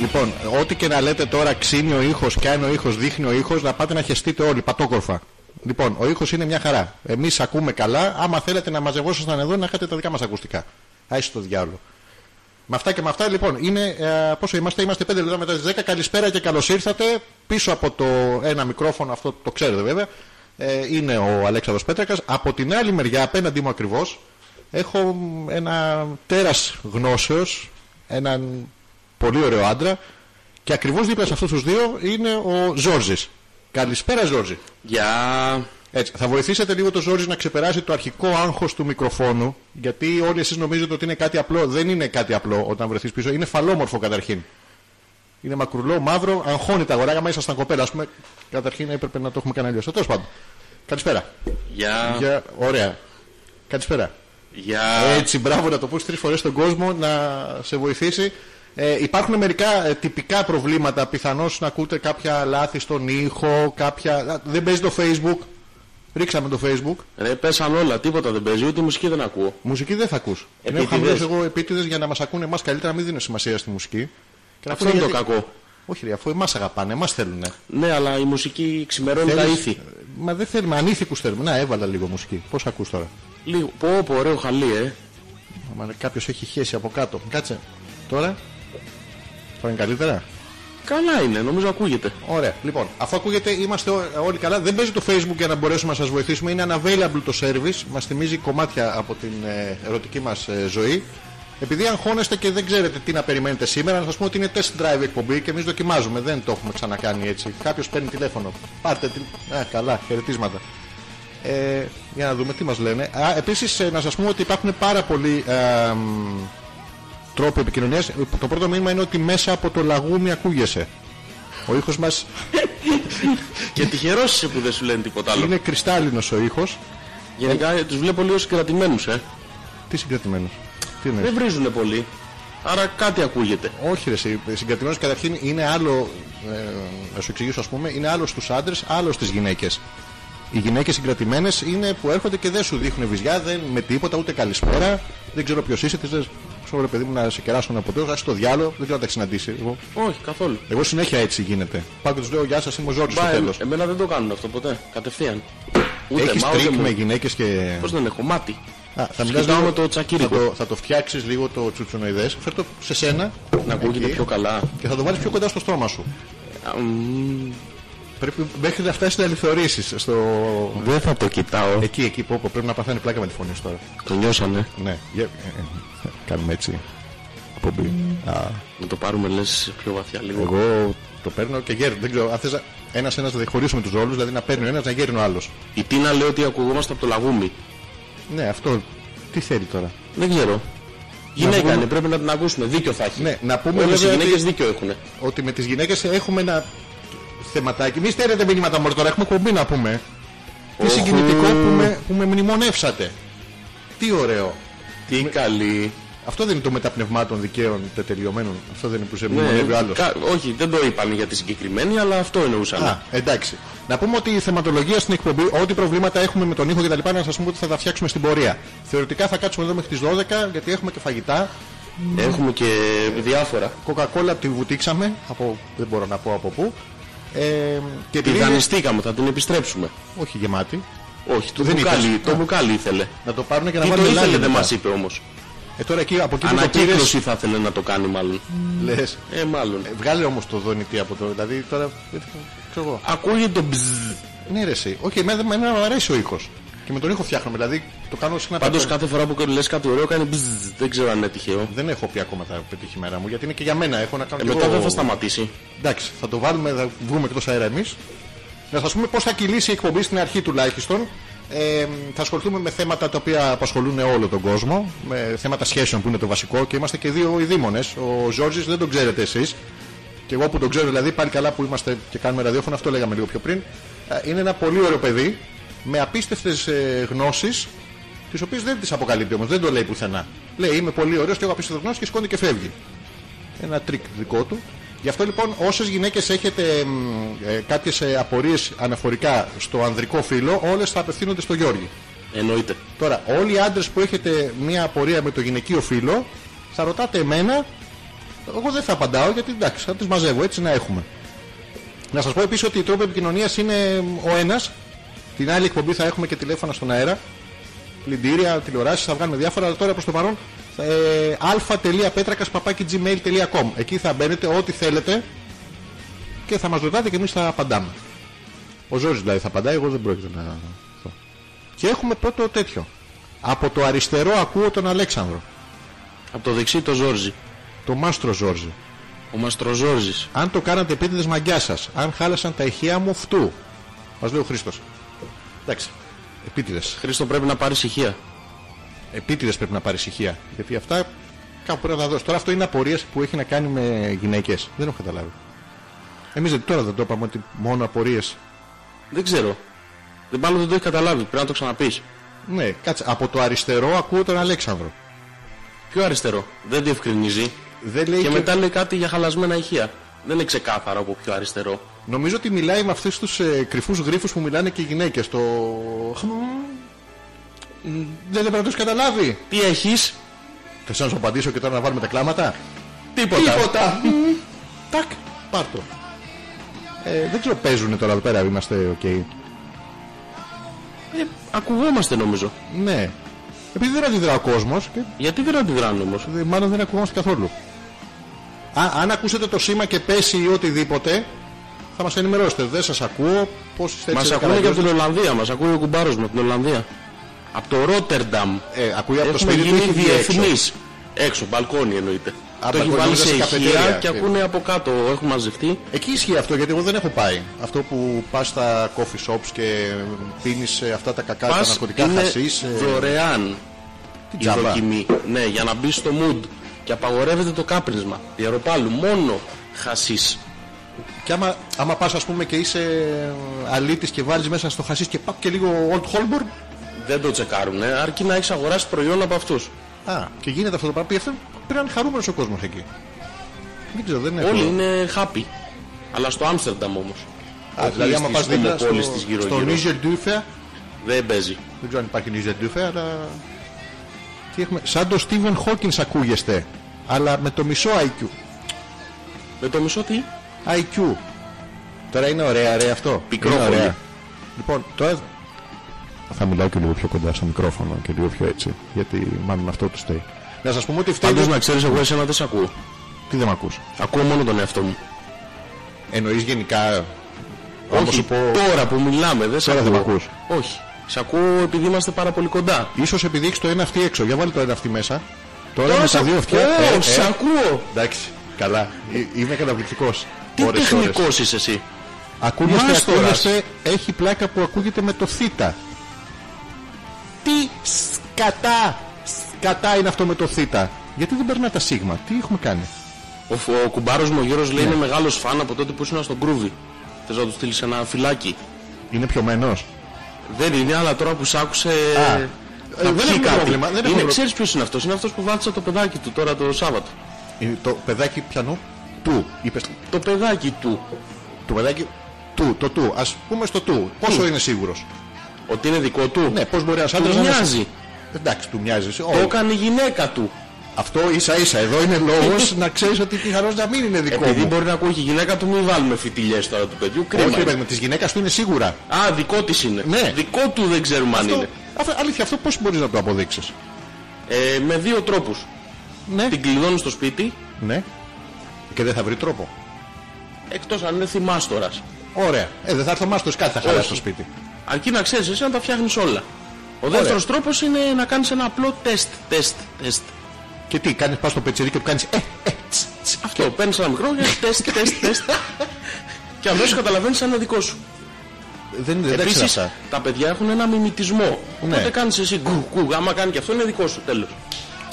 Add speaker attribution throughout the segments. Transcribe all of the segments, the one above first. Speaker 1: Λοιπόν, ό,τι και να λέτε τώρα, ξύνει ο ήχος, κάνει ο ήχος, δείχνει ο ήχος, να πάτε να χεστείτε όλοι πατόκορφα. Λοιπόν, ο ήχος είναι μια χαρά. Εμείς ακούμε καλά. Άμα θέλετε να μαζευόσασταν εδώ, να είχατε τα δικά μας ακουστικά. Άισε το διάλογο. Με αυτά και με αυτά, λοιπόν, είναι. Ε, πόσο είμαστε, είμαστε 5 λεπτά μετά τις 10. Καλησπέρα και καλώς ήρθατε. Πίσω από το ένα μικρόφωνο, αυτό το ξέρετε βέβαια, ε, είναι ο Αλέξανδρος Πέτρακας. Από την άλλη μεριά, απέναντί μου ακριβώς, έχω ένα τέρας γνώσεως, έναν πολύ ωραίο άντρα. Και ακριβώς δίπλα σε αυτούς τους δύο είναι ο Ζόρζης. Καλησπέρα, Ζόρζη.
Speaker 2: Γεια.
Speaker 1: Έτσι, θα βοηθήσετε λίγο το Ζόρζη να ξεπεράσει το αρχικό άγχος του μικροφόνου, γιατί όλοι εσείς νομίζετε ότι είναι κάτι απλό. Δεν είναι κάτι απλό όταν βρεθείς πίσω. Είναι φαλόμορφο καταρχήν. Είναι μακρουλό, μαύρο, αγχώνει τα αγοράκια. Άμα ήσασταν κοπέλα, ας πούμε, καταρχήν έπρεπε να το έχουμε κάνει αλλιώ. Τέλος πάντων. Καλησπέρα.
Speaker 2: Γεια.
Speaker 1: Για... Ωραία. Καλησπέρα.
Speaker 2: Γεια.
Speaker 1: Έτσι, μπράβο να το πω τρεις φορές στον κόσμο να σε βοηθήσει. Ε, υπάρχουν μερικά ε, τυπικά προβλήματα. Πιθανώς να ακούτε κάποια λάθη στον ήχο, κάποια. Α, Δεν παίζει το Facebook. Ρίξαμε το Facebook.
Speaker 2: Ρε, πέσαν όλα, τίποτα δεν παίζει, ούτε μουσική δεν ακούω.
Speaker 1: Μουσική δεν θα ακούς. Την έχω
Speaker 2: Επίτηδες.
Speaker 1: χαμηλώσει εγώ επίτηδες για να μας ακούνε εμάς καλύτερα, να μην δίνουν σημασία στη μουσική. Και
Speaker 2: Αυτό
Speaker 1: πούνε
Speaker 2: είναι το
Speaker 1: γιατί-
Speaker 2: κακό.
Speaker 1: Όχι, ρε, αφού εμάς αγαπάνε, εμάς θέλουν.
Speaker 2: Ναι, αλλά η μουσική ξημερώνει τα ήθη.
Speaker 1: Μα δεν θέλουμε, ανήθικους θέλουμε. Να, έβαλα λίγο μουσική. Πώς ακούς τώρα.
Speaker 2: Λίγο. Πω, πω, ωραίο χαλί, ε.
Speaker 1: Κάποιος έχει χέσει από κάτω. Κάτσε. Τώρα. Τώρα είναι καλύτερα.
Speaker 2: Καλά είναι, νομίζω ακούγεται.
Speaker 1: Ωραία. Λοιπόν, αφού ακούγεται, είμαστε ό- όλοι καλά. Δεν παίζει το Facebook για να μπορέσουμε να σας βοηθήσουμε. Είναι unavailable το service. Μας θυμίζει κομμάτια από την ε, ερωτική μας ζωή. Επειδή αγχώνεστε και δεν ξέρετε τι να περιμένετε σήμερα, να σας πούμε ότι είναι test drive εκπομπή και εμείς δοκιμάζουμε. Δεν το έχουμε ξανακάνει έτσι. Κάποιος παίρνει τηλέφωνο. Πάρτε την. Α, καλά, χαιρετίσματα. Ε, για να δούμε τι μας λένε. Α, επίσης, να σας πούμε ότι υπάρχουν πάρα πολλοί ε, μ, τρόποι επικοινωνίας. Το πρώτο μήνυμα είναι ότι μέσα από το λαγούμι ακούγεσαι. Ο ήχος μας
Speaker 2: Και τυχερός είσαι που δεν σου λένε τίποτα άλλο.
Speaker 1: Είναι κρυστάλλινος ο ήχος.
Speaker 2: Γενικά τους βλέπω λίγο συγκρατημένους, ε.
Speaker 1: Τι συγκρατημένο. Τι είναι.
Speaker 2: Δεν βρίζουν πολύ. Άρα κάτι ακούγεται.
Speaker 1: Όχι, ρε, συγκρατημένος καταρχήν είναι άλλο. Ε, να σου εξηγήσω, ας πούμε, είναι άλλο στους άντρες, άλλο στις γυναίκες. Οι γυναίκες συγκρατημένες είναι που έρχονται και δεν σου δείχνουν βυζιά, δεν με τίποτα, ούτε καλησπέρα. Δεν ξέρω ποιος είσαι, τη λε, ξέρω ρε παιδί μου να σε κεράσω ένα ποτέ, α το διάλογο, δεν ξέρω να τα συναντήσει. Εγώ,
Speaker 2: Όχι, καθόλου.
Speaker 1: εγώ συνέχεια έτσι γίνεται. Πάω και τους λέω, Γεια σας, είμαι ο Ζόρι στο
Speaker 2: Μπα, ε,
Speaker 1: τέλο.
Speaker 2: εμένα δεν το κάνουν αυτό ποτέ. Κατευθείαν. Ούτε
Speaker 1: Έχεις
Speaker 2: μα,
Speaker 1: τρίκ
Speaker 2: ούτε
Speaker 1: με
Speaker 2: μου.
Speaker 1: γυναίκες και.
Speaker 2: Πώς δεν έχω μάτι.
Speaker 1: Α, θα μιλάς
Speaker 2: Σκεφτόμουν
Speaker 1: λίγο-
Speaker 2: το τσακίρικο.
Speaker 1: Θα το, θα το φτιάξεις λίγο το τσουτσουνοειδέ. Φέρ το σε σένα.
Speaker 2: Να ακούγεται
Speaker 1: εκεί,
Speaker 2: πιο καλά.
Speaker 1: Και θα το βάλεις πιο κοντά στο στόμα σου.
Speaker 2: Α, μ,
Speaker 1: Πρέπει μέχρι να φτάσεις να λιθορίσει. Στο...
Speaker 2: Δεν θα το κοιτάω.
Speaker 1: Εκεί, εκεί που όπου πρέπει να παθάνει πλάκα με τη φωνή σου τώρα.
Speaker 2: Το νιώσανε.
Speaker 1: Ναι, γε- ε, ε, ε, κάνουμε έτσι. Απομπή. Α,
Speaker 2: Να το πάρουμε λες πιο βαθιά λίγο.
Speaker 1: εγώ το παίρνω και γέρνω. Δεν ξέρω, αν θες ένα-ένα να διχωρίσουμε του ρόλου, δηλαδή να παίρνει ο ένας να γέρνει ο άλλος.
Speaker 2: Η Τίνα λέει ότι ακουγόμαστε από το λαγούμι.
Speaker 1: Ναι, αυτό τι θέλει τώρα.
Speaker 2: Δεν ξέρω. Γυναίκα
Speaker 1: πούμε-
Speaker 2: είναι, πρέπει να την ακούσουμε. Δίκιο θα έχει.
Speaker 1: Ναι, να πούμε
Speaker 2: Όλες οι
Speaker 1: βέβαια
Speaker 2: γυναίκες
Speaker 1: ότι-
Speaker 2: δίκιο έχουν.
Speaker 1: ότι με τις γυναίκες έχουμε ένα θεματάκι. Μην στέλνετε μηνύματα μόνο τώρα, έχουμε κουμπί να πούμε. Τι
Speaker 2: Οχου.
Speaker 1: συγκινητικό που με, που με μνημονεύσατε. Τι ωραίο.
Speaker 2: Τι καλή.
Speaker 1: Αυτό δεν είναι το μεταπνευμά των δικαίων τετελειωμένων. Αυτό δεν είναι που σε μνημονεύει ο άλλο.
Speaker 2: Ναι. κα- όχι, δεν το είπαμε για τη συγκεκριμένη, αλλά αυτό εννοούσαμε.
Speaker 1: Α, εντάξει. Να πούμε ότι η θεματολογία στην εκπομπή, ό,τι προβλήματα έχουμε με τον ήχο κτλ. Να σας πούμε ότι θα τα φτιάξουμε στην πορεία. Θεωρητικά θα κάτσουμε εδώ μέχρι τις 12 γιατί έχουμε και φαγητά.
Speaker 2: Έχουμε και διάφορα.
Speaker 1: Κοκακόλα τη βουτήξαμε. Από, δεν μπορώ να πω από πού. Ε, και
Speaker 2: Τη
Speaker 1: επειδή είναι-
Speaker 2: δανειστήκαμε, θα την επιστρέψουμε.
Speaker 1: Όχι γεμάτη.
Speaker 2: Όχι, το
Speaker 1: Δεν
Speaker 2: μπουκάλι,
Speaker 1: ήταν.
Speaker 2: το
Speaker 1: Α.
Speaker 2: μπουκάλι ήθελε.
Speaker 1: Να το πάρουν και να
Speaker 2: Τι το
Speaker 1: βάλουν
Speaker 2: ήθελε
Speaker 1: λάδι
Speaker 2: δεν
Speaker 1: μετά.
Speaker 2: μας είπε όμως.
Speaker 1: Ε, τώρα εκεί από εκεί που το πήρες,
Speaker 2: Ανακύκλωση θα ήθελε να το κάνει μάλλον.
Speaker 1: λες,
Speaker 2: Ε, μάλλον.
Speaker 1: ε, βγάλε όμως το δονητή από το, δηλαδή τώρα, ε, ξέρω εγώ.
Speaker 2: Ακούγεται το μπζζ.
Speaker 1: Ναι ρε εσύ, όχι εμένα, δεν- εμένα μου αρέσει ο ήχος. Και με τον ήχο φτιάχνουμε, δηλαδή το κάνω συχνά
Speaker 2: Πάντως
Speaker 1: παντού.
Speaker 2: κάθε φορά που λες κάτι ωραίο κάνει μπζζ. Δεν ξέρω αν είναι τυχαίο.
Speaker 1: Δεν έχω πει ακόμα τα πετυχημένα μου, γιατί είναι και για μένα, έχω να κάνω
Speaker 2: Ε,
Speaker 1: και
Speaker 2: μετά
Speaker 1: εγώ-
Speaker 2: δεν θα σταματήσει.
Speaker 1: Εντάξει, θα το βάλουμε, θα βγούμε εκτός αέρα εμείς. Να σας πούμε πώς θα κυλήσει η εκπομπή στην αρχή τουλάχιστον. Ε, θα ασχοληθούμε με θέματα τα οποία απασχολούν όλο τον κόσμο, με θέματα σχέσεων που είναι το βασικό και είμαστε και δύο οι δίμονες. Ο Ζόρζης δεν τον ξέρετε εσείς, και εγώ που τον ξέρω δηλαδή πάλι καλά που είμαστε και κάνουμε ραδιόφωνο, αυτό λέγαμε λίγο πιο πριν. Ε, Είναι ένα πολύ ωραίο παιδί με απίστευτες ε, γνώσεις τις οποίες δεν τις αποκαλύπτει όμως, δεν το λέει πουθενά. Λέει είμαι πολύ ωραίος και έχω απίστευτες γνώσεις και σκόνη και φεύγει. Ένα τρίκ δικό του. Γι' αυτό λοιπόν όσες γυναίκες έχετε μ, ε, κάποιες ε, απορίες αναφορικά στο ανδρικό φύλλο, όλες θα απευθύνονται στο Γιώργη.
Speaker 2: Εννοείται.
Speaker 1: Τώρα, όλοι οι άντρες που έχετε μία απορία με το γυναικείο φύλλο, θα ρωτάτε εμένα Εγώ δεν θα απαντάω γιατί εντάξει, θα τις μαζεύω έτσι να έχουμε. Να σας πω επίσης ότι οι τρόποι επικοινωνίας είναι ο ένας. Την άλλη εκπομπή θα έχουμε και τηλέφωνα στον αέρα. Πλυντήρια, τηλεοράσεις, θα βγάλουμε διάφορα. Αλλά τώρα προς το παρόν ε, α.πέτρακα.gmail.com Εκεί θα μπαίνετε ό,τι θέλετε και θα μας ρωτάτε και εμείς θα απαντάμε. Ο Ζόρι δηλαδή θα απαντάει, εγώ δεν πρόκειται να. δω. Και έχουμε πρώτο τέτοιο. Από το αριστερό ακούω τον Αλέξανδρο.
Speaker 2: Από το δεξί το Ζόρζι.
Speaker 1: Το μάστρο Ζόρζι.
Speaker 2: Ο Μαστροζόρζης.
Speaker 1: Αν το κάνατε επίτηδε μαγκιά σας. Αν χάλασαν τα ηχεία μου, φτού. Μας λέει ο Χρήστος. Εντάξει. Επίτηδες.
Speaker 2: Χρήστο πρέπει να πάρεις ηχεία.
Speaker 1: Επίτηδες πρέπει να πάρει ηχεία. Γιατί αυτά κάπου πρέπει να τα δώσει. Τώρα αυτό είναι απορίες που έχει να κάνει με γυναίκες. Δεν έχω καταλάβει. Εμείς δεν τώρα δεν το είπαμε ότι μόνο απορίες.
Speaker 2: Δεν ξέρω. Δεν πάλι δεν το έχει καταλάβει. Πρέπει να το ξαναπείς.
Speaker 1: Ναι, κάτσε. Από το αριστερό ακούω τον Αλέξανδρο.
Speaker 2: Πιο αριστερό. Δεν διευκρινίζει.
Speaker 1: Δεν λέει
Speaker 2: Και μετά λέει κάτι για χαλασμένα ηχεία. Δεν είναι ξεκάθαρο από πιο αριστερό.
Speaker 1: Νομίζω ότι μιλάει με αυτούς τους ε, κρυφούς γρήφου που μιλάνε και οι γυναίκες. Το. χμ, μ, Δεν έπρεπε να τους καταλάβει.
Speaker 2: Τι έχεις.
Speaker 1: Θες να σου απαντήσω και τώρα να βάλουμε τα κλάματα.
Speaker 2: Τίποτα.
Speaker 1: Μμμ. Τάκ, πάρ' το. Ε, δεν ξέρω, παίζουν τώρα εδώ πέρα, είμαστε οκ.
Speaker 2: Ε, ακουγόμαστε νομίζω.
Speaker 1: Ναι. Επειδή δεν αντιδρά ο κόσμος,
Speaker 2: Γιατί δεν αντιδράνε όμως.
Speaker 1: μάλλον δεν ακουγόμαστε καθόλου. Α, αν ακούσετε το σήμα και πέσει ή οτιδήποτε, θα μας ενημερώσετε. Δεν σας ακούω. Πώς είστε
Speaker 2: Μα
Speaker 1: έτσι.
Speaker 2: ακούνε και από
Speaker 1: καραγκιόζες.
Speaker 2: την Ολλανδία. Μας ακούει ο κουμπάρος μου από την Ολλανδία. Από το Ρότερνταμ.
Speaker 1: Ε, ακούει από το
Speaker 2: Έχουμε
Speaker 1: σπίτι του
Speaker 2: γίνει
Speaker 1: έχει βγει έξω.
Speaker 2: διεθνή. Έξω. μπαλκόνι εννοείται.
Speaker 1: Α,
Speaker 2: το έχει
Speaker 1: μπαλκόνι,
Speaker 2: βάλει
Speaker 1: μέσα
Speaker 2: σε
Speaker 1: σε καφετέρια.
Speaker 2: ηχεία και ακούνε από κάτω. Έχουν μαζευτεί.
Speaker 1: Εκεί ισχύει αυτό γιατί εγώ δεν έχω πάει. Αυτό που πας στα coffee shops και πίνεις αυτά τα κακά, τα
Speaker 2: Πας
Speaker 1: ναρκωτικά
Speaker 2: είναι
Speaker 1: χασίς.
Speaker 2: δωρεάν η
Speaker 1: τζάμπα.
Speaker 2: δοκιμή. Ναι, για να μπεις στο mood. Και απαγορεύεται το κάπνισμα. Διαροπάλου. Μόνο χασίς.
Speaker 1: Και άμα, άμα πας, ας πούμε, και είσαι αλήτης και βάλεις μέσα στο χασίς και παπ και λίγο Old Holborn.
Speaker 2: Δεν το τσεκάρουνε, αρκεί να έχεις αγοράσει προϊόν από αυτούς.
Speaker 1: Α, και γίνεται αυτό το πράγμα. Γιατί πρέπει να είναι χαρούμενος ο κόσμος εκεί. Δεν ξέρω, δεν έχω.
Speaker 2: Όλοι είναι happy. Αλλά στο Άμστερνταμ όμως.
Speaker 1: Α, δηλαδή, άμα πας δίπλα στο,
Speaker 2: της γύρω
Speaker 1: στο
Speaker 2: γύρω.
Speaker 1: Niger Dufe,
Speaker 2: Δεν παίζει.
Speaker 1: δεν ξέρω αν υπάρχει Niger Dufe, αλλά. Τι έχουμε. Σαν το Steven Hawkins ακούγεστε, αλλά με το μισό IQ.
Speaker 2: Με το μισό τι.
Speaker 1: IQ. Τώρα είναι ωραία, ρε αυτό.
Speaker 2: Πικρό
Speaker 1: Είναι
Speaker 2: πολύ.
Speaker 1: ωραία. Λοιπόν, τώρα θα μιλάω και λίγο πιο κοντά στο μικρόφωνο και λίγο πιο έτσι. Γιατί μάλλον αυτό του στέει. Να σας πούμε ότι φταίει.
Speaker 2: Πάντως να ξέρεις, εγώ εσένα δεν σε ακούω.
Speaker 1: Τι δεν με ακούς.
Speaker 2: Ακούω μόνο τον εαυτό μου.
Speaker 1: Εννοείς γενικά. Άμα
Speaker 2: Όχι,
Speaker 1: σου πω.
Speaker 2: τώρα που μιλάμε δεν σε
Speaker 1: Τώρα
Speaker 2: ακούω.
Speaker 1: δεν με ακούς.
Speaker 2: Όχι. Σε ακούω επειδή είμαστε πάρα πολύ κοντά.
Speaker 1: ίσως επειδή έχει το ένα αυτή έξω. Για βάλει το ένα αυτή μέσα. Τώρα
Speaker 2: Τώρα
Speaker 1: με
Speaker 2: σε-
Speaker 1: τα δύο αυτιά.
Speaker 2: Ω,
Speaker 1: ε, ε,
Speaker 2: σε ακούω.
Speaker 1: εντάξει, καλά. Ε, Είμαι καταπληκτικός.
Speaker 2: Τι τεχνικός είσαι εσύ.
Speaker 1: Ακούγεστε,
Speaker 2: Μάστορας.
Speaker 1: ακούγεστε. Έχει πλάκα που ακούγεται με το θ. Τι σκατά. Σκατά είναι αυτό με το θ. Γιατί δεν περνά τα σίγμα. Τι έχουμε κάνει.
Speaker 2: Ο, φ- ο κουμπάρος μου ο Γιώργος
Speaker 1: Ναι.
Speaker 2: λέει είναι μεγάλος φαν από τότε που ήσουν στον Groovy. Θες να του στείλεις ένα φυλάκι.
Speaker 1: Είναι πιωμένος.
Speaker 2: Δεν είναι, αλλά τώρα που σ' άκουσε.
Speaker 1: Α.
Speaker 2: να
Speaker 1: Ε, δεν
Speaker 2: πιει
Speaker 1: έχουμε
Speaker 2: κάτι.
Speaker 1: πρόβλημα, δεν έχουμε
Speaker 2: είναι,
Speaker 1: πρόβλημα.
Speaker 2: ξέρεις ποιος είναι αυτός, είναι αυτός που βάφτισε το παιδάκι του τώρα το Σάββατο.
Speaker 1: Είναι Το παιδάκι πιανού. Του. Είπες
Speaker 2: Το παιδάκι του.
Speaker 1: το παιδάκι. Του. Το του. Ας πούμε στο του. Πόσο είναι σίγουρος.
Speaker 2: Ότι είναι δικό του.
Speaker 1: Ναι, πώς μπορεί ένα άντρα
Speaker 2: του
Speaker 1: να. είναι-
Speaker 2: μοιάζει.
Speaker 1: Εντάξει, του μοιάζει.
Speaker 2: Το έκανε η γυναίκα του.
Speaker 1: Αυτό ίσα ίσα. Εδώ είναι λόγος να ξέρεις ότι πιθανώ να μην είναι δικό
Speaker 2: Επειδή
Speaker 1: μου.
Speaker 2: μπορεί να ακούει και η γυναίκα του, μην βάλουμε φιτιλιές τώρα του παιδιού. Κρίμα.
Speaker 1: Ε, Όχι,
Speaker 2: είναι.
Speaker 1: ρε παιδί, της γυναίκας του είναι σίγουρα.
Speaker 2: Α, δικό της είναι.
Speaker 1: Ναι.
Speaker 2: Δικό του δεν ξέρουμε αν
Speaker 1: Αυτό,
Speaker 2: είναι.
Speaker 1: αυτό- αλήθεια, αυτό πώς μπορείς να το αποδείξεις.
Speaker 2: Ε, με δύο τρόπους.
Speaker 1: Ναι.
Speaker 2: Την κλειδώνεις στο σπίτι,
Speaker 1: ναι. Και δεν θα βρει τρόπο.
Speaker 2: εκτός αν είναι θυμάστορας.
Speaker 1: Ωραία. Ε, δεν θα έρθω μάστο κάτι θα χαλάσει
Speaker 2: Όχι.
Speaker 1: στο σπίτι.
Speaker 2: Αρκεί να ξέρεις εσύ να τα φτιάχνεις όλα. Ο
Speaker 1: Ωραία.
Speaker 2: δεύτερος τρόπος είναι να κάνεις ένα απλό τεστ, τεστ, τεστ.
Speaker 1: Και τι, κάνεις πας στο πετσερί και κάνεις. Ε, ε, τσ, τσ.
Speaker 2: Αυτό, παίρνεις ένα μικρό και τεστ, τεστ, τεστ. και αμέσως καταλαβαίνεις αν είναι δικό σου.
Speaker 1: Δεν, Ε, δεν τα ξέρω
Speaker 2: Επίση,
Speaker 1: αυτά.
Speaker 2: τα παιδιά έχουν ένα μιμητισμό.
Speaker 1: Ναι.
Speaker 2: Οπότε κάνεις εσύ γκου, γκου, άμα κάνει και αυτό είναι δικό σου, τέλος.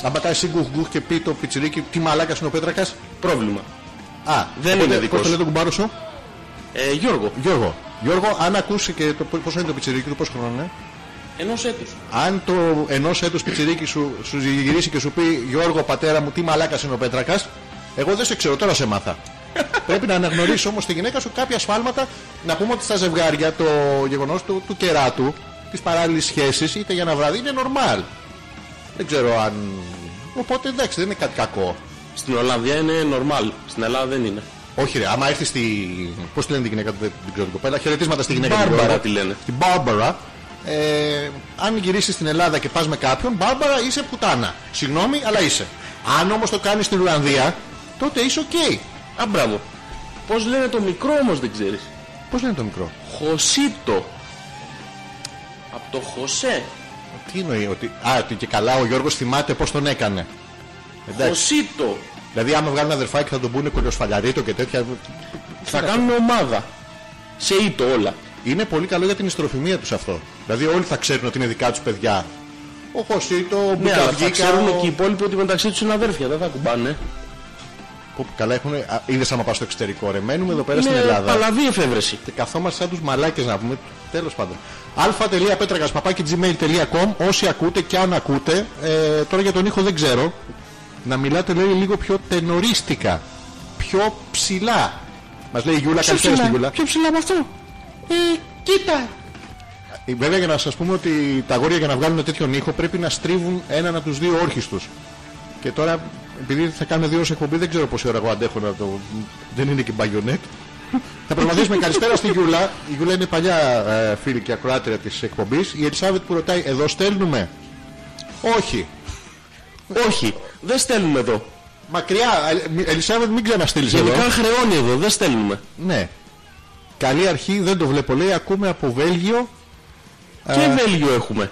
Speaker 1: Αν πατάει εσύ γκουχ γκουχ και πει το πιτσιρίκι, τι μαλάκας είναι ο Πέτρακας.
Speaker 2: Πρόβλημα.
Speaker 1: Α,
Speaker 2: Δεν είναι δικός
Speaker 1: Πώς το
Speaker 2: σου.
Speaker 1: λέει τον κουμπάρο σου,
Speaker 2: Ε, Γιώργο,
Speaker 1: Γιώργο. Γιώργο, αν ακούσει και το πόσο είναι το πιτσιρίκι του, πόσο χρόνο είναι.
Speaker 2: ενός έτους.
Speaker 1: Αν το ενός έτους πιτσιρίκι σου, σου γυρίσει και σου πει Γιώργο πατέρα μου, τι μαλάκας είναι ο Πέτρακας, εγώ δεν σε ξέρω, τώρα σε μάθα. Πρέπει να αναγνωρίσει όμως τη γυναίκα σου κάποια σφάλματα. Να πούμε ότι στα ζευγάρια το γεγονός του, του κεράτου, της παράλληλης σχέσης, είτε για ένα βράδυ είναι normal. Δεν ξέρω αν. Οπότε εντάξει, δεν είναι κάτι κακό.
Speaker 2: Στην Ολλανδία είναι normal. Στην Ελλάδα δεν είναι.
Speaker 1: Όχι, ρε, άμα έρθεις στη. Πώς τη λένε τη γυναίκα του, δεν την ξέρω την κοπέλα. Χαιρετίσματα στη γυναίκα
Speaker 2: Μπάρμπαρα
Speaker 1: κοπέλα.
Speaker 2: τη λένε.
Speaker 1: Την Μπάρμπαρα. Ε, αν γυρίσεις στην Ελλάδα και πας με κάποιον, Μπάρμπαρα είσαι πουτάνα. Συγγνώμη, αλλά είσαι. Αν όμως το κάνεις στην Ολλανδία, τότε είσαι οκ.
Speaker 2: Α, μπράβο. Πώς λένε το μικρό όμως δεν ξέρεις.
Speaker 1: Πώς λένε το μικρό.
Speaker 2: Χωσίτο. Από το Χωσέ.
Speaker 1: Τι εννοεί ότι. Α, ότι και καλά ο Γιώργος θυμάται πώς τον έκανε. Εντάξει.
Speaker 2: Χωσίτο.
Speaker 1: Δηλαδή, άμα βγάλουν αδερφάκι θα τον πούνε κολιοσφαλιαρίτο και τέτοια.
Speaker 2: Θα κάνουμε ομάδα. Σε ήτο όλα.
Speaker 1: Είναι πολύ καλό για την ιστροφημία τους αυτό. Δηλαδή, όλοι θα ξέρουν ότι είναι δικά τους παιδιά. Ο Χωσίτο, ο
Speaker 2: Ναι, αλλά θα
Speaker 1: Μπουκαβγίκα, ο-
Speaker 2: ξέρουν και οι υπόλοιποι ότι μεταξύ τους είναι αδέρφια. Δεν θα κουμπάνε.
Speaker 1: Που καλά έχουν. Είδες άμα πας στο εξωτερικό, ρε. Μένουμε εδώ πέρα
Speaker 2: είναι
Speaker 1: στην Ελλάδα.
Speaker 2: παλαβή εφεύρεση.
Speaker 1: Και καθόμαστε σαν τους μαλάκες να πούμε. Τέλος πάντων. αλφα.πέτρακα.gmail.com Όσοι ακούτε και αν ακούτε, ε, τώρα για τον ήχο δεν ξέρω. Να μιλάτε λέει λίγο πιο τενορίστικα. Πιο ψηλά. Μας λέει η Γιούλα, καλησπέρα στη Γιούλα.
Speaker 2: Πιο ψηλά από αυτό. Ε, κοίτα.
Speaker 1: Ε, Βέβαια για να σας πούμε ότι τα αγόρια για να βγάλουν τέτοιον ήχο πρέπει να στρίβουν έναν από τους δύο όρχες τους. Και τώρα, επειδή θα κάνουμε δύο σε εκπομπή, δεν ξέρω πόση ώρα εγώ αντέχω να το. Δεν είναι και μπαγιονέτ. θα προσπαθήσουμε. Καλησπέρα στη Γιούλα. Η Γιούλα είναι παλιά ε, φίλη και ακροάτρια της εκπομπής. Η Ελισάβετ που ρωτάει, εδώ στέλνουμε. Όχι.
Speaker 2: Όχι, δεν στέλνουμε εδώ.
Speaker 1: Μακριά. Ε, μη- Ελισάβετ, μην ξαναστείλεις εδώ.
Speaker 2: Γενικά χρεώνει εδώ, δεν στέλνουμε.
Speaker 1: Ναι. Καλή αρχή, δεν το βλέπω. Λέει, ακούμε από Βέλγιο.
Speaker 2: Και Βέλγιο έχουμε.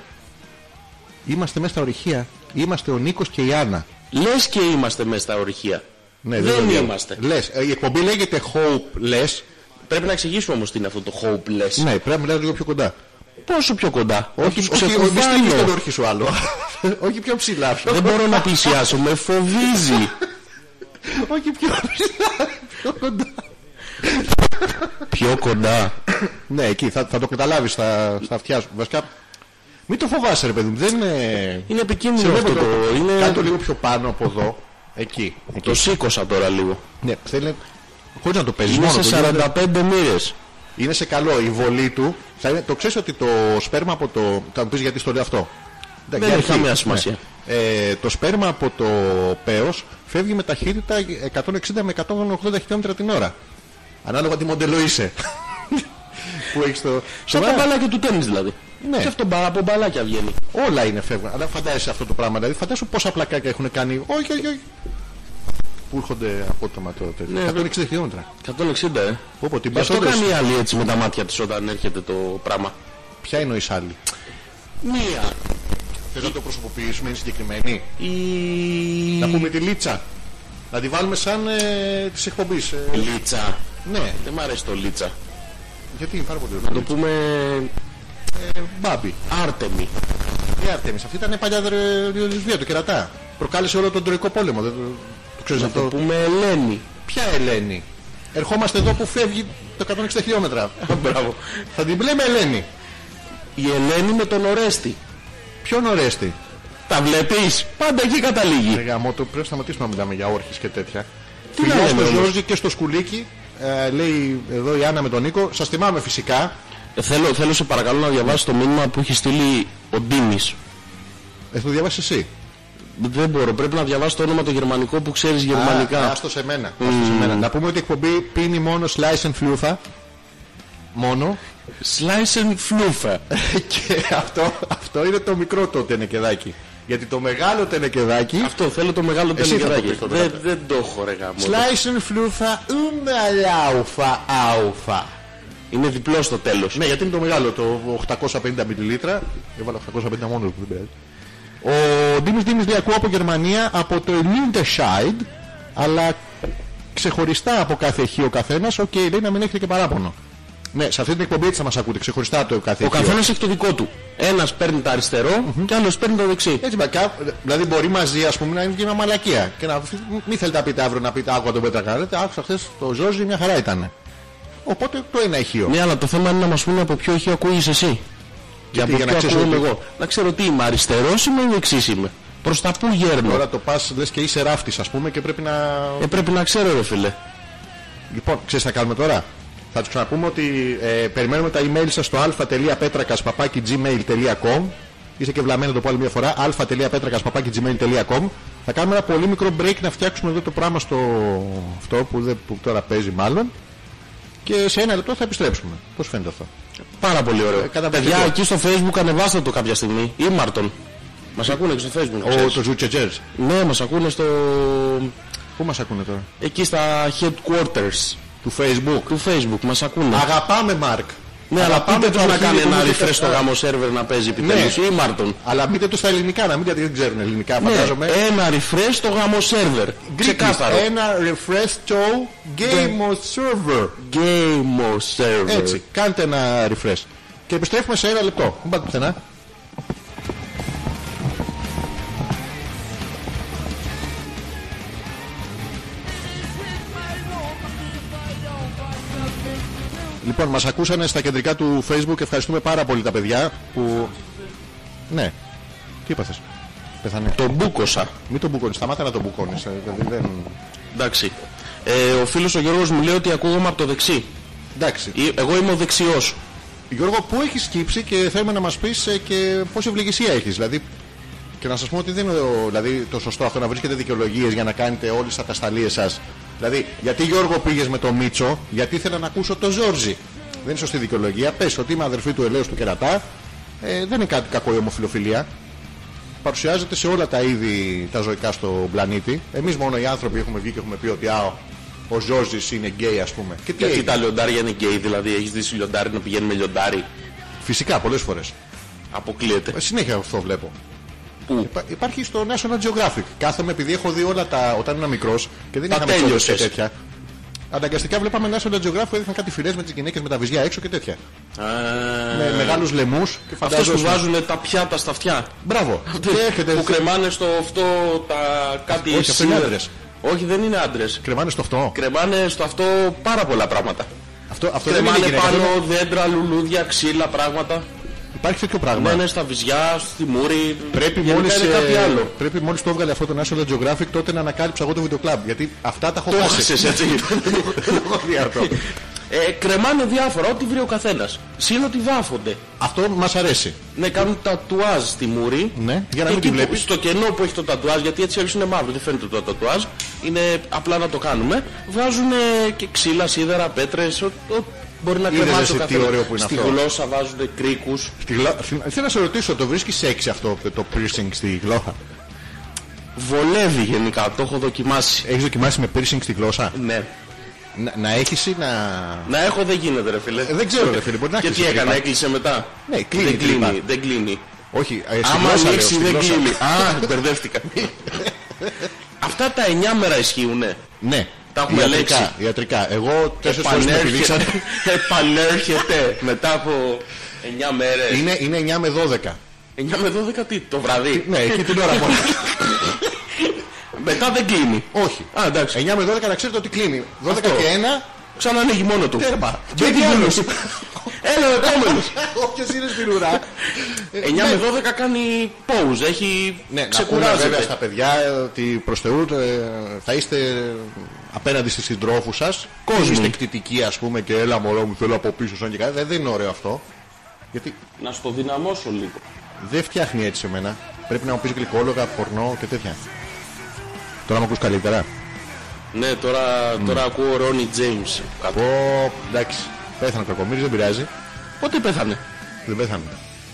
Speaker 1: Είμαστε μέσα στα ορυχεία. Είμαστε ο Νίκος και η Άννα.
Speaker 2: Λες και είμαστε μέσα στα ορυχεία.
Speaker 1: Ναι,
Speaker 2: δεν
Speaker 1: το λέω.
Speaker 2: είμαστε.
Speaker 1: Λες, ε, η εκπομπή λέγεται Hopeless.
Speaker 2: Πρέπει να εξηγήσουμε όμως τι είναι αυτό το hopeless.
Speaker 1: Ναι, πρέπει να μιλάς λίγο πιο κοντά.
Speaker 2: Πόσο πιο κοντά.
Speaker 1: Όχι,
Speaker 2: Τους
Speaker 1: όχι, όχι, μη
Speaker 2: ξεκουβάλω.
Speaker 1: στείλεις τον όρχη σου άλλο. όχι πιο ψηλά. Πιο...
Speaker 2: Δεν μπορώ να πλησιάσω, με φοβίζει.
Speaker 1: όχι πιο ψηλά. πιο κοντά.
Speaker 2: Πιο κοντά.
Speaker 1: ναι, εκεί θα, θα το καταλάβεις στα, στα αυτιά σου. Βασικά, μην το φοβάσαι ρε παιδί μου. Δεν είναι...
Speaker 2: Είναι επικίνδυνο
Speaker 1: Σε
Speaker 2: αυτό
Speaker 1: βλέπω
Speaker 2: το.
Speaker 1: τώρα.
Speaker 2: Είναι...
Speaker 1: Κάτω λίγο πιο πάνω από εδώ. Εκεί.
Speaker 2: Το σήκωσα τώρα λίγο.
Speaker 1: Ναι, θέλει... Χωρίς να το παίζεις
Speaker 2: Είναι
Speaker 1: μόνο του,
Speaker 2: σε
Speaker 1: γίνεται-
Speaker 2: 45 μοίρες.
Speaker 1: Είναι σε καλό η βολή του. Θα είναι, το ξέρεις ότι το σπέρμα από το. Θα μου πεις γιατί στο λέω αυτό. Δεν
Speaker 2: έχει καμία σημασία.
Speaker 1: Ε, το σπέρμα από το πέος φεύγει με ταχύτητα 160 με 180 χιλιόμετρα την ώρα. Ανάλογα τι μοντέλο είσαι. που έχεις το.
Speaker 2: Σαν τα μπαλάκια του τέννη δηλαδή.
Speaker 1: Ναι.
Speaker 2: Και αυτό μπα- από μπαλάκια βγαίνει.
Speaker 1: Όλα είναι φεύγουν. Αλλά φαντάζεσαι αυτό το πράγμα. Δηλαδή φαντάσου πόσα πλακάκια έχουν κάνει. Όχι, όχι, όχι. Που έρχονται απότομα το τέτοιο.
Speaker 2: Ναι,
Speaker 1: 160 χιλιόμετρα.
Speaker 2: 160, ε.
Speaker 1: Πω, πω, την
Speaker 2: Γι' αυτό
Speaker 1: πας όντως.
Speaker 2: κάνει η άλλη έτσι με τα μάτια της όταν έρχεται το πράγμα.
Speaker 1: Ποια είναι η άλλη.
Speaker 2: Μία.
Speaker 1: Θες να το προσωποποιήσουμε, είναι συγκεκριμένη.
Speaker 2: Η...
Speaker 1: Να πούμε τη λίτσα. Να τη βάλουμε σαν ε, της εκπομπής. Ε,
Speaker 2: Λίτσα.
Speaker 1: ναι,
Speaker 2: Δεν μ' αρέσει το Λίτσα.
Speaker 1: γιατί είναι πάρα πολύ
Speaker 2: Να το
Speaker 1: ωραίο.
Speaker 2: πούμε
Speaker 1: Ε, Μπάμπι.
Speaker 2: Άρτεμι.
Speaker 1: Η Αρτέμις. Αυτή ήταν παλιά δρε- δρεσβεία του κερατά. Προκάλεσε όλο τον τροϊκό πόλεμο. Δεν το, το ξέρει
Speaker 2: Να το
Speaker 1: αυτό.
Speaker 2: πούμε Ελένη.
Speaker 1: Ποια Ελένη. Ερχόμαστε εδώ που φεύγει το 160 χιλιόμετρα.
Speaker 2: Μπράβο.
Speaker 1: Θα την πλέμε Ελένη.
Speaker 2: Η Ελένη με τον Ορέστη.
Speaker 1: Ποιον ορέστη.
Speaker 2: Τα βλέπεις. Πάντα εκεί καταλήγει.
Speaker 1: Ρε γαμώτο, πρέπει να σταματήσουμε να μιλάμε για όρχες και τέτοια.
Speaker 2: Τι
Speaker 1: Φιλιά
Speaker 2: να
Speaker 1: στο
Speaker 2: λέμε όμως.
Speaker 1: Ζόρζι και στο Σκουλίκι. Ε, λέει εδώ η Άννα με τον Νίκο. Σας θυμάμαι φυσικά.
Speaker 2: Ε, Θέλω, θέλω σε παρακαλώ να διαβάσεις το μήνυμα που έχει στείλει ο Ντίμης.
Speaker 1: Ε, το διαβάσεις εσύ.
Speaker 2: Δεν μπορώ. Πρέπει να διαβάσει το όνομα το γερμανικό που ξέρεις γερμανικά. Mm.
Speaker 1: Άστο σε μένα. άστο σε μένα. Να πούμε ότι η εκπομπή πίνει μόνο slice and φλούφα. Μόνο.
Speaker 2: Slice and Fluffer.
Speaker 1: και αυτό, αυτό είναι το μικρό το τενεκεδάκι. Γιατί το μεγάλο τενεκεδάκι.
Speaker 2: Αυτό θέλω το μεγάλο
Speaker 1: Εσύ θα το
Speaker 2: τελεγεράκι.
Speaker 1: πεις το
Speaker 2: Δεν, δεν το έχω ρε γάμο.
Speaker 1: Slice and φλούφα. Ουμαλάουφα άουφα.
Speaker 2: Είναι διπλό στο τέλος.
Speaker 1: Ναι, γιατί είναι το μεγάλο, το 850 μιλιλίτρα. Έβαλα 850 μόνο που δεν πειράζει. Ο Ντίμης Ντίμης λέει ακούω από Γερμανία, από το Lindesheide, αλλά ξεχωριστά από κάθε ηχείο ο καθένας, οκ, λέει να μην έχετε και παράπονο. Ναι, σε αυτή την εκπομπή έτσι θα μας ακούτε, ξεχωριστά το κάθε
Speaker 2: Ο
Speaker 1: ηχείο.
Speaker 2: καθένας έχει το δικό του. Ένας παίρνει τα αριστερό και άλλος παίρνει το δεξί.
Speaker 1: Έτσι, μα κά- δηλαδή μπορεί μαζί ας πούμε, να είναι και μια μαλακία. Και να μην θέλετε να πείτε αύριο να πείτε άκουγα τον Πέτρακα. Λέτε, άκουσα χθες το Ζόζι μια χαρά ήταν. Οπότε το ένα ηχείο.
Speaker 2: Ναι, αλλά το θέμα είναι να μας πούνε από ποιο ηχείο ακούγεις εσύ. Και από
Speaker 1: για να
Speaker 2: ποιο
Speaker 1: ξέρεις
Speaker 2: ακούγομαι
Speaker 1: ότι-
Speaker 2: εγώ. Να ξέρω τι είμαι, αριστερός είμαι ή δεξής είμαι. Προς τα που γέρνω.
Speaker 1: Τώρα το πας λες και είσαι ράφτης, ας πούμε, και πρέπει να.
Speaker 2: Ε, πρέπει να ξέρω ρε φίλε.
Speaker 1: Λοιπόν, ξέρεις τι θα κάνουμε τώρα. Θα τους ξαναπούμε ότι ε, περιμένουμε τα email σας στο α.πέτρακας.gmail.com Είσαι και βλαμμένο το πω άλλη μια φορά. α.πέτρακα.gmail.com Θα κάνουμε ένα πολύ μικρό break να φτιάξουμε εδώ το πράγμα στο αυτό που, δεν, που τώρα παίζει μάλλον. Και σε ένα λεπτό θα επιστρέψουμε. Πώς φαίνεται αυτό.
Speaker 2: Πάρα πολύ ωραίο.
Speaker 1: καταπληκτικό.
Speaker 2: Παιδιά, εκεί στο facebook ανεβάστε το κάποια στιγμή. Ήμαρτον. Μας ακούνε και στο facebook.
Speaker 1: Ο,
Speaker 2: ξέρεις.
Speaker 1: το Ζουτσετζέρ.
Speaker 2: Ναι, μας ακούνε στο...
Speaker 1: Πού μας ακούνε τώρα.
Speaker 2: Εκεί στα headquarters
Speaker 1: Του Facebook.
Speaker 2: του facebook. Μας ακούνε.
Speaker 1: Αγαπάμε, Μάρκ.
Speaker 2: ναι, αλλά
Speaker 1: αγαπάμε
Speaker 2: πείτε
Speaker 1: το
Speaker 2: του να κάνει ένα
Speaker 1: αρχίδι που
Speaker 2: refresh
Speaker 1: έχετε
Speaker 2: στο γάμο σερβερ να παίζει επιτέλους.
Speaker 1: Ναι.
Speaker 2: Ή Μάρτον.
Speaker 1: Αλλά μπείτε το στα ελληνικά, να μην γιατί δεν ξέρουν ελληνικά, φαντάζομαι.
Speaker 2: Ναι, ένα refresh στο γάμο σερβερ. Ξεκάθαρο.
Speaker 1: Ένα refresh show game on server.
Speaker 2: Game server.
Speaker 1: Έτσι, κάντε ένα refresh. Και επιστρέφουμε σε ένα λεπτό. Μην πάτε πουθενά. Λοιπόν, μας ακούσανε στα κεντρικά του Facebook. Ευχαριστούμε πάρα πολύ τα παιδιά που... Ναι. Τι είπα θες. Πεθανέ.
Speaker 2: Το μπούκοσα.
Speaker 1: Μην τον μπουκώνεις. Σταμάτα να τον μπουκώνεις. ε, Δηλαδή δεν...
Speaker 2: Εντάξει. Ε, ο φίλος ο Γιώργος μου λέει ότι ακούγομαι από το δεξί.
Speaker 1: Εντάξει.
Speaker 2: Ε, Εγώ είμαι ο δεξιός.
Speaker 1: Γιώργο, πού έχεις σκύψει και θέλουμε να μας πεις ε, και πόση ευλογησία έχεις. Δηλαδή, και να σας πω ότι δεν είναι ο- δηλαδή, το σωστό αυτό να βρίσκετε δικαιολογίες για να κάνετε όλες τις ατασταλίες σας. Δηλαδή, γιατί Γιώργο πήγες με τον Μίτσο, γιατί ήθελα να ακούσω τον Ζόρζι. Δεν είναι σωστή δικαιολογία. Πες ότι είμαι αδερφή του Ελέους του Κερατά. Ε, δεν είναι κάτι κακό η ομοφιλοφιλία. Παρουσιάζεται σε όλα τα είδη τα ζωικά στον πλανήτη. Εμείς μόνο οι άνθρωποι έχουμε βγει και έχουμε πει ότι α, ο, ο Ζόρζης είναι γκέι ας πούμε. Και τι
Speaker 2: Γιατί
Speaker 1: έγινε.
Speaker 2: τα λιοντάρια είναι γκέι, δηλαδή έχεις δει λιοντάρι να πηγαίνει με λιοντάρι.
Speaker 1: Φυσικά πολλές φορές.
Speaker 2: Αποκλείεται.
Speaker 1: Ε, Συνέχεια αυτό βλέπω.
Speaker 2: Πού?
Speaker 1: Υπά- υπάρχει στο National Geographic. Κάθομαι επειδή έχω δει όλα τα. όταν ήμουν μικρός και δεν
Speaker 2: Τα
Speaker 1: είχαμε τότε
Speaker 2: τέλειωσες.
Speaker 1: και τέτοια. Αναγκαστικά βλέπαμε National Geographic, έδειχναν κάτι φυλές με τις γυναίκες με τα βυζιά έξω και τέτοια. Με μεγάλους λαιμού και Ε,
Speaker 2: Αυτές
Speaker 1: φαντάζομαι.
Speaker 2: Ε. που βάζουν τα πιάτα στα αυτιά.
Speaker 1: Μπράβο. Και έρχεται.
Speaker 2: Που κρεμάνε στο αυτό τα κάτι.
Speaker 1: Όχι, αυτό είναι
Speaker 2: σίδερα.
Speaker 1: άντρες.
Speaker 2: Όχι, δεν είναι άντρες.
Speaker 1: Κρεμάνε στο αυτό.
Speaker 2: Κρεμάνε στο αυτό πάρα πολλά πράγματα.
Speaker 1: Αυτό, αυτό δεν είναι
Speaker 2: Κρεμάνε
Speaker 1: γυναίκα. αυτό είναι- Ναι.
Speaker 2: πάνω δέντρα, λουλούδια, ξύλα, πράγματα.
Speaker 1: Υπάρχει τέτοιο πράγμα.
Speaker 2: Κρεμάνε στα βυζιά, στη μούρη.
Speaker 1: Πρέπει
Speaker 2: Ναι, Γενικά
Speaker 1: μόλις,
Speaker 2: είναι
Speaker 1: ε,
Speaker 2: κάτι άλλο.
Speaker 1: πρέπει μόλις το έβγαλε αυτό το National Geographic τότε να ανακάλυψα εγώ το Video Club. Γιατί αυτά τα έχω
Speaker 2: Το
Speaker 1: χάσει.
Speaker 2: έχασες, έτσι.
Speaker 1: Δεν έχω δει αυτό.
Speaker 2: Ε, κρεμάνε διάφορα, ό,τι βρει ο καθένας. Συν ότι βάφονται.
Speaker 1: Αυτό μας αρέσει.
Speaker 2: Ναι, κάνουν τατουάζ στη μούρη.
Speaker 1: Ναι, για να μην τη
Speaker 2: Εκεί που-
Speaker 1: βλέπεις.
Speaker 2: Στο κενό που έχει το τατουάζ, γιατί έτσι αλλιώς είναι μαύρο, δεν φαίνεται το τατουάζ. Είναι απλά να το κάνουμε. Βάζουν και ξύλα, σίδερα, πέτρες, μπορεί να
Speaker 1: Είδες
Speaker 2: κρεμάσει
Speaker 1: εσύ
Speaker 2: ο
Speaker 1: τι
Speaker 2: καθένας.
Speaker 1: ωραίο που είναι
Speaker 2: Στη
Speaker 1: αυτό.
Speaker 2: γλώσσα βάζουν κρίκους.
Speaker 1: Στη γλω- στη- Θέλω να σε ρωτήσω, το βρίσκεις σεξι αυτό το piercing στη γλώσσα.
Speaker 2: Βολεύει γενικά, το έχω δοκιμάσει.
Speaker 1: Έχεις δοκιμάσει με piercing στη γλώσσα.
Speaker 2: Ναι.
Speaker 1: Να, να έχεις ή να...
Speaker 2: Να έχω δεν γίνεται, ρε φίλε.
Speaker 1: Ε, δεν ξέρω, ρε φίλε, μπορεί να
Speaker 2: Και τι
Speaker 1: κλείσει
Speaker 2: έκανε,
Speaker 1: τρύπα.
Speaker 2: έκλεισε μετά.
Speaker 1: Ναι, κλείνει
Speaker 2: Δεν κλείνει.
Speaker 1: τρύπα.
Speaker 2: Δεν κλείνει.
Speaker 1: Όχι, ε, στη
Speaker 2: Άμα
Speaker 1: γλώσσα, λέω,
Speaker 2: ανοίξει
Speaker 1: στη
Speaker 2: δεν
Speaker 1: γλώσσα.
Speaker 2: κλείνει. Α, μπερδεύτηκα. Αυτά τα 9 μέρα ισχύουνε.
Speaker 1: Ναι.
Speaker 2: Τα έχουμε
Speaker 1: ιατρικά,
Speaker 2: λέξει.
Speaker 1: Ιατρικά. Εγώ τέσσερις φορές με επιδείξανε.
Speaker 2: Επανέρχεται, επανέρχεται μετά από 9 μέρες.
Speaker 1: Είναι, είναι 9 με 12.
Speaker 2: 9 με 12 τι, το βραδύ.
Speaker 1: ναι, εκεί την ώρα μόνο.
Speaker 2: Μετά δεν κλείνει.
Speaker 1: Όχι.
Speaker 2: Α, εντάξει.
Speaker 1: 9 με 12 να ξέρετε ότι κλείνει. 12
Speaker 2: Αυτό.
Speaker 1: και 1,
Speaker 2: Ξανανοίγει μόνο του.
Speaker 1: τέρμα.
Speaker 2: Και
Speaker 1: Και
Speaker 2: τι
Speaker 1: άλλος.
Speaker 2: άλλος. Έλα, ο επόμενος. Ναι.
Speaker 1: Όποιος είναι στην ουρά. Ε,
Speaker 2: 9 με 12 κάνει pause. Έχει
Speaker 1: Ναι, να πούμε βέβαια
Speaker 2: ξεκουράζεται.
Speaker 1: στα παιδιά ε, ότι προς Θεού ε, θα είστε ε, απέναντι στις συντρόφους σας.
Speaker 2: Κόσμοι.
Speaker 1: Είστε κτητικοί ας πούμε και έλα μωρό μου θέλω από πίσω σαν και κάτι. Δεν- Δεν είναι ωραίο αυτό. Γιατί
Speaker 2: Να στο δυναμώσω λίγο.
Speaker 1: δεν φτιάχνει έτσι εμένα. Πρέπει να μου πεις γλυκόλογα, πορνό και τέτοια. Τώρα μου ακούς καλύτερα.
Speaker 2: Ναι, τώρα, τώρα ακούω Ρόνι Τζέιμς.
Speaker 1: Πω, εντάξει, πέθανε ο Κακομύρης, δεν πειράζει.
Speaker 2: Πότε πέθανε.
Speaker 1: Δεν πέθανε.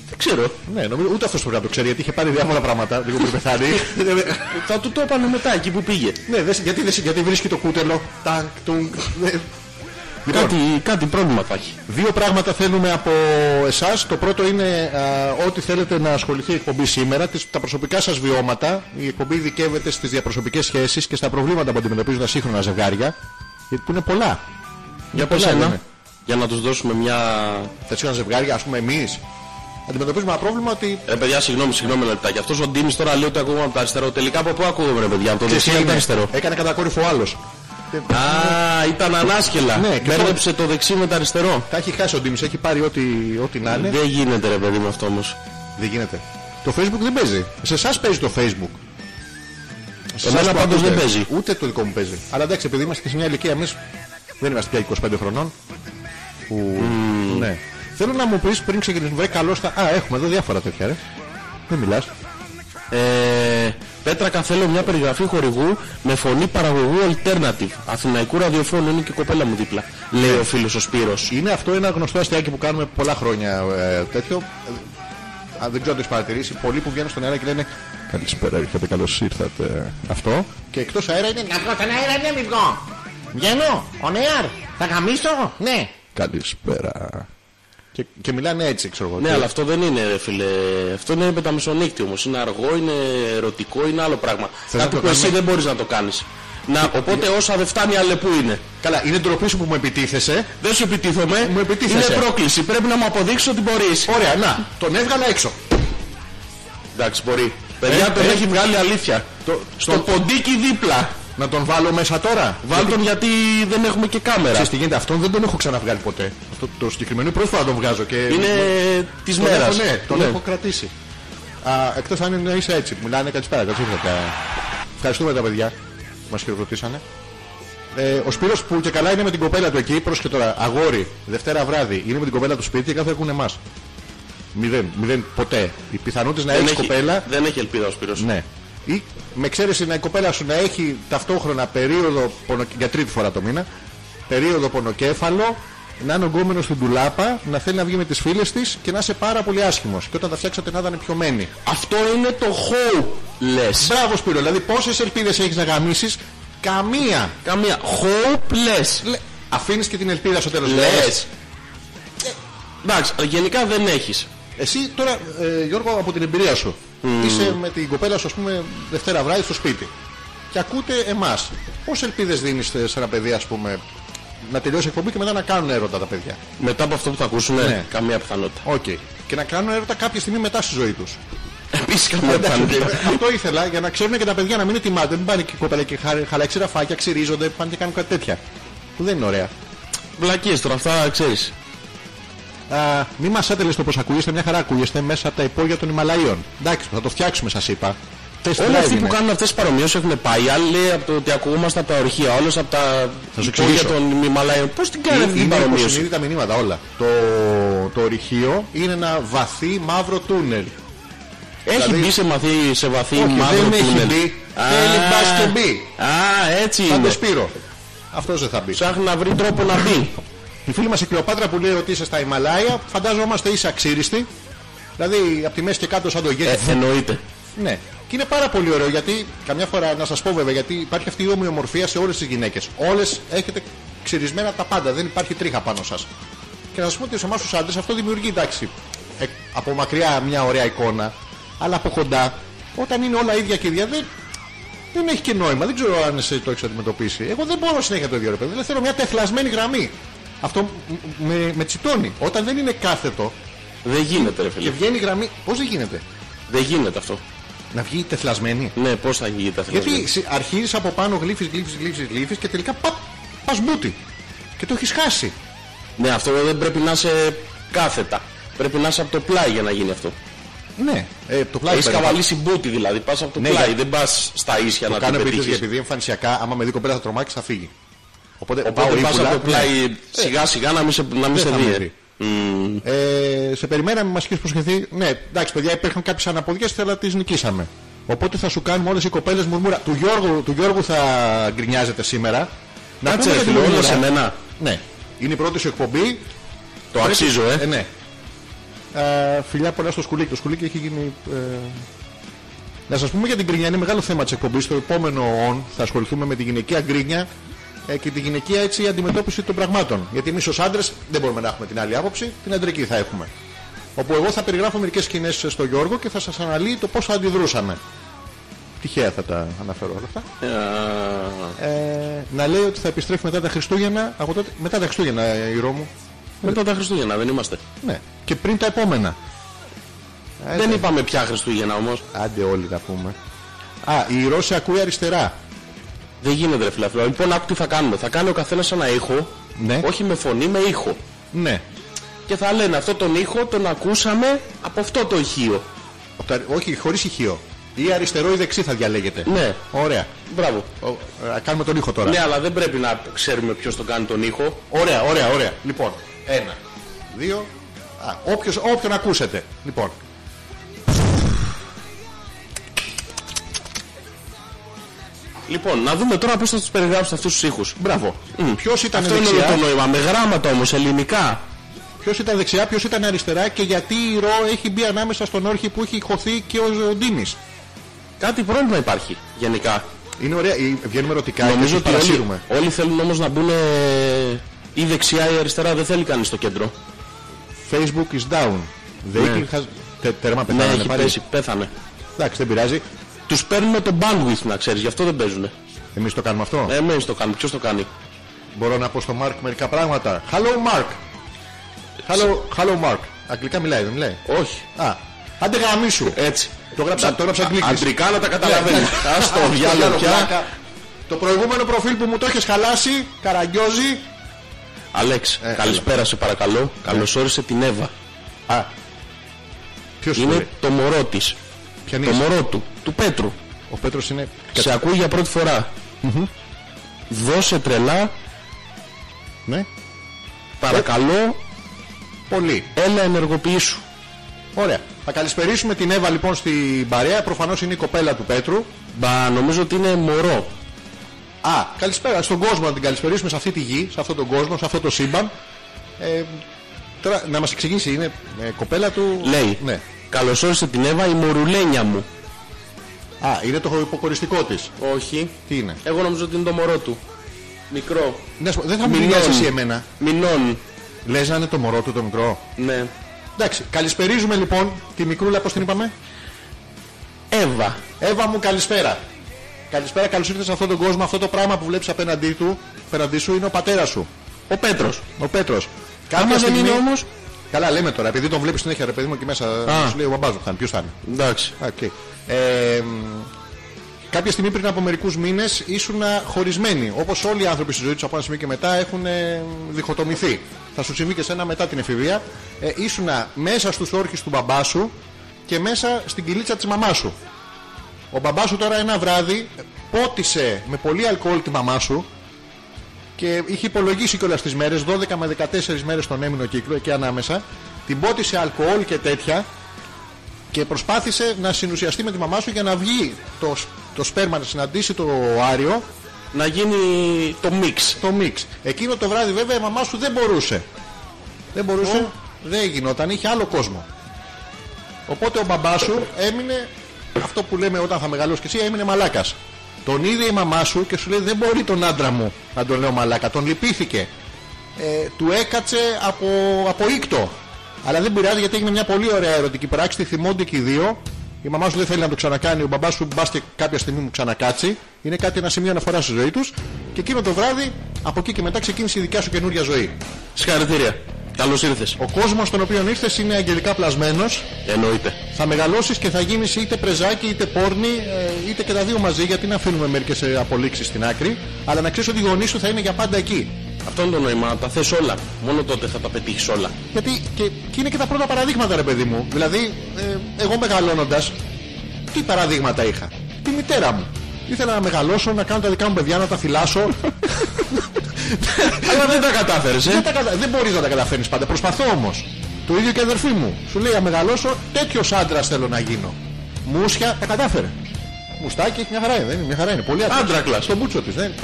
Speaker 2: Δεν ξέρω.
Speaker 1: Ναι, νομίζω ούτε αυτός πρέπει να το ξέρει γιατί είχε πάρει διάφορα πράγματα λίγο πριν πεθάνει.
Speaker 2: Ναι. Θα του το έπανε μετά εκεί που πήγε.
Speaker 1: ναι, δεν- γιατί, δεν- γιατί βρίσκει το κούτελο. Ναι. Τανκ, τουνκ. δεν- Λοιπόν,
Speaker 2: Κάτι, κάτι πρόβλημα θα έχει.
Speaker 1: Δύο πράγματα θέλουμε από εσάς. Το πρώτο είναι α, ό,τι θέλετε να ασχοληθεί η εκπομπή σήμερα, τις, τα προσωπικά σας βιώματα. Η εκπομπή ειδικεύεται στις διαπροσωπικές σχέσεις και στα προβλήματα που αντιμετωπίζουν τα σύγχρονα ζευγάρια. Γιατί που είναι πολλά.
Speaker 2: Για
Speaker 1: πολλά
Speaker 2: πες ένα.
Speaker 1: είναι.
Speaker 2: Για να τους δώσουμε μια...
Speaker 1: Τα σύγχρονα ζευγάρια, ας πούμε, εμείς αντιμετωπίζουμε ένα πρόβλημα ότι.
Speaker 2: Ρε παιδιά, συγγνώμη, συγγνώμη ένα λεπτάκι. Αυτός ο Ντίμης τώρα λέει ότι ακούγομαι από το αριστερό. Τελικά από πού ακούγομαι ρε παιδιά, από το δεξί ή από το αριστερό.
Speaker 1: έκανε κατακόρυφο άλλος.
Speaker 2: Α, ήταν ανάσχελα.
Speaker 1: Ναι, και
Speaker 2: Μπέρδεψε το δεξί με το αριστερό.
Speaker 1: Τα έχει χάσει ο Ντίμης, έχει πάρει ό,τι, ό,τι να είναι.
Speaker 2: Δεν γίνεται ρε παιδί με αυτό όμως.
Speaker 1: Δεν γίνεται. Το Facebook δεν παίζει. Σε εσάς παίζει το Facebook. Σε
Speaker 2: Εμένα
Speaker 1: εσάς που
Speaker 2: πάντως δεν
Speaker 1: ακούτε.
Speaker 2: παίζει.
Speaker 1: Ούτε το δικό μου παίζει. Αλλά εντάξει, επειδή είμαστε και σε μια ηλικία, εμείς δεν είμαστε πια 25 χρονών. Που... Ναι. Θέλω να μου πεις πριν ξεκινήσουμε, βρε καλό στα. Α, έχουμε εδώ διάφορα τέτοια, ρε. Δεν μιλάς.
Speaker 2: Ε, Πέτρακα θέλω μια περιγραφή χορηγού με φωνή παραγωγού alternative. Αθηναϊκού ραδιοφώνου είναι και η κοπέλα μου δίπλα. Λέει ο φίλος ο Σπύρος.
Speaker 1: Είναι αυτό ένα γνωστό αστείακι που κάνουμε πολλά χρόνια ε, τέτοιο. Ε, α, δεν ξέρω αν το έχεις παρατηρήσει. Πολλοί που βγαίνουν στον αέρα και λένε Καλησπέρα, ήρθατε, καλώς ήρθατε. Αυτό. Και εκτός αέρα είναι
Speaker 3: Να βγω στον αέρα, ναι, μην βγω. Βγαίνω, on air. Θα γαμίσω, ναι.
Speaker 1: Καλησπέρα. Και, και μιλάνε έτσι, ξέρω εγώ.
Speaker 2: Ναι,
Speaker 1: Και-
Speaker 2: αλλά αυτό δεν είναι, ρε φίλε. Αυτό είναι με τα μεσονύχτη όμως. Είναι αργό, είναι ερωτικό, είναι άλλο πράγμα.
Speaker 1: Θες να
Speaker 2: Κάτι
Speaker 1: το
Speaker 2: που εσύ
Speaker 1: κάνουμε? Ε,
Speaker 2: δεν μπορείς να το κάνεις. Να, οπότε όσα δεν φτάνει, άλλε που είναι.
Speaker 1: Καλά, είναι ντροπή σου που μου επιτίθεσαι.
Speaker 2: Δεν σου επιτίθομαι.
Speaker 1: Μου επιτίθεσαι.
Speaker 2: Είναι πρόκληση. Πρέπει να μου αποδείξεις ότι μπορείς.
Speaker 1: Ωραία, να, τον έβγαλα έξω.
Speaker 2: Εντάξει, μπορεί. Παιδιά, τον
Speaker 1: ε.
Speaker 2: έχει βγάλει αλήθεια.
Speaker 1: Το-
Speaker 2: Στο ποντίκι δίπλα.
Speaker 1: Να τον βάλω μέσα τώρα.
Speaker 2: Βάλ τον γιατί δεν έχουμε και κάμερα.
Speaker 1: Ξέρεις τι γίνεται, αυτόν δεν τον έχω ξαναβγάλει ποτέ. Αυτό το συγκεκριμένο είναι η πρώτη φορά να τον βγάζω και.
Speaker 2: Είναι της
Speaker 1: Τον
Speaker 2: μέρας.
Speaker 1: έχω, ναι, τον έχω κρατήσει. Α, εκτός αν είναι είσαι έτσι, που μιλάνε καλησπέρα, καλώς ήρθατε. Ευχαριστούμε τα παιδιά που μας χειροκροτήσανε. Ε, ο Σπύρος που και καλά είναι με την κοπέλα του εκεί, πρόσεχε τώρα, αγόρι, Δευτέρα βράδυ, είναι με την κοπέλα του σπίτι και κάθε έχουν εμάς. Μηδέν, μηδέν, ποτέ. Οι πιθανότητες να
Speaker 2: Δεν
Speaker 1: έχεις
Speaker 2: έχει-
Speaker 1: κοπέλα
Speaker 2: Δεν έχει ελπίδα ο Σπύρος.
Speaker 1: ναι. Ή με εξαίρεση να η κοπέλα σου να έχει ταυτόχρονα περίοδο πονο... για τρίτη φορά το μήνα, περίοδο πονοκέφαλο, να είναι ογκόμενο στην τουλάπα, να θέλει να βγει με τις φίλες της και να είσαι πάρα πολύ άσχημος. Και όταν τα φτιάξατε να ήταν πιωμένη.
Speaker 2: Αυτό είναι το hopeless.
Speaker 1: Μπράβο Σπύρο, δηλαδή πόσες ελπίδες έχεις να γαμίσεις, καμία.
Speaker 2: Καμία. Hopeless.
Speaker 1: Αφήνεις και την ελπίδα στο τέλος.
Speaker 2: Λες. Εντάξει, γενικά δεν έχεις.
Speaker 1: Εσύ τώρα, ε, Γιώργο, από την εμπειρία σου,
Speaker 2: Mm.
Speaker 1: είσαι με την κοπέλα σου, ας πούμε, Δευτέρα βράδυ στο σπίτι. Και ακούτε εμάς. Πόσες ελπίδες δίνεις σε ένα παιδί, ας πούμε, να τελειώσει η εκπομπή και μετά να κάνουν έρωτα τα παιδιά.
Speaker 2: Μετά από αυτό που θα ακούσουν,
Speaker 1: Ναι.
Speaker 2: καμία πιθανότητα.
Speaker 1: Οκ. Και να κάνουν έρωτα κάποια στιγμή μετά στη ζωή τους.
Speaker 2: Επίσης καμία πιθανότητα.
Speaker 1: Αυτό ήθελα για να ξέρουν και τα παιδιά να μην είναι τιμάτε. Μην πάνε και η κοπέλα και χα- χαλάξει ραφάκια, ξυρίζονται, πάνε και κάνουν κάτι τέτοια. Που δεν είναι ωραία.
Speaker 2: Βλακίες τώρα, αυτά ξέρεις.
Speaker 1: Α, μη μας έτελες το πώ ακούγεστε, μια χαρά ακούγεστε μέσα από τα υπόγεια των Ιμαλαίων. Εντάξει, θα το φτιάξουμε, σας είπα. Test
Speaker 2: Όλοι
Speaker 1: drive
Speaker 2: αυτοί που
Speaker 1: είναι.
Speaker 2: κάνουν αυτές τις παρομοιώσεις έχουν πάει. Οι Άλλοι λέει από το ότι ακουγόμαστε από τα ορχεία, όλος από τα
Speaker 1: σου
Speaker 2: υπόγεια
Speaker 1: εξηγήσω.
Speaker 2: των Ιμαλαίων. Πώς την κάνει αυτή την
Speaker 1: Είναι
Speaker 2: παρομοίωση.
Speaker 1: υποσυνείδητα μηνύματα όλα. Το, το ορυχείο είναι ένα βαθύ μαύρο τούνελ.
Speaker 2: Έχει
Speaker 1: Δηλαδή-
Speaker 2: μπει σε, βαθύ, σε βαθύ
Speaker 1: Όχι,
Speaker 2: μαύρο
Speaker 1: δεν έχει
Speaker 2: τούνελ.
Speaker 1: μπει.
Speaker 2: Α,
Speaker 1: Θέλει μπας και μπει.
Speaker 2: Α, έτσι
Speaker 1: Σαν
Speaker 2: είναι.
Speaker 1: το Σπύρο. Αυτός δεν θα μπει.
Speaker 2: Ψάχνει να βρει τρόπο να μπει.
Speaker 1: Η φίλη μας η Κλεοπάτρα που λέει ότι είσαι στα Ιμαλάια, φαντάζομαστε είσαι αξίριστη. Δηλαδή από τη μέση και κάτω σαν το γέρο.
Speaker 2: Ε, εννοείται.
Speaker 1: Ναι. Και είναι πάρα πολύ ωραίο γιατί, καμιά φορά να σας πω βέβαια, γιατί υπάρχει αυτή η ομοιομορφία σε όλες τις γυναίκες. Όλες έχετε ξυρισμένα τα πάντα, δεν υπάρχει τρίχα πάνω σας. Και να σας πω ότι σε εμάς τους άντρες αυτό δημιουργεί εντάξει ε, από μακριά μια ωραία εικόνα, αλλά από κοντά, όταν είναι όλα ίδια και ίδια, δεν, δεν έχει και νόημα. Δεν ξέρω αν εσύ το έχεις αντιμετωπίσει. Εγώ δεν μπορώ συνέχεια το ίδιο ρε παιδί. Δηλαδή θέλω μια τεθλασμένη γραμμή. Αυτό μ- με, με τσιτώνει. Όταν δεν είναι κάθετο
Speaker 2: Δεν γίνεται, ρε φίλε.
Speaker 1: και βγαίνει η γραμμή. Πώς δεν γίνεται.
Speaker 2: Δεν γίνεται αυτό.
Speaker 1: Να βγει τεθλασμένη.
Speaker 2: Ναι, πώς θα γίνεται αυτό.
Speaker 1: Γιατί αρχίζεις από πάνω γλύφεις, γλύφεις, γλύφεις, γλύφεις και τελικά πα, πας μπούτι. Και το έχεις χάσει.
Speaker 2: Ναι, αυτό δεν πρέπει να είσαι κάθετα. Πρέπει να είσαι από το πλάι για να γίνει αυτό.
Speaker 1: Ναι. Ε, το πλάι
Speaker 2: Έχεις
Speaker 1: πέρα.
Speaker 2: καβαλήσει μπούτι δηλαδή. Πας από το
Speaker 1: Ναι,
Speaker 2: πλάι.
Speaker 1: για-
Speaker 2: Δεν πας στα ίσια να
Speaker 1: Το
Speaker 2: την
Speaker 1: κάνω επειδή,
Speaker 2: πετύχεις.
Speaker 1: επειδή εμφανισιακά, άμα με δει κοπέλα θα τρομάξει, θα φύγει. Οπότε,
Speaker 2: Οπότε πα από
Speaker 1: ύπουλα,
Speaker 2: το
Speaker 1: ναι.
Speaker 2: πλάι σιγά σιγά να μην σε, να μην
Speaker 1: Δεν
Speaker 2: σε
Speaker 1: θα με
Speaker 2: δει. ε.
Speaker 1: βρει.
Speaker 2: Μμμ.
Speaker 1: Ε, σε περιμέναμε, μας είχες προσχεθεί. Ναι, εντάξει, παιδιά, υπήρχαν κάποιες αναποδιές, αλλά τις νικήσαμε. Οπότε θα σου κάνουμε όλες οι κοπέλες μουρμούρα. Του Γιώργου, του Γιώργου θα γκρινιάζετε σήμερα. Να
Speaker 2: Κάτσε,
Speaker 1: πούμε για τη
Speaker 2: φίλε, όλα
Speaker 1: μουρμούρα.
Speaker 2: σε μένα.
Speaker 1: Ναι. Είναι η πρώτη σου εκπομπή.
Speaker 2: Το αξίζω, ε.
Speaker 1: ναι. Ε, φιλιά πολλά στο σκουλίκι. Το σκουλίκι έχει γίνει. Ε... Να σας πούμε για την γκρινιά, είναι μεγάλο θέμα της εκπομπής. Στο επόμενο on θα ασχοληθούμε με τη γυναικεία γκρίνια ε, και τη γυναικεία έτσι αντιμετώπιση των πραγμάτων. Γιατί εμείς ως άντρες δεν μπορούμε να έχουμε την άλλη άποψη, την αντρική θα έχουμε. Όπου εγώ θα περιγράφω μερικές σκηνές στο Γιώργο και θα σας αναλύει το πώς θα αντιδρούσαμε. Τυχαία θα τα αναφέρω όλα αυτά.
Speaker 2: Α,
Speaker 1: Ε, να λέει ότι θα επιστρέφει μετά τα Χριστούγεννα. Από τότε, μετά τα Χριστούγεννα, ε, η Ρώμου.
Speaker 2: Μετά τα Χριστούγεννα δεν είμαστε.
Speaker 1: Ναι. Και πριν τα επόμενα.
Speaker 2: Δεν είπαμε πια Χριστούγεννα όμως.
Speaker 1: Άντε όλοι να πούμε. Α, η Ρώση ακούει αριστερά.
Speaker 2: Δεν γίνεται ρε φίλε. αυτό. Λοιπόν, άκου τι θα κάνουμε. Θα κάνει ο καθένας ένα ήχο.
Speaker 1: Ναι.
Speaker 2: Όχι με φωνή, με ήχο.
Speaker 1: Ναι.
Speaker 2: Και θα λένε αυτό τον ήχο τον ακούσαμε από αυτό το ηχείο.
Speaker 1: Απ' τα- Όχι, χωρίς ηχείο. Ή αριστερό ή δεξί θα διαλέγετε.
Speaker 2: Ναι.
Speaker 1: Ωραία.
Speaker 2: Μπράβο.
Speaker 1: Ο- ε, κάνουμε τον ήχο τώρα.
Speaker 2: Ναι, αλλά δεν πρέπει να ξέρουμε ποιος τον κάνει τον ήχο.
Speaker 1: Ωραία, ωραία, ωραία. Λοιπόν, ένα, δύο. Α, όποιος, όποιον ακούσετε. Λοιπόν.
Speaker 2: Λοιπόν, να δούμε τώρα πώς θα τους περιγράψω αυτούς τους ήχους.
Speaker 1: Μπράβο.
Speaker 2: Μμ.
Speaker 1: Ποιος ήταν
Speaker 2: Αυτό είναι όλο
Speaker 1: δεξιά,
Speaker 2: το νόημα. Με γράμματα όμως, ελληνικά.
Speaker 1: ποιος ήταν δεξιά, ποιος ήταν αριστερά και γιατί η Ρο έχει μπει ανάμεσα στον όρχη που έχει χωθεί και ο, ο Ντίμης.
Speaker 2: Κάτι πρόβλημα υπάρχει γενικά.
Speaker 1: Είναι ωραία, ε, βγαίνουμε ερωτικά
Speaker 2: Νομίζω
Speaker 1: και
Speaker 2: ότι όλοι,
Speaker 1: παρασύρουμε.
Speaker 2: όλοι θέλουν όμως να μπουν ε, ή δεξιά ή αριστερά. Δεν θέλει κανείς στο κέντρο.
Speaker 1: Facebook is down. The
Speaker 2: Ναι.
Speaker 1: Eagle has... Τε, τέρμα
Speaker 2: Ναι,
Speaker 1: πεθάνανε
Speaker 2: έχει
Speaker 1: πάλι.
Speaker 2: πέσει, πέθανε.
Speaker 1: Εντάξει, δεν πειράζει.
Speaker 2: Τους παίρνουμε το bandwidth να ξέρεις, γι' αυτό δεν παίζουν.
Speaker 1: Εμείς το κάνουμε αυτό.
Speaker 2: Εμείς το κάνουμε, ποιος το κάνει.
Speaker 1: Μπορώ να πω στο Mark μερικά πράγματα. Hello Mark. Hello, hello Mark. Αγγλικά μιλάει, δεν μιλάει.
Speaker 2: Όχι.
Speaker 1: Α, άντε γαμίσου.
Speaker 2: Έτσι.
Speaker 1: Το γράψα, το γράψα αγγλικής.
Speaker 2: Αντρικά να τα
Speaker 1: Ναι,
Speaker 2: καταλαβαίνει. Α το διάλογο πια.
Speaker 1: Το προηγούμενο προφίλ που μου το έχεις χαλάσει, καραγκιόζη.
Speaker 2: Αλέξ,
Speaker 1: Ε, Ναι.
Speaker 2: καλησπέρα σε παρακαλώ. Καλώ όρισε την Εύα.
Speaker 1: Α, ποιος είναι,
Speaker 2: Είναι το μωρό της.
Speaker 1: ποιαν
Speaker 2: Το
Speaker 1: είσαι?
Speaker 2: μωρό του, του Πέτρου.
Speaker 1: Ο Πέτρος είναι...
Speaker 2: Σε ακούει για πρώτη φορά. Δώσε τρελά,
Speaker 1: Ναι,
Speaker 2: παρακαλώ,
Speaker 1: πολύ.
Speaker 2: έλα ενεργοποιήσου.
Speaker 1: Ωραία. Θα καλησπερίσουμε την Εύα λοιπόν στην παρέα. Προφανώς είναι η κοπέλα του Πέτρου.
Speaker 2: Μπα, νομίζω ότι είναι μωρό.
Speaker 1: Α, καλησπέρα στον κόσμο να την καλησπερίσουμε σε αυτή τη γη, σε αυτόν τον κόσμο, σε αυτό το σύμπαν. Ε, τώρα να μας εξηγήσει, είναι ε, κοπέλα του.
Speaker 2: Λέει.
Speaker 1: Ναι.
Speaker 2: Καλώς όρισε την Εύα, η μωρουλένια μου.
Speaker 1: Α, είναι το υποκοριστικό της.
Speaker 2: Όχι.
Speaker 1: Τι είναι.
Speaker 2: Εγώ νομίζω ότι είναι το μωρό του. Μικρό.
Speaker 1: Να σου πω, δεν θα μου μιλήσει εσύ εμένα.
Speaker 2: Μηνών.
Speaker 1: Λες να είναι το μωρό του το μικρό.
Speaker 2: Ναι.
Speaker 1: Εντάξει, καλησπερίζουμε λοιπόν τη μικρούλα, πώς την είπαμε.
Speaker 2: Εύα.
Speaker 1: Εύα μου, καλησπέρα. Καλησπέρα, καλώς ήρθες σε αυτόν τον κόσμο. Αυτό το πράγμα που βλέπεις απέναντί, του, απέναντί σου είναι ο πατέρας σου,
Speaker 2: Ο Πέτρος.
Speaker 1: ο Πέτρος.
Speaker 2: Άμα δεν είναι όμως.
Speaker 1: Καλά, λέμε τώρα, επειδή τον βλέπεις συνέχεια, ρε παιδί μου, εκεί μέσα
Speaker 2: Α.
Speaker 1: σου λέει ο μπαμπάς μου θα είναι. Ποιος θα είναι.
Speaker 2: Εντάξει.
Speaker 1: Okay. Ε, μ, κάποια στιγμή πριν από μερικούς μήνες ήσουν χωρισμένοι. Όπως όλοι οι άνθρωποι στη ζωή τους από ένα σημείο και μετά έχουν ε, διχοτομηθεί. Θα σου συμβεί και σένα μετά την εφηβεία. Ε, ήσουν μέσα στους όρχες του μπαμπά σου και μέσα στην κυλίτσα της μαμάς σου. Ο μπαμπάς σου τώρα ένα βράδυ ε, πότισε με πολύ αλκοόλ τη μαμά σου και είχε υπολογίσει κιόλας τις μέρες, 12 με 14 μέρε στον έμεινο κύκλο εκεί ανάμεσα. Την πότισε αλκοόλ και τέτοια και προσπάθησε να συνουσιαστεί με τη μαμά σου για να βγει το, σ- το σπέρμα να συναντήσει το Άριο,
Speaker 2: Να γίνει το μίξ.
Speaker 1: το μίξ. Εκείνο το βράδυ βέβαια η μαμά σου δεν μπορούσε. Δεν μπορούσε, δεν γινόταν, είχε άλλο κόσμο. Οπότε ο μπαμπάς σου έμεινε, αυτό που λέμε όταν θα μεγαλώσεις και εσύ, έμεινε μαλάκας. Τον είδε η μαμά σου και σου λέει δεν μπορεί τον άντρα μου να τον λέω μαλάκα. Τον λυπήθηκε. Ε, του έκατσε από, από ίκτο. Αλλά δεν πειράζει γιατί έγινε μια πολύ ωραία ερωτική πράξη. Τη θυμώνται και οι δύο. Η μαμά σου δεν θέλει να το ξανακάνει. Ο μπαμπάς σου μπα και κάποια στιγμή μου ξανακάτσει. Είναι κάτι ένα σημείο αναφοράς στη ζωή τους. Και εκείνο το βράδυ, από εκεί και μετά ξεκίνησε η δικιά σου καινούρια ζωή.
Speaker 2: Συγχαρητήρια. Καλώς ήρθες.
Speaker 1: Ο κόσμος στον οποίο ήρθες είναι αγγελικά πλασμένος.
Speaker 2: Εννοείται.
Speaker 1: Θα μεγαλώσεις και θα γίνεις είτε πρεζάκι, είτε πόρνη, ε, είτε και τα δύο μαζί. Γιατί να αφήνουμε μερικές απολύξεις στην άκρη. Αλλά να ξέρεις ότι οι γονείς σου θα είναι για πάντα εκεί.
Speaker 2: Αυτό είναι το νόημα. να Τα θες όλα. Μόνο τότε θα τα πετύχεις όλα.
Speaker 1: Γιατί και, και είναι και τα πρώτα παραδείγματα, ρε παιδί μου. Δηλαδή, ε, εγώ μεγαλώνοντας, τι παραδείγματα είχα. Τη μητέρα μου. Ήθελα να μεγαλώσω, να κάνω τα δικά μου παιδιά, να τα φυλάσω.
Speaker 2: Αλλά δεν τα κατάφερες,
Speaker 1: δεν
Speaker 2: ε.
Speaker 1: τα κατα... δεν μπορείς να τα καταφέρει πάντα. Προσπαθώ όμως. Το ίδιο και η αδερφή μου. Σου λέει, να μεγαλώσω, τέτοιος άντρας θέλω να γίνω. Μούσια τα κατάφερε. Μουστάκι έχει μια χαρά, είναι, δεν είναι μια χαρά είναι. Πολύ άντρας.
Speaker 2: Άντρακλας.
Speaker 1: Στον μπούτσο της, δεν είναι.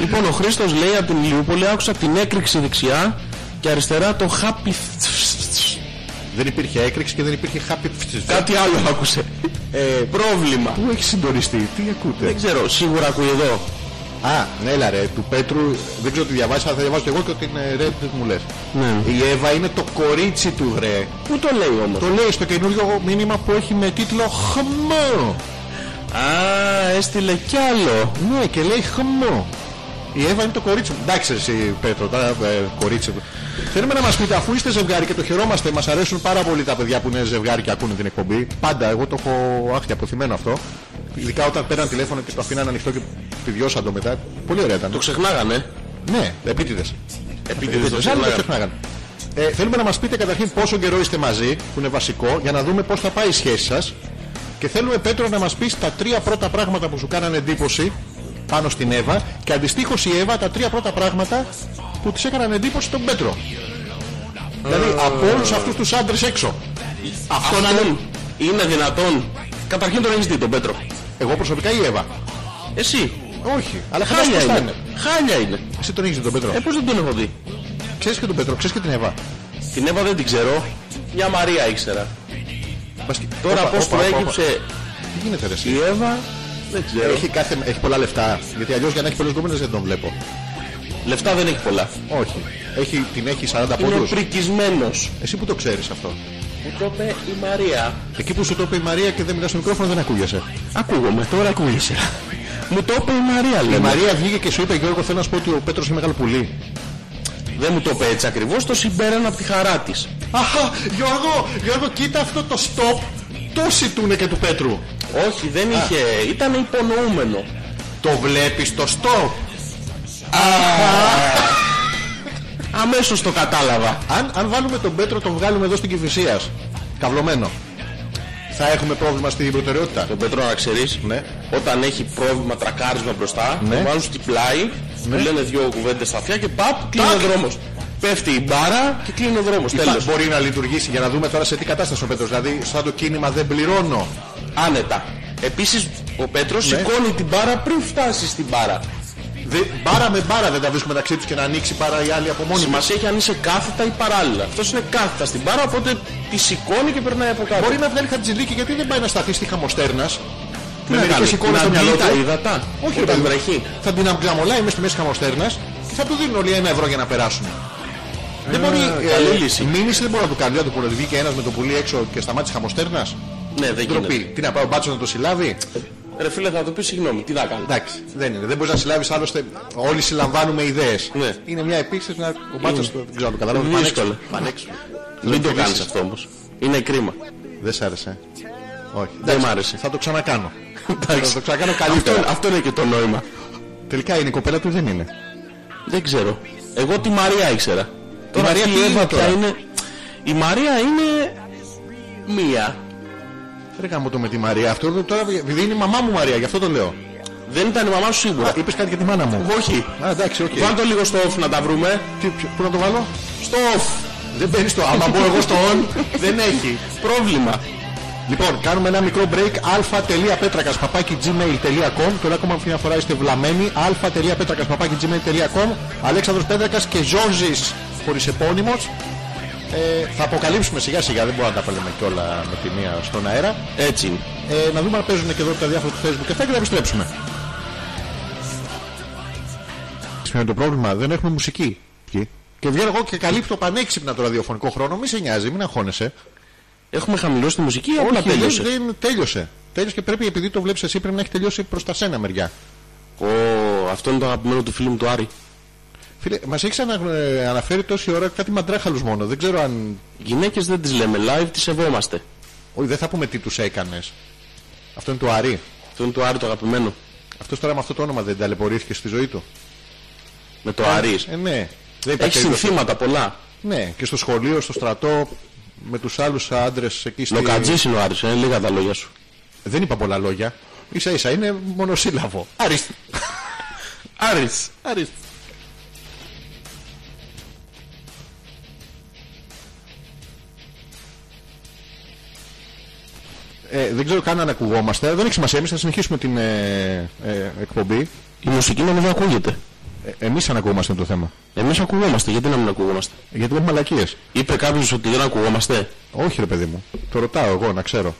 Speaker 2: Λοιπόν, ο Χρήστος λέει από την Λιούπολη άκουσα την έκρηξη δεξιά και αριστερά το happy...
Speaker 1: δεν υπήρχε έκρηξη και δεν υπήρχε happy
Speaker 2: Κάτι άλλο άκουσε. Ε, πρόβλημα.
Speaker 1: Πού έχεις συντονιστεί, τι ακούτε.
Speaker 2: Δεν ξέρω, σίγουρα ακούει εδώ.
Speaker 1: Α, ναι, έλα ρε, του Πέτρου, δεν ξέρω τι διαβάζεις, αλλά θα διαβάζω και εγώ και ότι είναι ρε, τι μου λες.
Speaker 2: Ναι.
Speaker 1: Η Εύα είναι το κορίτσι του ρε.
Speaker 2: Πού το λέει όμως.
Speaker 1: Το λέει στο καινούριο μήνυμα που έχει με τίτλο Χμό.
Speaker 2: Α, έστειλε κι άλλο.
Speaker 1: Ναι, και λέει Χμό. Η Εύα είναι το κορίτσι μου. Εντάξει, εσύ Πέτρο, τα ε, κορίτσι μου. Θέλουμε να μας πείτε, αφού είστε ζευγάρι και το χαιρόμαστε, μας αρέσουν πάρα πολύ τα παιδιά που είναι ζευγάρι και ακούνε την εκπομπή. Πάντα, εγώ το έχω άχτια αποθυμένο αυτό. Ειδικά όταν παίρναν τηλέφωνο και το αφήναν ανοιχτό και πηδιώσαν το μετά. Πολύ ωραία ήταν.
Speaker 2: Το ξεχνάγανε.
Speaker 1: Ναι, επίτηδες.
Speaker 2: Επίτηδες το
Speaker 1: Τους άλλους Ε, το
Speaker 2: ξεχνάγανε.
Speaker 1: ξεχνάγανε. Ε, θέλουμε να μας πείτε καταρχήν πόσο καιρό είστε μαζί, που είναι βασικό, για να δούμε πώς θα πάει η σχέση σας. Και θέλουμε, Πέτρο, να μας πεις τα τρία πρώτα πράγματα που σου κάνανε εντύπωση πάνω στην Εύα και αντιστοίχως η Εύα τα τρία πρώτα πράγματα που της έκαναν εντύπωση στον Πέτρο. Δηλαδή από όλους αυτούς τους άντρες έξω.
Speaker 2: Αυτό να είναι. Είναι δυνατόν. Καταρχήν τον έχεις δει τον Πέτρο.
Speaker 1: Εγώ προσωπικά ή η Εύα.
Speaker 2: Εσύ.
Speaker 1: Όχι, αλλά
Speaker 2: Χάλια
Speaker 1: χάλια θα
Speaker 2: είναι.
Speaker 1: είναι.
Speaker 2: Χάλια είναι.
Speaker 1: Εσύ τον έχεις τον Πέτρο.
Speaker 2: Ε,
Speaker 1: Ε,
Speaker 2: πώς δεν τον έχω δει.
Speaker 1: ξέρεις και τον Πέτρο, ξέρεις και την Εύα.
Speaker 2: Την Εύα δεν την ξέρω. Μια Μαρία ήξερα.
Speaker 1: Μπας και-
Speaker 2: Τώρα
Speaker 1: Όπα,
Speaker 2: πώς
Speaker 1: όπα,
Speaker 2: του
Speaker 1: όπα, όπα.
Speaker 2: έκυψε
Speaker 1: Τι γίνεται ρε εσύ.
Speaker 2: η Εύα, δεν ξέρω.
Speaker 1: Έχει, κάθε, έχει πολλά λεφτά. Γιατί αλλιώς για να έχει πολλές γκόμενες δεν τον βλέπω.
Speaker 2: Λεφτά δεν έχει πολλά.
Speaker 1: Όχι. Έχει, την έχει 40
Speaker 2: Είναι
Speaker 1: πόντους.
Speaker 2: πρικισμένος.
Speaker 1: Εσύ που το ξέρεις αυτό.
Speaker 2: Μου το είπε η Μαρία.
Speaker 1: Εκεί που σου το είπε η Μαρία και δεν μιλάς στο μικρόφωνο δεν ακούγεσαι.
Speaker 2: Ακούγομαι, τώρα ακούγεσαι. Μου το είπε η Μαρία,
Speaker 1: Η
Speaker 2: λέμε.
Speaker 1: Μαρία βγήκε και σου είπε Γιώργο θέλω να σου πω ότι ο Πέτρος είναι μεγάλο πουλί.
Speaker 2: Δεν μου το είπε έτσι ακριβώς, το συμπέρανε από τη χαρά της.
Speaker 1: Αχα, Γιώργο, Γιώργο κοίτα αυτό το stop. Τόση του είναι και του Πέτρου.
Speaker 2: Όχι, δεν είχε. Ήταν υπονοούμενο.
Speaker 1: Το βλέπεις το stop.
Speaker 2: Αμέσως το κατάλαβα.
Speaker 1: Αν, αν βάλουμε τον Πέτρο, τον βγάλουμε εδώ στην Κυφυσίας. Καυλωμένο. Θα έχουμε πρόβλημα στην προτεραιότητα.
Speaker 2: Τον Πέτρο να ξέρεις,
Speaker 1: Ναι.
Speaker 2: όταν έχει πρόβλημα τρακάρισμα μπροστά,
Speaker 1: Ναι.
Speaker 2: τον βάζουν στην πλάι, του λένε δύο κουβέντες στα αυτιά και παπ, κλείνει ο δρόμος. Πέφτει η μπάρα και κλείνει ο δρόμος. Τέλο.
Speaker 1: Τέλος. Μπορεί να λειτουργήσει για να δούμε τώρα σε τι κατάσταση ο Πέτρος. Δηλαδή, σαν το κίνημα δεν πληρώνω.
Speaker 2: Άνετα. Επίσης, ο Πέτρος σηκώνει την μπάρα πριν φτάσει στην μπάρα.
Speaker 1: Δε, μπάρα με μπάρα δεν τα βρίσκουμε μεταξύ τους και να ανοίξει παρά η άλλη από μόνη μα.
Speaker 2: Σημασία έχει αν είσαι κάθετα ή παράλληλα. Αυτός είναι κάθετα στην μπάρα, οπότε τη σηκώνει και περνάει από κάτω.
Speaker 1: Μπορεί να βγάλει χατζηλίκι γιατί δεν πάει να σταθεί στη χαμοστέρνας. Με
Speaker 2: να
Speaker 1: μερικέ
Speaker 2: κάνει,
Speaker 1: εικόνε
Speaker 2: Ναι, να
Speaker 1: στο
Speaker 2: μπει
Speaker 1: μυαλό
Speaker 2: τα
Speaker 1: του.
Speaker 2: ύδατα,
Speaker 1: Όχι,
Speaker 2: όταν
Speaker 1: ρε,
Speaker 2: βρέχει.
Speaker 1: Θα την αμβλαμολάει μέσα στη μέση χαμοστέρνας και θα του δίνουν όλοι ένα ευρώ για να περάσουν. δεν μπορεί.
Speaker 2: Ε,
Speaker 1: ε,
Speaker 2: καλή λύση.
Speaker 1: Μήνυση δεν μπορεί να του κάνει. Δεν του μπορεί. Βγήκε ένας με το πουλί έξω και σταμάτησε χαμοστέρνας.
Speaker 2: Ναι, δεν
Speaker 1: Ντροπή.
Speaker 2: γίνεται.
Speaker 1: Τι να πάω, μπάτσος να το συλλάβει.
Speaker 2: Ρε φίλε, θα το πεις συγγνώμη, τι να κάνω.
Speaker 1: Εντάξει, δεν είναι. Δεν μπορείς να συλλάβεις άλλωστε. Όλοι συλλαμβάνουμε ιδέες.
Speaker 2: Ναι.
Speaker 1: Είναι μια επίξεση να. Ο μπάτσος το δεν ξέρω, το καταλάβω.
Speaker 2: Δύσκολο.
Speaker 1: Πανέξω. Ναι,
Speaker 2: Μην το κάνεις αυτό όμως. Είναι κρίμα.
Speaker 1: Δεν σ' άρεσε. Όχι.
Speaker 2: Δεν
Speaker 1: Εντάξει,
Speaker 2: μ' άρεσε.
Speaker 1: Θα το ξανακάνω.
Speaker 2: Εντάξει.
Speaker 1: Θα το ξανακάνω καλύτερα.
Speaker 2: Αυτό, αυτό είναι και το νόημα.
Speaker 1: Τελικά είναι η κοπέλα του ή δεν είναι.
Speaker 2: Δεν ξέρω. Εγώ τη Μαρία ήξερα. Τώρα
Speaker 1: Μαρία
Speaker 2: αυτή
Speaker 1: τι
Speaker 2: η
Speaker 1: είναι
Speaker 2: Εύα
Speaker 1: τώρα?
Speaker 2: ποια είναι. Η Μαρία είναι. Μία.
Speaker 1: Δεν κάνω το με τη Μαρία. Αυτό εδώ τώρα επειδή είναι η μαμά μου Μαρία, γι' αυτό το λέω.
Speaker 2: Δεν ήταν η μαμά σου σίγουρα.
Speaker 1: Είπες κάτι για τη μάνα μου.
Speaker 2: Όχι.
Speaker 1: Α, εντάξει, οκ.
Speaker 2: Βάλ το λίγο στο off να τα βρούμε.
Speaker 1: Τι- ποιο- Πού να το βάλω.
Speaker 2: Στο off.
Speaker 1: Δεν μπαίνει στο. Άμα μπω εγώ στο on, δεν έχει.
Speaker 2: Πρόβλημα.
Speaker 1: Λοιπόν, κάνουμε ένα μικρό break αλφα.πέτρακας παπάκι gmail.com Τώρα ακόμα μια φορά είστε βλαμμένοι αλφα.πέτρακας παπάκι gmail.com Αλέξανδρος Πέτρακας και Ζόρζης χωρίς επώνυμος ε, Θα αποκαλύψουμε σιγά σιγά, δεν μπορούμε να τα λέμε κιόλα με τη μία στον αέρα
Speaker 2: Έτσι είναι.
Speaker 1: ε, Να δούμε αν παίζουν και εδώ τα διάφορα του facebook και αυτά και θα επιστρέψουμε Ποιο είναι το πρόβλημα, δεν έχουμε μουσική Ποιοι? Και βγαίνω εγώ και καλύπτω πανέξυπνα το ραδιοφωνικό χρόνο. Μη σε νοιάζει, μην αγχώνεσαι.
Speaker 2: Έχουμε χαμηλώσει τη μουσική ή απλά
Speaker 1: Όχι,
Speaker 2: τέλειωσε.
Speaker 1: Δεν, δεν τέλειωσε. Τέλειωσε και πρέπει, επειδή το βλέπεις εσύ, πρέπει να έχει τελειώσει προς τα σένα μεριά.
Speaker 2: Ω, αυτό είναι το αγαπημένο του φίλου μου του Άρη.
Speaker 1: Φίλε, μας έχει ανα, ε, αναφέρει τόση ώρα κάτι μαντράχαλους μόνο. Δεν ξέρω αν.
Speaker 2: Γυναίκες δεν τις λέμε live, τις σεβόμαστε.
Speaker 1: Όχι, δεν θα πούμε τι τους έκανες. Αυτό είναι το Αρή.
Speaker 2: Αυτό είναι το Άρη το αγαπημένο.
Speaker 1: Αυτός τώρα με αυτό το όνομα δεν ταλαιπωρήθηκε στη ζωή του.
Speaker 2: Με το Άρη.
Speaker 1: Ε, ναι. Δεν υπάρχει
Speaker 2: Έχει
Speaker 1: περίπτωση.
Speaker 2: συνθήματα πολλά.
Speaker 1: Ναι, και στο σχολείο, στο στρατό, με τους άλλους άντρες εκεί στη...
Speaker 2: Λοκατζής είναι ο Άρης, ε, λίγα τα λόγια σου.
Speaker 1: Δεν είπα πολλά λόγια. σα ίσα είναι μονοσύλλαβο. Άρης.
Speaker 2: Άρης.
Speaker 1: Άρης. Ε, δεν ξέρω καν αν ακουγόμαστε. Δεν έχει σημασία. Εμείς θα συνεχίσουμε την ε, ε, εκπομπή.
Speaker 2: Η μουσική μας δεν ακούγεται.
Speaker 1: Ε, εμείς αν ακουγόμαστε είναι το θέμα.
Speaker 2: Εμείς ακουγόμαστε, γιατί να μην ακουγόμαστε.
Speaker 1: Γιατί λέμε μαλακίες.
Speaker 2: Είπε κάποιος ότι δεν ακουγόμαστε.
Speaker 1: Όχι ρε παιδί μου. Το ρωτάω εγώ να ξέρω.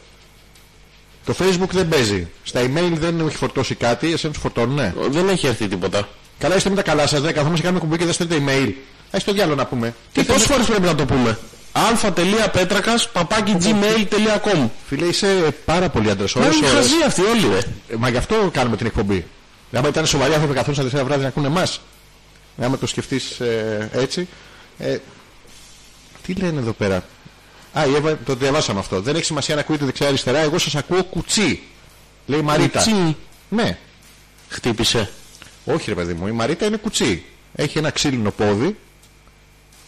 Speaker 1: Το facebook δεν παίζει. Στα email δεν έχει φορτώσει κάτι. Εσένα σου φορτώνουνε.
Speaker 2: Ε, Δεν έχει έρθει τίποτα.
Speaker 1: ναι. Καλά είστε με τα καλά σας. Δεν καθόμαστε και κάνουμε κουμπί και δεν στέλνετε email. Ας το διάλογο να πούμε.
Speaker 2: Τι πόσες φορές πρέπει να το πούμε. αλφα.πέτρακας παπάκι
Speaker 1: Ε,
Speaker 2: gmail.com
Speaker 1: Φίλε είσαι ε, πάρα πολύ άντρας.
Speaker 2: Να
Speaker 1: Ώρες,
Speaker 2: είναι
Speaker 1: ώρες.
Speaker 2: χαζοί αυτοί όλοι ρε.
Speaker 1: Ε, Μα γι' αυτό κάνουμε την εκπομπή. Άμα ήταν σοβαροί άνθρωποι καθόντουσαν τεσσέρα βράδυ να ακούνε εμάς. Άμα το σκεφτείς έτσι. Ε, τι λένε εδώ πέρα. Α, η Εύα, το διαβάσαμε αυτό. Δεν έχει σημασία να ακούγεται δεξιά-αριστερά. Εγώ σας ακούω κουτσί. Λέει η Μαρίτα.
Speaker 2: Τσι.
Speaker 1: Ναι.
Speaker 2: Χτύπησε.
Speaker 1: Όχι, ρε παιδί μου. Η Μαρίτα είναι κουτσί. Έχει ένα ξύλινο πόδι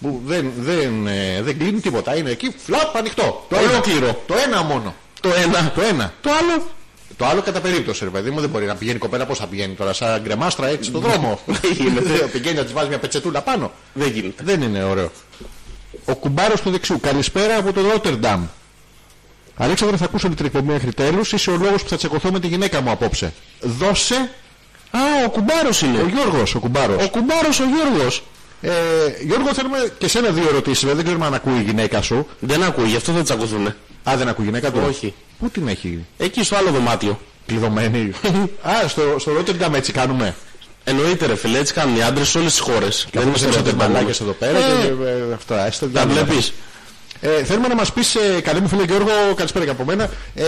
Speaker 1: που δεν, δεν, ε, δεν κλείνει τίποτα. Είναι εκεί, φλαπ, ανοιχτό. Το
Speaker 2: Ολόκληρο.
Speaker 1: Το ένα μόνο.
Speaker 2: Το ένα.
Speaker 1: Το ένα.
Speaker 2: Το άλλο.
Speaker 1: Το άλλο κατά περίπτωση, ρε παιδί μου, δεν μπορεί να πηγαίνει η κοπέλα πώς θα πηγαίνει τώρα, σαν γκρεμάστρα έτσι στον δρόμο.
Speaker 2: Δεν γίνεται.
Speaker 1: πηγαίνει να της βάζει μια πετσετούλα πάνω.
Speaker 2: Δεν γίνεται.
Speaker 1: Δεν είναι ωραίο. Ο κουμπάρος του δεξιού. Καλησπέρα από το Ρότερνταμ. Αλέξανδρα, θα ακούσω όλη την εκπομπή μέχρι τέλους. Είσαι ο λόγος που θα τσακωθώ με τη γυναίκα μου απόψε. Δώσε
Speaker 2: Α, ο κουμπάρος
Speaker 1: ο
Speaker 2: είναι.
Speaker 1: Γιώργος, ο κουμπάρος.
Speaker 2: Ο κουμπάρος ο Γιώργος.
Speaker 1: Ε, Γιώργο, θέλουμε και σένα δύο ερωτήσει. Δεν ξέρουμε αν ακούει η γυναίκα σου.
Speaker 2: Δεν ακούει, γι' αυτό δεν τσακωθούν.
Speaker 1: Α, δεν ακούει η γυναίκα του.
Speaker 2: Όχι.
Speaker 1: Πού την έχει
Speaker 2: Εκεί στο άλλο δωμάτιο.
Speaker 1: κλειδωμένη. Α, στο, στο Rotterdam έτσι κάνουμε.
Speaker 2: Εννοείται ρε φίλε, έτσι κάνουν οι άντρες σε όλες τις χώρες.
Speaker 1: Δεν είμαστε σαν τεμπαλάκες εδώ πέρα.
Speaker 2: Ε,
Speaker 1: και, ε, αυτά, έστε,
Speaker 2: Τα
Speaker 1: διάλογα.
Speaker 2: βλέπεις.
Speaker 1: Ε, θέλουμε να μας πεις, ε, καλέ μου φίλε Γιώργο, καλησπέρα και από μένα, ε,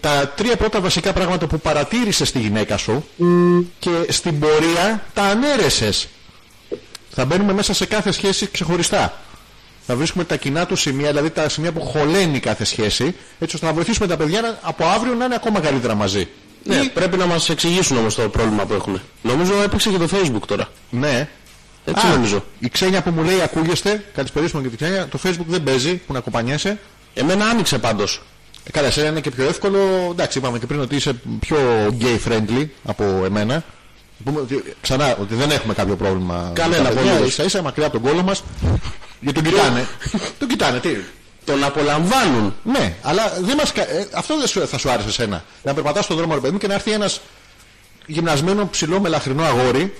Speaker 1: τα τρία πρώτα βασικά πράγματα που παρατήρησες στη γυναίκα σου και στην πορεία τα ανέρεσες. Θα μπαίνουμε μέσα σε κάθε σχέση ξεχωριστά. Θα βρίσκουμε τα κοινά του σημεία, δηλαδή τα σημεία που χωλαίνει κάθε σχέση, έτσι ώστε να βοηθήσουμε τα παιδιά να, από αύριο να είναι ακόμα καλύτερα μαζί.
Speaker 2: Ναι,
Speaker 1: Ή-
Speaker 2: πρέπει να μας εξηγήσουν όμως το πρόβλημα που έχουν. Νομίζω έπαιξε και το Facebook τώρα.
Speaker 1: ναι.
Speaker 2: Έτσι
Speaker 1: Α,
Speaker 2: νομίζω.
Speaker 1: Η Ξένια που μου λέει ακούγεστε, καλησπερίσουμε και τη Ξένια, το facebook δεν παίζει που να κοπανιέσαι.
Speaker 2: Εμένα άνοιξε πάντως.
Speaker 1: Ε, Καλά, εσένα είναι και πιο εύκολο. Εντάξει, είπαμε και πριν ότι είσαι πιο gay friendly από εμένα. Πούμε ότι, ξανά ότι δεν έχουμε κάποιο πρόβλημα.
Speaker 2: Κανένα,
Speaker 1: με τα παιδιά.
Speaker 2: απολύτως.
Speaker 1: Ίσα ίσα μακριά από τον κόλλο μας. Γιατί τον κοιτάνε. τον κοιτάνε, τι.
Speaker 2: Τον απολαμβάνουν.
Speaker 1: Ναι, αλλά δεν μας, κα- ε, αυτό δεν σου- θα σου άρεσε εσένα. Να περπατάς στον δρόμο, ρε παιδί μου, και να έρθει ένας γυμνασμένο ψηλό μελαχρινό αγόρι.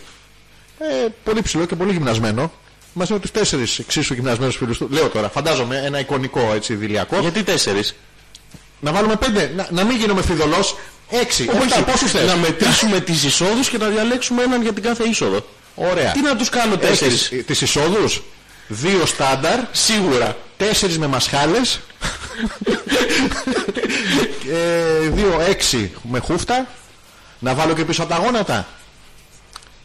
Speaker 1: Ε, πολύ ψηλό και πολύ γυμνασμένο. Μαζί με τους τέσσερις εξίσου γυμνασμένους φίλους του. Λέω τώρα, φαντάζομαι ένα εικονικό έτσι δηλιακό.
Speaker 2: Γιατί τέσσερις.
Speaker 1: Να βάλουμε πέντε. Να, να μην γίνομαι φιδωλός. Έξι. Εφτά. Πόσους θες.
Speaker 2: Να μετρήσουμε τις εισόδους και να διαλέξουμε έναν για την κάθε είσοδο.
Speaker 1: Ωραία.
Speaker 2: Τι να τους κάνω τέσσερι.
Speaker 1: Έχεις τις εισόδους. Δύο στάνταρ.
Speaker 2: Σίγουρα.
Speaker 1: Τέσσερις με μασχάλες. ε, δύο έξι με χούφτα. Να βάλω και πίσω από τα γόνατα.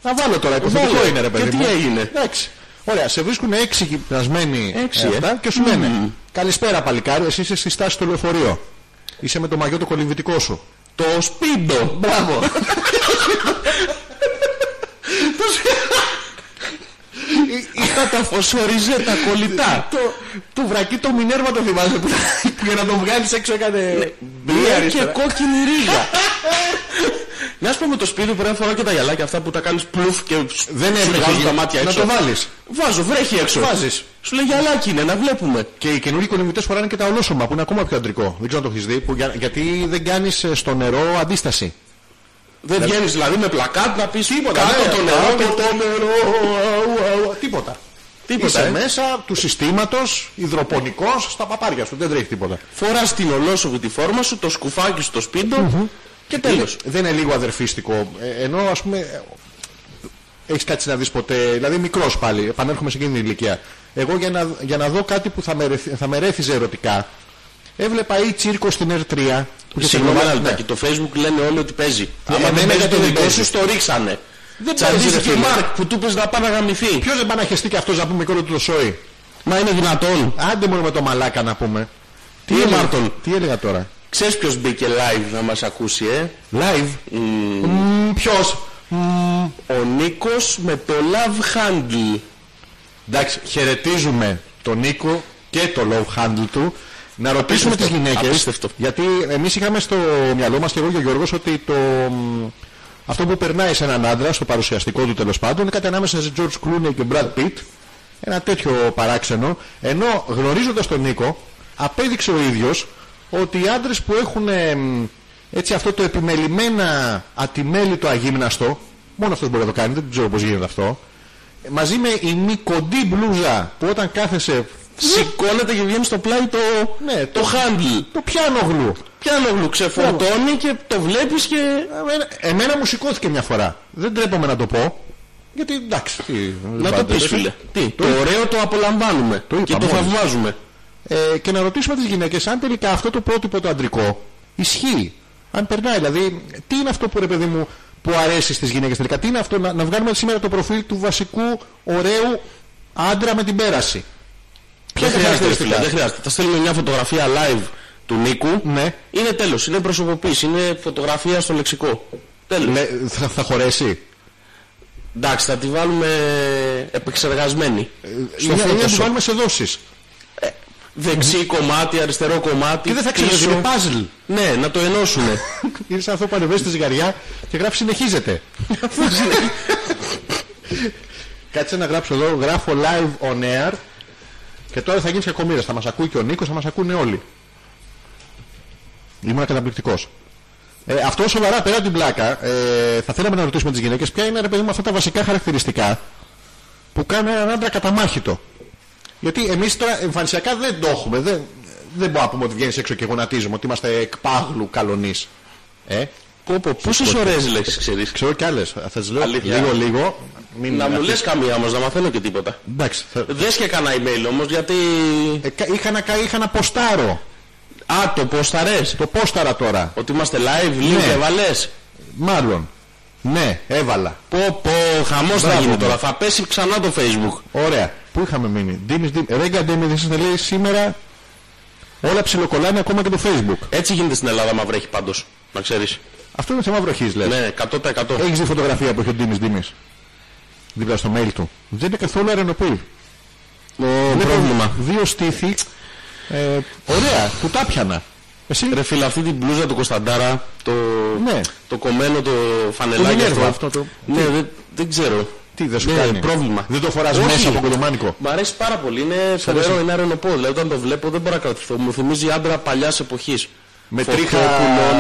Speaker 1: Να βάλω τώρα. Υποθετικό
Speaker 2: Βάλε.
Speaker 1: είναι ρε παιδί
Speaker 2: Και τι
Speaker 1: μου.
Speaker 2: έγινε.
Speaker 1: Εντάξει. Ωραία, σε βρίσκουν έξι γυμνασμένοι
Speaker 2: Έξι,
Speaker 1: ε, αυτά
Speaker 2: ε.
Speaker 1: και σου λένε Καλησπέρα παλικάρι, εσύ είσαι στη στάση στο λεωφορείο. Είσαι με το μαγιό το κολυμβητικό σου.
Speaker 2: Το σπίτι. Μπράβο. Είχα τα φωσοριζέτα κολλητά.
Speaker 1: το, το βρακί το Μινέρμα το θυμάσαι που για να τον βγάλεις έξω έκανε
Speaker 2: Μπλε Ναι. και
Speaker 1: αριστερά.
Speaker 2: κόκκινη ρίγα. Να σου πω με το σπίτι πρέπει να φοράω και τα γυαλάκια αυτά που τα κάνεις πλουφ και
Speaker 1: Δεν
Speaker 2: σου
Speaker 1: έβρεχε
Speaker 2: βγάζουν
Speaker 1: γι-
Speaker 2: τα μάτια
Speaker 1: να
Speaker 2: έξω.
Speaker 1: το βάλεις.
Speaker 2: Βάζω, βρέχει έξω.
Speaker 1: Βάζεις.
Speaker 2: Σου λέει γυαλάκι είναι, να βλέπουμε.
Speaker 1: Και οι καινούργιοι κολυμβητές φοράνε και τα ολόσωμα που είναι ακόμα πιο αντρικό. Δεν ξέρω αν το έχεις δει. Που, για- γιατί δεν κάνεις ε, στο νερό αντίσταση.
Speaker 2: Δεν βγαίνεις δηλαδή με πλακάτ να πεις τίποτα. Κάτω
Speaker 1: ναι,
Speaker 2: το νερό.
Speaker 1: κάτω
Speaker 2: το νερό.
Speaker 1: Αου, αου, τίποτα.
Speaker 2: Τίποτα.
Speaker 1: Είσαι ναι.
Speaker 2: ε.
Speaker 1: μέσα του συστήματος, υδροπονικός, στα παπάρια σου. Δεν τρέχει τίποτα.
Speaker 2: Φοράς την ολόσωμη τη φόρμα σου, το σκουφάκι σου, το σπίτι και τέλος.
Speaker 1: Δεν είναι λίγο αδερφίστικο. Ε, ενώ ας πούμε. ε, Έχεις κάτι να δεις ποτέ. Δηλαδή μικρός πάλι. Επανέρχομαι σε εκείνη την ηλικία. Εγώ για να, για να δω κάτι που θα με, ρεθ- θα με ρέθιζε ερωτικά. Έβλεπα ή τσίρκο στην R3. που είχε Ναι.
Speaker 2: Συγγνώμη
Speaker 1: φαινόμενα-
Speaker 2: ένα λεπτάκι, το facebook λένε όλοι ότι παίζει. Άμα
Speaker 1: εμένα
Speaker 2: δεν παίζει
Speaker 1: γιατί
Speaker 2: το
Speaker 1: δεν
Speaker 2: δικό
Speaker 1: ναι, παίζει.
Speaker 2: σου, το ρίξανε. Δεν
Speaker 1: παίζει, ρε
Speaker 2: και η
Speaker 1: φίλε.
Speaker 2: Μάρκ που του πες να πάει να γαμηθεί.
Speaker 1: Ποιος δεν πάει να χεστεί και αυτός να πούμε μικρό του το σόι.
Speaker 2: Μα είναι δυνατόν.
Speaker 1: Άντε μόνο με το μαλάκα να πούμε.
Speaker 2: Τι είναι
Speaker 1: έλεγα-
Speaker 2: Μάρτον.
Speaker 1: Τι έλεγα τώρα.
Speaker 2: Ξέρεις ποιος μπήκε live να μας ακούσει, ε.
Speaker 1: Live. Μμμ, Ποιος. Μμμ.
Speaker 2: Ο Νίκος με το love handle.
Speaker 1: Εντάξει, χαιρετίζουμε τον Νίκο και το love handle του. Να ρωτήσουμε τις
Speaker 2: Απίστευτο,
Speaker 1: γυναίκες,
Speaker 2: απίστευτο.
Speaker 1: γιατί εμείς είχαμε στο μυαλό μας και εγώ και ο Γιώργος ότι το, μ, αυτό που περνάει σε έναν άντρα, στο παρουσιαστικό του τέλος πάντων, είναι κάτι ανάμεσα σε George Clooney και Brad Pitt, ένα τέτοιο παράξενο, ενώ γνωρίζοντας τον Νίκο, απέδειξε ο ίδιος ότι οι άντρες που έχουν εμ, έτσι αυτό το επιμελημένα ατιμέλητο αγύμναστο, μόνο αυτός μπορεί να το κάνει, δεν ξέρω πώς γίνεται αυτό, μαζί με η μικοντή μπλούζα που όταν κάθεσαι
Speaker 2: Σηκώνεται και βγαίνει στο πλάι το,
Speaker 1: Ναι,
Speaker 2: το handle.
Speaker 1: το πιάνω γλου.
Speaker 2: Πιάνω γλου, ξεφορτώνει και το βλέπεις και...
Speaker 1: Εμένα, εμένα μου σηκώθηκε μια φορά. Δεν τρέπομαι να το πω. Γιατί εντάξει. τι,
Speaker 2: Να το
Speaker 1: πάντα,
Speaker 2: πεις
Speaker 1: έτσι.
Speaker 2: φίλε. Τι, το
Speaker 1: είπα.
Speaker 2: ωραίο το απολαμβάνουμε
Speaker 1: είπα
Speaker 2: και το
Speaker 1: μόλις.
Speaker 2: θαυμάζουμε.
Speaker 1: Ε, και να ρωτήσουμε τις γυναίκες αν τελικά αυτό το πρότυπο το αντρικό ισχύει. Αν περνάει, δηλαδή, τι είναι αυτό που ρε παιδί μου που αρέσει στις γυναίκες τελικά. Τι είναι αυτό να, να βγάλουμε σήμερα το προφίλ του βασικού ωραίου άντρα με την πέραση. Ποια
Speaker 2: Δεν
Speaker 1: είναι τα
Speaker 2: χρειάζεται, ρε φίλε,
Speaker 1: χαρακτηριστικά.
Speaker 2: δεν χρειάζεται. Θα στέλνουμε μια φωτογραφία live του Νίκου.
Speaker 1: Ναι.
Speaker 2: Είναι τέλος, είναι προσωποποίηση, είναι φωτογραφία στο λεξικό. Τέλος.
Speaker 1: Λε- θα, θα χωρέσει.
Speaker 2: Εντάξει, θα τη βάλουμε επεξεργασμένη.
Speaker 1: Στο
Speaker 2: Photoshop.
Speaker 1: φίλο που βάλουμε σε δόσεις.
Speaker 2: Δεξί κομμάτι, αριστερό κομμάτι.
Speaker 1: Και δεν θα ξέρεις,
Speaker 2: πίσω.
Speaker 1: είναι puzzle.
Speaker 2: Ναι, να το ενώσουνε.
Speaker 1: Είναι σαν αυτό που ανεβαίνει στη ζυγαριά και γράφεις συνεχίζεται. Κάτσε να γράψω εδώ, γράφω live on air και τώρα θα γίνεις κακομοίρα. Θα μας ακούει και ο Νίκος, θα μας ακούνε όλοι. Ήμουν καταπληκτικός. Ε, αυτό σοβαρά πέρα από την πλάκα. Ε, θα θέλαμε να ρωτήσουμε τις γυναίκες ποια είναι ρε παιδί μου αυτά τα βασικά χαρακτηριστικά που κάνουν έναν άντρα καταμάχητο. Γιατί εμείς τώρα εμφανισιακά δεν το έχουμε. Δεν, δεν μπορούμε να πούμε ότι βγαίνεις έξω και γονατίζουμε, ότι είμαστε εκπάγλου καλονή. Ε,
Speaker 2: Κόπο, πόσες ωραίες λέξεις ξέρεις.
Speaker 1: ξέρω κι άλλες. Θα τις λέω
Speaker 2: Αλήθεια.
Speaker 1: λίγο-λίγο. Μην
Speaker 2: Να μου
Speaker 1: αφήσεις-
Speaker 2: λες καμία όμως, να μαθαίνω και τίποτα.
Speaker 1: Εντάξει. θα-
Speaker 2: Δες και κανένα email όμως, γιατί...
Speaker 1: Ε, κα- είχα, να, κα- είχα να ποστάρω.
Speaker 2: Α, το πώς θα ρες.
Speaker 1: Το πόσταρα τώρα.
Speaker 2: Ότι είμαστε live, link
Speaker 1: Ναι.
Speaker 2: έβαλες.
Speaker 1: Μάλλον. Ναι, έβαλα.
Speaker 2: Πω πω, χαμός θα
Speaker 1: Μπράβο
Speaker 2: γίνει
Speaker 1: μου.
Speaker 2: τώρα. Θα πέσει ξανά το facebook.
Speaker 1: Ωραία. Πού είχαμε μείνει. Ντίμης, Ντίμης. Ρέγκα Ντίμης, δεν λέει σήμερα όλα ψιλοκολλάνε ακόμα και το facebook.
Speaker 2: Έτσι γίνεται στην Ελλάδα άμα βρέχει πάντως. Να ξέρεις.
Speaker 1: Αυτό είναι θέμα βροχής λες.
Speaker 2: Ναι, 100%.
Speaker 1: Έχεις δει φωτογραφία που έχει ο Ντίμης Ντίμης. Δίπλα στο mail του. Δεν είναι καθόλου αρενοπή.
Speaker 2: Το πρόβλημα.
Speaker 1: Δύο στήθη. Ε, ωραία. Του τα πιανα. Εσύ.
Speaker 2: Ρε φίλε, αυτή την μπλούζα του Κωνσταντάρα, το,
Speaker 1: Ναι.
Speaker 2: το κομμένο το
Speaker 1: Το
Speaker 2: φανελάκι
Speaker 1: Μινέρβα αυτό το-
Speaker 2: Ναι, δεν, δεν ξέρω.
Speaker 1: Τι δεν σου
Speaker 2: Ναι,
Speaker 1: κάνει.
Speaker 2: πρόβλημα.
Speaker 1: Δεν το φοράς
Speaker 2: Όχι.
Speaker 1: μέσα από κολομάνικο.
Speaker 2: Μ' αρέσει πάρα πολύ, είναι φοβερό, είναι αρενοπό. Δηλαδή όταν το βλέπω δεν μπορώ να κρατηθώ. Μου θυμίζει άντρα παλιάς εποχής.
Speaker 1: Με
Speaker 2: Φωτόπουλο,
Speaker 1: τρίχα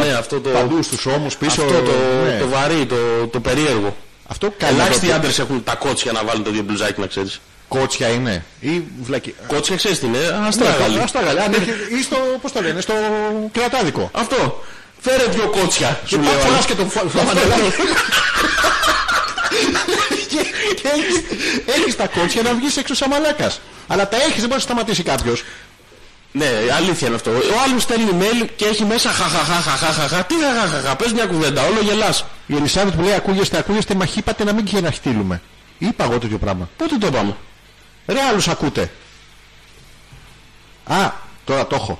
Speaker 2: ναι, αυτό το,
Speaker 1: παντού στους ώμους πίσω.
Speaker 2: αυτό το,
Speaker 1: ναι.
Speaker 2: το βαρύ, το, το περίεργο.
Speaker 1: Αυτό καλά.
Speaker 2: Ελάχιστοι
Speaker 1: το-
Speaker 2: άντρες έχουν τα κότσια να βάλουν το ίδιο μπλουζάκι, να ξέρεις.
Speaker 1: Κότσια είναι. Ή βλακι...
Speaker 2: Κότσια ξέρεις τι είναι, ε, αστράγαλη.
Speaker 1: Ναι, στα γαλλιά. Αν έχει- Ή στο, πώς το λένε, στο κρεατάδικο.
Speaker 2: Αυτό. Φέρε δύο κότσια,
Speaker 1: Και
Speaker 2: σου λέω.
Speaker 1: πάει φοράς και τον φανελάκι. Έχεις τα κότσια να βγεις έξω σαν μαλάκας. Αλλά τα έχεις, δεν μπορεί να σταματήσει κάποιος.
Speaker 2: Ναι, αλήθεια είναι αυτό. Ο άλλος στέλνει mail και έχει μέσα χαχαχαχαχαχαχα. Τι χαχαχαχα, πες μια κουβέντα, όλο γελάς.
Speaker 1: Η Ελισάβετ που λέει ακούγεστε, ακούγεστε, μα χύπατε να μην ξαναχτύλουμε. Είπα εγώ τέτοιο πράγμα.
Speaker 2: Πότε το είπαμε.
Speaker 1: Ρε άλλους ακούτε. Α, τώρα το έχω.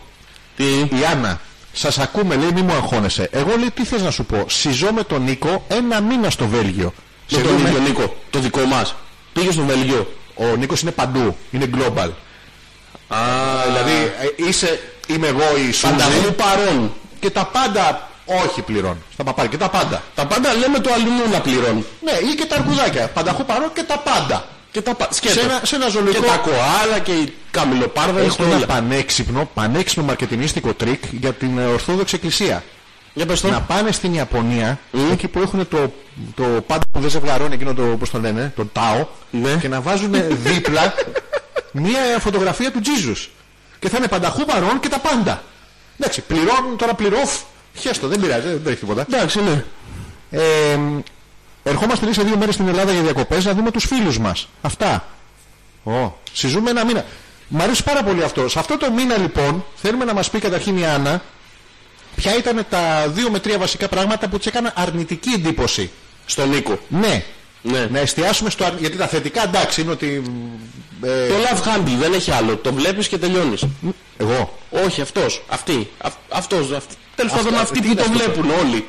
Speaker 2: Τι.
Speaker 1: Η Άννα. Σας ακούμε, λέει, μη μου αγχώνεσαι. Εγώ λέει, τι θες να σου πω. Συζώ με τον Νίκο ένα μήνα στο Βέλγιο.
Speaker 2: Με
Speaker 1: Σε
Speaker 2: τον
Speaker 1: δούμε.
Speaker 2: ίδιο Νίκο, το δικό μας. Πήγε στο Βελγίο.
Speaker 1: Ο Νίκος είναι παντού. Είναι global.
Speaker 2: Α, ναι.
Speaker 1: Δηλαδή ε, είσαι, είμαι εγώ η Σούζη
Speaker 2: Πανταχού παρών.
Speaker 1: και τα πάντα όχι πληρών. Στα παπάρια και τα πάντα.
Speaker 2: Τα πάντα λέμε το αλλού να πληρώνει.
Speaker 1: Ναι, ή και τα αρκουδάκια. Πανταχού παρών και τα πάντα.
Speaker 2: Και τα πάντα.
Speaker 1: Σε ένα, σε ένα
Speaker 2: Και
Speaker 1: ζωολογικό.
Speaker 2: τα κοάλα και η καμιλοπάρδα
Speaker 1: Έχω
Speaker 2: και όλα.
Speaker 1: ένα πανέξυπνο, πανέξυπνο μαρκετινίστικο τρίκ για την ε, Ορθόδοξη Εκκλησία.
Speaker 2: Για πες το.
Speaker 1: Να πάνε στην Ιαπωνία, εκεί που έχουν το, το πάντα που δεν ζευγαρώνει εκείνο το, πώς το λένε, τον Τάο,
Speaker 2: Ναι.
Speaker 1: και να βάζουν δίπλα μία φωτογραφία του Τζίζους. Και θα είναι πανταχού παρόν και τα πάντα. Εντάξει, πληρώνουν τώρα πληρώνουν. Χέστο, δεν πειράζει, δεν τρέχει τίποτα.
Speaker 2: Εντάξει, ναι.
Speaker 1: Ε, ερχόμαστε εμείς σε δύο μέρες στην Ελλάδα για διακοπές να δούμε τους φίλους μας. Αυτά. Ω, συζούμε ένα μήνα. Μ' αρέσει πάρα πολύ αυτό. Σε αυτό το μήνα λοιπόν θέλουμε να μας πει καταρχήν η Άννα ποια ήταν τα δύο με τρία βασικά πράγματα που τη έκανα αρνητική εντύπωση.
Speaker 2: Στον Νίκο.
Speaker 1: Ναι.
Speaker 2: Ναι.
Speaker 1: Να εστιάσουμε στο. αρ- Γιατί τα θετικά εντάξει είναι ότι. ε,
Speaker 2: Το Love Handle δεν έχει άλλο. Το βλέπεις και τελειώνεις.
Speaker 1: εγώ.
Speaker 2: Όχι, αυτός. Αυτή. Αυ- Αυτός. αυτή. Τέλος
Speaker 1: Αυτά-
Speaker 2: πάντων αυτοί
Speaker 1: τι
Speaker 2: που
Speaker 1: είναι
Speaker 2: το
Speaker 1: αυτό
Speaker 2: βλέπουν όλοι.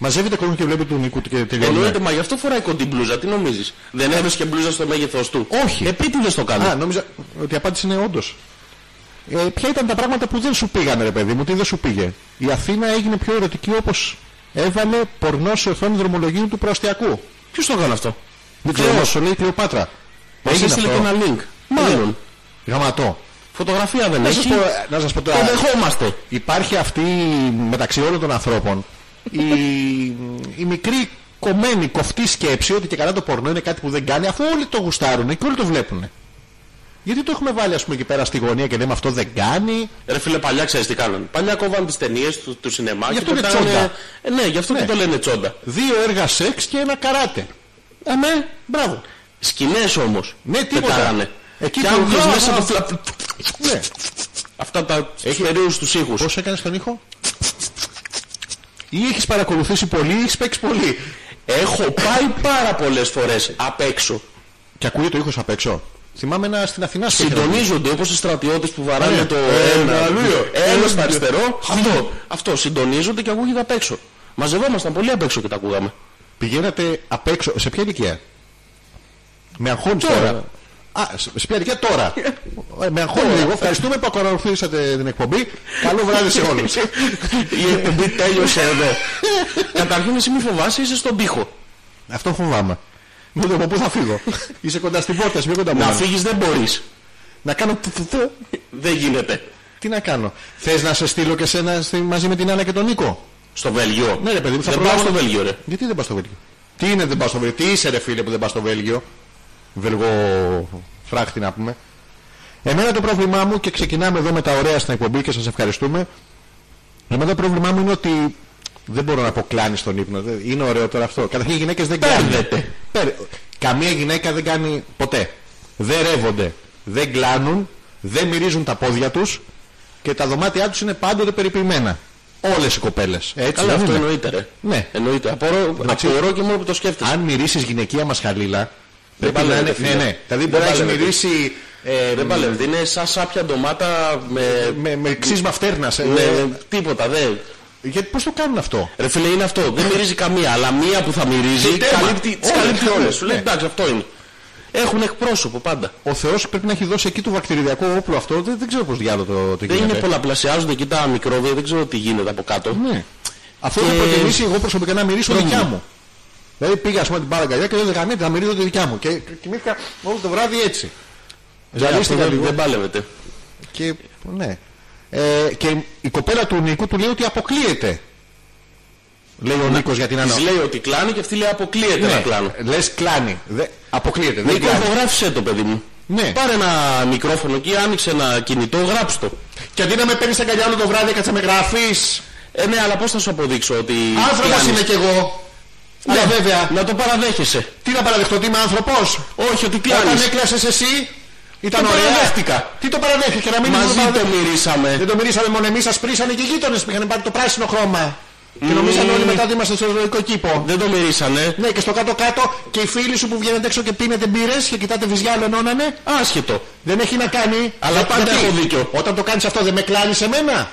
Speaker 1: Μαζεύετε κόσμο και βλέπετε τον Νίκο και τελειώνουμε.
Speaker 2: Εννοείται, μα γι' αυτό φοράει κοντή μπλούζα, τι νομίζεις. Δεν έδωσε και μπλούζα στο μέγεθος του.
Speaker 1: Όχι.
Speaker 2: Επίτηδες το κάνει.
Speaker 1: Α, νόμιζα ότι η απάντηση είναι όντως. Ε, ποια ήταν τα πράγματα που δεν σου πήγανε, ρε παιδί μου, τι δεν σου πήγε. Η Αθήνα έγινε πιο ερωτική όπως έβαλε πορνό σε οθόνη δρομολογίου του προαστιακού.
Speaker 2: Ποιος το κάνει αυτό.
Speaker 1: Δεν
Speaker 2: ξέρω.
Speaker 1: ξέρω, σου λέει η Κλεοπάτρα.
Speaker 2: Μα
Speaker 1: Εσύ
Speaker 2: είχε στείλει και ένα link. Μάλλον.
Speaker 1: Γαματό.
Speaker 2: Φωτογραφία δεν
Speaker 1: Να σας
Speaker 2: έχει.
Speaker 1: πω, ε, να σας πω
Speaker 2: Το
Speaker 1: τώρα.
Speaker 2: δεχόμαστε.
Speaker 1: Υπάρχει αυτή μεταξύ όλων των ανθρώπων η, η μικρή κομμένη, κοφτή σκέψη ότι και καλά το πορνό είναι κάτι που δεν κάνει αφού όλοι το γουστάρουν και όλοι το βλέπουν. Γιατί το έχουμε βάλει ας πούμε εκεί πέρα στη γωνία και λέμε αυτό δεν κάνει.
Speaker 2: Ρε φίλε, παλιά ξέρεις τι κάνανε. Παλιά κόβαν τις ταινίες του, του σινεμά
Speaker 1: αυτό είναι
Speaker 2: πετάγανε-
Speaker 1: τσόντα.
Speaker 2: Ε, ναι, γι' αυτό
Speaker 1: Ναι.
Speaker 2: και το λένε τσόντα.
Speaker 1: Δύο έργα σεξ και ένα καράτε.
Speaker 2: Ε, ναι.
Speaker 1: Μπράβο.
Speaker 2: Σκηνές όμως.
Speaker 1: Ναι, τίποτα.
Speaker 2: Πετάγανε.
Speaker 1: Εκεί
Speaker 2: και
Speaker 1: που
Speaker 2: αν βγεις
Speaker 1: βγάζα-
Speaker 2: μέσα από τα-
Speaker 1: Ναι.
Speaker 2: αυτά τα περίους τους ήχους.
Speaker 1: Πώς έκανες τον ήχο? Ή έχεις παρακολουθήσει πολύ ή έχεις παίξει πολύ.
Speaker 2: Έχω πάει πάρα πολλές φορές απ' έξω.
Speaker 1: Και ακούγεται ο ήχος απ' έξω. Θυμάμαι ένα στην Αθηνά στο
Speaker 2: Συντονίζονται όπως οι στρατιώτες που βαράνε
Speaker 1: Ναι.
Speaker 2: το
Speaker 1: Ένα,
Speaker 2: ένα,
Speaker 1: δύο,
Speaker 2: δύο,
Speaker 1: ένα,
Speaker 2: ένα στο
Speaker 1: δύο.
Speaker 2: αριστερό. Αυτό. Αυτό. Συντονίζονται και ακούγεται απ' έξω. Μαζευόμασταν πολύ απ' έξω και τα ακούγαμε.
Speaker 1: Πηγαίνατε απ' έξω. Σε ποια ηλικία? Με αγχώνεις
Speaker 2: Τώρα.
Speaker 1: τώρα. Α, σε σε ποια ηλικία τώρα. Ε, Με αγχώνει λίγο. Ευχαριστούμε που ακολουθήσατε την εκπομπή. Καλό βράδυ σε όλους.
Speaker 2: Η εκπομπή τέλειωσε εδώ. Καταρχήν εσύ μη φοβάσαι, είσαι στον τοίχο.
Speaker 1: Αυτό φοβάμαι. Δεν το πω πού θα φύγω. Ναι. Είσαι κοντά στην πόρτα, είσαι πιο κοντά μου.
Speaker 2: Να φύγεις δεν μπορείς.
Speaker 1: Να κάνω. τ- τ- τ-
Speaker 2: Δεν γίνεται.
Speaker 1: Τι να κάνω. Θες να σε στείλω και σένα στη- μαζί με την Άννα και τον Νίκο.
Speaker 2: Στο Βέλγιο.
Speaker 1: Ναι, ρε παιδί μου, θα
Speaker 2: δεν πάω
Speaker 1: προλάβω
Speaker 2: στο
Speaker 1: να-
Speaker 2: Βέλγιο, ρε.
Speaker 1: Γιατί δεν πας στο Βέλγιο. Τι είναι δεν πας στο Βέλγιο. Τι είσαι ρε φίλε που δεν πας στο Βέλγιο. Βελγό φράχτη να πούμε. Εμένα το πρόβλημά μου και ξεκινάμε εδώ με τα ωραία στην εκπομπή και σας ευχαριστούμε. Εμένα το πρόβλημά μου είναι ότι δεν μπορώ να αποκλάνει τον ύπνο. Δεν- Είναι ωραίο τώρα αυτό. Καταρχήν οι γυναίκες δεν κάνουν.
Speaker 2: Παίρνετε.
Speaker 1: Παίρ- Καμία γυναίκα δεν κάνει ποτέ. Δεν ρεύονται. Δεν κλάνουν. Δεν μυρίζουν τα πόδια τους και τα δωμάτια τους είναι πάντοτε περιποιημένα. Όλες οι κοπέλες. Έτσι,
Speaker 2: Καλά,
Speaker 1: δεν
Speaker 2: αυτό
Speaker 1: είναι?
Speaker 2: εννοείται, ρε.
Speaker 1: Ναι.
Speaker 2: Εννοείται. Απορώ,
Speaker 1: Εντάξει.
Speaker 2: απορώ και μόνο που το σκέφτεσαι.
Speaker 1: αν μυρίσει γυναικεία μασχαλίλα. Δεν
Speaker 2: παλεύετε,
Speaker 1: παλεύει. Ναι,
Speaker 2: φίλε.
Speaker 1: ναι. Δηλαδή
Speaker 2: Δεν
Speaker 1: μπορεί να έχεις
Speaker 2: παλεύετε.
Speaker 1: μυρίσει. ε,
Speaker 2: Δεν παλεύεται. Είναι σαν σάπια ντομάτα με.
Speaker 1: με, με ξύσμα φτέρνας. Ε,
Speaker 2: με τίποτα, δεν.
Speaker 1: Γιατί πώς το κάνουν αυτό.
Speaker 2: Ρε φίλε, είναι αυτό. Δεν μυρίζει καμία, αλλά μία που θα μυρίζει.
Speaker 1: Τέμα.
Speaker 2: καλύπτει- τις
Speaker 1: Όλες,
Speaker 2: καλύπτει
Speaker 1: όλες,
Speaker 2: όλες. Σου λέει
Speaker 1: ναι.
Speaker 2: εντάξει, αυτό είναι. Έχουν εκπρόσωπο πάντα.
Speaker 1: Ο Θεός πρέπει να έχει δώσει εκεί το βακτηριδιακό όπλο αυτό. Δεν, δεν ξέρω πώς διάλογο το, το
Speaker 2: Δεν
Speaker 1: γίνεται.
Speaker 2: είναι πολλαπλασιάζονται εκεί τα μικρόβια, δεν ξέρω τι γίνεται από κάτω.
Speaker 1: Ναι. Αυτό
Speaker 2: Και-
Speaker 1: έχω προτιμήσει εγώ προσωπικά να μυρίσω
Speaker 2: Τρόμο.
Speaker 1: δικιά μου. Δηλαδή πήγα ας πούμε την παραγκαλιά και δεν δεκαμίτη να μυρίζω τη δικιά μου. Και κοιμήθηκα όλο το βράδυ έτσι.
Speaker 2: Δηλαδή, αυτό
Speaker 1: Ζαλίστηκα
Speaker 2: δεν,
Speaker 1: λίγο.
Speaker 2: δεν πάλευεται.
Speaker 1: Και, ναι. ε, και η κοπέλα του Νίκου του λέει ότι αποκλείεται. Λέει ο Νίκος για την Άννα.
Speaker 2: Τη λέει ότι κλάνει και αυτή λέει αποκλείεται να κλάνω.
Speaker 1: Λες κλάνει. Δε... Αποκλείεται. Δεν
Speaker 2: Νίκο,
Speaker 1: Ναι. κλάνει.
Speaker 2: ηχογράφησε το παιδί μου.
Speaker 1: Ναι.
Speaker 2: Πάρε ένα μικρόφωνο εκεί, άνοιξε ένα κινητό, γράψ' το.
Speaker 1: Και αντί να με παίρνεις αγκαλιά όλο το βράδυ, κάτσε με γράφεις.
Speaker 2: Ε, ναι, αλλά πώς θα σου αποδείξω ότι.
Speaker 1: Άνθρωπος
Speaker 2: κλάνεις.
Speaker 1: είμαι κι εγώ. Αλλά
Speaker 2: Ναι,
Speaker 1: βέβαια,
Speaker 2: Να το παραδέχεσαι.
Speaker 1: τι να παραδεχτώ, ότι είμαι άνθρωπος.
Speaker 2: Όχι, ότι
Speaker 1: Όταν
Speaker 2: κλάνεις.
Speaker 1: έκλασες εσύ, ήταν
Speaker 2: Το
Speaker 1: ωραία.
Speaker 2: παραδέχτηκα.
Speaker 1: Τι το παραδέχτηκε, να μην
Speaker 2: Μαζί
Speaker 1: είναι
Speaker 2: το μυρίσαμε.
Speaker 1: Δεν το μυρίσαμε μόνο εμείς, σα πρίσανε και οι γείτονες που είχαν πάρει το πράσινο χρώμα. Και νομίζαν όλοι μετά ότι είμαστε στο ζωικό κήπο.
Speaker 2: Δεν το μυρίσανε.
Speaker 1: Ναι, και στο κάτω-κάτω και οι φίλοι σου που βγαίνετε έξω και πίνετε μπύρες και κοιτάτε βυζιά λενώνανε.
Speaker 2: Άσχετο.
Speaker 1: Δεν έχει να κάνει.
Speaker 2: Αλλά
Speaker 1: Γιατί-
Speaker 2: πάντα
Speaker 1: γιατί
Speaker 2: έχω δίκιο.
Speaker 1: Όταν το κάνεις αυτό δεν με κλάνεις εμένα.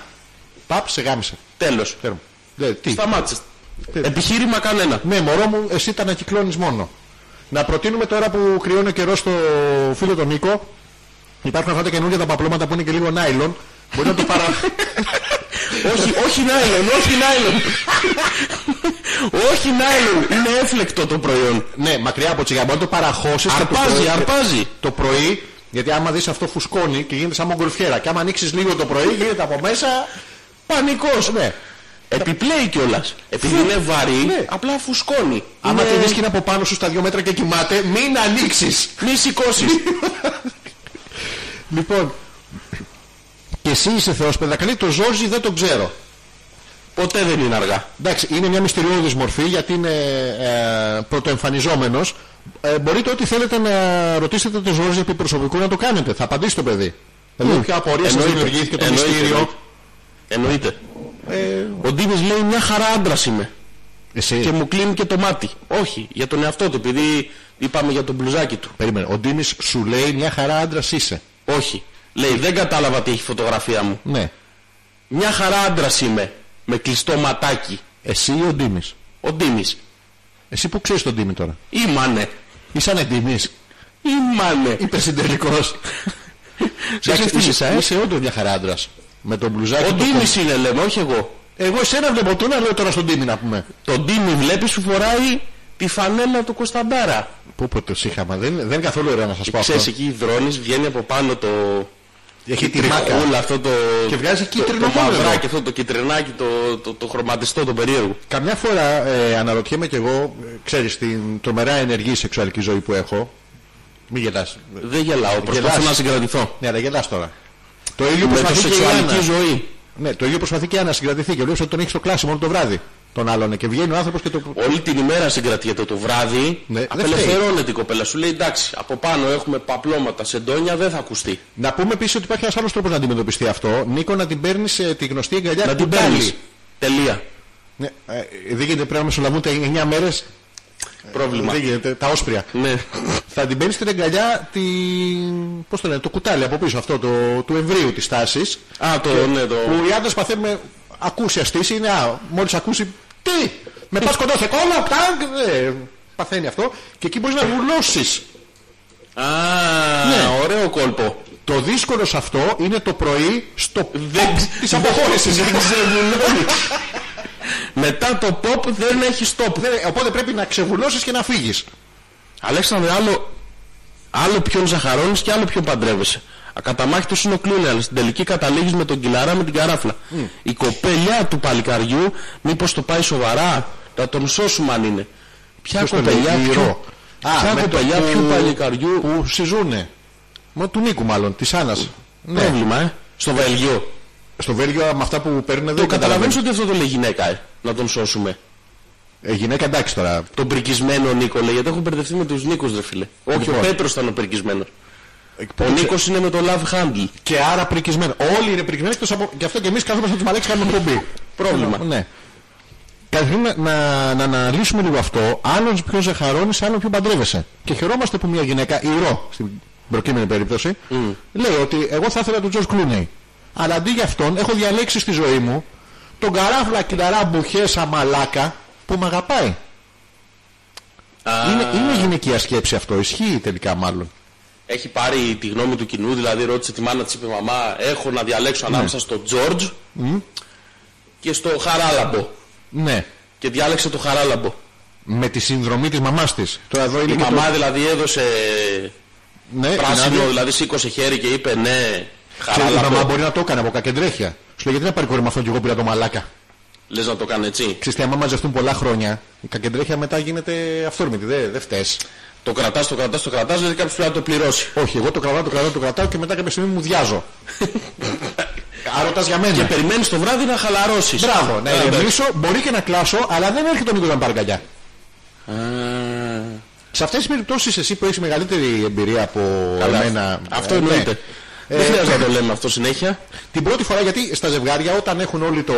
Speaker 1: Παπ, σε γάμισε.
Speaker 2: Τέλος.
Speaker 1: Τέρμα. Δε, τι.
Speaker 2: Σταμάτησε.
Speaker 1: Τι.
Speaker 2: Ε, Επιχείρημα κανένα.
Speaker 1: Ναι, μωρό μου, εσύ τα ανακυκλώνεις μόνο. Να προτείνουμε τώρα που κρυώνει ο καιρός στο φίλο τον Νίκο. Υπάρχουν αυτά τα καινούργια τα παπλώματα που είναι και λίγο νάιλον. Μπορεί να το παρα...
Speaker 2: όχι, όχι νάιλον, όχι νάιλον. όχι νάιλον, είναι έφλεκτο το προϊόν.
Speaker 1: ναι, μακριά από τσιγάρα. Μπορεί να το παραχώσεις.
Speaker 2: Αρπάζει, αρπάζει.
Speaker 1: το πρωί, γιατί άμα δεις αυτό φουσκώνει και γίνεται σαν μογκολφιέρα. Και άμα ανοίξεις λίγο το πρωί, γίνεται από μέσα πανικός, ναι.
Speaker 2: Επιπλέει κιόλας. Επειδή είναι βαρύ,
Speaker 1: Ναι.
Speaker 2: απλά φουσκώνει.
Speaker 1: Άμα
Speaker 2: Είναι-
Speaker 1: τη δεις και είναι από πάνω σου στα δύο μέτρα και κοιμάται, μην ανοίξεις.
Speaker 2: Μη σηκώσεις.
Speaker 1: Λοιπόν, και εσύ είσαι θεός παιδακαλή, το Ζόρζι δεν το ξέρω.
Speaker 2: Ποτέ δεν είναι αργά.
Speaker 1: Εντάξει, είναι μια μυστηριώδης μορφή γιατί είναι ε, πρωτοεμφανιζόμενος. Ε, μπορείτε ό,τι θέλετε να ρωτήσετε το Ζόρζι επί προσωπικού να το κάνετε. Θα απαντήσει το παιδί. Δηλαδή, ποια απορία σας
Speaker 2: Εννοείται.
Speaker 1: δημιουργήθηκε το
Speaker 2: Εννοείται,
Speaker 1: μυστήριο. Ε,
Speaker 2: Εννοείται. Ο Ντίμης λέει μια χαρά άντρας είμαι.
Speaker 1: Εσύ,
Speaker 2: Και μου κλείνει και το μάτι. Όχι, για τον εαυτό του, επειδή είπαμε για το μπλουζάκι του.
Speaker 1: περίμενε, ο Ντίμης σου λέει μια χαρά άντρας είσαι.
Speaker 2: Όχι. Λέει, δεν κατάλαβα τι έχει η φωτογραφία μου.
Speaker 1: Ναι.
Speaker 2: Μια χαρά άντρας είμαι. Με κλειστό ματάκι.
Speaker 1: Εσύ ή ο Ντίμης.
Speaker 2: Ο Ντίμης.
Speaker 1: Εσύ που ξέρεις τον Ντίμη τώρα.
Speaker 2: Ήμανε.
Speaker 1: Είσαι ανεντιμή.
Speaker 2: Ήμανε.
Speaker 1: Υπερσυντελικό.
Speaker 2: Σε ξεφτύλισα, ε.
Speaker 1: Είσαι όντως μια χαρά άντρας. Με τον μπλουζάκι.
Speaker 2: Ο
Speaker 1: Ε, το κο-
Speaker 2: Ντίμης είναι, λέμε, όχι εγώ.
Speaker 1: Εγώ εσένα βλέπω τώρα, λέω τώρα στον Ντίμη να πούμε.
Speaker 2: Τον Ντίμη βλέπεις που φοράει τη φανέλα του Κωνσταντάρα.
Speaker 1: Πού πω το σύγχαμα. Δεν, δεν είναι καθόλου ωραίο να σας πω αυτό.
Speaker 2: Ξέρεις, εκεί υδρώνεις, βγαίνει από πάνω το...
Speaker 1: Έχει τη μάκα.
Speaker 2: Τριχούλα αυτό το...
Speaker 1: Και βγάζει κίτρινο
Speaker 2: το, το
Speaker 1: μόνο.
Speaker 2: μαυράκι αυτό, το κιτρινάκι, το, το, το χρωματιστό, το περίεργο.
Speaker 1: Καμιά φορά ε, αναρωτιέμαι κι εγώ, ε, ξέρεις, την τρομερά ενεργή σεξουαλική ζωή που έχω. Μην γελάς.
Speaker 2: Δεν γελάω, προσπαθώ
Speaker 1: Ναι. Γελάς.
Speaker 2: να συγκρατηθώ.
Speaker 1: Ναι, αλλά γελάς τώρα. Το ίδιο
Speaker 2: Με το
Speaker 1: προσπαθεί και η
Speaker 2: σεξουαλική
Speaker 1: Άννα.
Speaker 2: ζωή.
Speaker 1: Ναι, το ίδιο προσπαθεί και η Άννα να συγκρατηθεί και βλέπει ότι τον έχει στο κλάσιμο όλο το βράδυ. Τον άλλον ε, και βγαίνει ο άνθρωπος και το.
Speaker 2: Όλη την ημέρα συγκρατιέται το βράδυ.
Speaker 1: Ναι, δεν
Speaker 2: απελευθερώνεται η κοπέλα. Σου λέει εντάξει, από πάνω έχουμε παπλώματα, σεντόνια, δεν θα ακουστεί.
Speaker 1: Να πούμε επίσης ότι υπάρχει ένας άλλος τρόπος να αντιμετωπιστεί αυτό. Νίκο, να την παίρνεις τη γνωστή αγκαλιά
Speaker 2: Να την
Speaker 1: κουτάλι.
Speaker 2: παίρνεις. Τελεία.
Speaker 1: Ναι, ε, δεν γίνεται πρέπει να μεσολαβούν τα 9 μέρες.
Speaker 2: Πρόβλημα.
Speaker 1: Ε, Δεν γίνεται, τα όσπρια.
Speaker 2: Ναι.
Speaker 1: Θα την παίρνεις την αγκαλιά τη... πώς το, λένε, το κουτάλι από πίσω αυτό, το, του εμβρίου της τάσης.
Speaker 2: Α, το, ναι, το...
Speaker 1: Που οι άντρε παθαίνουν με ακούσια στήση. Είναι, α, μόλις ακούσει. Τι! Με πας κοντά σε κόλλα, τάγκ! Ε, παθαίνει αυτό. Και εκεί μπορείς να βουλώσει.
Speaker 2: Α,
Speaker 1: Ναι.
Speaker 2: ωραίο κόλπο.
Speaker 1: Το δύσκολο σε αυτό είναι το πρωί στο
Speaker 2: Δεν
Speaker 1: pub
Speaker 2: ξε-
Speaker 1: της αποχώρησης.
Speaker 2: δεν ξεβουλώνει. Μετά το pop δεν έχει stop.
Speaker 1: Ναι, Οπότε πρέπει να ξεβουλώσεις και να φύγεις.
Speaker 2: Αλέξανδρε, άλλο, άλλο ποιον ζαχαρώνεις και άλλο ποιον παντρεύεσαι. Ακαταμάχητος είναι ο Κλούνελ. Στην τελική καταλήγεις με τον Κιλαρά με την καράφλα. Η κοπελιά του παλικαριού, μήπως το πάει σοβαρά, θα τον σώσουμε αν είναι. Ποια
Speaker 1: Ποιος το
Speaker 2: κοπελιά,
Speaker 1: λέει, η
Speaker 2: ποιο,
Speaker 1: Ρο. Α,
Speaker 2: ποια
Speaker 1: με το
Speaker 2: κοπελιά,
Speaker 1: που-
Speaker 2: ποιου παλικαριού.
Speaker 1: Που συζούνε. Μα του Νίκου μάλλον, της Άννας. Ναι. Ε,
Speaker 2: Πρόβλημα, ε. Στο Βέλγιο.
Speaker 1: Στο Βέλγιο με αυτά που παίρνουν
Speaker 2: Το
Speaker 1: δεν
Speaker 2: καταλαβαίνει
Speaker 1: καταλαβαίνεις.
Speaker 2: ότι αυτό το λέει γυναίκα, ε. Να τον σώσουμε.
Speaker 1: Ε, γυναίκα εντάξει τώρα.
Speaker 2: Τον πρικισμένο Νίκο λέει, γιατί έχω μπερδευτεί με τους Νίκους, ρε φίλε. Όχι, ο
Speaker 1: Λοιπόν.
Speaker 2: Πέτρος ήταν ο πρικισμένο. Ο
Speaker 1: Ο Νίκος-
Speaker 2: Νίκος είναι με το Love Handle.
Speaker 1: Και άρα πρικισμένοι. Όλοι είναι πρικισμένοι εκτός από. Γι' αυτό και εμείς κάθομαι να του μαλέξει κάνουμε εκπομπή.
Speaker 2: Πρόβλημα.
Speaker 1: Ναι. Καταρχήν να, να, να αναλύσουμε λίγο αυτό. Άλλον πιο ζεχαρώνεις, άλλον πιο παντρεύεσαι. Και χαιρόμαστε που μια γυναίκα, η Ρο, στην προκείμενη περίπτωση, λέει ότι εγώ θα ήθελα τον Τζορτ Κλούνεϊ. Αλλά αντί για αυτόν, έχω διαλέξει στη ζωή μου τον καράφλα κυλαρά μπουχέσα μαλάκα που με αγαπάει. Είναι, είναι γυναικεία σκέψη αυτό. Ισχύει τελικά μάλλον.
Speaker 2: Έχει πάρει τη γνώμη του κοινού, δηλαδή ρώτησε τη μάνα της είπε μαμά, έχω να διαλέξω
Speaker 1: Ναι.
Speaker 2: ανάμεσα στο Τζόρτζ και στο Χαράλαμπο.
Speaker 1: Ναι.
Speaker 2: Και διάλεξε το Χαράλαμπο.
Speaker 1: Με τη συνδρομή της μαμάς της. Τώρα εδώ είναι
Speaker 2: Η
Speaker 1: και το-
Speaker 2: μαμά δηλαδή έδωσε
Speaker 1: Ναι, είναι
Speaker 2: πράσινο,
Speaker 1: άδειο.
Speaker 2: δηλαδή σήκωσε χέρι και είπε ναι,
Speaker 1: Ξέρεις, η μαμά
Speaker 2: Χαράλαμπο.
Speaker 1: μπορεί να το έκανε από κακεντρέχεια. Σου λέει γιατί να πάρει κόρη με αυτόν και εγώ πήρα το μαλάκα.
Speaker 2: Λες να το κάνει έτσι.
Speaker 1: Ξέρετε, άμα μαζευτούν πολλά χρόνια, η κακεντρέχεια μετά γίνεται αυθόρμητη. Δεν δε φταίς.
Speaker 2: Το κρατάς, το κρατάς, το κρατάς, δηλαδή κάποιος πρέπει να το πληρώσει.
Speaker 1: Όχι, εγώ το κρατάω, το κρατάω, το κρατάω και μετά κάποια στιγμή μου διάζω. Αν ρωτάς για μένα.
Speaker 2: Και περιμένεις το βράδυ να χαλαρώσεις.
Speaker 1: Ε, ναι. Μπράβο, ναι, να
Speaker 2: Ε, εντάξει.
Speaker 1: ηρεμήσω, μπορεί και να κλάσω, αλλά δεν έρχεται ο Νίκος να πάρει αγκαλιά.
Speaker 2: Α,
Speaker 1: Σε αυτές τις περιπτώσεις εσύ που έχεις μεγαλύτερη εμπειρία από
Speaker 2: καλά.
Speaker 1: εμένα...
Speaker 2: Αυτό
Speaker 1: ε, ναι.
Speaker 2: εννοείται.
Speaker 1: Ε,
Speaker 2: Δεν χρειάζεται να το λέμε αυτό συνέχεια.
Speaker 1: Την πρώτη φορά γιατί στα ζευγάρια όταν έχουν όλοι το...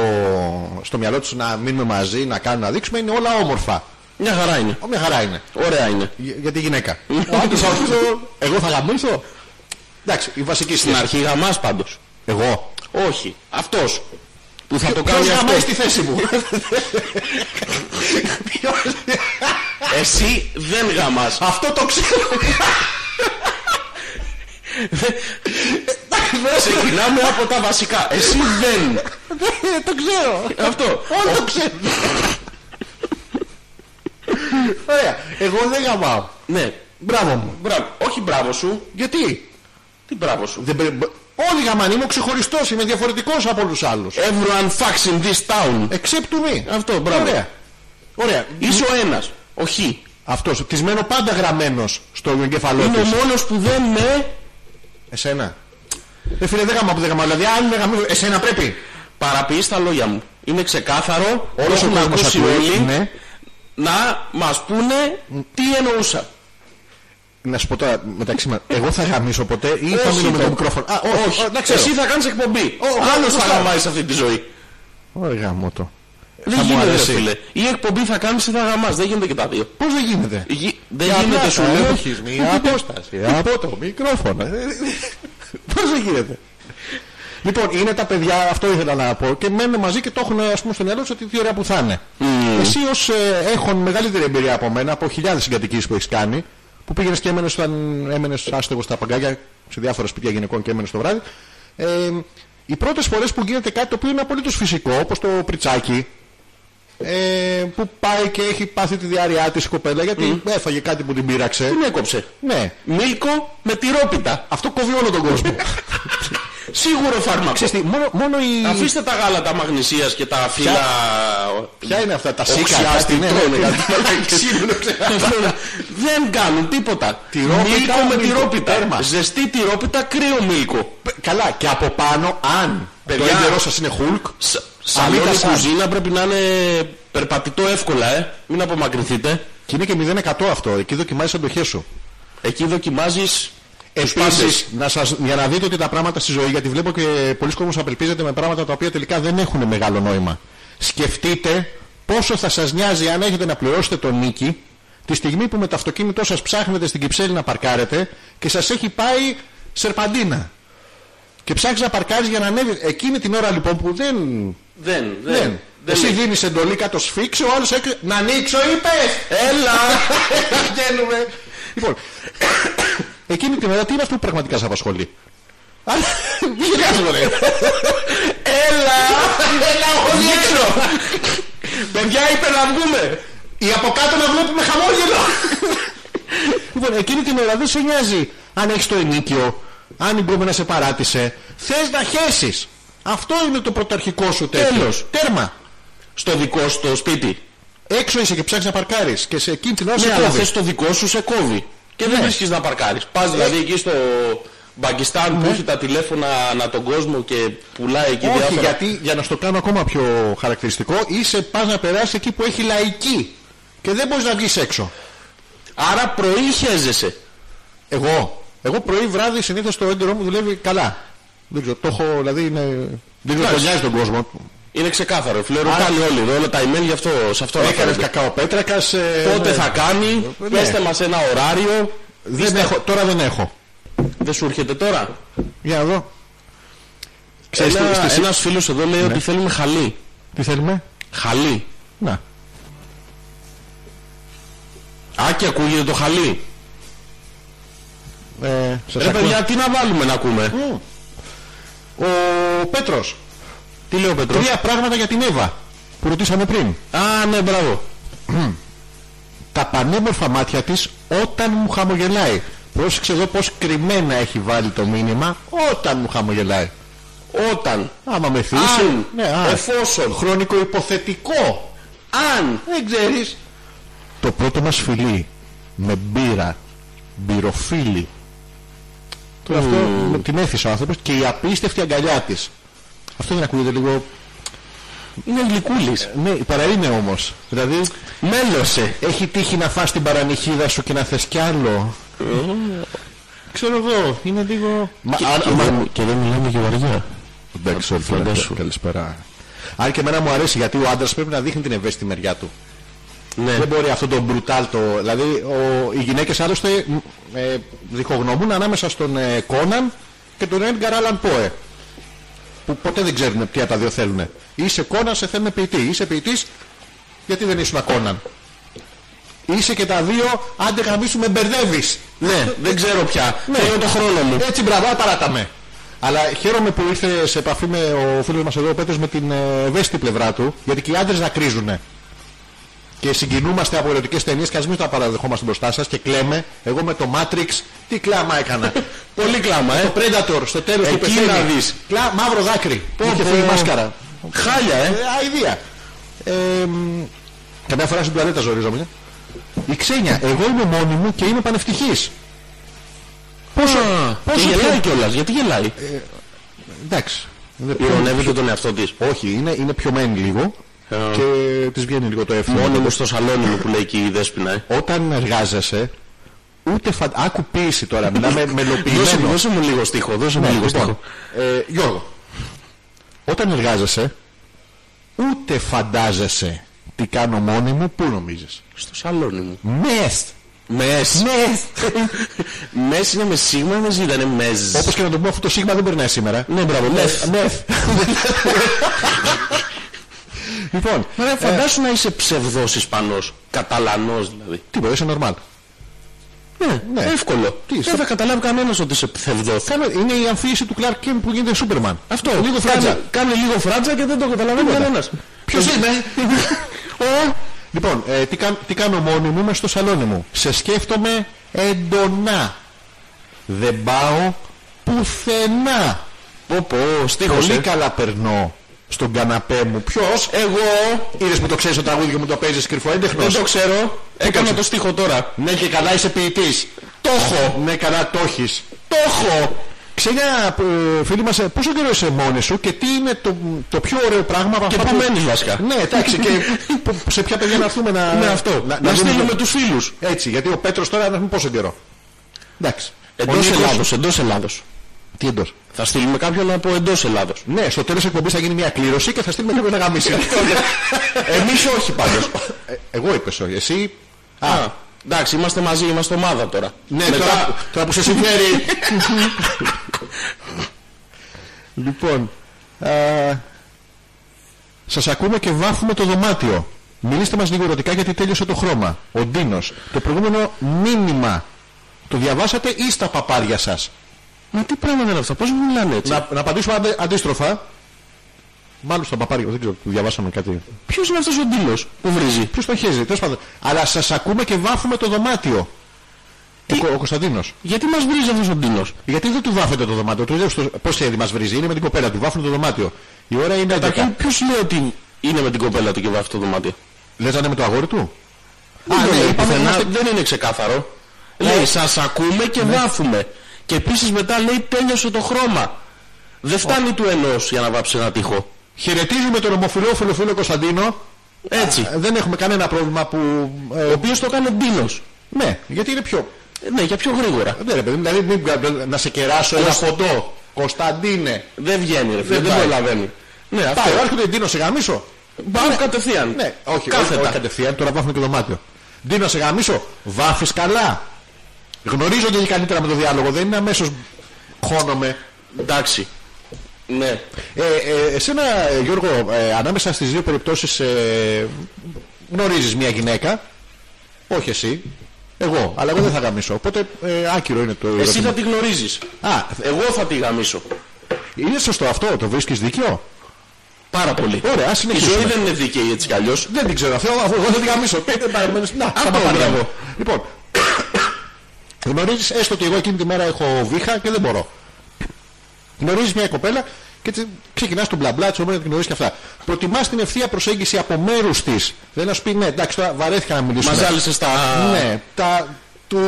Speaker 1: στο μυαλό τους να μείνουμε μαζί, να κάνουν, να δείξουμε, είναι όλα όμορφα.
Speaker 2: Μια χαρά είναι.
Speaker 1: Μια χαρά είναι.
Speaker 2: Ωραία είναι.
Speaker 1: Για για τη γυναίκα. Ο άντρας θα ρωτήσω, εγώ θα γαμίσω. Εντάξει, η βασική
Speaker 2: Στην
Speaker 1: σχέση.
Speaker 2: αρχή γαμάς πάντως.
Speaker 1: Εγώ.
Speaker 2: Όχι. Αυτός. Που θα το
Speaker 1: Ποιος
Speaker 2: κάνει
Speaker 1: γαμάει στη
Speaker 2: αυτό.
Speaker 1: θέση μου.
Speaker 2: Εσύ δεν γαμάς.
Speaker 1: Αυτό το ξέρω.
Speaker 2: Ξεκινάμε από τα βασικά. Εσύ δεν.
Speaker 1: Ε, Το ξέρω.
Speaker 2: Αυτό.
Speaker 1: Όλο το ξέρω. Ωραία. Εγώ δεν γαμάω.
Speaker 2: Ναι.
Speaker 1: Μπράβο μου.
Speaker 2: Μπράβο. Όχι μπράβο σου.
Speaker 1: Γιατί.
Speaker 2: Τι μπράβο σου.
Speaker 1: Δεν πρέπει- Όλοι γαμάνε. Είμαι ξεχωριστός. Είμαι διαφορετικός από όλους άλλους.
Speaker 2: Everyone fucks in this town.
Speaker 1: Except to me.
Speaker 2: Αυτό, μπράβο.
Speaker 1: Ωραία. Ωραία.
Speaker 2: Είσαι ο ένας. Όχι.
Speaker 1: Αυτός. Της μένω πάντα γραμμένος στο εγκεφαλό
Speaker 2: Είναι ο
Speaker 1: της.
Speaker 2: μόνος που δεν με
Speaker 1: Εσένα. Ρε φίλε, δεν γαμάω που δεν γαμάω. Δηλαδή, αν δεν γαμίζω, εσένα πρέπει.
Speaker 2: παραποιείς τα λόγια μου. Είναι ξεκάθαρο.
Speaker 1: Όλος
Speaker 2: το έχουν
Speaker 1: ο κόσμος
Speaker 2: ακούσει
Speaker 1: ακούει,
Speaker 2: όλοι
Speaker 1: ναι.
Speaker 2: Να μας πούνε τι εννοούσα.
Speaker 1: Να σου πω τώρα μεταξύ μας, εγώ θα γαμίσω ποτέ ή θα μείνω με το μικρόφωνο. Α, όχι,
Speaker 2: όχι.
Speaker 1: όχι. να ξέρω.
Speaker 2: Εσύ θα κάνεις εκπομπή.
Speaker 1: ο
Speaker 2: Άλλος
Speaker 1: άλλος
Speaker 2: θα
Speaker 1: θα-
Speaker 2: γαμάει σε αυτή τη ζωή.
Speaker 1: Ωραία, γάμο το.
Speaker 2: Δεν
Speaker 1: Θα μου
Speaker 2: γίνεται, ρε
Speaker 1: αρέσει.
Speaker 2: φίλε. Η εκπομπή θα κάνει ή θα γαμάς. Δεν γίνεται και τα δύο.
Speaker 1: Πώς δεν γίνεται.
Speaker 2: Γι- Δεν γίνεται, σου λέω.
Speaker 1: Έχεις μία απόσταση από το μικρόφωνο. Ε, Πώς δεν γίνεται. Λοιπόν, είναι τα παιδιά, αυτό ήθελα να πω, και μένουν μαζί και το έχουν ας πούμε, στο μυαλό τους ότι τι ωραία που θα είναι. Εσύ ως ε, έχουν μεγαλύτερη εμπειρία από μένα, από χιλιάδες συγκατοικίες που έχεις κάνει, που πήγαινες και έμενες, όταν έμενες άστεγος στα παγκάκια, σε διάφορα σπίτια γυναικών και έμενες το βράδυ. Ε, οι πρώτες φορές που γίνεται κάτι το οποίο είναι απολύτως φυσικό, όπως το πριτσάκι, ε, που πάει και έχει πάθει τη διάρρειά της η κοπέλα γιατί έφαγε κάτι που την πείραξε.
Speaker 2: Την έκοψε.
Speaker 1: Ναι.
Speaker 2: Μίλκο με τυρόπιτα.
Speaker 1: Αυτό κόβει όλο τον κόσμο.
Speaker 2: Σίγουρο φάρμακο.
Speaker 1: Ξέρεις τι, μόνο, μόνο η...
Speaker 2: Αφήστε τα γάλα τα μαγνησίας και τα φύλλα.
Speaker 1: Ποια είναι αυτά τα σίκα,
Speaker 2: Οξιά,
Speaker 1: τα
Speaker 2: τι
Speaker 1: ναι, ναι,
Speaker 2: τρώνε, κάτι
Speaker 1: ναι, ναι, ξύλινο, ξέρω.
Speaker 2: Δεν κάνουν τίποτα.
Speaker 1: Τυρόπιτα,
Speaker 2: μίλκο με
Speaker 1: μίλκο.
Speaker 2: τυρόπιτα.
Speaker 1: Τέρμα.
Speaker 2: Ζεστή τυρόπιτα, κρύο μίλκο.
Speaker 1: Καλά, και από πάνω, αν το
Speaker 2: Παιδιά.
Speaker 1: έντερό σας είναι Hulk,
Speaker 2: Σ- Σαλόνι
Speaker 1: σαν.
Speaker 2: κουζίνα πρέπει να είναι περπατητό εύκολα, ε. Μην απομακρυνθείτε.
Speaker 1: και είναι και 0% αυτό, εκεί δοκιμάζεις αντοχές σου.
Speaker 2: Εκεί δοκιμάζεις τους πάντες.
Speaker 1: Επίσης, να σας, για να δείτε ότι τα πράγματα στη ζωή, γιατί βλέπω και πολλοί κόσμος απελπίζεται με πράγματα τα οποία τελικά δεν έχουν μεγάλο νόημα. Σκεφτείτε πόσο θα σας νοιάζει αν έχετε να πληρώσετε τον νίκη τη στιγμή που με το αυτοκίνητό σας ψάχνετε στην Κυψέλη να παρκάρετε και σας έχει πάει σερπαντίνα. Και ψάχνεις να παρκάρεις για να ανέβεις. Εκείνη την ώρα λοιπόν που δεν...
Speaker 2: Δεν,
Speaker 1: Ναι. δεν.
Speaker 2: δεν. δεν
Speaker 1: Εσύ
Speaker 2: λέει.
Speaker 1: δίνεις εντολή κάτω σφίξε, ο άλλος έκλει... Να ανοίξω είπες!
Speaker 2: Έλα!
Speaker 1: Βγαίνουμε. Λοιπόν, εκείνη την ώρα τι είναι αυτό που πραγματικά σε απασχολεί. Α, Βγήκε κάτι ρε.
Speaker 2: Έλα!
Speaker 1: Έλα, όχι έξω.
Speaker 2: Παιδιά είπε να βγούμε!
Speaker 1: Ή από κάτω να βλέπουμε χαμόγελο. Λοιπόν, εκείνη την ώρα δεν σε νοιάζει αν έχεις το ενίκιο, αν η γκόμενα σε παράτησε, θες να χέσεις. Αυτό είναι το πρωταρχικό σου τέτοιο.
Speaker 2: Τέλος.
Speaker 1: Τέρμα.
Speaker 2: Στο δικό σου το σπίτι.
Speaker 1: Έξω είσαι και ψάχνεις να παρκάρεις και σε κίνδυνο
Speaker 2: Ναι,
Speaker 1: σε
Speaker 2: αλλά
Speaker 1: κόβει.
Speaker 2: θες το δικό σου σε κόβει. Και δεν
Speaker 1: Ναι. Ε.
Speaker 2: βρίσκεις να παρκάρεις. Πας δηλαδή εκεί στο Πακιστάν που έχει τα τηλέφωνα ανά τον κόσμο και πουλάει εκεί
Speaker 1: Ναι. Όχι,
Speaker 2: διάφορα.
Speaker 1: γιατί για να στο κάνω ακόμα πιο χαρακτηριστικό, είσαι πας να περάσεις εκεί που έχει λαϊκή και δεν μπορείς να βγεις έξω.
Speaker 2: Άρα πρωί χέζεσαι.
Speaker 1: Εγώ, εγώ πρωί βράδυ συνήθως το έντερό μου δουλεύει καλά. Δεν ξέρω, το έχω, δηλαδή είναι... Δεν ξέρω, το
Speaker 2: Εντάξει.
Speaker 1: νοιάζει τον κόσμο.
Speaker 2: Είναι ξεκάθαρο. Φλεροκάνει όλοι. εδώ, Όλα τα email γι' αυτό, σε αυτό
Speaker 1: Έκανες
Speaker 2: αναφέρονται.
Speaker 1: κακάο πέτρακας... ε,
Speaker 2: Πότε
Speaker 1: ναι.
Speaker 2: θα κάνει,
Speaker 1: Ναι.
Speaker 2: πέστε μας ένα ωράριο.
Speaker 1: Δεν έχω, τώρα δεν έχω.
Speaker 2: Δεν σου έρχεται τώρα.
Speaker 1: Για να δω. Ξέρεις, Ναι.
Speaker 2: Ένα,
Speaker 1: στη- στη-
Speaker 2: Ένας φίλος εδώ λέει ότι θέλουμε χαλί.
Speaker 1: Τι θέλουμε.
Speaker 2: Χαλί.
Speaker 1: Να.
Speaker 2: Α, και ακούγεται το χαλί.
Speaker 1: Ε, σας
Speaker 2: Ρε
Speaker 1: ακούω.
Speaker 2: παιδιά, τι να βάλουμε να ακούμε.
Speaker 1: Μμ. Ο Πέτρος.
Speaker 2: Τι λέει ο Πέτρος.
Speaker 1: Τρία πράγματα για την Εύα που ρωτήσαμε πριν.
Speaker 2: Α, ναι, μπράβο.
Speaker 1: τα πανέμορφα μάτια της όταν μου χαμογελάει. Πρόσεξε εδώ πως κρυμμένα έχει βάλει το μήνυμα όταν μου χαμογελάει.
Speaker 2: Όταν.
Speaker 1: Άμα με θύσει.
Speaker 2: Αν.
Speaker 1: Ναι, α,
Speaker 2: Εφόσον.
Speaker 1: χρονικό υποθετικό.
Speaker 2: Αν.
Speaker 1: Δεν ξέρεις. Το πρώτο μας φιλί με μπύρα. Μπυροφίλι. Τώρα αυτό με την έθισε ο άνθρωπος και η απίστευτη αγκαλιά της. Αυτό δεν ακούγεται λίγο...
Speaker 2: Είναι γλυκούλης.
Speaker 1: Ναι, παραείνε όμως. Δηλαδή
Speaker 2: Μέλωσε.
Speaker 1: έχει τύχει να φας την παρανυχίδα σου και να θες κι άλλο.
Speaker 2: Ε,
Speaker 1: Ξέρω εγώ, είναι λίγο... Μα,
Speaker 2: Και,
Speaker 1: αν-
Speaker 2: και,
Speaker 1: μα-
Speaker 2: δεν, και δεν μιλάμε για βαριά.
Speaker 1: Εντάξει, όλοι
Speaker 2: Φαντάσου.
Speaker 1: Καλησπέρα. Αν και εμένα μου αρέσει γιατί ο άντρας πρέπει να δείχνει την ευαίσθητη μεριά του.
Speaker 2: Ναι.
Speaker 1: Δεν μπορεί αυτό το μπρουτάλ το. Δηλαδή, ο, οι γυναίκες άλλωστε μ, ε, διχογνωμούν ανάμεσα στον ε, Κόναν και τον Έντγκαρ Άλαν Πόε. Που ποτέ δεν ξέρουν ποια τα δύο θέλουν. Είσαι Κόναν, σε θέλουν ποιητή. Είσαι ποιητής, γιατί δεν ήσουν Κόναν. Είσαι και τα δύο, άντε γαμίσου με μπερδεύεις.
Speaker 2: Ναι, δεν ξέρω πια.
Speaker 1: Ναι.
Speaker 2: Θέλω το χρόνο μου.
Speaker 1: Έτσι, μπραβά, παράταμε. Αλλά χαίρομαι που ήρθε σε επαφή με ο φίλος μας εδώ, ο Πέτρος, με την ε, ευαίσθητη πλευρά του, γιατί και οι άντρες δακρύζουν. Και συγκινούμαστε από ερωτικές ταινίες και ας μην τα παραδεχόμαστε μπροστά σας και κλαίμε. Εγώ με το Matrix, τι κλάμα έκανα.
Speaker 2: Πολύ κλάμα, ε.
Speaker 1: το Predator στο τέλος του
Speaker 2: Εκεί
Speaker 1: πεθαίνει.
Speaker 2: να δεις.
Speaker 1: Κλά, μαύρο δάκρυ. Πω,
Speaker 2: Πω,
Speaker 1: Είχε
Speaker 2: πω.
Speaker 1: φύγει η μάσκαρα.
Speaker 2: Χάλια,
Speaker 1: Ε,
Speaker 2: ε.
Speaker 1: αηδία. Ε, μ, καμιά φορά στην τουαλέτα ζορίζομαι. Η Ξένια, εγώ είμαι μόνη μου και είμαι πανευτυχής.
Speaker 2: Πόσο,
Speaker 1: πόσο
Speaker 2: και γελάει
Speaker 1: πιο- Ε,
Speaker 2: κιόλας. Γιατί γελάει.
Speaker 1: Εντάξει. Δεν-
Speaker 2: Ηρωνεύεται τον εαυτό της.
Speaker 1: Όχι, είναι, είναι πιωμένη λίγο
Speaker 2: Ε.
Speaker 1: και της βγαίνει λίγο το εύθυμο.
Speaker 2: Μόνο μου στο σαλόνι μου που λέει εκεί η δέσποινα, ε.
Speaker 1: Όταν εργάζεσαι, ούτε φαν... Άκου ποίηση τώρα, μιλάμε
Speaker 2: Δώσε, μου-
Speaker 1: μελοποιημένο.
Speaker 2: δώσε μου λίγο στίχο, δώσε μου
Speaker 1: Ναι,
Speaker 2: λίγο
Speaker 1: λοιπόν,
Speaker 2: στίχο.
Speaker 1: ε, Γιώργο, όταν εργάζεσαι, ούτε φαντάζεσαι τι κάνω μόνη μου, πού νομίζεις.
Speaker 2: Στο σαλόνι μου.
Speaker 1: Μες,
Speaker 2: Μες.
Speaker 1: μες.
Speaker 2: Μες είναι με σίγμα, με ζ, ήταν μεζ.
Speaker 1: Όπως και να το πούμε, αυτό το σίγμα δεν περνάει σήμερα.
Speaker 2: Ναι, μπράβο, μεθ.
Speaker 1: Μεθ. Λοιπόν,
Speaker 2: Ρε, Ε, φαντάσου να είσαι ψευδός Ισπανός. Καταλανός δηλαδή.
Speaker 1: τίποτα, είσαι normal.
Speaker 2: Ναι,
Speaker 1: ναι.
Speaker 2: εύκολο.
Speaker 1: Τι,
Speaker 2: Δεν
Speaker 1: στο-
Speaker 2: θα καταλάβει κανένας ότι είσαι ψευδός.
Speaker 1: Κάνω- Είναι η αμφίεση του Clark Kent που γίνεται Σούπερμαν.
Speaker 2: Αυτό.
Speaker 1: Λίγο φράτζα.
Speaker 2: Κάνει λίγο φράτζα και δεν το καταλαβαίνει
Speaker 1: Τίποτα.
Speaker 2: κανένας.
Speaker 1: Ποιος είμαι. Ο. Λοιπόν, ε, τι, κάν- τι κάνω μόνη μου, είμαι στο σαλόνι μου. Σε σκέφτομαι εντονά. Δεν πάω πουθενά.
Speaker 2: Πω πω, στίχος.
Speaker 1: Πολύ
Speaker 2: ε.
Speaker 1: καλά περνώ στον καναπέ μου. Ποιος. Εγώ. Είδες που το ξέρεις το τραγούδι και μου το παίζεις κρυφό
Speaker 2: Δεν το
Speaker 1: έντεχνος.
Speaker 2: ξέρω. Έκανα
Speaker 1: κάνεις?
Speaker 2: το στίχο τώρα.
Speaker 1: Ναι και καλά είσαι ποιητής. Το έχω. Ναι καλά το έχεις.
Speaker 2: Το έχω.
Speaker 1: Ξένια, ε, φίλοι μας, ε, πόσο καιρό είσαι μόνη σου και τι είναι το, το πιο ωραίο πράγμα από
Speaker 2: Και
Speaker 1: αυτά
Speaker 2: πού
Speaker 1: που-
Speaker 2: μένεις βασικά.
Speaker 1: Ναι, εντάξει, και που- σε ποια παιδιά να έρθουμε να.
Speaker 2: Ναι, αυτό.
Speaker 1: Να,
Speaker 2: Να
Speaker 1: δούμε
Speaker 2: στείλουμε
Speaker 1: το-
Speaker 2: τους φίλους.
Speaker 1: Έτσι, γιατί ο Πέτρος τώρα να έχουμε πόσο καιρό. Εντάξει. Ο
Speaker 2: Εντός
Speaker 1: Νίκος-
Speaker 2: Ελλάδος, εντός Ελλάδος.
Speaker 1: Τι εντός.
Speaker 2: Θα στείλουμε κάποιον από εντός Ελλάδος.
Speaker 1: Ναι, στο τέλος εκπομπής θα γίνει μια κλήρωση και θα στείλουμε κάποιον να γαμίσει.
Speaker 2: Εμείς όχι πάντως.
Speaker 1: Ε, Εγώ είπες όχι. Εσύ.
Speaker 2: Α, εντάξει, είμαστε μαζί, είμαστε ομάδα τώρα.
Speaker 1: Ναι, τώρα, τώρα που σε συμφέρει. λοιπόν. Α, σας ακούμε και βάφουμε το δωμάτιο. Μιλήστε μας λίγο ερωτικά γιατί τέλειωσε το χρώμα. Ο Ντίνος. Το προηγούμενο μήνυμα. Το διαβάσατε ή στα παπάρια σας.
Speaker 2: Μα τι πράγματα είναι αυτά, πώς μιλάνε έτσι.
Speaker 1: Να, να απαντήσουμε αντε- αντίστροφα. Μάλλον στα παπάρια. Δεν ξέρω. Διαβάσαμε κάτι.
Speaker 2: Ποιος είναι αυτός ο Ντίνος που βρίζει.
Speaker 1: Ποιος το χέζει. Τέλος πάντων. Αλλά σας ακούμε και βάφουμε το δωμάτιο.
Speaker 2: Τι
Speaker 1: Ο, ο Κωνσταντίνος.
Speaker 2: Γιατί μας βρίζει αυτός ο Ντίνο.
Speaker 1: Γιατί δεν του βάφεται το δωμάτιο. Του λέω στο... πώς θέλει, μας βρίζει. Είναι με την κοπέλα του. Βάφουν το δωμάτιο. Η ώρα είναι 11.
Speaker 2: Καταρχήν, ποιος λέει ότι είναι με την κοπέλα του και βάφει το δωμάτιο.
Speaker 1: Λε να είναι «Ναι, με το αγόρι του.
Speaker 2: Α,
Speaker 1: το
Speaker 2: ναι,
Speaker 1: λέει
Speaker 2: πουθενά Ναι.
Speaker 1: πουθενά.
Speaker 2: δεν είναι ξεκάθαρο. Λέει, σας ακούμε και βάφουμε. Και επίσης μετά λέει, τέλειωσε το χρώμα. Δεν φτάνει του ενός για να βάψει ένα τείχο.
Speaker 1: Χαιρετίζουμε τον ομοφυλόφιλο φίλο Κωνσταντίνο.
Speaker 2: Έτσι.
Speaker 1: Ε, Δεν έχουμε κανένα πρόβλημα που. ε,
Speaker 2: Ο οποίος το κάνει ντίνο.
Speaker 1: ναι, γιατί είναι πιο.
Speaker 2: Ναι, για πιο γρήγορα.
Speaker 1: Ναι, ρε παιδί, μου, δηλαδή μην- να σε κεράσω ένα
Speaker 2: Κωνστα-
Speaker 1: ποτό. Κωνσταντίνε.
Speaker 2: Δεν βγαίνει, ρε φίλε,
Speaker 1: Δεν
Speaker 2: δεν
Speaker 1: πάει.
Speaker 2: προλαβαίνει. Ναι, αυτό.
Speaker 1: Πάει, έρχονται οι Ντίνο σε γαμίσω.
Speaker 2: Πάμε κατευθείαν.
Speaker 1: Ναι, όχι, όχι,
Speaker 2: Κάθετα.
Speaker 1: όχι κατευθείαν, τώρα βάφουμε και δωμάτιο. Ντίνο σε γαμίσω, βάφεις καλά. Γνωρίζονται και καλύτερα με το διάλογο, δεν είναι αμέσως χώνομαι.
Speaker 2: Εντάξει. Ναι.
Speaker 1: Ε, ε, εσένα, ε, Γιώργο, ε, ανάμεσα στις δύο περιπτώσεις ε, γνωρίζεις μια γυναίκα. Όχι εσύ. Εγώ, αλλά εγώ δεν θα γαμίσω. Οπότε ε, άκυρο είναι το
Speaker 2: Εσύ
Speaker 1: ερώτημα.
Speaker 2: θα τη γνωρίζεις.
Speaker 1: Α,
Speaker 2: Εγώ θα τη γαμίσω.
Speaker 1: είναι σωστό αυτό, το βρίσκεις δίκιο.
Speaker 2: Πάρα πολύ.
Speaker 1: Ωραία, ας
Speaker 2: Η ζωή
Speaker 1: συνεχίσουμε.
Speaker 2: δεν Ε, είναι δίκαιη έτσι κι αλλιώς.
Speaker 1: Δεν την ξέρω αυτό, αφού εγώ δεν την γαμίσω. Πείτε παραμένεις, να, θα
Speaker 2: Αυτό,
Speaker 1: παρέμβω.
Speaker 2: μπράβο.
Speaker 1: Λοιπόν, γνωρίζεις, έστω ότι εγώ εκείνη τη μέρα έχω βήχα και δεν μπορώ. Γνωρίζεις μια κοπέλα και έτσι ξεκινάς τον μπλα μπλα, της ομόνια την γνωρίζεις και αυτά. Προτιμάς την ευθεία προσέγγιση από μέρους της. Δεν να σου πει ναι, εντάξει, τώρα βαρέθηκα να μιλήσουμε.
Speaker 2: Μαζάλισες τα...
Speaker 1: Ναι, τα του,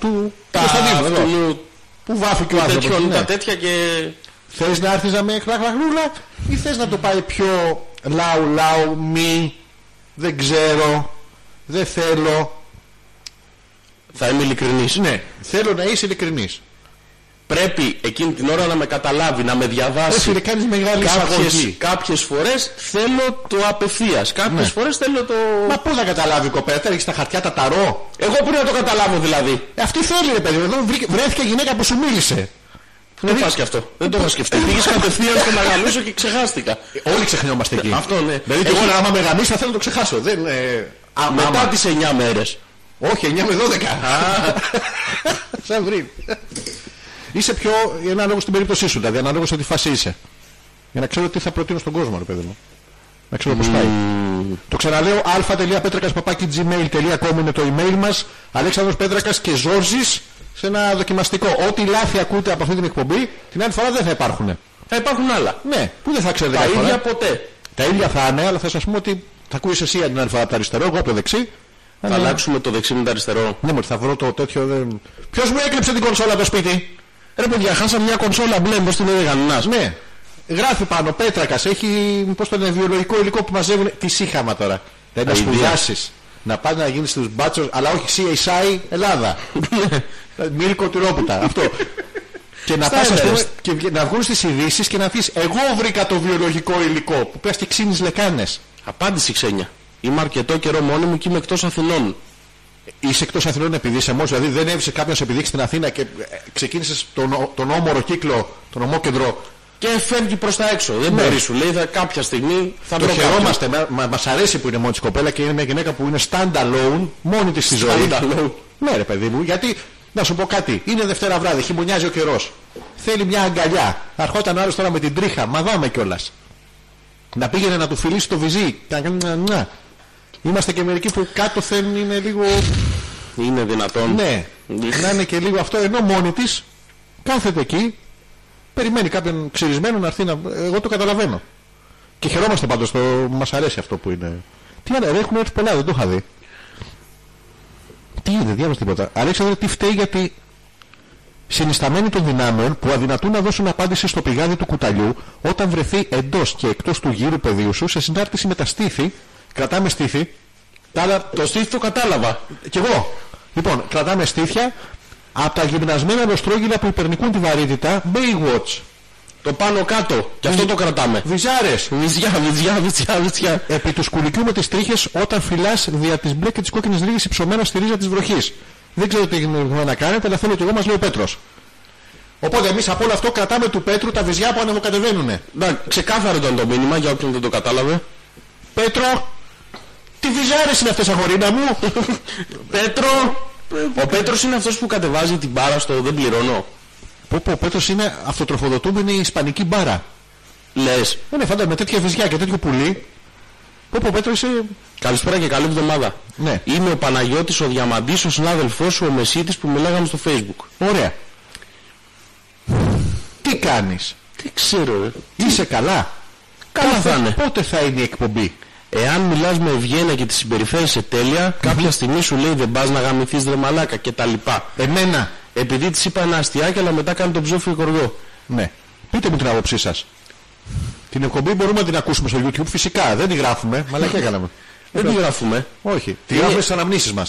Speaker 1: του
Speaker 2: Τα...
Speaker 1: Κωνσταντίνου, εδώ.
Speaker 2: αυτού-
Speaker 1: Που βάφει και ο άνθρωπος.
Speaker 2: τέτοιων,
Speaker 1: ναι.
Speaker 2: τα τέτοια και...
Speaker 1: Θες να έρθεις να με κλαχλαχνούλα ή θες να το πάει πιο λαου λαου μη, δεν ξέρω, δεν θέλω.
Speaker 2: Θα είμαι ειλικρινής. Ναι.
Speaker 1: Θέλω να είσαι ειλικρινής.
Speaker 2: Πρέπει εκείνη την ώρα να με καταλάβει, να με
Speaker 1: Δεν
Speaker 2: διαβάσει.
Speaker 1: φίλε, κάνεις μεγάλη
Speaker 2: Κάποιες,
Speaker 1: εισαγωγή. Ναι.
Speaker 2: κάποιες φορές θέλω το απευθείας. Κάποιες φορές θέλω το...
Speaker 1: Μα πού θα καταλάβει η κοπέλα, τώρα έχεις τα χαρτιά τα ταρό.
Speaker 2: Εγώ πρέπει να το καταλάβω δηλαδή.
Speaker 1: Ε, αυτή θέλει ρε παιδί, μου, εδώ βρήκε- βρέθηκε γυναίκα που σου μίλησε. Δηλαδή-
Speaker 2: Δεν πας και αυτό. Δεν το είχα σκεφτεί. Πήγες κατευθείαν στο να γαμίσω και ξεχάστηκα.
Speaker 1: Όλοι ξεχνιόμαστε εκεί.
Speaker 2: Αυτό ναι.
Speaker 1: Δηλαδή και
Speaker 2: Έχει-
Speaker 1: εγώ άμα με γαμίσει θα θέλω να το ξεχάσω. Δεν, ε, α,
Speaker 2: Μετά
Speaker 1: άμα-
Speaker 2: τις 9 μέρες.
Speaker 1: Όχι, 9 με 12. Σαν βρει. Είσαι πιο ανάλογο στην περίπτωσή σου, δηλαδή ανάλογο σε τι φάση είσαι. Για να ξέρω τι θα προτείνω στον κόσμο, ρε παιδί μου. Να ξέρω πώς πάει. Το ξαναλέω, α.πέτρακας.gmail.com είναι το email μας. Αλέξανδρος Πέτρακας και Ζόρζης σε ένα δοκιμαστικό. Ό,τι λάθη ακούτε από αυτή την εκπομπή, την άλλη φορά δεν θα υπάρχουν.
Speaker 2: Θα υπάρχουν άλλα.
Speaker 1: Ναι, που δεν θα ξέρετε
Speaker 2: Τα
Speaker 1: κάθε φορά.
Speaker 2: ίδια ποτέ.
Speaker 1: Τα ίδια θα είναι, αλλά θα σας πούμε ότι θα ακούεις εσύ την άλλη φορά από το αριστερό, εγώ από το δεξί.
Speaker 2: Θα αλλάξουμε το δεξί με το αριστερό.
Speaker 1: Ναι, μωρέ, θα βρω το τέτοιο. Δεν... Ποιος μου έκλεψε την κονσόλα από το σπίτι. Ρε παιδιά, χάσα μια κονσόλα μπλε, πώ την έλεγαν.
Speaker 2: Γανινάς.
Speaker 1: Ναι. Γράφει πάνω πέτρακας, έχει πώς το λένε, βιολογικό υλικό που μαζεύουν. Τι σύγχαμα τώρα. Δηλαδή να
Speaker 2: Τα ίδια.
Speaker 1: σπουδάσεις, να πας να γίνεις τους μπάτσο, αλλά όχι CSI Ελλάδα. Μύρκο Τυρόπουτα, αυτό. και να
Speaker 2: Ναι. Στα
Speaker 1: πας, ας πούμε,
Speaker 2: Everest.
Speaker 1: και βγε- να βγουν στις ειδήσεις και να πεις Εγώ βρήκα το βιολογικό υλικό που πες και ξύνεις λεκάνες.
Speaker 2: Απάντηση ξένια. Είμαι αρκετό καιρό μόνο μου και είμαι εκτός Αθηνών.
Speaker 1: Είσαι εκτός Αθηνών επειδή είσαι μόνος, δηλαδή δεν έβησε κάποιον σε επιδείξει στην Αθήνα και ξεκίνησες τον, τον όμορο κύκλο, τον ομόκεντρο.
Speaker 2: Και φεύγει προς τα έξω. Δεν
Speaker 1: Ναι.
Speaker 2: μπορεί σου λέει θα, κάποια στιγμή θα
Speaker 1: Το
Speaker 2: βρω κάποιον.
Speaker 1: χαιρόμαστε, μα, μα μας αρέσει που είναι μόνη της κοπέλα και είναι μια γυναίκα που είναι stand alone, μόνη της στη ζωή.
Speaker 2: Standalone.
Speaker 1: Ναι, ρε παιδί μου, γιατί να σου πω κάτι, είναι Δευτέρα βράδυ, χειμωνιάζει ο καιρός. Θέλει μια αγκαλιά. Αρχόταν άλλος τώρα με την τρίχα, μα δάμε κιόλας. Να πήγαινε να του φιλήσει το βυζί. και Να κάνει να, να. Είμαστε και μερικοί που κάτω θέλουν είναι λίγο
Speaker 2: Είναι δυνατόν.
Speaker 1: Ναι, να είναι και λίγο αυτό ενώ μόνη της κάθεται εκεί, περιμένει κάποιον ξυρισμένο να έρθει να. Εγώ το καταλαβαίνω. Και χαιρόμαστε πάντως, το... μας αρέσει αυτό που είναι. Τι άλλο, ρε, έχουν έρθει πολλά, δεν το είχα δει. Τι είδε, διάβασε τίποτα. Αλέξανδρε, τι φταίει γιατί συνισταμένοι των δυνάμεων που αδυνατούν να δώσουν απάντηση στο πηγάδι του κουταλιού όταν βρεθεί εντός και εκτός του γύρου πεδίου σου σε συνάρτηση με τα στήθη, κρατάμε στήθη, τα άλλα
Speaker 2: Το στήθη το κατάλαβα.
Speaker 1: κι εγώ. Λοιπόν, κρατάμε στήθια από τα γυμνασμένα νοστρόγγυλα που υπερνικούν τη βαρύτητα Baywatch.
Speaker 2: Το πάνω κάτω. Και αυτό το κρατάμε.
Speaker 1: Βυζάρες.
Speaker 2: Βυζιά, βυζιά, βυζιά, βυζιά.
Speaker 1: Επί του σκουλικιού με τις τρίχες όταν φυλάς δια της μπλε και της κόκκινης ρίγης υψωμένα στη ρίζα της βροχής. Δεν ξέρω τι έχουμε να κάνετε, αλλά θέλω κι εγώ μας λέει ο Πέτρος. Οπότε εμείς από όλο αυτό κρατάμε του Πέτρου τα βυζιά που ανεβοκατεβαίνουν.
Speaker 2: Να, ξεκάθαρο ήταν το μήνυμα για όποιον δεν το κατάλαβε.
Speaker 1: Πέτρο, τι βυζάρες είναι αυτές αγορίνα μου.
Speaker 2: Πέτρο! Ο Πέτρος είναι αυτός που κατεβάζει την μπάρα στο δεν πληρώνω.
Speaker 1: Πω πω, ο Πέτρος είναι αυτοτροφοδοτούμενη ισπανική μπάρα.
Speaker 2: Λες.
Speaker 1: Ε, Ναι, φαντάζομαι με τέτοια βυζιά και τέτοιο πουλί. Πω, πω, Πέτρο, είσαι.
Speaker 2: Καλησπέρα και καλή εβδομάδα.
Speaker 1: Ναι.
Speaker 2: Είμαι ο Παναγιώτης, ο Διαμαντής, ο συνάδελφός σου, ο Μεσίτης που μιλάγαμε στο facebook.
Speaker 1: Ωραία. Τι κάνεις,
Speaker 2: Τι ξέρω, ρε.
Speaker 1: είσαι καλά.
Speaker 2: Καλά
Speaker 1: Πότε-
Speaker 2: θα είναι.
Speaker 1: Πότε θα είναι η εκπομπή.
Speaker 2: Εάν μιλάς με ευγένεια και τη συμπεριφέρεσαι τέλεια, κάποια στιγμή σου λέει δεν πας να γαμηθείς ρε μαλάκα και τα λοιπά.
Speaker 1: Εμένα.
Speaker 2: Επειδή της είπα ένα αστιάκι αλλά μετά κάνει τον ψόφιο κορδό.
Speaker 1: Ναι. Πείτε μου την άποψή σας. Την εκπομπή μπορούμε να την ακούσουμε στο YouTube. Φυσικά δεν τη γράφουμε.
Speaker 2: Ε,
Speaker 1: Μαλακιά κάναμε.
Speaker 2: Δεν τη γράφουμε.
Speaker 1: Όχι. Τη
Speaker 2: Είναι-
Speaker 1: γράφουμε στις αναμνήσεις μας.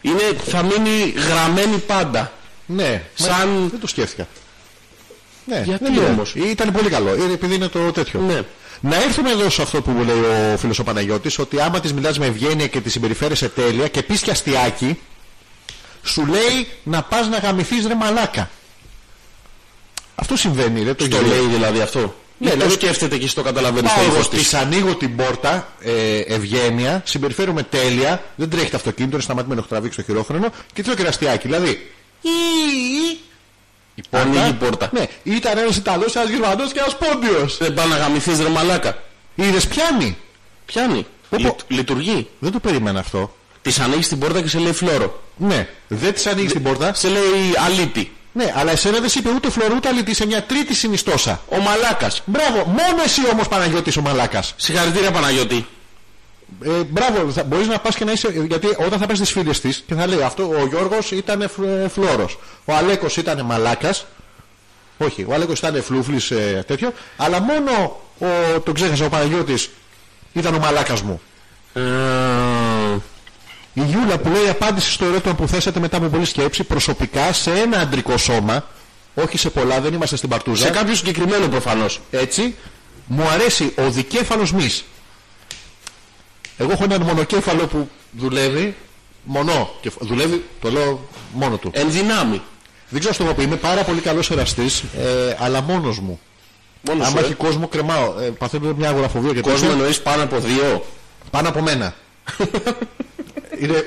Speaker 2: Είναι, θα μείνει γραμμένη πάντα.
Speaker 1: Ναι.
Speaker 2: Σαν-
Speaker 1: Μα, δεν το σκέφτηκα. Ναι,
Speaker 2: Γιατί
Speaker 1: δεν πειράζει.
Speaker 2: όμως?
Speaker 1: Ήταν πολύ καλό. Είναι επειδή είναι το τέτοιο.
Speaker 2: Ναι.
Speaker 1: Να έρθουμε εδώ σε αυτό που μου λέει ο φίλος ο Παναγιώτης ότι άμα της μιλάς με ευγένεια και της συμπεριφέρεσαι τέλεια και πεις και αστιάκι, σου λέει να πας να γαμηθείς ρε μαλάκα. Αυτό συμβαίνει, ρε, το
Speaker 2: Το
Speaker 1: γελίο.
Speaker 2: λέει δηλαδή αυτό.
Speaker 1: Ναι,
Speaker 2: Ναι, το
Speaker 1: δηλαδή-
Speaker 2: σκέφτεται και εσύ το καταλαβαίνεις στο
Speaker 1: Πάω
Speaker 2: ύφος
Speaker 1: εγώ,
Speaker 2: της.
Speaker 1: της ανοίγω την πόρτα, ε, ευγένεια, συμπεριφέρομαι τέλεια, δεν τρέχει το αυτοκίνητο, είναι σταματημένο, έχω τραβήξει το χειρόχρονο και τρώω κεραστιάκι. Δηλαδή. Η
Speaker 2: Ανοίγει η πόρτα.
Speaker 1: Ναι, ήταν ένας Ιταλός, ένας Γερμανός και ένας Πόντιος.
Speaker 2: Δεν πάει να γαμηθείς ρε μαλάκα.
Speaker 1: Είδες, πιάνει.
Speaker 2: Πιάνει.
Speaker 1: Οπό.
Speaker 2: Λει- λειτουργεί.
Speaker 1: Δεν το περίμενα αυτό.
Speaker 2: Της ανοίγεις την πόρτα και σε λέει φλόρο.
Speaker 1: Ναι, δεν τη ανοίγει την πόρτα.
Speaker 2: Σε λέει αλήτη.
Speaker 1: Ναι, αλλά εσένα δεν σε είπε ούτε φλωρού ούτε αλήτη, σε μια τρίτη συνιστόσα.
Speaker 2: Ο μαλάκας.
Speaker 1: Μπράβο, μόνος εσύ όμως Παναγιώτης ο Μαλάκας.
Speaker 2: Συγχαρητήρια Παναγιώτη.
Speaker 1: Ε, μπράβο, θα, μπορείς να πας και να είσαι. Γιατί όταν θα πας στις φίλες της και θα λέει αυτό, ο Γιώργος ήταν φλόρος, ο Αλέκος ήταν μαλάκας, όχι, ο Αλέκος ήταν φλούφλης ε, τέτοιο, αλλά μόνο ο, τον ξέχασα ο Παναγιώτης ήταν ο μαλάκας μου.
Speaker 2: Ε,
Speaker 1: Η Γιούλα που λέει απάντηση στο ερώτημα που θέσατε μετά από πολλή σκέψη προσωπικά σε ένα αντρικό σώμα, όχι σε πολλά, δεν είμαστε στην παρτούζα.
Speaker 2: σε κάποιο συγκεκριμένο προφανώς.
Speaker 1: Έτσι, μου αρέσει ο δικέφαλος μυς. Εγώ έχω έναν μονοκέφαλο που δουλεύει μονό. κεφ- Δουλεύει, το λέω μόνο του. Ε,
Speaker 2: Εν δυνάμει.
Speaker 1: Δεν ξέρω στο πω, είμαι πάρα πολύ καλός εραστής, ε, αλλά μόνος μου.
Speaker 2: Μόνος σου.
Speaker 1: Άμα
Speaker 2: ε.
Speaker 1: έχει κόσμο, κρεμάω. Ε, παθαίνω μια αγοραφοβία και
Speaker 2: Κόσμο
Speaker 1: τέτοια.
Speaker 2: εννοείς πάνω από δύο.
Speaker 1: Πάνω από μένα. Είναι...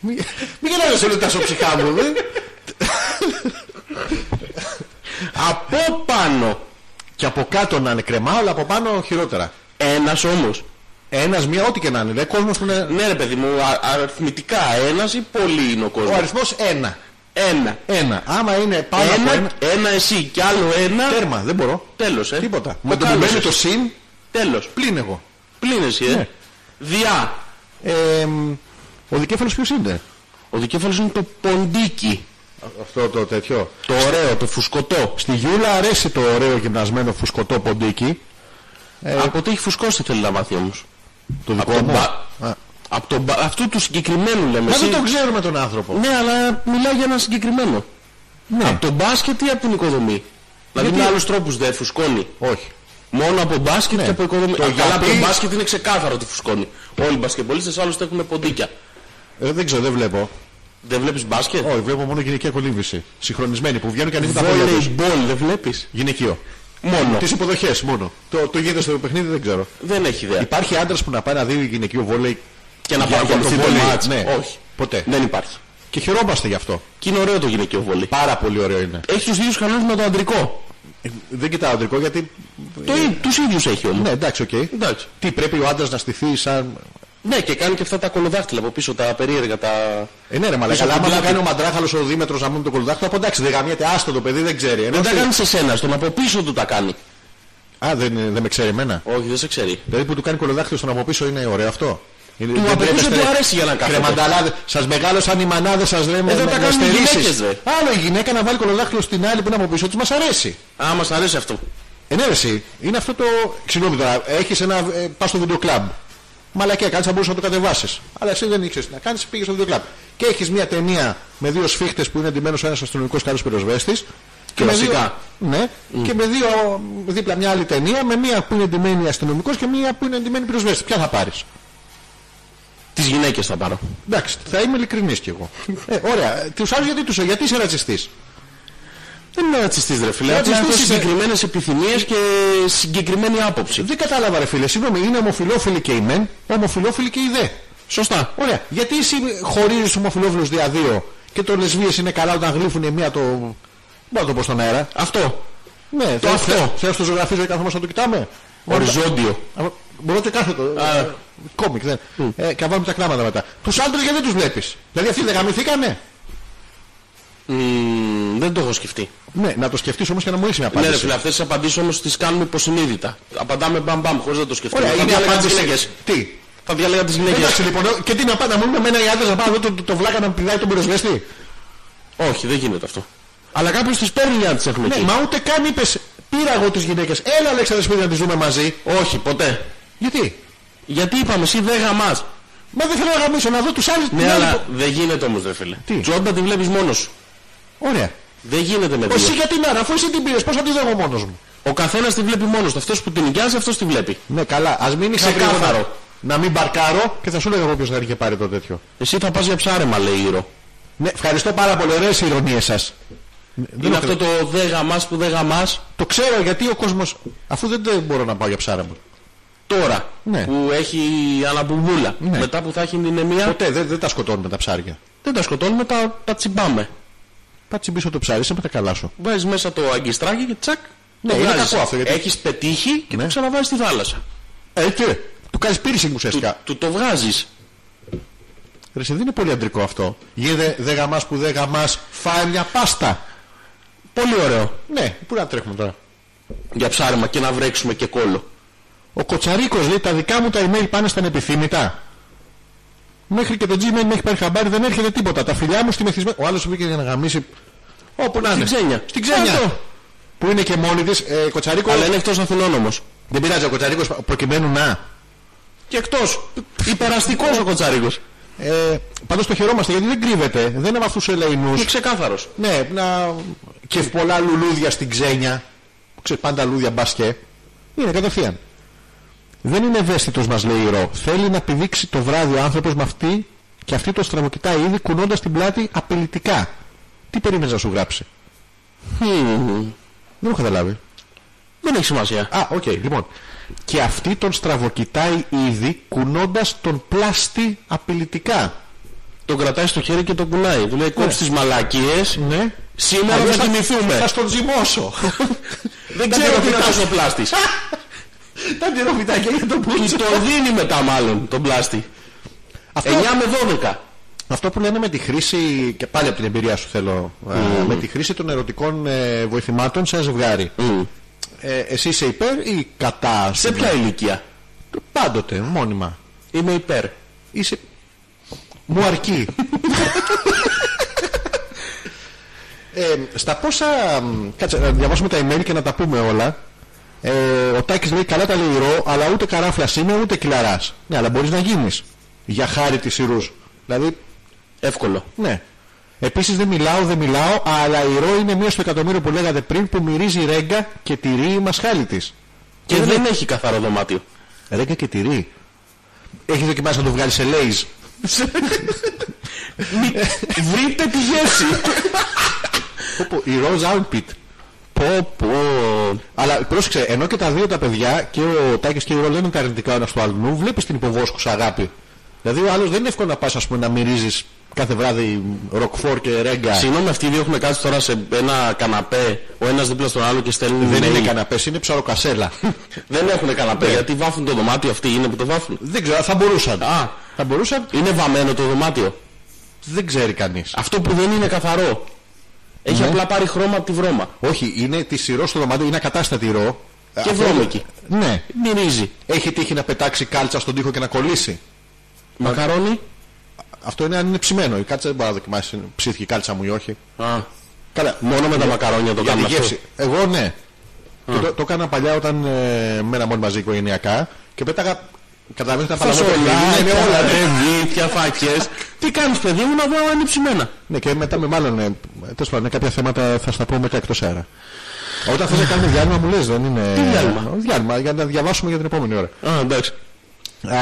Speaker 1: Μην μην γελάζεις όλο τα ψυχά μου, ε. δε.
Speaker 2: Από πάνω.
Speaker 1: Και από κάτω να είναι κρεμάω, αλλά από πάνω χειρότερα.
Speaker 2: Ένας όμως.
Speaker 1: Ένας, μία, ό,τι και να είναι. Δε κόσμος που είναι...
Speaker 2: Ναι ρε παιδί μου, α- αριθμητικά ένας ή πολύ είναι ο
Speaker 1: Ο
Speaker 2: κόσμος.
Speaker 1: αριθμός ένα.
Speaker 2: Ένα.
Speaker 1: Ένα. Άμα είναι πάνω από
Speaker 2: Ένα,
Speaker 1: ένα.
Speaker 2: ένα εσύ κι άλλο ένα.
Speaker 1: Τέρμα, δεν μπορώ.
Speaker 2: Τέλος, ε.
Speaker 1: Τίποτα.
Speaker 2: Με
Speaker 1: Με το που μπαίνει το συν,
Speaker 2: Τέλος.
Speaker 1: πλήν εγώ.
Speaker 2: Πλήν εσύ, ε.
Speaker 1: Ναι.
Speaker 2: Διά.
Speaker 1: Ε, μ, ο δικέφαλος ποιος είναι.
Speaker 2: Ο δικέφαλος είναι το ποντίκι.
Speaker 1: Αυτό το τέτοιο.
Speaker 2: Το ωραίο, το φουσκωτό.
Speaker 1: Στη Γιούλα αρέσει το ωραίο γυμνασμένο φουσκωτό ποντίκι.
Speaker 2: Από τι έχει φουσκώσει θέλει να μάθει όμως.
Speaker 1: Ε. Το
Speaker 2: Από
Speaker 1: δικό
Speaker 2: τον
Speaker 1: μου.
Speaker 2: μπα-
Speaker 1: Α.
Speaker 2: Από τον μπα- αυτού του συγκεκριμένου λέμε.
Speaker 1: Μα
Speaker 2: εσύ.
Speaker 1: Ε, δεν τον ξέρουμε τον άνθρωπο.
Speaker 2: Ναι, αλλά μιλάει για ένα συγκεκριμένο.
Speaker 1: Ναι.
Speaker 2: Από τον μπάσκετ ή από την οικοδομή. Δηλαδή με άλλους τρόπους δεν φουσκώνει.
Speaker 1: Όχι.
Speaker 2: Μόνο από μπάσκετ
Speaker 1: Ναι.
Speaker 2: και από οικοδομή.
Speaker 1: Το
Speaker 2: Α, Καλά, από
Speaker 1: γιατί-
Speaker 2: τον μπάσκετ είναι ξεκάθαρο ότι φουσκώνει. Όλοι οι μπασκετμπολίστες άλλωστε έχουν ποντίκια.
Speaker 1: Ε, δεν ξέρω, δεν βλέπω.
Speaker 2: Δεν βλέπεις μπάσκετ.
Speaker 1: Όχι, βλέπω μόνο γυναικεία κολύμβηση. Συγχρονισμένη που βγαίνουν και ανοίγουν τα πόδια τους.
Speaker 2: Βόλεϊμπολ δεν βλέπεις.
Speaker 1: Γυναικείο.
Speaker 2: Μόνο.
Speaker 1: Τις υποδοχές μόνο. Το, το γίνεται στο παιχνίδι δεν ξέρω.
Speaker 2: Δεν έχει ιδέα.
Speaker 1: Υπάρχει άντρας που να πάει να δει γυναικείο βόλεϊ
Speaker 2: Και να
Speaker 1: για- για
Speaker 2: παρακολουθεί
Speaker 1: το
Speaker 2: το
Speaker 1: βόλεϊ,
Speaker 2: μάτς.
Speaker 1: ναι.
Speaker 2: Όχι.
Speaker 1: Ποτέ.
Speaker 2: Δεν υπάρχει.
Speaker 1: και χαιρόμαστε γι' αυτό.
Speaker 2: Και είναι ωραίο το γυναικείο βολί.
Speaker 1: Πάρα πολύ ωραίο είναι.
Speaker 2: Έχει τους ίδιους κανόνες με το αντρικό.
Speaker 1: Ε, Δεν κοιτάω αντρικό γιατί.
Speaker 2: Το, ή- τους ίδιους έχει όμως.
Speaker 1: Ε. Ναι, εντάξει, οκ.
Speaker 2: Εντάξει.
Speaker 1: Τι πρέπει ο άντρας να στηθεί σαν.
Speaker 2: Ναι, και κάνει και αυτά τα κολοδάχτυλα από πίσω, τα περίεργα, τα...
Speaker 1: Ε, ναι, ρε μαλακά.
Speaker 2: Πίσω
Speaker 1: Αλλά άμα
Speaker 2: από
Speaker 1: τα
Speaker 2: την πλάτη.
Speaker 1: κάνει ο μαντράχαλος ο Δήμετρος να μου το κολουδάκτυλο, από εντάξει, δεν γαμιέται, άστο το παιδί δεν ξέρει. Ενώ
Speaker 2: Δεν τα
Speaker 1: στη-
Speaker 2: κάνει σε σένα, στον από πίσω του τα κάνει.
Speaker 1: Α, δεν, δεν με ξέρει εμένα.
Speaker 2: Όχι, δεν σε ξέρει.
Speaker 1: Δηλαδή που του κάνει κολοδάκτυλο στον από πίσω είναι ωραίο αυτό. Είναι,
Speaker 2: Του από πίσω του αρέσει για να κάθεται.
Speaker 1: Κρεμανταλάδες, σας μεγάλωσαν οι μανάδε, σα ρε με
Speaker 2: δεν τα
Speaker 1: με
Speaker 2: κάνουν οι
Speaker 1: στερήσεις.
Speaker 2: γυναίκες, ρε.
Speaker 1: Άλλο η γυναίκα να βάλει κολοδάκτυλο στην άλλη που είναι από πίσω της, μας αρέσει.
Speaker 2: Α, μας αρέσει αυτό.
Speaker 1: Ε, ναι, ρε, εσύ. είναι αυτό το. Συγγνώμη τώρα, έχεις ένα. Ε, πας στο βίντεο κλαμπ. Μαλακία, κάτι θα μπορούσε να το κατεβάσεις. Αλλά εσύ δεν ήξερες τι να κάνεις, πήγες στο βίντεο κλαμπ. Και έχεις μια ταινία με δύο σφίχτες που είναι εντυμένο ένας αστυνομικός και άλλο πυροσβέστης. Και με δύο,
Speaker 2: Κλασικά.
Speaker 1: ναι, και με δύο δίπλα μια άλλη ταινία με μία που είναι εντυμένη αστυνομικός και μία που είναι εντυμένη πυροσβέστη. Ποια θα πάρεις.
Speaker 2: Τις γυναίκες θα πάρω.
Speaker 1: Εντάξει, θα είμαι ειλικρινής κι εγώ. ε, ωραία. Τους άλλους γιατί τους γιατί είσαι ρατσιστής.
Speaker 2: Δεν ε. είναι ρατσιστής, ρε φίλε. Απλά
Speaker 1: Ρατσιστής
Speaker 2: έχει
Speaker 1: είναι.
Speaker 2: συγκεκριμένες επιθυμίες και συγκεκριμένη άποψη.
Speaker 1: Δεν κατάλαβα, ρε φίλε. Συγγνώμη, είναι ομοφιλόφιλοι και οι μεν, ομοφιλόφιλοι και οι δε.
Speaker 2: Σωστά.
Speaker 1: Ωραία. Γιατί εσύ χωρίζεις τους ομοφυλόφιλους δια δύο και το λεσβείες είναι καλά όταν γλύφουν η μία το... Μπορώ να το πω στον αέρα.
Speaker 2: Αυτό.
Speaker 1: Ναι,
Speaker 2: αυτό.
Speaker 1: Θέλω να το ζωγραφίζω και καθόμαστε να το κοιτάμε.
Speaker 2: Οριζόντιο.
Speaker 1: Α, Μπορώ και κάθετο.
Speaker 2: Α.
Speaker 1: Κόμικ, δεν. Ε, και να βάλουμε τα κράματα μετά. Τους άντρες γιατί δεν τους βλέπεις. Δηλαδή αυτοί δεν γαμηθήκανε.
Speaker 2: Μμμ, δεν το έχω σκεφτεί.
Speaker 1: Ναι, να το σκεφτείς όμως και να μου ρίξει μια
Speaker 2: Ναι, ρε
Speaker 1: απάντηση.
Speaker 2: φίλε, αυτές τις απαντήσεις όμως τις κάνουμε υποσυνείδητα. Απαντάμε μπαμ μπαμ, χωρίς να το σκεφτούμε.
Speaker 1: Ωραία,
Speaker 2: θα
Speaker 1: είναι
Speaker 2: διάλεγα τις
Speaker 1: απάντηση.
Speaker 2: γυναίκες.
Speaker 1: Τι.
Speaker 2: Θα διάλεγα τις γυναίκες.
Speaker 1: Εντάξει λοιπόν, ε, και τι να πάτε, να μου είναι εμένα οι άντρες να πάω εδώ το, το, το βλάκα να πηδάει τον πυροσβεστή.
Speaker 2: Όχι, δεν γίνεται αυτό. Αλλά κάποιος τις παίρνει για να τι έχουν
Speaker 1: Ναι,
Speaker 2: εκεί.
Speaker 1: μα ούτε καν είπες πήρα εγώ τις γυναίκες. Έλα, Αλέξανδρε, σπίτι να τις δούμε μαζί.
Speaker 2: Όχι, ποτέ.
Speaker 1: Γιατί.
Speaker 2: Γιατί είπαμε, εσύ δεν γαμάς.
Speaker 1: Μα δεν θέλω να γαμίσω, να δω τους άλλους.
Speaker 2: Ναι, αλλά δεν γίνεται όμως, δε φίλε.
Speaker 1: Τι?
Speaker 2: Τζόντα τη βλέπεις μόνος σου.
Speaker 1: Ωραία.
Speaker 2: Δεν γίνεται με
Speaker 1: Εσύ
Speaker 2: δύο.
Speaker 1: γιατί να, ρε, αφού εσύ την πήρες, πώς θα τη δω εγώ μόνος μου.
Speaker 2: Ο καθένας τη βλέπει μόνος του. Αυτός που την νοικιάζει, αυτός τη βλέπει.
Speaker 1: Ναι, καλά, ας μην είσαι
Speaker 2: Ξεκάθαρο.
Speaker 1: γρήγορα. Να μην μπαρκάρω και θα σου λέγα εγώ ποιος θα έρχεται πάρει το τέτοιο.
Speaker 2: Εσύ θα πας για ψάρεμα, λέει η Ήρο.
Speaker 1: Ναι, ευχαριστώ πάρα πολύ, ωραίες οι ηρωνίες σας.
Speaker 2: Είναι αυτό το δε γαμάς που δεν γαμάς
Speaker 1: Το ξέρω γιατί ο κόσμος. Αφού δεν, δεν μπορώ να πάω για ψάρα μου.
Speaker 2: τώρα.
Speaker 1: Ναι.
Speaker 2: Που έχει αναμπουμπούλα.
Speaker 1: Ναι.
Speaker 2: Μετά που θα έχει την ενεμία,
Speaker 1: Ποτέ δεν, δεν τα σκοτώνουμε τα ψάρια.
Speaker 2: δεν τα σκοτώνουμε, τα, τα τσιμπάμε.
Speaker 1: Πάτσε πίσω το ψάρι, είσαι με τα καλά σου.
Speaker 2: Βάζεις μέσα το αγκιστράκι και τσακ.
Speaker 1: Ναι, είναι κακό αυτό, γιατί-
Speaker 2: Έχεις πετύχει και
Speaker 1: Ναι.
Speaker 2: το ξαναβάζεις στη θάλασσα.
Speaker 1: Ε, τι, ρε, του κάνεις piercing
Speaker 2: Του,
Speaker 1: ουσιαστικά.
Speaker 2: του το βγάζεις.
Speaker 1: Ρε, εσύ, δεν είναι πολύ αντρικό αυτό. Γίνεται δε γαμάς που δε γαμάς, φάει μια πάστα.
Speaker 2: Πολύ ωραίο.
Speaker 1: Ναι, πού να τρέχουμε τώρα.
Speaker 2: Για ψάρεμα και να βρέξουμε και κόλλο.
Speaker 1: Ο Κοτσαρίκος λέει τα δικά μου τα email πάνε στα ανεπιθύμητα. Μέχρι και το Gmail με έχει πάρει χαμπάρι, δεν έρχεται τίποτα. Τα φιλιά μου στη μεθυσμένη. Ο άλλος βγήκε για να γαμίσει. Όπου να είναι.
Speaker 2: Στην ξένια.
Speaker 1: Στην ξένια.
Speaker 2: Αυτό.
Speaker 1: Που είναι και μόνη της. Ε, Κοτσαρίκος.
Speaker 2: Αλλά είναι εκτός Αθηνών όμως.
Speaker 1: Δεν πειράζει ο Κοτσαρίκος προκειμένου να.
Speaker 2: Και εκτός. Υπεραστικός ο Κοτσάρικο.
Speaker 1: Ε, Πάντως το χαιρόμαστε γιατί δεν κρύβεται. Δεν είναι με αυτούς του ελεηνού.
Speaker 2: Είναι ξεκάθαρος.
Speaker 1: Ναι, να... και πολλά λουλούδια στην ξένια. Ξέρεις, πάντα λουλούδια μπασκέ. Είναι κατευθείαν. Δεν είναι ευαίσθητος, μας λέει η Ρο. Θέλει να πηδήξει το βράδυ ο άνθρωπος με αυτή και αυτή το στραβοκοιτάει ήδη κουνώντας την πλάτη απειλητικά. Τι περίμενες να σου γράψει. Δεν έχω καταλάβει.
Speaker 2: Δεν έχει σημασία.
Speaker 1: Α, οκ, λοιπόν. Και αυτή τον στραβοκοιτάει ήδη κουνώντας τον πλάστη απειλητικά.
Speaker 2: Τον κρατάει στο χέρι και τον κουνάει. Του λέει κόψει τις μαλακίες.
Speaker 1: Ναι.
Speaker 2: Σήμερα
Speaker 1: Αλλιώς
Speaker 2: θα κοιμηθούμε.
Speaker 1: Θα στον ζυμώσω.
Speaker 2: Δεν ξέρω τι να
Speaker 1: κοιτάζω.
Speaker 2: κάνει ο πλάστης.
Speaker 1: Τα τυροβιτάκια για το πουλί.
Speaker 2: Του το δίνει μετά μάλλον τον πλάστη. 9
Speaker 1: Αυτό,
Speaker 2: με 12.
Speaker 1: αυτό που λένε με τη χρήση, και πάλι από την εμπειρία σου θέλω, α, με τη χρήση των ερωτικών ε, βοηθημάτων σε ένα ζευγάρι. Ε, εσύ είσαι υπέρ ή κατά, ας
Speaker 2: Σε
Speaker 1: πούμε?
Speaker 2: ποια ηλικία.
Speaker 1: Πάντοτε, μόνιμα.
Speaker 2: Είμαι υπέρ.
Speaker 1: Είσαι... Μου αρκεί. ε, στα πόσα... μ, Κάτσε, να διαβάσουμε τα email και να τα πούμε όλα. Ε, ο Τάκης λέει καλά τα λέει η Ρο, αλλά ούτε καράφλας είμαι, ούτε κυλαράς. Ναι, αλλά μπορείς να γίνεις. Για χάρη της Ιρούς. Δηλαδή,
Speaker 2: Εύκολο.
Speaker 1: ναι. Επίσης δεν μιλάω, δεν μιλάω, αλλά η Ρο είναι μία στο εκατομμύριο που λέγατε πριν που μυρίζει ρέγγα και τυρί η μασχάλη της.
Speaker 2: Και δεν έχει καθαρό δωμάτιο.
Speaker 1: Ρέγγα και τυρί. Έχει δοκιμάσει να το βγάλει σε λέιζ.
Speaker 2: Βρείτε τη γέση.
Speaker 1: Όπου η Ροζ Άουτπιτ.
Speaker 2: Πω πω.
Speaker 1: Αλλά πρόσεξε, ενώ και τα δύο τα παιδιά και ο Τάκης και η Ρο λένε τα αρνητικά ο ένας του άλλου, βλέπεις την υποβόσκουσα αγάπη. Δηλαδή ο άλλος δεν είναι εύκολο να πας ας πούμε να μυρίζεις κάθε βράδυ ροκφόρ και ρέγγα.
Speaker 2: Συγγνώμη, αυτοί οι δύο έχουν κάτσει τώρα σε ένα καναπέ, ο ένας δίπλα στον άλλο και στέλνουν
Speaker 1: Δεν
Speaker 2: mail.
Speaker 1: είναι Ναι. καναπές, είναι ψαροκασέλα.
Speaker 2: Δεν έχουν καναπέ, γιατί βάφουν το δωμάτιο αυτοί, είναι που το βάφουν.
Speaker 1: δεν ξέρω, θα μπορούσαν.
Speaker 2: Α,
Speaker 1: Θα μπορούσαν,
Speaker 2: είναι βαμμένο το δωμάτιο.
Speaker 1: δεν ξέρει κανείς.
Speaker 2: Αυτό που δεν είναι καθαρό. Έχει
Speaker 1: Ναι.
Speaker 2: απλά πάρει χρώμα από τη βρώμα.
Speaker 1: Όχι, είναι τη σειρό στο δωμάτιο, είναι ακατάστατη ρο.
Speaker 2: Και βρώμικη.
Speaker 1: Ναι.
Speaker 2: Μυρίζει.
Speaker 1: Έχει τύχει να πετάξει κάλτσα στον τοίχο και να κολλήσει.
Speaker 2: Μακαρόνι.
Speaker 1: Αυτό είναι αν είναι ψημένο. Η κάλτσα δεν μπορεί να δοκιμάσει. Ψήθηκε η κάλτσα μου ή όχι.
Speaker 2: Α,
Speaker 1: Καλά,
Speaker 2: μόνο με τα μακαρόνια
Speaker 1: για
Speaker 2: το
Speaker 1: τη
Speaker 2: κάνουμε αυτό.
Speaker 1: γεύση. Εγώ ναι. Και το, το έκανα παλιά όταν ε, μένα μόνοι μαζί οικογενειακά και πέταγα. Καταλαβαίνετε τα
Speaker 2: Φασολιά,
Speaker 1: παραγωγικά.
Speaker 2: είναι
Speaker 1: Είναι όλα. ναι.
Speaker 2: ρεβίτια, φακές. Τι κάνεις παιδί μου να δω αν είναι ψημένα.
Speaker 1: Ναι, και μετά με μάλλον. ε, Τέλος πάντων, κάποια θέματα θα στα πω μετά εκτός αέρα. Όταν θες να κάνουμε διάλειμμα μου λες δεν είναι...
Speaker 2: Τι διάλειμμα?
Speaker 1: Διάλειμμα, για να διαβάσουμε για την επόμενη ώρα.
Speaker 2: Α, εντάξει.
Speaker 1: Α,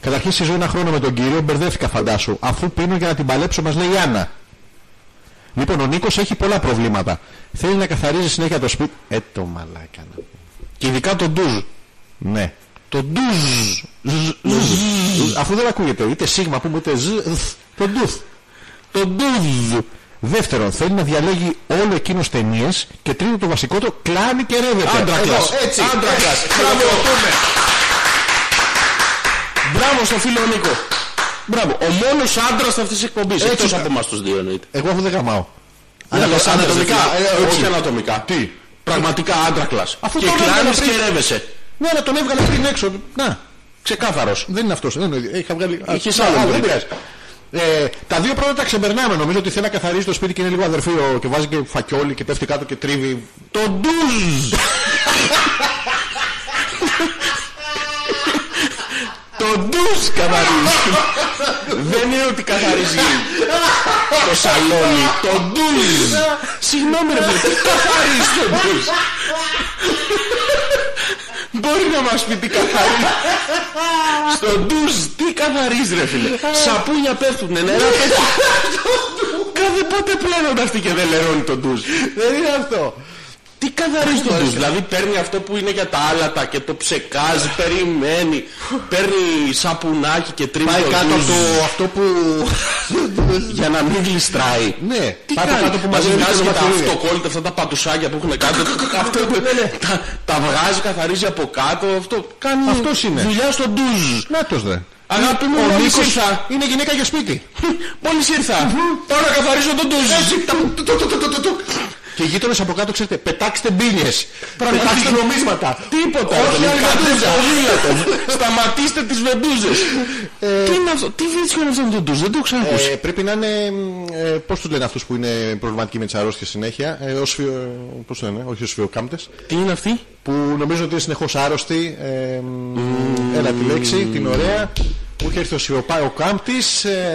Speaker 1: καταρχήν στη ζωή ένα χρόνο με τον κύριο, μπερδεύτηκα φαντάσου. Αφού πίνω για να την παλέψω, μας λέει η Άννα. Λοιπόν, ο Νίκος έχει πολλά προβλήματα. Θέλει να καθαρίζει συνέχεια το σπίτι. Ε, το μαλάκα να πω.
Speaker 2: Και ειδικά το ντουζ.
Speaker 1: Ναι.
Speaker 2: Το ντουζ. Ζ, ζ, ζ.
Speaker 1: Αφού δεν ακούγεται, είτε σίγμα πούμε, είτε ζ, θ, το ντουθ.
Speaker 2: Το ντουζ.
Speaker 1: Δεύτερον, θέλει να διαλέγει όλο εκείνος ταινίες. Και τρίτο, το βασικό του, κλάνει και ρεύεται.
Speaker 2: Άντρα
Speaker 1: Εδώ,
Speaker 2: κλάς.
Speaker 1: Έτσι.
Speaker 2: Άντρα κλάς. Μπράβο. Μπράβο στο φίλο Νίκο. Μπράβο. Ο μόνος άντρας αυτής της εκπομπής. Εκτός από εμάς τους δύο εννοείται.
Speaker 1: Εγώ αυτό δεν γαμάω.
Speaker 2: Δεν λες άντρας,
Speaker 1: ναι, ανατομικά,
Speaker 2: δεν
Speaker 1: ε,
Speaker 2: φίλε.
Speaker 1: έτσι.
Speaker 2: Όχι ανατομικά.
Speaker 1: Τι?
Speaker 2: Πραγματικά άντρα κλάς.
Speaker 1: Αφού
Speaker 2: Και
Speaker 1: τώρα
Speaker 2: κλάνεις
Speaker 1: έβγαλα
Speaker 2: και
Speaker 1: πριν.
Speaker 2: ρεύεσαι.
Speaker 1: Ναι, αλλά τον έβγαλε πριν έξω. Να,
Speaker 2: Ξεκάθαρος.
Speaker 1: δεν είναι αυτός. Δεν είναι ο ίδιος. Είχα βγάλει. Α,
Speaker 2: Είχες
Speaker 1: α,
Speaker 2: άλλον
Speaker 1: α, Δεν
Speaker 2: πριν.
Speaker 1: πειράζει. Ε, τα δύο πρώτα τα ξεπερνάμε. Νομίζω ότι θέλει να καθαρίζει το σπίτι και είναι λίγο αδερφείο και βάζει και φακιόλι και πέφτει κάτω και τρίβει.
Speaker 2: Το ντουζ. Το ντουζ καθαρίζει. Δεν είναι ότι καθαρίζει το σαλόνι. Το ντουζ. Συγγνώμη ρε φίλε, τι καθαρίζει το ντουζ. Μπορεί να μας πει τι καθαρίζει. Στο ντουζ τι καθαρίζει ρε φίλε. Σαπούνια πέφτουνε, νερά πέφτουν. Κάθε πότε πλένονται αυτοί και δεν λερώνει το ντουζ.
Speaker 1: Δεν είναι αυτό.
Speaker 2: Τι καθαρίζει το ντουζ, δηλαδή παίρνει αυτό που είναι για τα άλατα και το ψεκάζει, περιμένει, παίρνει σαπουνάκι και τρίβει
Speaker 1: Πάει
Speaker 2: το
Speaker 1: κάτω
Speaker 2: ντουζ
Speaker 1: από το αυτό που.
Speaker 2: για να μην γλιστράει.
Speaker 1: Ναι,
Speaker 2: Τι
Speaker 1: πάει από
Speaker 2: κάνει,
Speaker 1: κάτω που
Speaker 2: μας
Speaker 1: μαζεύει
Speaker 2: βγάζει
Speaker 1: τα
Speaker 2: και τα
Speaker 1: δαχτυλίδια.
Speaker 2: αυτοκόλλητα, αυτά τα πατουσάκια που έχουν κάτω, αυτό, τα, τα βγάζει, καθαρίζει από κάτω, αυτό κάνει
Speaker 1: Αυτός είναι.
Speaker 2: δουλειά στο ντουζ.
Speaker 1: Νάτος δε.
Speaker 2: Αγάπη μου,
Speaker 1: Ο
Speaker 2: μόλις
Speaker 1: Νίκος
Speaker 2: ήρθα.
Speaker 1: είναι γυναίκα για σπίτι.
Speaker 2: Μόλις ήρθα, τώρα καθαρίζω τον ντουζ.
Speaker 1: Και οι γείτονες από κάτω, ξέρετε, πετάξτε μπύλιες.
Speaker 2: Πραγματικά.
Speaker 1: Πετάξτε νομίσματα.
Speaker 2: Τίποτα.
Speaker 1: Όχι
Speaker 2: ρε,
Speaker 1: άλλη
Speaker 2: κάτε
Speaker 1: βεντούζα.
Speaker 2: ποδήλατο. Σταματήστε τις βεντούζες. Τι είναι αυτό, τι βρίσκω είναι αυτό με τον ντουζ, δεν το έχω ξανακούσει.
Speaker 1: Ε, πρέπει να είναι. Ε, Πώς τους λένε αυτούς που είναι προβληματικοί με τις αρρώστιες συνέχεια. Ε, Πώ λένε, όχι ως φιοκάμπτες
Speaker 2: Ε, Τι είναι αυτή.
Speaker 1: Που νομίζω ότι είναι συνεχώς άρρωστοι. Ε, Έλα τη λέξη, την ωραία. Μου είχε έρθει ο σιωπάοκάμπτη.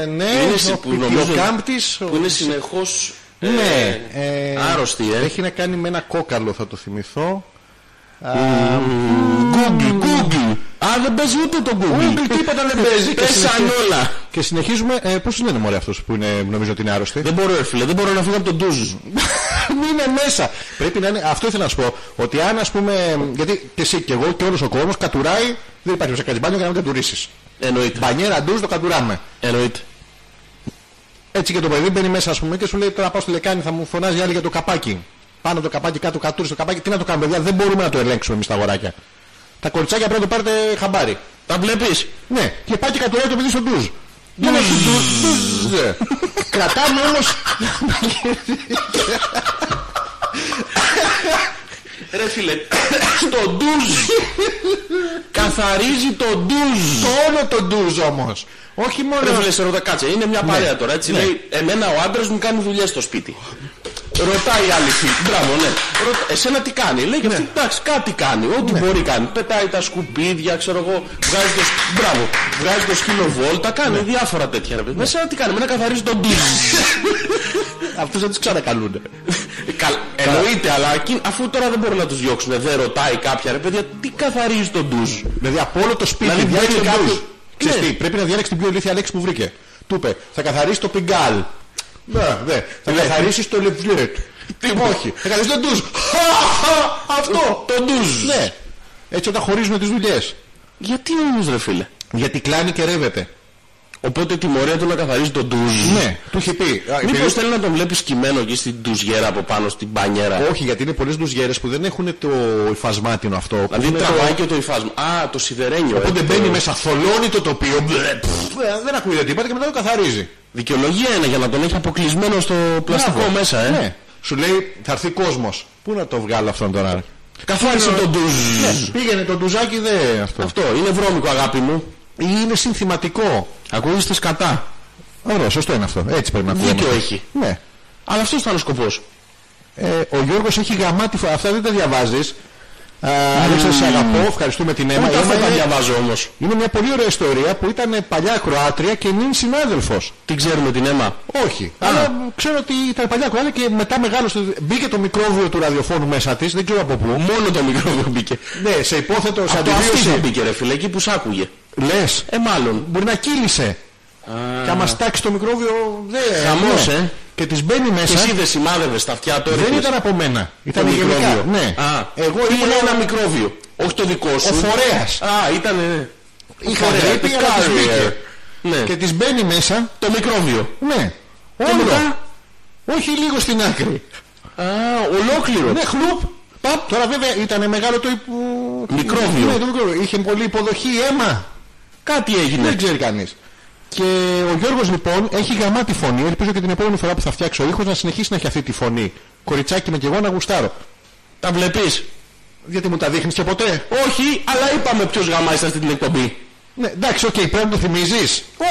Speaker 1: Ε, ναι,
Speaker 2: Είναι συ- που
Speaker 1: ο
Speaker 2: νομίζω-
Speaker 1: πιτιοκάμπτης, ο-
Speaker 2: Που είναι συνεχώς... ε,
Speaker 1: Ναι, ε,
Speaker 2: άρρωστη, ε.
Speaker 1: Έχει να κάνει με ένα κόκαλο, θα το θυμηθώ.
Speaker 2: Google, Google. Α, δεν παίζει ούτε το Google.
Speaker 1: Google τίποτα δεν παίζει. Και
Speaker 2: Πέσαν
Speaker 1: συνεχίζουμε-
Speaker 2: όλα.
Speaker 1: Και συνεχίζουμε. Ε, Πώς λένε μωρέ αυτός που είναι, νομίζω ότι είναι άρρωστοι.
Speaker 2: Δεν μπορώ, ρε φίλε, δεν μπορώ να φύγω από τον ντουζ.
Speaker 1: Μείνε μέσα. Πρέπει να είναι. Αυτό ήθελα να σου πω. Ότι αν ας πούμε. Γιατί και εσύ και εγώ και όλος ο κόσμος κατουράει. Δεν υπάρχει να κάνει μπάνιο για να μην κατουρίσει.
Speaker 2: Εννοείται.
Speaker 1: Μπανιέρα ντουζ το κατουράμε.
Speaker 2: Εννοείται.
Speaker 1: Έτσι και το παιδί μπαίνει μέσα ας πούμε και σου λέει τώρα πάω στη λεκάνη θα μου φωνάζει άλλη για το καπάκι. Πάνω το καπάκι, κάτω κατούρισε το καπάκι. Τι να το κάνουμε, παιδιά, δεν μπορούμε να το ελέγξουμε εμείς τα αγοράκια. Τα κοριτσάκια πρέπει να το πάρετε χαμπάρι.
Speaker 2: Τα βλέπεις.
Speaker 1: Ναι, και πάει και κατουράει το παιδί στο ντουζ. Δεν έχει ντουζ, ντουζ, δε. Κρατάμε όμως
Speaker 2: Ρε φίλε, στο ντουζ. Καθαρίζει το ντουζ.
Speaker 1: το όλο το ντουζ όμως. Όχι μόνο.
Speaker 2: Ρε φίλε, σε ρωτά, κάτσε. Είναι μια παρέα τώρα, έτσι.
Speaker 1: Ναι.
Speaker 2: Λέει, εμένα ο άντρας μου κάνει δουλειές στο σπίτι. Ρωτάει η άλλη φίλη. Μπράβο, ναι. Ρωτά, εσένα τι κάνει. Λέει και αυτή, εντάξει, κάτι κάνει. Ό,τι μπορεί κάνει. Πετάει τα σκουπίδια, ξέρω εγώ. Βγάζει το, σκ- Μπράβο. Βγάζει το σκύλο βόλτα, κάνει διάφορα τέτοια. Ρε. παιδί. Εσένα τι κάνει. Εμένα καθαρίζει τον ντουζ.
Speaker 1: Αυτούς δεν τους ξανακαλούν.
Speaker 2: Καλά, Εννοείται, αλλά εκεί- αφού τώρα δεν μπορούν να τους διώξουν, δεν ρωτάει κάποια ρε παιδιά, τι καθαρίζει τον ντουζ.
Speaker 1: Δηλαδή από όλο το σπίτι
Speaker 2: Δηλαδή,
Speaker 1: διάλεξε
Speaker 2: μπαίνει
Speaker 1: κάποιος.
Speaker 2: κάποιος.
Speaker 1: Ξέρεις
Speaker 2: Ναι.
Speaker 1: τι, πρέπει να διάλεξε την πιο ηλίθια λέξη που βρήκε. Του είπε, θα καθαρίσεις το πιγκάλ. Ναι, ναι. Θα καθαρίσεις το λεβλέτ.
Speaker 2: Τι
Speaker 1: Όχι. Θα καθαρίσεις τον ντουζ. Χα, χα, Αυτό.
Speaker 2: Το ντουζ.
Speaker 1: Ναι. Έτσι όταν χωρίζουν τις δουλειές.
Speaker 2: Γιατί όμως ρε φίλε.
Speaker 1: Γιατί κλάνει και ρεύεται.
Speaker 2: Οπότε η τιμωρία του να καθαρίζει τον ντουζ.
Speaker 1: Ναι. Του είχε πει. «Α,
Speaker 2: Μήπως
Speaker 1: επειδή-
Speaker 2: θέλει να τον βλέπεις κειμένο εκεί στην ντουζιέρα από πάνω, στην πανιέρα.
Speaker 1: Όχι, γιατί είναι πολλές ντουζιέρες που δεν έχουν το υφασμάτινο αυτό. που
Speaker 2: Δηλαδή
Speaker 1: είναι το-
Speaker 2: τραβάει και το υφάσμα. Α, το σιδερένιο.
Speaker 1: Οπότε
Speaker 2: ε,
Speaker 1: μπαίνει
Speaker 2: το-
Speaker 1: μέσα, θολώνει το τοπίο. μπλε, πφ, ε, Δεν ακούγεται τίποτα και μετά το καθαρίζει.
Speaker 2: Δικαιολογία είναι για να τον έχει αποκλεισμένο στο πλαστικό
Speaker 1: Μπράβο.
Speaker 2: μέσα, ε.
Speaker 1: Ναι. Σου λέει θα έρθει κόσμος. Πού να το βγάλω αυτόν τώρα.
Speaker 2: Καθάρισε τον ντουζ.
Speaker 1: Πήγαινε το ντουζάκι δε αυτό.
Speaker 2: Αυτό είναι βρώμικο αγάπη μου.
Speaker 1: Είναι συνθηματικό.
Speaker 2: Ακούγεστε σκατά.
Speaker 1: Ωραία, σωστό είναι αυτό. Έτσι πρέπει να ακούγεται.
Speaker 2: Δίκιο έχει.
Speaker 1: Ναι.
Speaker 2: Αλλά αυτός ήταν ο σκοπός.
Speaker 1: Ε, ο Γιώργος έχει γαμάτη φο- Αυτά δεν τα διαβάζεις. Α, Αλέξανδρε, σε αγαπώ. Ευχαριστούμε την Έμα.
Speaker 2: Ούτε
Speaker 1: Η Έμα
Speaker 2: αυτά τα
Speaker 1: είναι-
Speaker 2: διαβάζω όμως.
Speaker 1: Είναι μια πολύ ωραία ιστορία που ήταν παλιά Κροάτρια και νυν συνάδελφος.
Speaker 2: Την ξέρουμε την αίμα.
Speaker 1: Όχι. Αλλά ξέρω ότι ήταν παλιά Κροάτρια και μετά μεγάλωσε. Μπήκε το μικρόβιο του ραδιοφώνου μέσα της, δεν ξέρω από πού.
Speaker 2: Μόνο το μικρό που μπήκε.
Speaker 1: Ναι, σε υπόθετο, σε
Speaker 2: Το αυτή δεν
Speaker 1: αντιβίωση.
Speaker 2: μπήκε ρε φίλε, εκεί που σ' άκουγε.
Speaker 1: Λες,
Speaker 2: Ε, μάλλον.
Speaker 1: μπορεί να κύλησε. Και άμα στάξει το μικρόβιο, δεν.
Speaker 2: Χαμός, ε.
Speaker 1: Και τη μπαίνει
Speaker 2: Και
Speaker 1: μέσα.
Speaker 2: εσύ δεν σημάδευες τα αυτιά τώρα.
Speaker 1: Δεν ήταν από μένα. Ήταν
Speaker 2: το
Speaker 1: γενικά.
Speaker 2: μικρόβιο.
Speaker 1: Ναι.
Speaker 2: Α,
Speaker 1: Εγώ
Speaker 2: ήμουν
Speaker 1: ήμουν
Speaker 2: ένα μικρόβιο. Όχι το δικό σου.
Speaker 1: ο φορέας.
Speaker 2: Α, ήταν. Ναι.
Speaker 1: Είχα
Speaker 2: Ωραία,
Speaker 1: γρήπη,
Speaker 2: the
Speaker 1: αλλά της
Speaker 2: carrier.
Speaker 1: μπήκε.
Speaker 2: Ναι.
Speaker 1: Και τη μπαίνει μέσα.
Speaker 2: Το μικρόβιο.
Speaker 1: Ναι.
Speaker 2: Και
Speaker 1: Όλο.
Speaker 2: μετά
Speaker 1: Όχι λίγο στην άκρη.
Speaker 2: Α, ολόκληρο.
Speaker 1: Ναι, χλουπ. Παπ. Τώρα βέβαια ήταν μεγάλο το. υπο-
Speaker 2: Μικρόβιο.
Speaker 1: Ναι, το μικρόβιο. Είχε πολύ υποδοχή, αίμα.
Speaker 2: Κάτι έγινε.
Speaker 1: Δεν ξέρει κανείς. Και ο Γιώργος λοιπόν έχει γαμάτη φωνή. Ελπίζω και την επόμενη φορά που θα φτιάξω ήχος να συνεχίσει να έχει αυτή τη φωνή. Κοριτσάκι με και εγώ να γουστάρω.
Speaker 2: Τα βλέπεις.
Speaker 1: Γιατί μου τα δείχνεις και ποτέ.
Speaker 2: Όχι, αλλά είπαμε ποιος γαμάει σε αυτή την εκπομπή.
Speaker 1: Ναι, εντάξει, οκ, πρέπει να το θυμίζεις.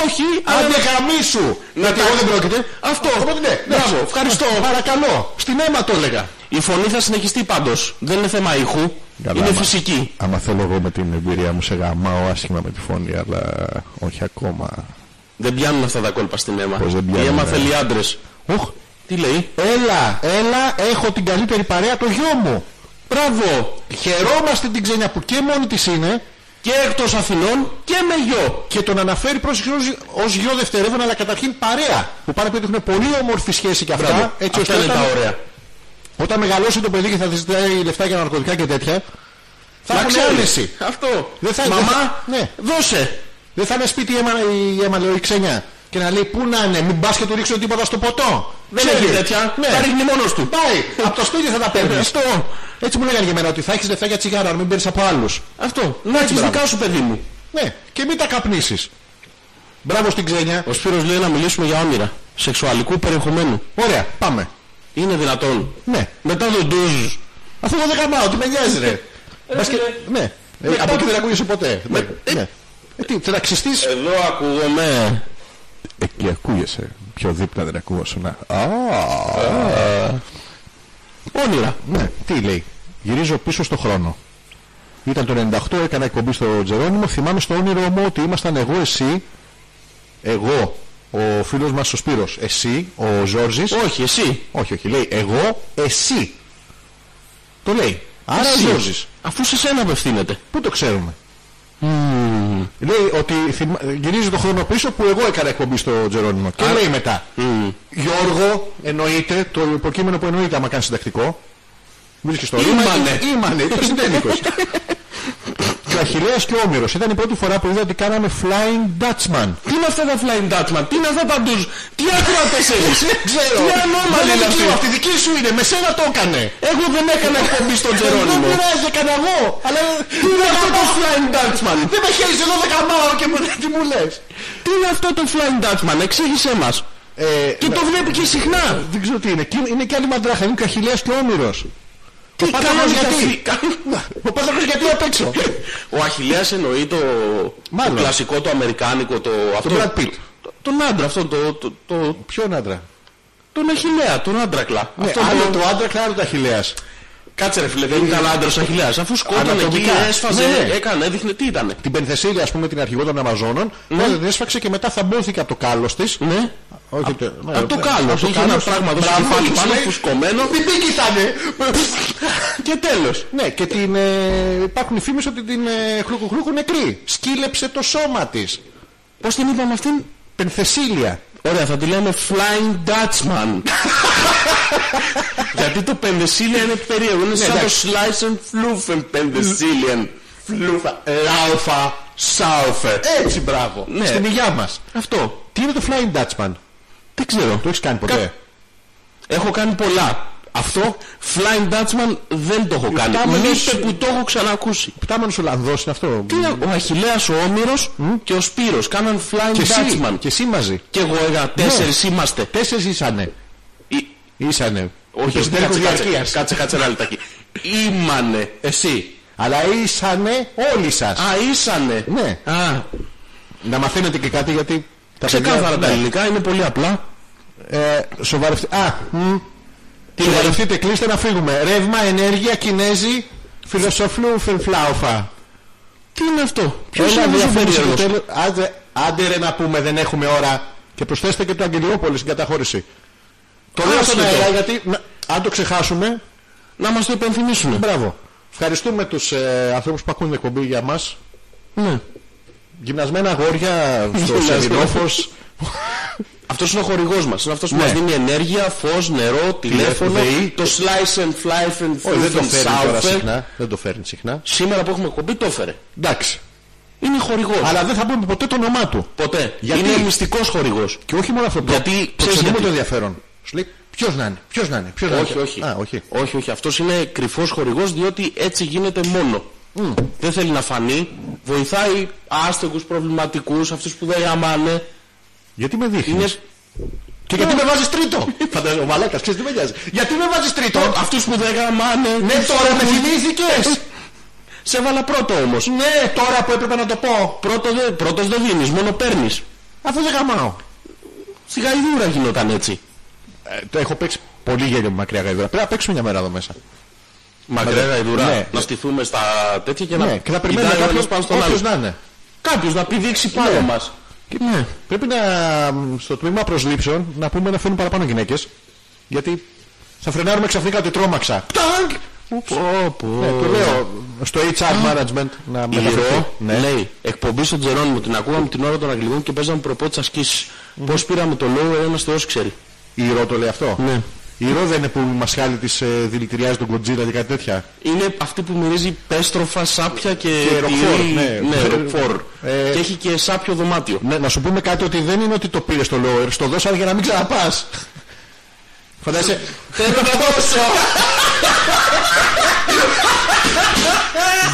Speaker 2: Όχι, αλλά...
Speaker 1: Άντε χαμίσου! Γιατί
Speaker 2: τα-
Speaker 1: εγώ δεν πρόκειται.
Speaker 2: Αυτό.
Speaker 1: Οπότε ναι,
Speaker 2: Μπράβο,
Speaker 1: ναι.
Speaker 2: ευχαριστώ.
Speaker 1: Παρακαλώ. Στην αίμα το έλεγα.
Speaker 2: Η φωνή θα συνεχιστεί πάντως. Δεν είναι θέμα ήχου.
Speaker 1: Καλά,
Speaker 2: είναι
Speaker 1: άμα-
Speaker 2: φυσική.
Speaker 1: Άμα θέλω εγώ με την εμπειρία μου σε γαμάω άσχημα με τη φωνή, αλλά όχι ακόμα.
Speaker 2: Δεν πιάνουν αυτά τα κόλπα στην αίμα.
Speaker 1: Πώς δεν πιάνουν,
Speaker 2: Η αίμα
Speaker 1: ναι.
Speaker 2: θέλει άντρες.
Speaker 1: Οχ,
Speaker 2: Τι λέει.
Speaker 1: έλα, έλα, έχω την καλύτερη παρέα, το γιο μου.
Speaker 2: Μπράβο.
Speaker 1: Χαιρόμαστε την ξένια που και μόνη της είναι
Speaker 2: Και εκτός Αθηνών και με γιο.
Speaker 1: και τον αναφέρει πρόσεχε ως, ως γιο δευτερεύον, αλλά καταρχήν παρέα. Που πάνε παιδί έχουν πολύ όμορφη σχέση και αυτά.
Speaker 2: Μπράβο.
Speaker 1: Έτσι
Speaker 2: αυτά
Speaker 1: ώστε
Speaker 2: είναι
Speaker 1: όταν,
Speaker 2: τα ωραία.
Speaker 1: όταν μεγαλώσει το παιδί και θα ζητάει λεφτά για ναρκωτικά και τέτοια, θα
Speaker 2: Να
Speaker 1: έχουν
Speaker 2: ξέρεις.
Speaker 1: άνεση.
Speaker 2: Αυτό.
Speaker 1: Δεν θα- δεν
Speaker 2: Μαμά,
Speaker 1: θα- ναι.
Speaker 2: δώσε.
Speaker 1: Δεν θα είναι σπίτι η αίμα, η αίμα λέω, η ξένια. Και να λέει πού να είναι, μην πας και του ρίξω τίποτα στο ποτό.
Speaker 2: Δεν
Speaker 1: Ξέρει.
Speaker 2: έχει τέτοια. Ναι.
Speaker 1: Ναι.
Speaker 2: Τα ρίχνει μόνος του.
Speaker 1: Πάει. από το σπίτι θα τα παίρνεις.
Speaker 2: Αυτό.
Speaker 1: Έτσι μου λέγανε για μένα ότι θα έχεις λεφτά για τσιγάρα, να μην παίρνεις από άλλους.
Speaker 2: Αυτό. Να έχεις
Speaker 1: μπράβο.
Speaker 2: δικά σου παιδί μου.
Speaker 1: Ναι, και μην τα καπνίσεις. Μπράβο στην ξένια.
Speaker 2: Ο Σπύρος λέει να μιλήσουμε για όνειρα. Σεξουαλικού περιεχομένου.
Speaker 1: Ωραία, πάμε.
Speaker 2: Είναι δυνατόν.
Speaker 1: Ναι.
Speaker 2: Μετά τον ντουζ.
Speaker 1: Αφού εγώ δεν καμάω, τι με νοιάζει, ρε. Μπας και- Ναι. Ε,
Speaker 2: μετά
Speaker 1: από εκεί
Speaker 2: που-
Speaker 1: δεν ακούγεσαι ποτέ. Ναι.
Speaker 2: ε,
Speaker 1: Ναι. Ε, Τι, θα ξυστεί.
Speaker 2: Εδώ ακούγομαι.
Speaker 1: Εκεί ακούγεσαι. Πιο δίπλα δεν ακούγεσαι. Να.
Speaker 2: Όνειρα.
Speaker 1: Ναι, τι λέει. Γυρίζω πίσω στο χρόνο. Ήταν το 98, έκανα εκπομπή στο Τζερόνιμο. Θυμάμαι στο όνειρο μου ότι ήμασταν εγώ, εσύ, εγώ, ο φίλος μας ο Σπύρος, εσύ, ο Ζόρζης.
Speaker 2: Όχι, εσύ.
Speaker 1: όχι, όχι, λέει εγώ, εσύ. Το λέει. Άρα
Speaker 2: Εσύ.
Speaker 1: ο Ζόρζης.
Speaker 2: Αφού σε σένα απευθύνεται.
Speaker 1: Πού το ξέρουμε. Λέει ότι θυμα- γυρίζει το χρόνο πίσω που εγώ έκανα εκπομπή στο Τζερόνιμο. Και λέει μετά. Γιώργο, εννοείται, το υποκείμενο που εννοείται άμα κάνεις συντακτικό. Βρίσκεις στο ρήμα.
Speaker 2: Ήμανε.
Speaker 1: Ήμανε, ήταν συντέλικος. και ο Αχιλέας και ο Όμηρος. Ήταν η πρώτη φορά που είδα ότι κάναμε Flying Dutchman.
Speaker 2: Τι είναι αυτά τα flying Dutchman, τι είναι αυτά τα ντουζ, τι ακροατές έχεις.
Speaker 1: Δεν ξέρω.
Speaker 2: Τι ανώμαλη
Speaker 1: Δεν
Speaker 2: είναι
Speaker 1: είναι δική μου,
Speaker 2: αυτή.
Speaker 1: Αυτή δική σου είναι. Με σένα το έκανε.
Speaker 2: Εγώ δεν έκανα εκπομπή στον
Speaker 1: Ε, Δεν
Speaker 2: Τζερόνιμο.
Speaker 1: πειράζει, έκανα εγώ. Αλλά
Speaker 2: Τι είναι αυτό το flying Dutchman.
Speaker 1: δεν με χαίρεσαι εδώ δεκαμάω και μου- τι μου λες.
Speaker 2: Τι είναι αυτό το flying Dutchman, εξήγησέ μας.
Speaker 1: Ε,
Speaker 2: Και το βλέπει και συχνά.
Speaker 1: Δεν ξέρω τι είναι. Και Είναι και άλλη μαντράχα. Είναι και ο Αχιλέας και ο Όμηρος.
Speaker 2: Τι
Speaker 1: Πάτραχος
Speaker 2: κάνουν
Speaker 1: γιατί. Ο Πέτρος γιατί απ' έξω.
Speaker 2: Ο Αχιλέας εννοεί το, το
Speaker 1: Μάλλον.
Speaker 2: κλασικό το αμερικάνικο το αυτό.
Speaker 1: Brad Pitt.
Speaker 2: το- Τον άντρα αυτό, το, το, το,
Speaker 1: Ποιον άντρα.
Speaker 2: τον Αχιλέα, τον άντρακλα.
Speaker 1: Ναι,
Speaker 2: Αυτό
Speaker 1: άλλο
Speaker 2: το- Ε,
Speaker 1: το άντρα και άλλο το Αχιλέας.
Speaker 2: Κάτσε ρε φίλε, δεν ήταν άντρας ο Αχιλέας. Αφού σκότωνε εκεί,
Speaker 1: Ανατομικά.
Speaker 2: έσφαζε,
Speaker 1: Ναι, ναι.
Speaker 2: έκανε, έδειχνε τι ήτανε.
Speaker 1: Την Πενθεσίλια, ας πούμε, την αρχηγό των Αμαζόνων. Πρώτα την έσφαξε και μετά θαμπόθηκε από το κάλος της.
Speaker 2: Ναι.
Speaker 1: Όχι, το- ναι,
Speaker 2: Ε, Από το
Speaker 1: ναι,
Speaker 2: κάλος.
Speaker 1: το
Speaker 2: Είχε ένα
Speaker 1: κάλος.
Speaker 2: πράγμα εδώ στο
Speaker 1: Μπράβο,
Speaker 2: κεφάλι
Speaker 1: τους
Speaker 2: πάνω
Speaker 1: λέει,
Speaker 2: φουσκωμένο.
Speaker 1: Μην την κοιτάνε.
Speaker 2: Και τέλος.
Speaker 1: Ναι, και την, ε, υπάρχουν φήμες ότι την ε, χλουκουχλούκου νεκρή. Σκύλεψε το σώμα της.
Speaker 2: Πώς την είπαμε αυτήν.
Speaker 1: Πενθεσίλια.
Speaker 2: Ωραία, θα τη λέμε Flying Dutchman. Γιατί το Pendesillian είναι περίεργο.
Speaker 1: Ναι,
Speaker 2: Είναι σαν το Slice and Fluffen Pendesillian. Φλούφα. Λάουφα. Σάουφε.
Speaker 1: Έτσι, μπράβο.
Speaker 2: Ε, Ναι.
Speaker 1: Στην υγειά μας.
Speaker 2: Αυτό.
Speaker 1: Τι είναι το Flying Dutchman.
Speaker 2: Δεν ξέρω.
Speaker 1: Το έχεις κάνει ποτέ.
Speaker 2: Έχω κάνει πολλά. Αυτό Flying Dutchman δεν το έχω κάνει.
Speaker 1: φτάμενες-
Speaker 2: Μήπε που το έχω ξανακούσει.
Speaker 1: Πτάμενος Ολλανδός είναι αυτό.
Speaker 2: Τι είναι, Ο Αχιλέας ο Όμηρος και ο Σπύρος κάναν Flying
Speaker 1: Και
Speaker 2: Dutchman.
Speaker 1: εσύ, Ναι. και εσύ μαζί.
Speaker 2: Και εγώ έλεγα τέσσερις είμαστε.
Speaker 1: Τέσσερις ήσανε.
Speaker 2: Ή-
Speaker 1: Ήσανε.
Speaker 2: Όχι, όχι,
Speaker 1: Στην
Speaker 2: κάτσε, κάτσε,
Speaker 1: διαρκείας.
Speaker 2: κάτσε, κάτσε ένα λεπτάκι. Ήμανε.
Speaker 1: Εσύ. Αλλά ήσανε όλοι σας.
Speaker 2: Α, ήσανε.
Speaker 1: Ναι.
Speaker 2: Α,
Speaker 1: Να μαθαίνετε και κάτι γιατί... Τα
Speaker 2: ξεκάθαρα ναι. τα
Speaker 1: παιδιά, Ναι.
Speaker 2: ελληνικά είναι πολύ απλά.
Speaker 1: Ε, σοβαρευτεί... Α, μ. σοβαρευτείτε, κλείστε να φύγουμε. Ρεύμα, ενέργεια, Κινέζοι, φιλοσοφλού, φιλφλάουφα.
Speaker 2: Τι είναι αυτό. Ποιος
Speaker 1: Έλα,
Speaker 2: είναι αυτός ο
Speaker 1: διαφήμιση στο
Speaker 2: περίεργος.
Speaker 1: τέλος. Άντε, άντε ρε να πούμε, δεν έχουμε ώρα. Και προσθέστε και το Αγγελιόπολη στην καταχώρηση. Το λέω στον
Speaker 2: Άστο το.
Speaker 1: αέρα γιατί να- αν το ξεχάσουμε,
Speaker 2: Να μας το υπενθυμίσουν.
Speaker 1: Μπράβο. Ευχαριστούμε τους ε, ανθρώπους που ακούν την εκπομπή για μας.
Speaker 2: Ναι.
Speaker 1: Γυμνασμένα αγόρια στο
Speaker 2: Γυμνασμένα.
Speaker 1: Σεβινόφος.
Speaker 2: Αυτός είναι ο χορηγός μας. Είναι αυτός που
Speaker 1: Ναι.
Speaker 2: μας δίνει ενέργεια, φως, νερό, τηλέφωνο.
Speaker 1: ΔΕΗ.
Speaker 2: Το slice and fly and
Speaker 1: Όχι, δεν το
Speaker 2: and
Speaker 1: φέρνει τώρα
Speaker 2: Saufer.
Speaker 1: συχνά. Δεν το φέρνει συχνά.
Speaker 2: Σήμερα που έχουμε εκπομπή το έφερε.
Speaker 1: Εντάξει.
Speaker 2: Είναι χορηγός.
Speaker 1: Αλλά δεν θα πούμε ποτέ το όνομά του.
Speaker 2: Ποτέ.
Speaker 1: Γιατί?
Speaker 2: Είναι μυστικός χορηγός.
Speaker 1: Και όχι μόνο αυτό.
Speaker 2: Γιατί, ξέρεις
Speaker 1: Προξενούμε
Speaker 2: γιατί.
Speaker 1: το ενδιαφέρον. Σου λέει Ποιος να είναι, ποιος να είναι, ποιος να είναι.
Speaker 2: Όχι, όχι.
Speaker 1: Α, όχι.
Speaker 2: όχι, όχι. Αυτός είναι κρυφός χορηγός διότι έτσι γίνεται μόνο. Δεν θέλει να φανεί. Βοηθάει άστεγους, προβληματικούς, αυτούς που δεν γαμάνε.
Speaker 1: Γιατί με δείχνεις.
Speaker 2: Είναι
Speaker 1: Και γιατί με βάζεις τρίτο. Φαντάζομαι, ο μαλάκα, ξέρεις τι με νοιάζει. Γιατί με βάζεις τρίτο.
Speaker 2: αυτούς που δεν γαμάνε.
Speaker 1: Ναι, τώρα με θυμήθηκες.
Speaker 2: Σε έβαλα πρώτο όμως.
Speaker 1: Ναι, τώρα που έπρεπε να το πω.
Speaker 2: Πρώτο δεν- πρώτος δεν δίνεις, μόνο παίρνεις.
Speaker 1: Αφού δεν γαμάω.
Speaker 2: Στη γαϊδούρα γινόταν έτσι.
Speaker 1: Ε, το έχω παίξει πολύ γέλιο με μακριά γαϊδούρα. Πρέπει να παίξουμε μια μέρα εδώ μέσα.
Speaker 2: Μακριά γαϊδούρα.
Speaker 1: Ναι.
Speaker 2: Να στηθούμε στα τέτοια και να
Speaker 1: Ναι, και να περιμένουμε
Speaker 2: κοιτάει ο
Speaker 1: κάποιο
Speaker 2: ένας πάνω στον άλλο.
Speaker 1: να είναι.
Speaker 2: Κάποιος να πηδήξει πάνω
Speaker 1: Ναι.
Speaker 2: μας.
Speaker 1: Και- Ναι. Πρέπει να μ, στο τμήμα προσλήψεων να πούμε να φέρουν παραπάνω γυναίκες. Γιατί θα φρενάρουμε ξαφνικά ότι τρόμαξα. Τάγκ!
Speaker 2: Πω, πω.
Speaker 1: Ναι, το λέω στο HR management να μεταφερθεί.
Speaker 2: Γυρό,
Speaker 1: Ναι.
Speaker 2: λέει, εκπομπή στον Τζερόνιμο, την ακούγαμε την ώρα των Αγγλικών και παίζαμε προπό της ασκήσεις. Πώς πήραμε το λόγο, ένας θεός ξέρει.
Speaker 1: Η Ρο το λέει αυτό.
Speaker 2: Ναι.
Speaker 1: Η Ρο δεν είναι που μας χάλει τη ε, δηλητηριάζει τον Κοντζίλα και κάτι τέτοια.
Speaker 2: Είναι αυτή που μυρίζει πέστροφα, σάπια και,
Speaker 1: Και ροκφόρ,
Speaker 2: τυρί.
Speaker 1: ναι.
Speaker 2: ροκφόρ.
Speaker 1: Ε,
Speaker 2: Και έχει και σάπιο δωμάτιο.
Speaker 1: Ναι, να σου πούμε κάτι ότι δεν είναι ότι το πήρες το lower, στο δώσα για να μην ξαναπάς. Φαντάζεσαι.
Speaker 2: Θέλω να δώσω!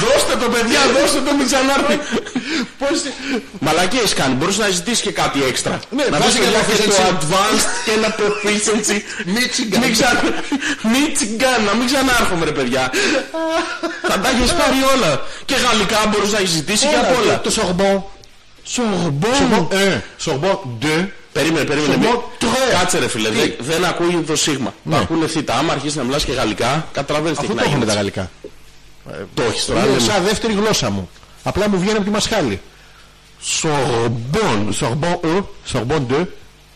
Speaker 2: δώστε το παιδιά, δώστε το μην ξανάρθει. Πώς... Μαλακίες κάνει, μπορείς να ζητήσεις και κάτι έξτρα.
Speaker 1: Ναι,
Speaker 2: να
Speaker 1: βάζει
Speaker 2: δώσεις
Speaker 1: και
Speaker 2: και
Speaker 1: ένα
Speaker 2: κάτι το
Speaker 1: efficiency.
Speaker 2: advanced και ένα proficiency.
Speaker 1: Michigan.
Speaker 2: Μην ξα... Michigan, να μην ξανάρχομαι ρε παιδιά. Θα τα έχεις πάρει όλα. Και γαλλικά μπορείς να έχεις ζητήσει και
Speaker 1: Όλα,
Speaker 2: απ' όλα.
Speaker 1: Το σογμπό. Σογμπό. Ε, σογμπό. Ντε.
Speaker 2: Περίμενε, περίμενε.
Speaker 1: Σωμό
Speaker 2: μη-
Speaker 1: τρε.
Speaker 2: Κάτσε ρε φίλε, δεν, δεν ακούγεται το σίγμα.
Speaker 1: Ναι.
Speaker 2: Ναι. Ακούνε θήτα. Άμα αρχίσεις να μιλάς και γαλλικά, καταλαβαίνεις τι
Speaker 1: Αυτό το
Speaker 2: έχει
Speaker 1: έχω
Speaker 2: να
Speaker 1: με
Speaker 2: γίνει.
Speaker 1: τα γαλλικά.
Speaker 2: Το έχεις τώρα.
Speaker 1: Είναι
Speaker 2: λέμε.
Speaker 1: σαν δεύτερη γλώσσα μου. Απλά μου βγαίνει από τη μασχάλη. Σορμπον. Σορμπον ε. Σορμπον δε.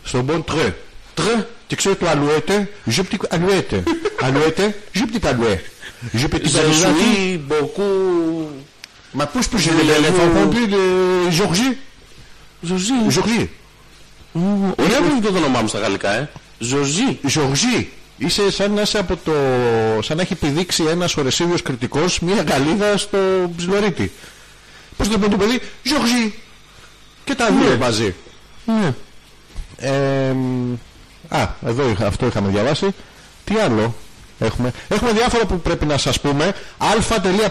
Speaker 1: Σορμπον τρε. Τρε. Και ξέρω το αλουέτε. Je petit αλουέτε. Αλουέτε. Je petit αλουέ. Je petit αλουέ.
Speaker 2: Ζεσουί, Μποκού.
Speaker 1: Μα πώς που j'ai
Speaker 2: Ζου-
Speaker 1: le téléphone complet de Georgie.
Speaker 2: Ζωζί.
Speaker 1: Georgie.
Speaker 2: Ωραία που είναι το όνομά μου στα γαλλικά, ε. Ζωζί.
Speaker 1: Ζοργή, είσαι σαν να είσαι από το. σαν να έχει πηδήξει ένα ορεσίβιο κριτικό μια γαλίδα στο ψιλορίτη. Πώ το πούμε το παιδί, Ζοργή. Και τα δύο μαζί. Ε, μ, α, εδώ είχα- αυτό είχαμε διαβάσει. Τι άλλο έχουμε. Έχουμε διάφορα που πρέπει να σα πούμε.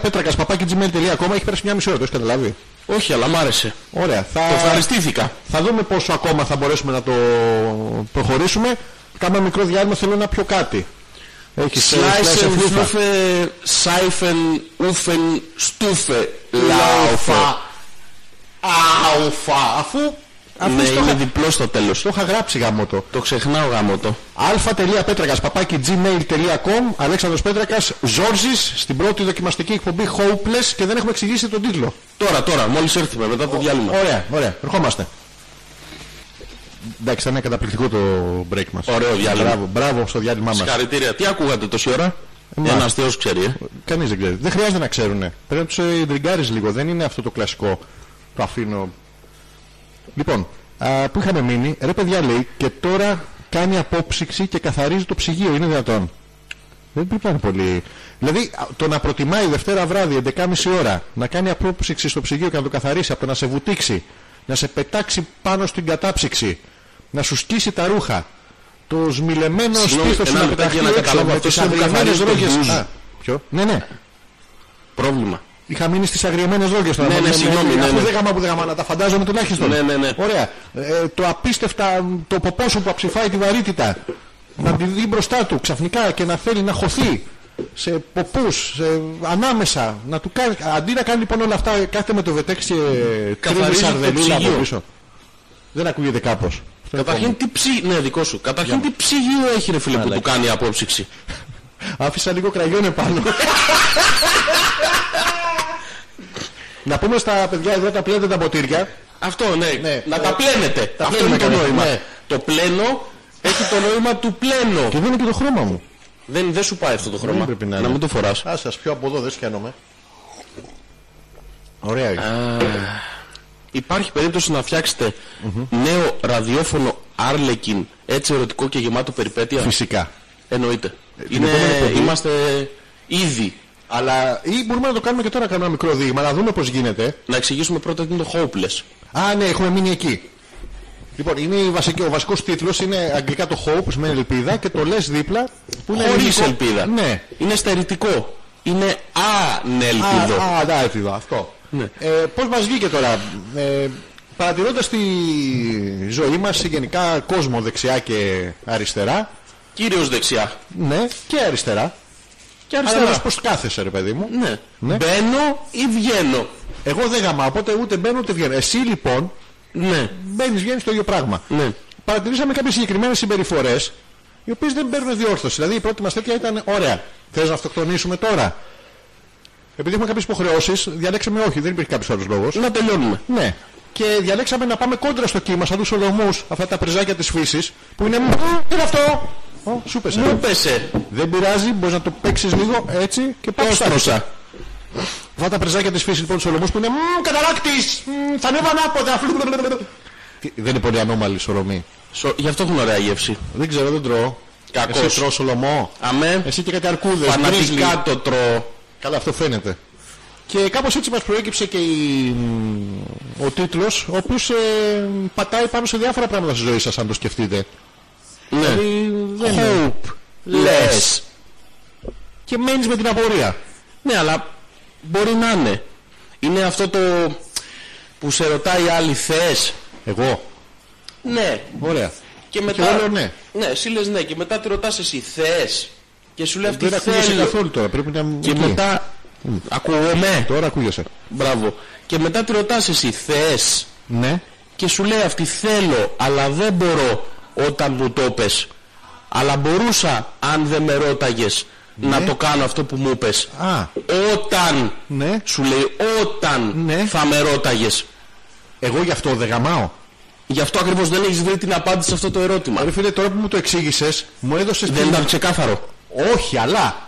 Speaker 1: α.πέτρακα.gmail.com έχει πέρασει μια μισή ώρα, το έχει καταλάβει.
Speaker 2: Όχι, αλλά μ' άρεσε.
Speaker 1: Ωραία. Θα...
Speaker 2: Το ευχαριστήθηκα.
Speaker 1: Θα δούμε πόσο ακόμα θα μπορέσουμε να το προχωρήσουμε. Κάμα μικρό διάλειμμα θέλω να πιω κάτι. Έχεις
Speaker 2: Σλάισεν, φλούφε, σάιφεν, ούφεν, στούφε, λαουφα.
Speaker 1: Λάουφα. Αουφα. Αφού, αφού
Speaker 2: Ναι,
Speaker 1: στο,
Speaker 2: είναι
Speaker 1: είχα,
Speaker 2: διπλός στο τέλος.
Speaker 1: στο είχα γράψει γαμότο.
Speaker 2: Το ξεχνάω γάμο
Speaker 1: αλφα.πέτρακας παπάκι gmail.com Αλέξανδρος Πέτρακας Ζόρζης στην πρώτη δοκιμαστική εκπομπή Hopeless και δεν έχουμε εξηγήσει τον τίτλο.
Speaker 2: Τώρα, τώρα, μόλις έρθουμε μετά το διάλειμμα.
Speaker 1: Ωραία, ωραία. Ερχόμαστε. Εντάξει, ήταν καταπληκτικό το break μας.
Speaker 2: Ωραίο διάλειμμα.
Speaker 1: Μπράβο, μπράβο στο διάλειμμά μας.
Speaker 2: Συγχαρητήρια. Τι ακούγατε τόση ώρα.
Speaker 1: Εμάς.
Speaker 2: Ένας θεός ξέρει. ε.
Speaker 1: Κανείς δεν ξέρει. Δεν χρειάζεται να ξέρουν. Πρέπει να τους εντριγκάρεις λίγο. Δεν είναι αυτό το κλασικό. Το αφήνω. Λοιπόν, α, που είχαμε μείνει, ρε παιδιά λέει, και τώρα κάνει απόψυξη και καθαρίζει το ψυγείο. Είναι δυνατόν. Δεν πρέπει να είναι πολύ. Δηλαδή, α, το να προτιμάει Δευτέρα βράδυ 11.30 ώρα να κάνει απόψυξη στο ψυγείο και να το καθαρίσει από το να σε βουτήξει, να σε πετάξει πάνω στην κατάψυξη, να σου σκίσει τα ρούχα, το σμιλεμένο
Speaker 2: Συγγνώμη,
Speaker 1: στήθο
Speaker 2: ένα
Speaker 1: να πεταχτεί
Speaker 2: λεπτάκι για να
Speaker 1: έξω
Speaker 2: καταλάβω.
Speaker 1: με
Speaker 2: Αυτός
Speaker 1: τις
Speaker 2: είναι που
Speaker 1: αγριεμένε
Speaker 2: καθαρίζει το μπουζ.
Speaker 1: ρόγε. Ποιο? Ναι, ναι.
Speaker 2: Πρόβλημα.
Speaker 1: Είχα μείνει στις αγριεμένες ρόγες τώρα.
Speaker 2: Ναι, ναι, συγγνώμη, ναι,
Speaker 1: Αφού
Speaker 2: ναι.
Speaker 1: δεν γάμα που δεν γάμα, να τα φαντάζομαι τουλάχιστον.
Speaker 2: Ναι, ναι, ναι.
Speaker 1: Ωραία. Ε, το απίστευτα, μ, το ποπό σου που αψηφάει τη βαρύτητα. Να τη δει μπροστά του ξαφνικά και να θέλει να χωθεί σε ποπούς, σε, ανάμεσα. Να του κάνει, αντί να κάνει λοιπόν όλα αυτά, κάθεται με το βετέξ και κρύβει
Speaker 2: Καθαρίζει το
Speaker 1: σαρδελίλα από
Speaker 2: ψυγείο.
Speaker 1: πίσω. Δεν ακούγεται κάπως. Αυτό είναι
Speaker 2: Καταρχήν τι ψυγείο. Ναι, δικό σου. Καταρχήν τι ψυγείο έχει ρε φίλε που του κάνει απόψυξη.
Speaker 1: κόμμα. Άφησα λίγο κραγιόν επάνω. να πούμε στα παιδιά εδώ τα πλέντε τα ποτήρια.
Speaker 2: Αυτό, ναι.
Speaker 1: Ναι.
Speaker 2: Να τα πλένετε.
Speaker 1: Τα
Speaker 2: Αυτό
Speaker 1: πλένουμε
Speaker 2: είναι το
Speaker 1: κανένα.
Speaker 2: νόημα.
Speaker 1: Ναι.
Speaker 2: Το πλένο έχει το νόημα του πλένο.
Speaker 1: Και δεν είναι και το χρώμα μου.
Speaker 2: Δεν, δεν σου πάει αυτό το χρώμα.
Speaker 1: Δεν πρέπει να
Speaker 2: να,
Speaker 1: είναι.
Speaker 2: μην το φοράς.
Speaker 1: Ας, σας πιω από εδώ, δεν σκιάνομαι. Ωραία. είναι.
Speaker 2: Υπάρχει περίπτωση να φτιάξετε νέο ραδιόφωνο Arlequin έτσι ερωτικό και γεμάτο περιπέτεια.
Speaker 1: Φυσικά.
Speaker 2: Εννοείται. Είναι,
Speaker 1: Ε, επόμενη εκπομπή-
Speaker 2: είμαστε ήδη.
Speaker 1: Αλλά ή μπορούμε να το κάνουμε και τώρα κάνουμε ένα μικρό δείγμα, να δούμε πώς γίνεται.
Speaker 2: Να εξηγήσουμε πρώτα τι είναι το hopeless.
Speaker 1: Α, ναι, έχουμε μείνει εκεί. Λοιπόν, είναι η βασική, ο βασικός τίτλος είναι αγγλικά το hope, που σημαίνει ελπίδα, και το λες δίπλα που είναι.
Speaker 2: Χωρίς
Speaker 1: ελληνικό-
Speaker 2: ελπίδα.
Speaker 1: Ναι.
Speaker 2: Είναι στερητικό. Είναι ανελπίδο.
Speaker 1: Α, α, ναι, ελπίδα, αυτό.
Speaker 2: Ναι.
Speaker 1: Ε, Πώς μας βγήκε τώρα, ε, παρατηρώντας τη ζωή μας γενικά κόσμο δεξιά και αριστερά.
Speaker 2: Κύριος δεξιά.
Speaker 1: Ναι, και αριστερά.
Speaker 2: Και
Speaker 1: Αλλά
Speaker 2: αριστερά.
Speaker 1: μας πώς κάθεσαι, ρε παιδί μου.
Speaker 2: Ναι.
Speaker 1: Ναι.
Speaker 2: Μπαίνω ή βγαίνω.
Speaker 1: Εγώ δεν γαμάω, οπότε ούτε μπαίνω ούτε βγαίνω. Εσύ λοιπόν
Speaker 2: Ναι.
Speaker 1: μπαίνεις, βγαίνεις το ίδιο πράγμα.
Speaker 2: Ναι.
Speaker 1: Παρατηρήσαμε κάποιες συγκεκριμένες συμπεριφορές, οι οποίες δεν παίρνουν διόρθωση. Δηλαδή η πρώτη μας τέτοια ήταν ωραία. Θες να αυτοκτονήσουμε τώρα. Επειδή έχουμε κάποιες υποχρεώσεις, διαλέξαμε όχι, δεν υπήρχε κάποιος άλλος λόγος.
Speaker 2: Να τελειώνουμε.
Speaker 1: Ναι. Και διαλέξαμε να πάμε κόντρα στο κύμα, σαν τους Σολομούς, αυτά τα πριζάκια της φύσης, που είναι. «Μμμ, Τι είναι αυτό! Ω, Σου πέσε.
Speaker 2: Μου πέσε.
Speaker 1: Δεν πειράζει, μπορείς να το παίξεις λίγο έτσι και πάει.
Speaker 2: Πρόστρωσα.
Speaker 1: Αυτά τα πρεζάκια της φύσης λοιπόν του Σολομούς που είναι «Μμμ, καταράκτης, Μμμ, Θα ανέβω ανάποδα! φλου-φλου-φλου-φλου». Τι- Δεν είναι πολύ ανώμαλη η Σολομή.
Speaker 2: Σο- Γι' αυτό έχουν ωραία γεύση.
Speaker 1: Δεν ξέρω, δεν τρώω.
Speaker 2: Κακός.
Speaker 1: Εσύ τρώω Σολομό.
Speaker 2: Αμέ.
Speaker 1: Εσύ και κάτι αρκούδες.
Speaker 2: Φανατικά το τρώω.
Speaker 1: Καλά, αυτό φαίνεται. Και κάπως έτσι μας προέκυψε και η... ο τίτλος, ο οποίος ε, πατάει πάνω σε διάφορα πράγματα στη ζωή σας, αν το σκεφτείτε.
Speaker 2: Ναι.
Speaker 1: δεν είναι.
Speaker 2: Hope. Λες.
Speaker 1: Και μένεις με την απορία.
Speaker 2: Ναι, αλλά μπορεί να είναι. Είναι αυτό το που σε ρωτάει άλλη θες.
Speaker 1: Εγώ.
Speaker 2: Ναι.
Speaker 1: Ωραία.
Speaker 2: Και μετά...
Speaker 1: εγώ λέω ναι.
Speaker 2: Ναι, εσύ λες ναι. Και μετά τη ρωτάς εσύ θες. Και σου λέει αυτή
Speaker 1: Δεν ακούγεσαι
Speaker 2: θέλω.
Speaker 1: καθόλου τώρα. Πρέπει να...
Speaker 2: Και
Speaker 1: εκεί.
Speaker 2: μετά... Ακούγομαι.
Speaker 1: Τώρα ακούγεσαι.
Speaker 2: Μπράβο. Και μετά τη ρωτάς εσύ θες.
Speaker 1: Ναι.
Speaker 2: και σου λέει αυτή θέλω αλλά δεν μπορώ όταν μου το πες αλλά μπορούσα αν δεν με ρώταγες να το κάνω αυτό που μου πες
Speaker 1: Ναι. Α.
Speaker 2: όταν
Speaker 1: Ναι.
Speaker 2: σου λέει όταν
Speaker 1: Ναι.
Speaker 2: θα με ρώταγες
Speaker 1: Εγώ γι' αυτό δεν γαμάω.
Speaker 2: γι' αυτό ακριβώς δεν έχεις βρει την απάντηση σε αυτό το ερώτημα
Speaker 1: Ρε φίλε, τώρα που μου το εξήγησες, μου έδωσες.
Speaker 2: δεν ήταν ξεκάθαρο
Speaker 1: Όχι, αλλά.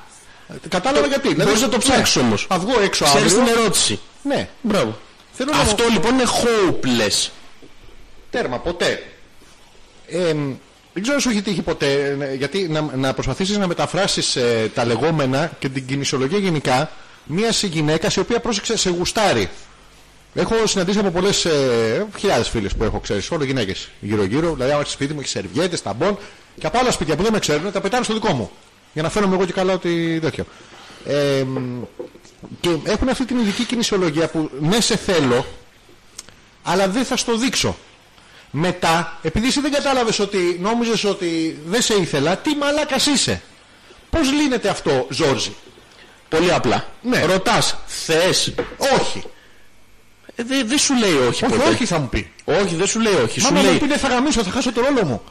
Speaker 1: Κατάλαβα γιατί.
Speaker 2: μπορείς να το ψάξεις
Speaker 1: ναι.
Speaker 2: όμως.
Speaker 1: Θα βγω έξω
Speaker 2: ξέρεις
Speaker 1: αύριο.
Speaker 2: την ερώτηση
Speaker 1: Ναι.
Speaker 2: μπράβο
Speaker 1: Θέλω να
Speaker 2: αυτό
Speaker 1: μου-
Speaker 2: λοιπόν είναι hopeless
Speaker 1: Τέρμα, ποτέ. Ε, μ, δεν ξέρω αν σου έχει τύχει ποτέ, ε, ναι, γιατί να, να προσπαθήσεις να μεταφράσεις ε, τα λεγόμενα και την κινησιολογία γενικά μιας γυναίκας η οποία πρόσεξε σε γουστάρι. Έχω συναντήσει από πολλές ε, χιλιάδες φίλες που έχω ξέρεις, όλο γυναίκες γύρω-γύρω. Δηλαδή, άμα έρθει σπίτι μου, έχεις σερβιέτες, ταμπών και από άλλα σπίτια που δεν με ξέρουν, τα πετάνε στο δικό μου. Για να φαίνομαι εγώ και καλά ότι τέτοιο. Ε, μ, και έχουν αυτή την ειδική κινησιολογία που ναι, σε θέλω, αλλά δεν θα στο δείξω. Μετά, επειδή εσύ δεν κατάλαβες ότι νόμιζες ότι δεν σε ήθελα, τι μαλάκας είσαι. Πώς λύνεται αυτό, Ζόρζι.
Speaker 2: πολύ απλά
Speaker 1: Ναι.
Speaker 2: ρωτάς θες
Speaker 1: Όχι.
Speaker 2: Ε, δεν δεν σου λέει όχι
Speaker 1: Όχι,
Speaker 2: ποτέ.
Speaker 1: όχι θα μου πει.
Speaker 2: όχι δεν σου λέει όχι
Speaker 1: Μα
Speaker 2: σου
Speaker 1: να μου
Speaker 2: λέει
Speaker 1: πει δεν θα γαμίσω, θα χάσω το ρόλο μου.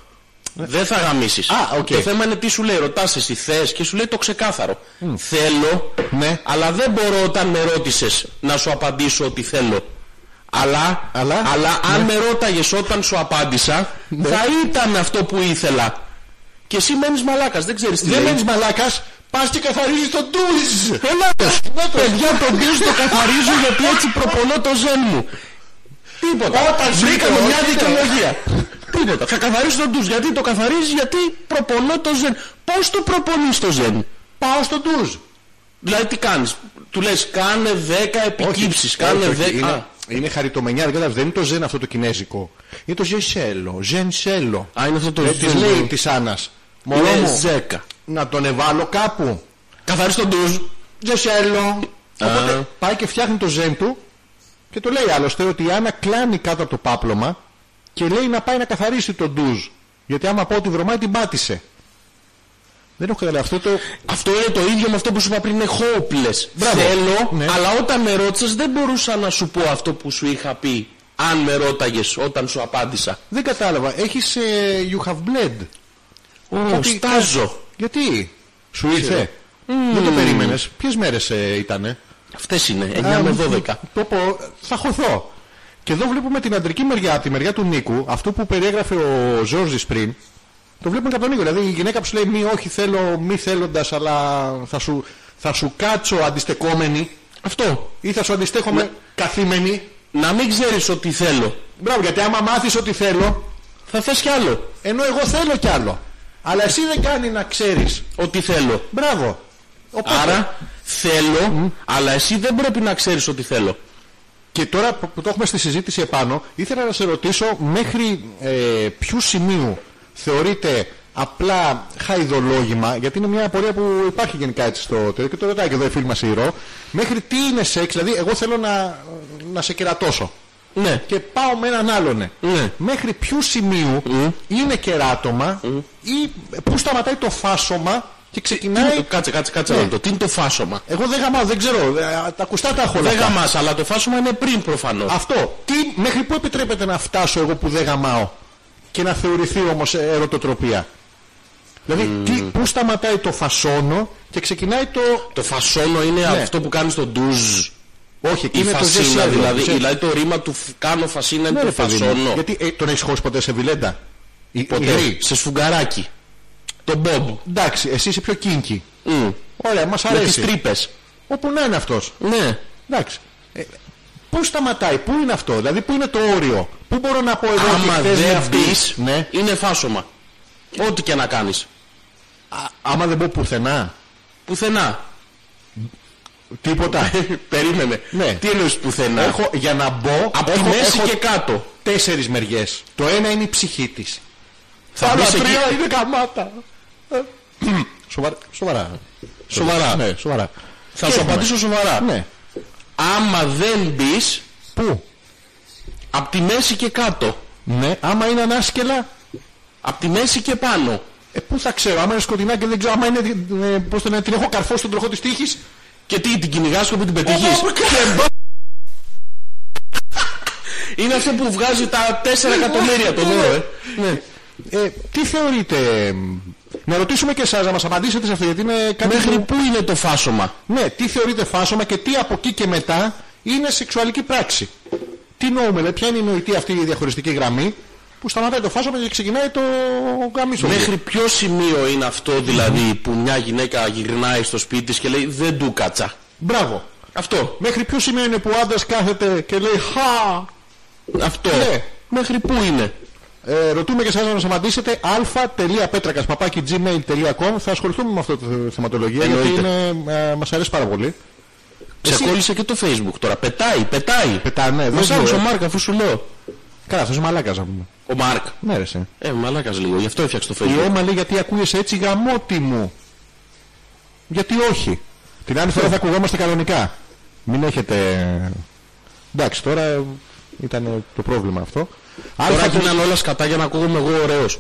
Speaker 2: Δεν θα γαμίσεις.
Speaker 1: Α, οκ.
Speaker 2: Το θέμα είναι τι σου λέει. Ρωτάς εσύ θες και σου λέει το ξεκάθαρο. Θέλω,
Speaker 1: Ναι.
Speaker 2: αλλά δεν μπορώ όταν με ρώτησες να σου απαντήσω ότι θέλω. Αλλά,
Speaker 1: Αλλά, Ναι.
Speaker 2: αν με ρώταγες όταν σου απάντησα, θα ήταν αυτό που ήθελα. Και εσύ μένεις μαλάκας, δεν ξέρεις τι
Speaker 1: Δεν
Speaker 2: λέει.
Speaker 1: μένεις μαλάκας, πας και καθαρίζεις το ντουζ.
Speaker 2: Ελάτος. Παιδιά, τον ντύζ το καθαρίζω γιατί έτσι προπονώ το ζεν μου. Τίποτα.
Speaker 1: Όταν σου
Speaker 2: Βρήκαμε
Speaker 1: είπε
Speaker 2: μια
Speaker 1: όχι,
Speaker 2: δικαιολογία. Τίποτα. Θα καθαρίσω τον ντουζ. Γιατί το καθαρίζει, γιατί προπονώ το ζεν. Πώς το προπονείς το ζεν.
Speaker 1: Πάω στο ντουζ.
Speaker 2: Δηλαδή τι κάνεις. Του λες κάνε 10 επικύψεις. Κάνε 10...
Speaker 1: Είναι,
Speaker 2: Α,
Speaker 1: είναι χαριτομενιά, δεν κατάλαβες, Δεν είναι το ζεν αυτό το κινέζικο. Είναι το ζενσέλο. Ζενσέλο.
Speaker 2: Α, είναι αυτό το
Speaker 1: Ε, Της
Speaker 2: ζεν.
Speaker 1: λέει της Άννας. Μωρό
Speaker 2: Λες
Speaker 1: μου,
Speaker 2: 10.
Speaker 1: να τον εβάλω κάπου.
Speaker 2: Καθαρίζει τον ντουζ.
Speaker 1: Ζεσέλο.
Speaker 2: Α.
Speaker 1: Οπότε πάει και φτιάχνει το ζεν του και το λέει άλλωστε ότι η Άννα κλάνει κάτω από το πάπλωμα και λέει να πάει να καθαρίσει τον ντουζ. Γιατί άμα πω ότι βρωμάει την πάτησε. Δεν έχω καταλάβει αυτό το.
Speaker 2: Αυτό είναι το ίδιο με αυτό που σου είπα πριν, είναι hopeless.
Speaker 1: Μπράβο.
Speaker 2: Θέλω,
Speaker 1: Ναι.
Speaker 2: αλλά όταν με ρώτησες δεν μπορούσα να σου πω αυτό που σου είχα πει. Αν με ρώταγες όταν σου απάντησα.
Speaker 1: Δεν κατάλαβα. Έχεις ε, you have bled.
Speaker 2: Ω,
Speaker 1: Κάτι-
Speaker 2: στάζω.
Speaker 1: Γιατί σου
Speaker 2: ε.
Speaker 1: ήρθε. Δεν το περίμενες. Ποιες μέρες ε, ήτανε.
Speaker 2: Αυτές είναι, 9 με 12.
Speaker 1: Το πω, θα χωθώ. Και εδώ βλέπουμε την αντρική μεριά, τη μεριά του Νίκου, αυτό που περιέγραφε ο Ζόρζης πριν. Το βλέπουμε και από τον Νίκο. Δηλαδή η γυναίκα που σου λέει μη, όχι θέλω, μη θέλοντας, αλλά θα σου, θα σου κάτσω αντιστεκόμενη
Speaker 2: Αυτό.
Speaker 1: ή θα σου αντιστέχομαι καθήμενη.
Speaker 2: Να μην ξέρεις ότι θέλω.
Speaker 1: Μπράβο, γιατί άμα μάθεις ότι θέλω,
Speaker 2: Θα θες κι άλλο.
Speaker 1: ενώ εγώ θέλω κι άλλο. Αλλά εσύ δεν κάνει να ξέρεις.
Speaker 2: Ότι θέλω.
Speaker 1: Μπράβο. Οπότε,
Speaker 2: Άρα θέλω, αλλά εσύ δεν πρέπει να ξέρεις ότι θέλω.
Speaker 1: Και τώρα που το έχουμε στη συζήτηση επάνω, ήθελα να σε ρωτήσω μέχρι ε, ποιου σημείου θεωρείται απλά χαϊδολόγημα, γιατί είναι μια απορία που υπάρχει γενικά έτσι στο τέτοιο και το ρωτάει και εδώ η φίλη μας η Ρο, μέχρι τι είναι σεξ, δηλαδή εγώ θέλω να, να σε κερατώσω
Speaker 2: Ναι.
Speaker 1: και πάω με έναν άλλον.
Speaker 2: Ναι.
Speaker 1: Μέχρι ποιου σημείου είναι κεράτομα
Speaker 2: Ναι.
Speaker 1: ή πού σταματάει το φάσομα και ξεκινάει.
Speaker 2: Ε, Κάτσε, κάτσε, κάτσε να δω. Τι είναι το φάσομα.
Speaker 1: Εγώ δεν γαμάω, δεν ξέρω. ε, α, Τα ακουστά τα έχω όλα
Speaker 2: Δεν
Speaker 1: αυτά.
Speaker 2: γαμάς, αλλά το φάσομα είναι πριν προφανώς.
Speaker 1: Αυτό. Τι, μέχρι πού επιτρέπεται να φτάσω εγώ που δεν γαμάω και να θεωρηθεί όμως ερωτοτροπία. Δηλαδή, τι, πού σταματάει το φασόνο και ξεκινάει το.
Speaker 2: Το φασόνο είναι αυτό που κάνει στο ντουζ.
Speaker 1: Όχι, εκεί
Speaker 2: Η
Speaker 1: είναι το Ναι,
Speaker 2: φασίνα
Speaker 1: ζεσιάδι.
Speaker 2: δηλαδή. Δηλαδή το ρήμα του φ- κάνω φασίνα είναι το φασόνο.
Speaker 1: Γιατί ε, τον έχεις χώσει ποτέ σε βιλέντα. Η- η
Speaker 2: Ποτέ.
Speaker 1: Ρή.
Speaker 2: Σε σφουγγαράκι. Το μπομπ.
Speaker 1: Εντάξει, εσύ είσαι πιο κίνκι.
Speaker 2: Μμ.
Speaker 1: Ωραία, μας
Speaker 2: Με τις
Speaker 1: αρέσει.
Speaker 2: τρύπες.
Speaker 1: Όπου να είναι αυτός.
Speaker 2: Ναι.
Speaker 1: Εντάξει. Ε, πού σταματάει, πού είναι αυτό, δηλαδή πού είναι το όριο. Πού μπορώ να πω εγώ ότι
Speaker 2: Άμα
Speaker 1: χθες με
Speaker 2: δεν
Speaker 1: αυτή-
Speaker 2: πεις,
Speaker 1: Ναι.
Speaker 2: είναι φάσομα. Ό,τι και να κάνεις.
Speaker 1: Α, άμα δεν πω πουθενά.
Speaker 2: Πουθενά.
Speaker 1: Τίποτα.
Speaker 2: Περίμενε.
Speaker 1: Ναι.
Speaker 2: Τι εννοείς πουθενά.
Speaker 1: έχω, για να μπω,
Speaker 2: Από τη
Speaker 1: έχω,
Speaker 2: μέση
Speaker 1: έχω
Speaker 2: και κάτω.
Speaker 1: τέσσερις μεριές. Το ένα είναι η ψυχή της.
Speaker 2: Θα μπεις εκεί.
Speaker 1: είναι καμάτα. Σοβαρά. Σοβαρά. Σοβαρά. Ναι, σοβαρά.
Speaker 2: Θα
Speaker 1: Και
Speaker 2: σου
Speaker 1: έχουμε.
Speaker 2: απαντήσω σοβαρά.
Speaker 1: Ναι.
Speaker 2: Άμα δεν μπεις,
Speaker 1: Πού.
Speaker 2: από τη μέση και κάτω.
Speaker 1: Ναι, άμα είναι ανάσκελα,
Speaker 2: Από τη μέση και πάνω.
Speaker 1: ε, πού θα ξέρω, άμα είναι σκοτεινά και δεν ξέρω, άμα είναι, ε, πώς το λένε, την έχω καρφώσει στον τροχό της τύχης,
Speaker 2: Και τι, την κυνηγάς και όπου την πετύχεις. Και μπα- Είναι αυτό που βγάζει τα 4 εκατομμύρια το δώρο, ε.
Speaker 1: Ναι. Ε, τι θεωρείτε, εμ, να ρωτήσουμε και εσάς να μας απαντήσετε σε αυτό, γιατί είναι κάτι
Speaker 2: Μέχρι
Speaker 1: που-
Speaker 2: πού είναι το φάσομα.
Speaker 1: Ναι, τι θεωρείτε φάσομα και τι από εκεί και μετά είναι σεξουαλική πράξη. Τι νοούμε, δηλαδή, ποια είναι η νοητή αυτή η διαχωριστική γραμμή που σταματάει το φάσομα και ξεκινάει το γαμίσο.
Speaker 2: Μέχρι ποιο σημείο είναι αυτό δηλαδή που μια γυναίκα γυρνάει στο σπίτι της και λέει δεν του κάτσα.
Speaker 1: Μπράβο.
Speaker 2: Αυτό.
Speaker 1: Μέχρι ποιο σημείο είναι που ο άντρας κάθεται και λέει Χα!
Speaker 2: Αυτό.
Speaker 1: Ναι.
Speaker 2: Μέχρι πού είναι.
Speaker 1: Ε, ρωτούμε και εσάς να μας απαντήσετε α.πέτρακας.gmail.com Θα ασχοληθούμε με αυτό το θε- θεματολογία γιατί
Speaker 2: Εννοείται.
Speaker 1: είναι, ε, μας αρέσει πάρα πολύ.
Speaker 2: Ξεκόλλησε και το facebook τώρα. Πετάει, πετάει.
Speaker 1: Πετάνε, δεν
Speaker 2: Μας
Speaker 1: ξέρω,
Speaker 2: άκουσε ο
Speaker 1: ε.
Speaker 2: Μάρκ αφού σου λέω.
Speaker 1: Καλά, αυτός είναι μαλάκας να πούμε.
Speaker 2: Ο Μάρκ.
Speaker 1: Ναι, ρε, σε.
Speaker 2: Ε, μαλάκας λίγο. Γι' αυτό έφτιαξε
Speaker 1: Η
Speaker 2: το facebook.
Speaker 1: Όμα λέει γιατί ακούγεσαι έτσι γαμότι μου. Γιατί όχι. Την άλλη φορά θα ακουγόμαστε κανονικά. Μην έχετε... Εντάξει, τώρα ήταν το πρόβλημα αυτό.
Speaker 2: Τώρα
Speaker 1: Αλφα-
Speaker 2: γίνανε όλα σκατά για να ακούγομαι εγώ ωραίος.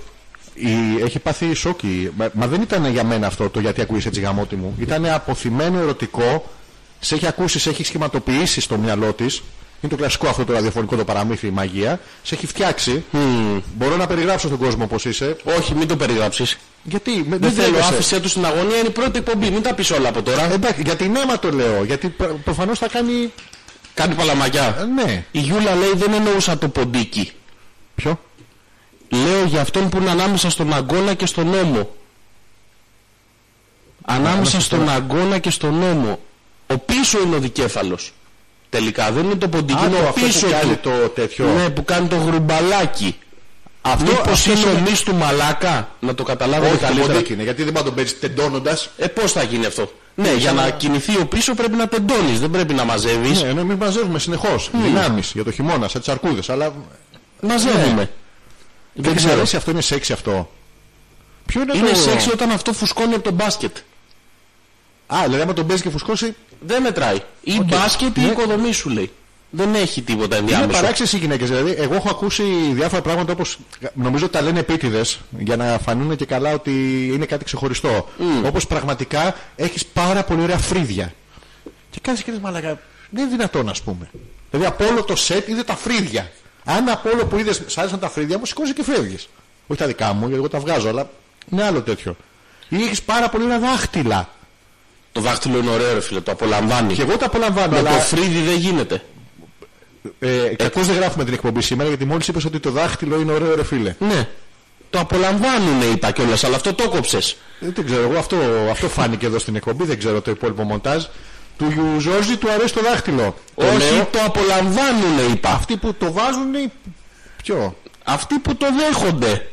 Speaker 1: η- Έχει πάθει σόκι. Μα, μα δεν ήταν για μένα αυτό το γιατί ακούγεσαι έτσι γαμότι μου. Ήταν αποθυμένο ερωτικό. Σε έχει ακούσεις, σε έχει σχηματοποιήσεις στο μυαλό της. Είναι το κλασικό αυτό το ραδιοφωνικό το παραμύθι, η μαγεία. Σε έχει φτιάξει. Μπορώ να περιγράψω στον κόσμο πώς είσαι.
Speaker 2: Όχι, μην το περιγράψεις.
Speaker 1: Γιατί με-
Speaker 2: Δεν θέλω,
Speaker 1: τρέπεσαι.
Speaker 2: άφησέ τους στην αγωνία, είναι η πρώτη εκπομπή. Μην τα πεις όλα από τώρα.
Speaker 1: Εντάξει, για την αίμα το λέω. Γιατί προ- προφανώς θα κάνει.
Speaker 2: Κάνει
Speaker 1: Ε,
Speaker 2: παλαμαγιά.
Speaker 1: Ναι.
Speaker 2: Η Γιούλα λέει δεν εννοούσα το ποντίκι.
Speaker 1: Ποιο?
Speaker 2: Λέω για αυτόν που είναι ανάμεσα στον αγώνα και στον νόμο. Ανάμεσα στον αγώνα και στον νόμο. Ο πίσω είναι ο δικέφαλος. Τελικά δεν είναι το ποντίκι, είναι
Speaker 1: Άλλο
Speaker 2: ο
Speaker 1: αυτό
Speaker 2: πίσω
Speaker 1: που κάνει
Speaker 2: του.
Speaker 1: το τέτοιο.
Speaker 2: Ναι, που κάνει το γρουμπαλάκι. Αυτό Μήπως
Speaker 1: αυτό
Speaker 2: είναι ο
Speaker 1: είναι-
Speaker 2: μυς του μαλάκα, να το καταλάβετε
Speaker 1: Όχι, το
Speaker 2: καλύτερα.
Speaker 1: ποντίκι είναι. Γιατί δεν πάω τον παίζει τεντώνοντας.
Speaker 2: Ε, πώς θα γίνει αυτό. Ναι, για να κινηθεί ο πίσω πρέπει να τεντώνεις, δεν πρέπει να μαζεύεις.
Speaker 1: Ναι, ναι, μην μαζεύουμε συνεχώς δυνάμεις για το χειμώνα, σαν τι αρκούδε. Αλλά
Speaker 2: Μαζεύουμε.
Speaker 1: δεν
Speaker 2: Ναι. Δεν
Speaker 1: ξέρω.
Speaker 2: ξέρω.
Speaker 1: Εσύ αυτό είναι σεξ αυτό. Ποιο είναι,
Speaker 2: Είναι
Speaker 1: το.
Speaker 2: σεξ όταν αυτό φουσκώνει από τον μπάσκετ.
Speaker 1: Α, δηλαδή άμα τον παίζει και φουσκώσει.
Speaker 2: Δεν μετράει. Ή μπάσκετ ή
Speaker 1: Ναι.
Speaker 2: οικοδομή σου λέει. Δεν έχει τίποτα
Speaker 1: Είναι
Speaker 2: ενδιάμεσο.
Speaker 1: παράξενες οι γυναίκες. Δηλαδή, εγώ έχω ακούσει διάφορα πράγματα όπως νομίζω ότι τα λένε επίτηδες για να φανούν και καλά ότι είναι κάτι ξεχωριστό. Όπως πραγματικά έχεις πάρα πολύ ωραία φρύδια. Και κάθεσαι και λες, μαλακά, δεν είναι δυνατόν ας πούμε. Δηλαδή από όλο το σετ είδε τα φρύδια. Αν από όλο που είδες, σ' άρεσαν τα φρύδια μου, σηκώζει και φεύγει. Όχι τα δικά μου, γιατί εγώ τα βγάζω, αλλά είναι άλλο τέτοιο. Ή έχεις πάρα πολύ ωραία δάχτυλα.
Speaker 2: Το δάχτυλο είναι ωραίο, ρε φίλε, το απολαμβάνει.
Speaker 1: Και εγώ τα απολαμβάνω,
Speaker 2: Με
Speaker 1: αλλά
Speaker 2: το φρύδι δεν γίνεται.
Speaker 1: ε, κακώς δεν γράφουμε την εκπομπή σήμερα, γιατί μόλις είπες ότι το δάχτυλο είναι ωραίο, ρε φίλε.
Speaker 2: Ναι. Το απολαμβάνουνε, είπα κιόλας, αλλά αυτό το κόψε.
Speaker 1: Ε, Δεν ξέρω, εγώ αυτό, αυτό φάνηκε εδώ στην εκπομπή, δεν ξέρω το υπόλοιπο μοντάζ. Του Ζόρζη του αρέσει το δάχτυλο. Το
Speaker 2: Όχι,
Speaker 1: λέω,
Speaker 2: το απολαμβάνουνε, είπα.
Speaker 1: αυτοί που το βάζουν είναι. οι- Ποιο.
Speaker 2: Αυτοί που το δέχονται.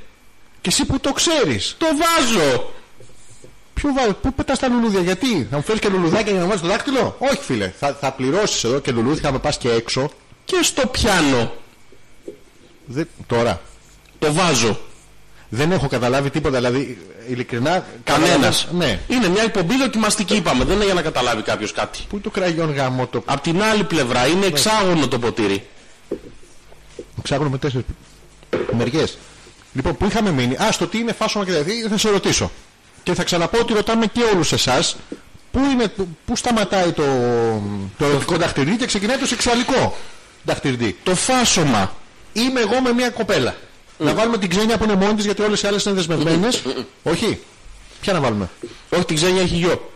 Speaker 1: Και εσύ που το ξέρεις.
Speaker 2: Το βάζω.
Speaker 1: Ποιο βάζει, πού πετάς τα λουλούδια, γιατί θα μου φέρεις και λουλουδάκια για να βάζει το δάκτυλο. Όχι, φίλε, θα, θα πληρώσεις εδώ και λουλούδια, θα με πας και έξω.
Speaker 2: και στο πιάνο.
Speaker 1: Δεν- Τώρα.
Speaker 2: Το βάζω.
Speaker 1: Δεν έχω καταλάβει τίποτα, δηλαδή ειλικρινά.
Speaker 2: Κανένας.
Speaker 1: καταλαβαίνω- Ναι.
Speaker 2: Είναι μια εκπομπή δοκιμαστική, είπαμε. Δεν είναι για να καταλάβει κάποιος κάτι.
Speaker 1: Πού είναι το κραγιόν γαμό το.
Speaker 2: Απ' την άλλη πλευρά
Speaker 1: Ναι.
Speaker 2: είναι εξάγωνο το ποτήρι.
Speaker 1: Ψάχνω με τέσσερις μεριές. Λοιπόν, που είχαμε μείνει. Α, στο τι είναι φάσομα και δηλαδή, θα σε ρωτήσω. Και θα ξαναπώ ότι ρωτάμε και όλους εσάς. Πού, είναι, πού σταματάει το, το ερωτικό δαχτυλίδι και ξεκινάει το σεξουαλικό δαχτυλίδι.
Speaker 2: Το φάσομα.
Speaker 1: Είμαι εγώ με μια κοπέλα. Να βάλουμε την ξένια που είναι μόνη της γιατί όλες οι άλλες είναι δεσμευμένες. Όχι. Ποια να βάλουμε.
Speaker 2: Όχι, την ξένια έχει γιο.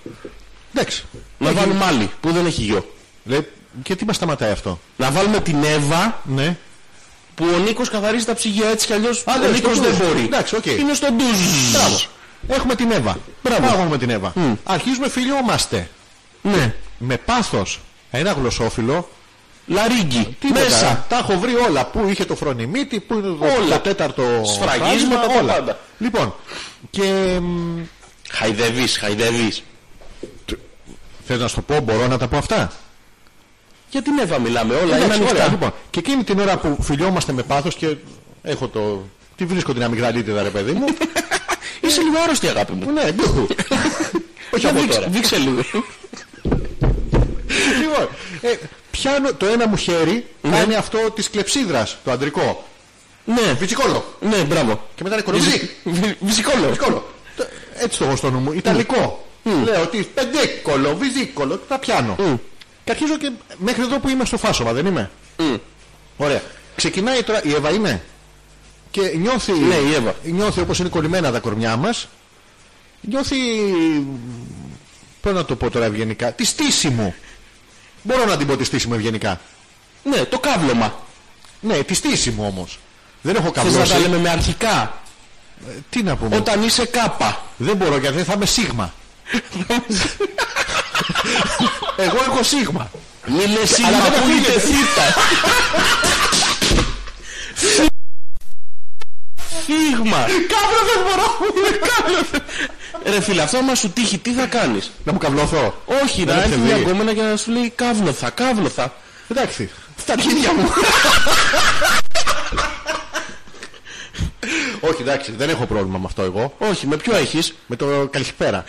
Speaker 1: Εντάξει.
Speaker 2: Να βάλουμε άλλη που δεν έχει γιο.
Speaker 1: Λέει, και τι μας σταματάει αυτό.
Speaker 2: Να βάλουμε την Εύα
Speaker 1: Ναι.
Speaker 2: που ο Νίκος καθαρίζει τα ψυγεία έτσι κι αλλιώς.
Speaker 1: ναι,
Speaker 2: Ο
Speaker 1: στο
Speaker 2: Νίκο
Speaker 1: ντουζ.
Speaker 2: δεν μπορεί.
Speaker 1: Εντάξει, οκ.
Speaker 2: Είναι στο ντουζ.
Speaker 1: Μπράβο. Έχουμε την Εύα. Μπράβο. Πάμε με την Εύα.
Speaker 2: Μμ.
Speaker 1: Αρχίζουμε φιλιόμαστε.
Speaker 2: Mm. Ναι.
Speaker 1: Με πάθος. Ένα γλωσσόφιλο.
Speaker 2: Λαρίγκι.
Speaker 1: Τίποτα.
Speaker 2: Μέσα.
Speaker 1: Τα έχω βρει όλα. Πού είχε το φρονιμίτι, πού είναι το,
Speaker 2: Όλα.
Speaker 1: το τέταρτο.
Speaker 2: Σφραγίσματα,
Speaker 1: φράγμα,
Speaker 2: τα
Speaker 1: όλα.
Speaker 2: πάντα.
Speaker 1: Λοιπόν. Και.
Speaker 2: Χαϊδεύεις, χαϊδεύεις.
Speaker 1: Θες να σου το πω, μπορώ να τα πω αυτά.
Speaker 2: Για την Εύα μιλάμε, όλα είναι
Speaker 1: Εντάξει,
Speaker 2: ανοιχτά.
Speaker 1: ωραία, λοιπόν. Και εκείνη την ώρα που φιλιόμαστε με πάθος και έχω το. Τι βρίσκω την αμυγδαλίτιδα, ρε παιδί μου.
Speaker 2: Είσαι λίγο άρρωστη, αγάπη μου.
Speaker 1: ναι, μπου. Όχι
Speaker 2: Για
Speaker 1: από
Speaker 2: δείξε-
Speaker 1: τώρα.
Speaker 2: Δείξε λίγο.
Speaker 1: Λοιπόν, ε, πιάνω το ένα μου χέρι, κάνει αυτό της κλεψίδρας, το αντρικό.
Speaker 2: Ναι,
Speaker 1: Βιτσικόλο.
Speaker 2: ναι, μπράβο.
Speaker 1: Και μετά είναι κορομπιζί.
Speaker 2: Βυσικόλο.
Speaker 1: Βιτσικόλο. Το- Έτσι το έχω στο νου μου. Ιταλικό.
Speaker 2: Ναι.
Speaker 1: Λέω ότι πεντέκολο, βυζίκολο, τα πιάνω.
Speaker 2: Μμ.
Speaker 1: Και αρχίζω και μέχρι εδώ που είμαι στο φάσομα, δεν είμαι.
Speaker 2: Ναι.
Speaker 1: Ωραία. Ξεκινάει τώρα, η Εύα είναι. Και νιώθει,
Speaker 2: Ναι, η Εύα.
Speaker 1: νιώθει όπως είναι κολλημένα τα κορμιά μας, νιώθει, πώς να το πω τώρα ευγενικά, τη στήση μου. Μπορώ να την πω τη στήση μου ευγενικά.
Speaker 2: Ναι, το κάβλωμα.
Speaker 1: Ναι, τη στήση μου όμως. Δεν έχω
Speaker 2: Θες να τα
Speaker 1: καμπλώσει.
Speaker 2: λέμε με αρχικά.
Speaker 1: Τι να πούμε.
Speaker 2: Όταν είσαι κάπα.
Speaker 1: Δεν μπορώ γιατί δεν θα είμαι σίγμα. Εγώ έχω σίγμα.
Speaker 2: Μη λες
Speaker 1: Αλλά
Speaker 2: σίγμα
Speaker 1: δεν
Speaker 2: που
Speaker 1: ακούγεται.
Speaker 2: είτε θήτα. Σίγμα.
Speaker 1: Κάπου δεν μπορώ.
Speaker 2: Ρε φίλε, αυτό άμα σου τύχει, τι θα κάνεις.
Speaker 1: Να μου καβλωθώ.
Speaker 2: Όχι,
Speaker 1: Δεν
Speaker 2: να έρθει
Speaker 1: έχετε
Speaker 2: μια
Speaker 1: δει.
Speaker 2: κόμενα και να σου λέει κάβλωθα, κάβλωθα.
Speaker 1: Εντάξει.
Speaker 2: Στα αρχίδια μου.
Speaker 1: Όχι, εντάξει, δεν έχω πρόβλημα με αυτό εγώ.
Speaker 2: Όχι, με ποιο έχεις.
Speaker 1: Με το καλησπέρα.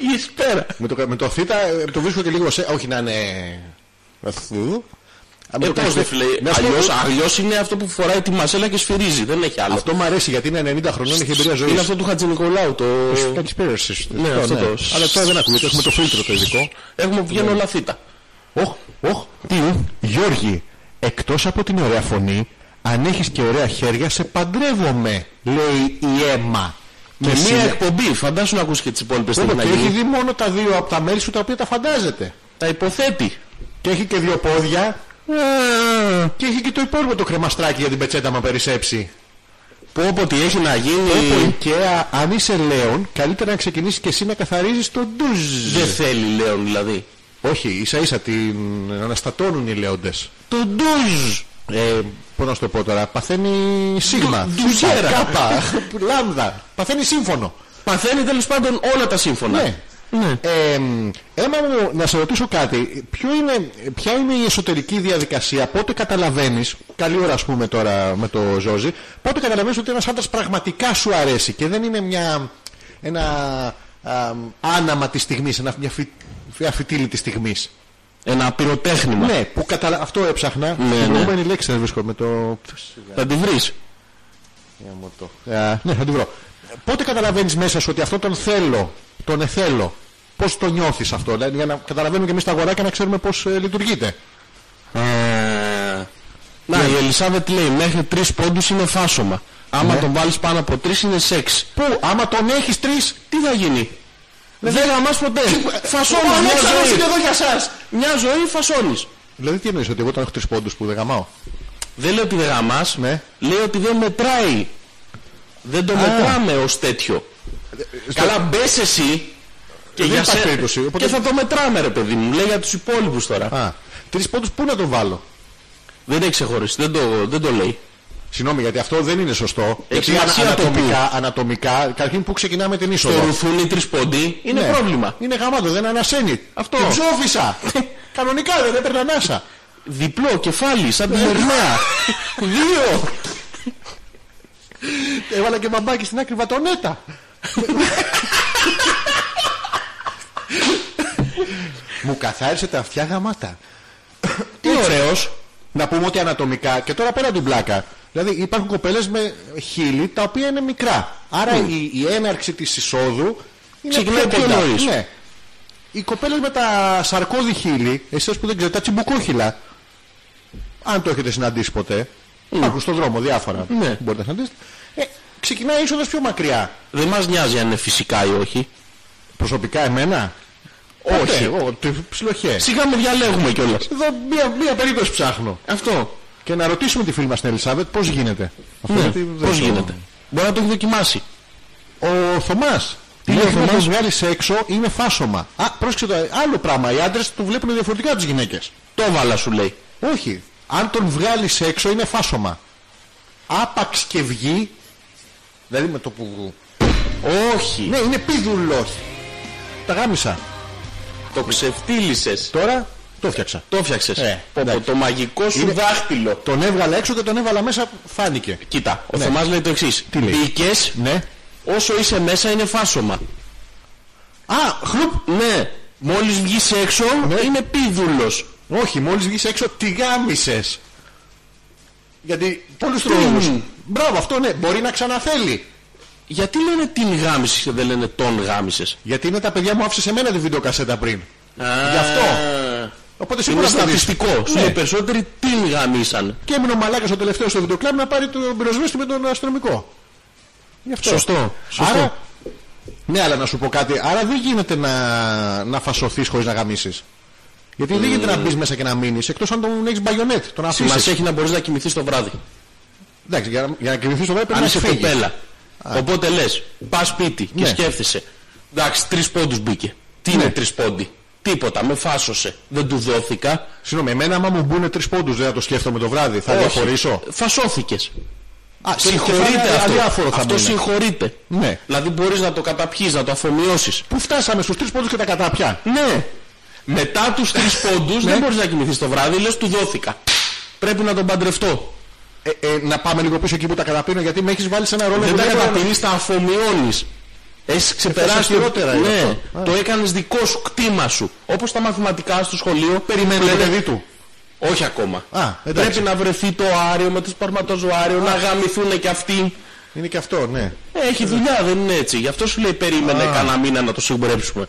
Speaker 2: Καλησπέρα.
Speaker 1: με, το, με το θήτα ε, το βρίσκω και λίγο σε. Όχι να είναι. Αθού. Α, με Ε, το
Speaker 2: Εντάξει,
Speaker 1: καλησπέρα.
Speaker 2: ρε Ε, φίλε,
Speaker 1: Να σου πω,
Speaker 2: αλλιώς, αλλιώς είναι αυτό που φοράει τη μασέλα και σφυρίζει, δεν έχει άλλο.
Speaker 1: Αυτό μου αρέσει γιατί είναι 90 χρονών έχει εμπειρία ζωής.
Speaker 2: Είναι αυτό του Χατζηνικολάου το...
Speaker 1: Καλησπέρα σα.
Speaker 2: Ναι, αυτό το-
Speaker 1: Αλλά τώρα δεν ακούγεται, έχουμε το φίλτρο το ειδικό.
Speaker 2: Έχουμε βγαίνω όλα θήτα.
Speaker 1: Οχ, οχ, τι, Γιώργη, εκτός από την ωραία φωνή, αν έχεις και ωραία χέρια, σε παντρεύομαι, λέει η αίμα.
Speaker 2: Με μια
Speaker 1: συνε-
Speaker 2: εκπομπή, φαντάσου να ακούσει και τις υπόλοιπες τι
Speaker 1: Όπα,
Speaker 2: να
Speaker 1: και έχει
Speaker 2: γίνει.
Speaker 1: δει μόνο τα δύο από τα μέλη σου τα οποία τα φαντάζεται.
Speaker 2: Τα υποθέτει.
Speaker 1: Και έχει και δύο πόδια. Ε, Και έχει και το υπόλοιπο το κρεμαστράκι για την πετσέτα μα περισσέψει.
Speaker 2: Πω πω τι έχει να γίνει.
Speaker 1: Ο IKEA, αν είσαι λέον, καλύτερα να ξεκινήσεις και εσύ να καθαρίζεις το ντουζ.
Speaker 2: Δεν θέλει Λέων δηλαδή.
Speaker 1: Όχι, ίσα ίσα την αναστατώνουν οι λέοντες.
Speaker 2: Το ντουζ.
Speaker 1: Ε, Πώς να σου το πω τώρα, παθαίνει σίγμα,
Speaker 2: Ντου- ντουζέρα.
Speaker 1: θήτα, κάπα, λάμδα, παθαίνει σύμφωνο.
Speaker 2: Παθαίνει τέλος πάντων όλα τα σύμφωνα.
Speaker 1: Ναι. Ε, Έμα μου, να σε ρωτήσω κάτι. Ποιο είναι, ποια είναι η εσωτερική διαδικασία, πότε καταλαβαίνεις, καλή ώρα ας πούμε τώρα με το Ζόζι, πότε καταλαβαίνεις ότι ένας άντρας πραγματικά σου αρέσει και δεν είναι μια, ένα α, άναμα της στιγμής, ένα, μια, φυ, μια φυτίλη της στιγμής.
Speaker 2: Ένα πυροτέχνημα.
Speaker 1: Ναι, που καταλα... αυτό έψαχνα.
Speaker 2: Ναι,
Speaker 1: Την
Speaker 2: ναι.
Speaker 1: προηγούμενη λέξη δεν βρίσκω με το...
Speaker 2: Θα τη βρεις.
Speaker 1: Ε, ναι, θα την βρω. Πότε καταλαβαίνεις μέσα σου ότι αυτό τον θέλω, τον εθέλω. Πώς το νιώθεις αυτό, δηλαδή, για να καταλαβαίνουμε και εμείς τα αγοράκια να ξέρουμε πώς λειτουργείται.
Speaker 2: Ε, Να, η Ελισάβετ λέει μέχρι τρεις πόντους είναι φάσομα. Άμα τον βάλεις πάνω από τρεις είναι σεξ.
Speaker 1: Πού, άμα τον έχεις τρεις.
Speaker 2: Τι θα γίνει. Δεν
Speaker 1: Δηλαδή-
Speaker 2: γαμάς ποτέ.
Speaker 1: Ο
Speaker 2: Φασώνεις μια
Speaker 1: Αλέξανδρος είναι
Speaker 2: ζωή.
Speaker 1: εδώ για σας.
Speaker 2: Μια ζωή φασώνεις.
Speaker 1: Δηλαδή, τι εννοείς, ότι εγώ τον έχω τρεις πόντους που δεν γαμάω.
Speaker 2: Δεν λέει ότι δεν γαμάς.
Speaker 1: Ναι.
Speaker 2: Λέει ότι δεν μετράει. Δεν το μετράμε ως τέτοιο. Καλά μπες εσύ και,
Speaker 1: δεν
Speaker 2: για
Speaker 1: υπάρχει
Speaker 2: σε-
Speaker 1: περίπτωση, οπότε-
Speaker 2: και θα το μετράμε ρε παιδί μου. Λέει για τους υπόλοιπους τώρα.
Speaker 1: Α, τρεις πόντους πού να τον βάλω.
Speaker 2: Δεν έχει ξεχωρίσει. Δεν το, δεν το λέει.
Speaker 1: Συγγνώμη, γιατί αυτό δεν είναι σωστό. γιατί
Speaker 2: σημασία το
Speaker 1: ανατομικά, ανατομικά, καταρχήν που ξεκινάμε την
Speaker 2: Το
Speaker 1: είσοδο.
Speaker 2: ρουθούνι τρεις πόντι είναι
Speaker 1: Ναι.
Speaker 2: πρόβλημα.
Speaker 1: Είναι γαμάτο, δεν ανασένει.
Speaker 2: Αυτό.
Speaker 1: Την ψόφισα. Κανονικά δεν έπαιρνα ανάσα.
Speaker 2: Διπλό κεφάλι, σαν τη Γερμανία. Δύο.
Speaker 1: Έβαλα και μπαμπάκι στην άκρη βατονέτα. Μου καθάρισε τα αυτιά γαμάτα. Τι ωραίο. Να πούμε ότι ανατομικά και τώρα πέρα του μπλάκα. Δηλαδή υπάρχουν κοπέλες με χείλη τα οποία είναι μικρά. Άρα η, η έναρξη της εισόδου είναι
Speaker 2: Ξεκινάει
Speaker 1: Ναι. πιο
Speaker 2: πιο
Speaker 1: κοντά.
Speaker 2: νωρίς.
Speaker 1: Ναι. Οι κοπέλες με τα σαρκώδη χείλη, εσείς που δεν ξέρετε, τα τσιμπουκόχυλα, αν το έχετε συναντήσει ποτέ, υπάρχουν στον δρόμο διάφορα.
Speaker 2: Ναι.
Speaker 1: που Μπορείτε να συναντήσετε. Ε, ξεκινάει η είσοδος πιο μακριά.
Speaker 2: Δεν μας νοιάζει αν είναι φυσικά ή όχι.
Speaker 1: Προσωπικά εμένα.
Speaker 2: Όχι.
Speaker 1: Εγώ, τε- ψιλοχέ.
Speaker 2: Σιγά με διαλέγουμε κιόλας.
Speaker 1: Εδώ μία, μία περίπτωση ψάχνω.
Speaker 2: Αυτό.
Speaker 1: Και να ρωτήσουμε τη φίλη μας την Ελισάβετ πώς γίνεται. Αυτό
Speaker 2: Ναι.
Speaker 1: γιατί δεν
Speaker 2: Πώς
Speaker 1: το-
Speaker 2: γίνεται. Μπορεί να το έχει δοκιμάσει.
Speaker 1: Ο Θωμάς. Τι
Speaker 2: λέει ο
Speaker 1: να το
Speaker 2: Ναι, Θωμάς?
Speaker 1: βγάλεις έξω είναι φάσομα. Α, πρόσεξε το άλλο πράγμα. Οι άντρες το βλέπουν διαφορετικά τις γυναίκες.
Speaker 2: Το έβαλα σου λέει.
Speaker 1: Όχι. Αν τον βγάλεις έξω είναι φάσομα. Άπαξ και βγει. Δηλαδή με το που.
Speaker 2: Όχι.
Speaker 1: Ναι, είναι πίδουλος. Τα γάμισα.
Speaker 2: Το ξεφτύλισες.
Speaker 1: Τώρα το φτιάξα.
Speaker 2: Το φτιάξες.
Speaker 1: Ε,
Speaker 2: Πω, πω, το μαγικό σου
Speaker 1: Είναι-
Speaker 2: δάχτυλο.
Speaker 1: Τον έβγαλα έξω και τον έβαλα μέσα. Φάνηκε.
Speaker 2: Κοίτα, ο
Speaker 1: Ναι.
Speaker 2: Θωμάς λέει το εξής.
Speaker 1: Τι λέει?
Speaker 2: Μπήκες,
Speaker 1: Ναι.
Speaker 2: όσο είσαι μέσα είναι φάσομα.
Speaker 1: Α, χλουπ.
Speaker 2: Ναι. Μόλις βγεις έξω
Speaker 1: Ναι.
Speaker 2: είναι πίδουλος.
Speaker 1: Όχι, μόλις βγεις έξω τη γάμισες. Γιατί πολλούς
Speaker 2: Τι?
Speaker 1: τρόπους. Μπράβο, αυτό ναι, μπορεί να ξαναθέλει.
Speaker 2: Γιατί λένε την γάμισες και δεν λένε τον γάμισες.
Speaker 1: Γιατί είναι τα παιδιά μου άφησε σε μένα τη βιντεοκασέτα πριν.
Speaker 2: Α,
Speaker 1: Γι' αυτό. Οπότε
Speaker 2: Είναι
Speaker 1: σίγουρα θα δεις.
Speaker 2: στατιστικό. Σου
Speaker 1: Ναι.
Speaker 2: λέει περισσότεροι την γάμισαν.
Speaker 1: Και έμεινε ο μαλάκας ο τελευταίος στο βιντεοκλάμπ να πάρει τον πυροσβέστη με τον αστυνομικό. Γι' αυτό.
Speaker 2: Σωστό, σωστό.
Speaker 1: Άρα, ναι, αλλά να σου πω κάτι. Άρα δεν γίνεται να, να φασωθείς χωρίς να γαμίσεις. Γιατί δεν γίνεται να μπεις μέσα και να μείνεις, εκτός αν τον έχεις μπαγιονέτ, τον
Speaker 2: Σημασία
Speaker 1: αφήσει.
Speaker 2: έχει να μπορείς να κοιμηθείς το βράδυ.
Speaker 1: Εντάξει, για, να- για να κρυφθεί το βράδυ πρέπει
Speaker 2: Αν
Speaker 1: να
Speaker 2: είσαι
Speaker 1: φύγεις.
Speaker 2: κοπέλα. Οπότε λες, πας σπίτι και
Speaker 1: Ναι.
Speaker 2: σκέφτεσαι. Εντάξει, τρεις πόντους μπήκε. Τι είναι τρεις πόντι. Τίποτα, με φάσωσε. Δεν του δόθηκα.
Speaker 1: Συγγνώμη, εμένα άμα μου μπουν τρεις πόντους δεν θα το σκέφτομαι το βράδυ. Θα
Speaker 2: Όχι.
Speaker 1: διαχωρίσω.
Speaker 2: Φασώθηκες.
Speaker 1: Α,
Speaker 2: Συγχωρείται αυτό.
Speaker 1: Αδιάφορο θα
Speaker 2: αυτό
Speaker 1: μείνω.
Speaker 2: συγχωρείται.
Speaker 1: Ναι.
Speaker 2: Δηλαδή μπορείς να το καταπιείς, να το αφομοιώσεις.
Speaker 1: Πού φτάσαμε στους τρεις πόντους και τα κατά πια.
Speaker 2: Ναι. Μετά τους τρεις
Speaker 1: Ναι.
Speaker 2: πόντους δεν μπορείς να κοιμηθείς το βράδυ, λες του δόθηκα. Πρέπει να τον παντρευτώ.
Speaker 1: Ε, ε, να πάμε λίγο πίσω εκεί που τα καταπίνω γιατί με έχεις βάλει σε ένα ρόλο
Speaker 2: Δεν
Speaker 1: που
Speaker 2: τα
Speaker 1: δεν μπορώ να-
Speaker 2: καταπίνεις, τα αφομοιώνεις. Έχεις ξεπεράσει το-
Speaker 1: χειρότερα, είναι
Speaker 2: Ναι,
Speaker 1: αυτό.
Speaker 2: το έκανες δικό σου κτήμα σου. Όπως τα μαθηματικά στο σχολείο.
Speaker 1: Περιμένει το
Speaker 2: λένε-
Speaker 1: παιδί του.
Speaker 2: Όχι ακόμα.
Speaker 1: Α, εντάξει.
Speaker 2: Πρέπει να βρεθεί το άριο με το σπαρματοζωάριο, να γαμηθούν και αυτοί. Ε,
Speaker 1: Είναι και αυτό, ναι.
Speaker 2: Έχει δουλειά, δεν είναι έτσι. Γι' αυτό σου λέει περίμενε κανένα μήνα να το σιγουρέψουμε.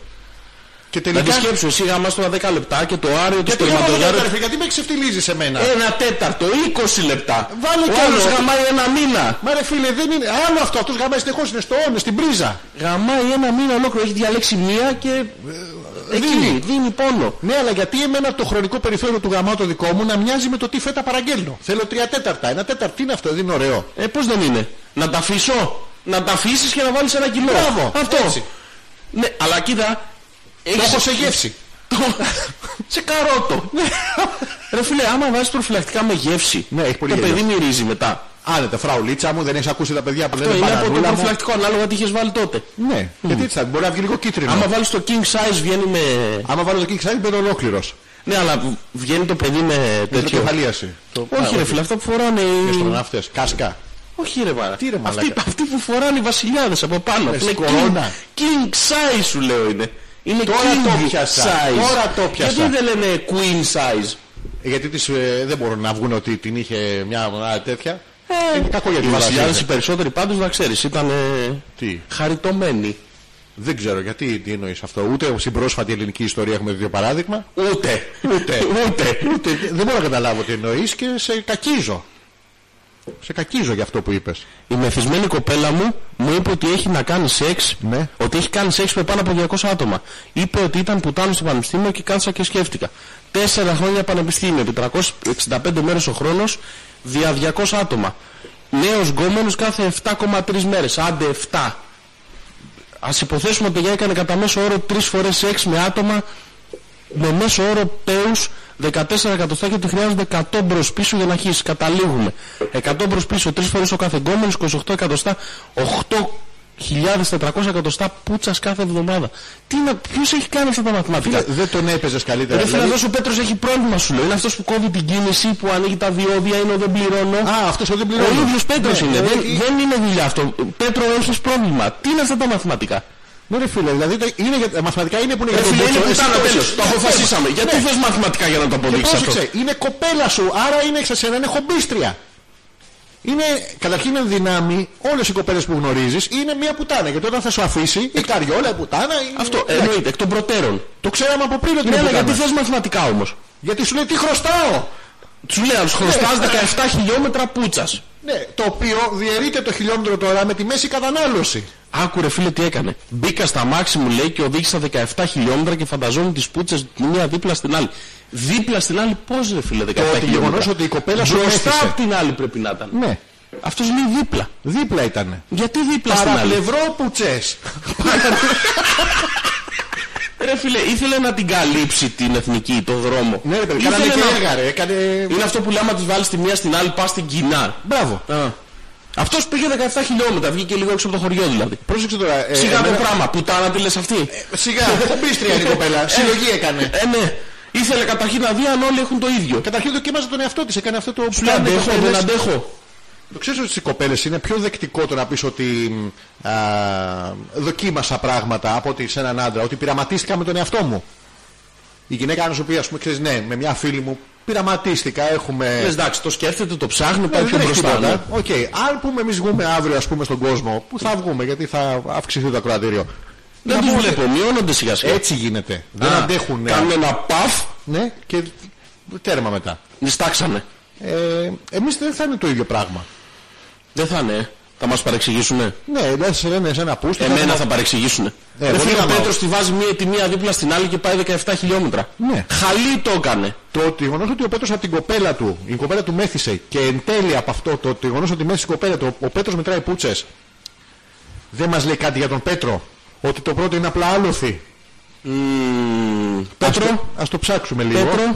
Speaker 1: Και
Speaker 2: Να τη
Speaker 1: τελικά.
Speaker 2: σκέψω, εσύ γαμάς τώρα 10 λεπτά και το άριο του
Speaker 1: Γιατί, δεν μπορώ να
Speaker 2: σπερματοζωάριου
Speaker 1: καταρρεύω, γιατί με ξεφτιλίζει σε μένα.
Speaker 2: ένα τέταρτο, 20 λεπτά.
Speaker 1: Βάλε κι
Speaker 2: Ο άλλος
Speaker 1: άλλο.
Speaker 2: γαμάει ένα μήνα.
Speaker 1: Μα ρε φίλε, δεν είναι. Άλλο αυτό, αυτός γαμάει συνεχώς είναι στο όνειρο, στην πρίζα.
Speaker 2: Γαμάει ένα μήνα ολόκληρο, έχει διαλέξει μία
Speaker 1: ε,
Speaker 2: και... Εκεί, Ε, δίνει πόνο.
Speaker 1: Ναι, αλλά γιατί εμένα το χρονικό περιθώριο του γαμάτου το δικό μου να μοιάζει με το τι φέτα παραγγέλνω. Θέλω τρία τέταρτα. Ένα τέταρτο τι είναι αυτό, δεν είναι ωραίο.
Speaker 2: Ε, πώς δεν είναι. Να τα αφήσω. Να τα αφήσεις και να βάλεις ένα κιλό.
Speaker 1: Μπράβο,
Speaker 2: Αυτό.
Speaker 1: έτσι.
Speaker 2: Ναι, αλλά κοίτα.
Speaker 1: Το
Speaker 2: έχεις-
Speaker 1: έχω σε γεύση.
Speaker 2: Το- σε καρότο. Ναι. Ρε φίλε, άμα βάζεις προφυλακτικά με γεύση,
Speaker 1: Ναι, έχει πολύ
Speaker 2: το
Speaker 1: γέλιο.
Speaker 2: παιδί μυρίζει μετά.
Speaker 1: Άνετα, φραουλίτσα μου, δεν έχεις ακούσει τα παιδιά που
Speaker 2: Το
Speaker 1: λένε
Speaker 2: είναι από το
Speaker 1: παραδούλα μου.
Speaker 2: προφυλακτικό, ανάλογα τι είχες βάλει τότε.
Speaker 1: Ναι, γιατί έτσι θα μπορεί να βγει λίγο κίτρινο.
Speaker 2: Άμα
Speaker 1: Άμα,
Speaker 2: βάλεις το king size βγαίνει με...
Speaker 1: βάλω το κίξ, μπαίνει ολόκληρος.
Speaker 2: Ναι, αλλά βγαίνει το παιδί με τέτοιο.
Speaker 1: Τροκεφαλίαση.
Speaker 2: Όχι ρε φίλε, αυτά που φοράνε
Speaker 1: Οι
Speaker 2: οι...
Speaker 1: αστροναύτες, κάσκα.
Speaker 2: Όχι ρε βάρα.
Speaker 1: Τι ρε, μαλάκα.
Speaker 2: αυτοί, αυτοί που φοράνε οι βασιλιάδες από πάνω.
Speaker 1: Λες,
Speaker 2: Είναι
Speaker 1: κορώνα.
Speaker 2: King, king size σου λέω είναι. Είναι
Speaker 1: Τώρα
Speaker 2: king
Speaker 1: το πιάσα.
Speaker 2: size.
Speaker 1: Τώρα το πιάσα.
Speaker 2: Γιατί δεν λένε queen size.
Speaker 1: Ε, Γιατί τις, ε, δεν μπορούν να βγουν ότι την είχε μια α, τέτοια. είναι κακό για
Speaker 2: Οι
Speaker 1: τη
Speaker 2: βασιλιάδες οι
Speaker 1: βασιλιά.
Speaker 2: περισσότεροι πάντως να ξέρεις ήταν
Speaker 1: Τι?
Speaker 2: χαριτωμένοι.
Speaker 1: Δεν ξέρω γιατί τι εννοείς αυτό. Ούτε στην πρόσφατη ελληνική ιστορία έχουμε δύο παράδειγμα.
Speaker 2: Ούτε. Ούτε. Ούτε.
Speaker 1: Ούτε, δεν μπορώ να καταλάβω τι εννοείς και σε κακίζω. Σε κακίζω για αυτό που είπες.
Speaker 2: Η μεθυσμένη κοπέλα μου μου είπε ότι έχει να κάνει σεξ.
Speaker 1: Ναι.
Speaker 2: Ότι έχει κάνει σεξ με πάνω από 200 άτομα. Είπε ότι ήταν πουτάνος στο πανεπιστήμιο και κάθισα και σκέφτηκα. Τέσσερα χρόνια πανεπιστήμιο, επί 365 μέρες ο χρόνος, δια 200 άτομα. Νέος γκόμενος κάθε 7,3 μέρες. Άντε 7. Ας υποθέσουμε ότι η παιδιά έκανε κατά μέσο όρο 3 φορές σεξ με άτομα με μέσο όρο πέους 14 εκατοστά και του χρειάζονται 100 μπρος πίσω για να χύσει. Καταλήγουμε. 100 μπρος πίσω, 3 φορές ο κάθε γκόμενος, 28 εκατοστά, 8 1400 εκατοστά πούτσας κάθε εβδομάδα. Τι να, ποιος έχει κάνει αυτά τα μαθηματικά.
Speaker 1: Δεν τον έπαιζες καλύτερα.
Speaker 2: Ρε φίλε,
Speaker 1: δηλαδή.
Speaker 2: αυτός ο Πέτρος έχει πρόβλημα σου λέω. Είναι αυτός που κόβει την κίνηση, που ανοίγει τα διόδια, είναι ο δεν πληρώνω.
Speaker 1: Α, αυτός ο δεν
Speaker 2: ο
Speaker 1: πληρώνει.
Speaker 2: ίδιος Πέτρος
Speaker 1: Ναι,
Speaker 2: είναι.
Speaker 1: ε,
Speaker 2: δεν,
Speaker 1: ε,
Speaker 2: δεν είναι δουλειά αυτό. Πέτρο, έχεις πρόβλημα. Τι είναι αυτά τα μαθηματικά.
Speaker 1: Ναι, ρε φίλε, δηλαδή το- είναι για, τα μαθηματικά είναι που Ε, είναι για
Speaker 2: Ρε
Speaker 1: τον
Speaker 2: φίλε, είναι
Speaker 1: Μπούτσο, εσύ
Speaker 2: πουτάνα,
Speaker 1: το-
Speaker 2: τέλος. Το
Speaker 1: Ναι,
Speaker 2: αποφασίσαμε.
Speaker 1: ναι.
Speaker 2: Γιατί θες μαθηματικά για να το
Speaker 1: Και
Speaker 2: αποδείξεις αυτό.
Speaker 1: πρόσεξε, είναι κοπέλα σου, άρα είναι εξ εσένα, είναι χομπίστρια. Είναι, καταρχήν εν δυνάμει, όλες οι κοπέλες που γνωρίζεις είναι μία πουτάνα. Γιατί όταν θα σου αφήσει, η καριόλα, η πουτάνα. η- Ναι,
Speaker 2: Αυτό εννοείται, εκ των προτέρων.
Speaker 1: Το ξέραμε από πριν ότι
Speaker 2: Ναι,
Speaker 1: είναι
Speaker 2: αλλά
Speaker 1: πουτάνα.
Speaker 2: γιατί
Speaker 1: Ε, Γιατί...
Speaker 2: θες μαθηματικά όμως.
Speaker 1: σου λέει τι χρωστάω.
Speaker 2: Τους λέω, τους χρωστάς 17 χιλιόμετρα πούτσας.
Speaker 1: Ναι, το οποίο διαιρείται το χιλιόμετρο τώρα με τη μέση κατανάλωση.
Speaker 2: Άκουρε φίλε τι έκανε. Μπήκα στα μάξι μου λέει και οδήγησα 17 χιλιόμετρα και φανταζόμουν τις πούτσες τη μία δίπλα στην άλλη. Δίπλα στην άλλη πώς ρε φίλε 17
Speaker 1: Το ότι
Speaker 2: χιλιόμετρα.
Speaker 1: γεγονός ότι η κοπέλα σου
Speaker 2: Μπροστά
Speaker 1: μέθησε.
Speaker 2: απ' την άλλη πρέπει να ήταν.
Speaker 1: Ναι,
Speaker 2: Αυτός λέει δίπλα.
Speaker 1: δίπλα ήταν.
Speaker 2: Γιατί δίπλα στην άλλη.
Speaker 1: Παραπλευρό πουτσές.
Speaker 2: Ρε φίλε ήθελε να την καλύψει την εθνική, το δρόμο.
Speaker 1: ναι, ρε παιδί,
Speaker 2: Ήθελε
Speaker 1: κάνανε και
Speaker 2: να-
Speaker 1: έργα, ρε. Έκανε...
Speaker 2: Είναι αυτό που λέμε άμα τις βάλεις τη μία στην άλλη πας στην κοινά.
Speaker 1: Μπράβο.
Speaker 2: Αυτός πήγε 17 χιλιόμετρα, βγήκε λίγο έξω από το χωριό δηλαδή.
Speaker 1: Πρόσεξε τώρα. ε,
Speaker 2: Σιγά το
Speaker 1: εμένα-
Speaker 2: πράγμα, πουτάνα τι λες αυτή.
Speaker 1: Σιγά, χομπίστρια είναι η κοπέλα. Συλλογή έκανε.
Speaker 2: Ε, ναι. Ήθελε καταρχήν να δει αν όλοι έχουν το ίδιο.
Speaker 1: Καταρχήν δοκίμαζε τον εαυτό της, έκανε αυτό το που
Speaker 2: Σου λέει
Speaker 1: κάνουν οι
Speaker 2: αντέχω, δεν
Speaker 1: κοπέλες.
Speaker 2: αντέχω.
Speaker 1: Ε. Το ξέρεις ότι στις κοπέλες είναι πιο δεκτικό το να πεις ότι α, δοκίμασα πράγματα από ότι σε έναν άντρα, ότι πειραματίστηκα με τον εαυτό μου. Η γυναίκα να σου πει, ας πούμε, ξέρεις, ναι, με μια φίλη μου πειραματίστηκα, έχουμε.
Speaker 2: Ε, Λες εντάξει, το σκέφτεται, το ψάχνει,
Speaker 1: Ναι,
Speaker 2: πάει πιο
Speaker 1: δεν έχει
Speaker 2: μπροστά. ναι.
Speaker 1: τίποτα. Οκ. Αν πούμε εμείς βγούμε αύριο, ας πούμε, στον κόσμο, που θα βγούμε γιατί θα αυξηθεί το ακροατήριο.
Speaker 2: Δεν
Speaker 1: Να
Speaker 2: τους
Speaker 1: πούμε,
Speaker 2: βλέπω, μειώνονται σιγά σιγά.
Speaker 1: Έτσι γίνεται. Δεν
Speaker 2: Α,
Speaker 1: αντέχουν. ναι.
Speaker 2: Κάνουν ένα παφ,
Speaker 1: Ναι, και τέρμα μετά.
Speaker 2: νιστάξανε.
Speaker 1: Ε, εμείς δεν θα είναι το ίδιο πράγμα.
Speaker 2: Δεν θα είναι. ε. Θα μας παρεξηγήσουνε.
Speaker 1: Ναι, εντάξει, σε λένε εσένα πού στο
Speaker 2: Εμένα
Speaker 1: καθένα-
Speaker 2: θα παρεξηγήσουνε.
Speaker 1: Ε,
Speaker 2: Ρε
Speaker 1: εγώ
Speaker 2: φίλε,
Speaker 1: δεν
Speaker 2: ο
Speaker 1: γαμάω.
Speaker 2: Πέτρος τη βάζει μία, τη μία δίπλα στην άλλη και πάει 17 χιλιόμετρα.
Speaker 1: Ναι.
Speaker 2: Χαλή το έκανε.
Speaker 1: Το ότι γεγονός ότι ο Πέτρος από την κοπέλα του, η κοπέλα του μέθησε και εν τέλει από αυτό το, το γεγονός ότι μέθησε η κοπέλα του, ο Πέτρος μετράει πούτσες. Δεν μας λέει κάτι για τον Πέτρο. Ότι το πρώτο είναι απλά άλοθη.
Speaker 2: Μμμ, Πέτρο,
Speaker 1: Ας το ψάξουμε λίγο.
Speaker 2: Πέτρο.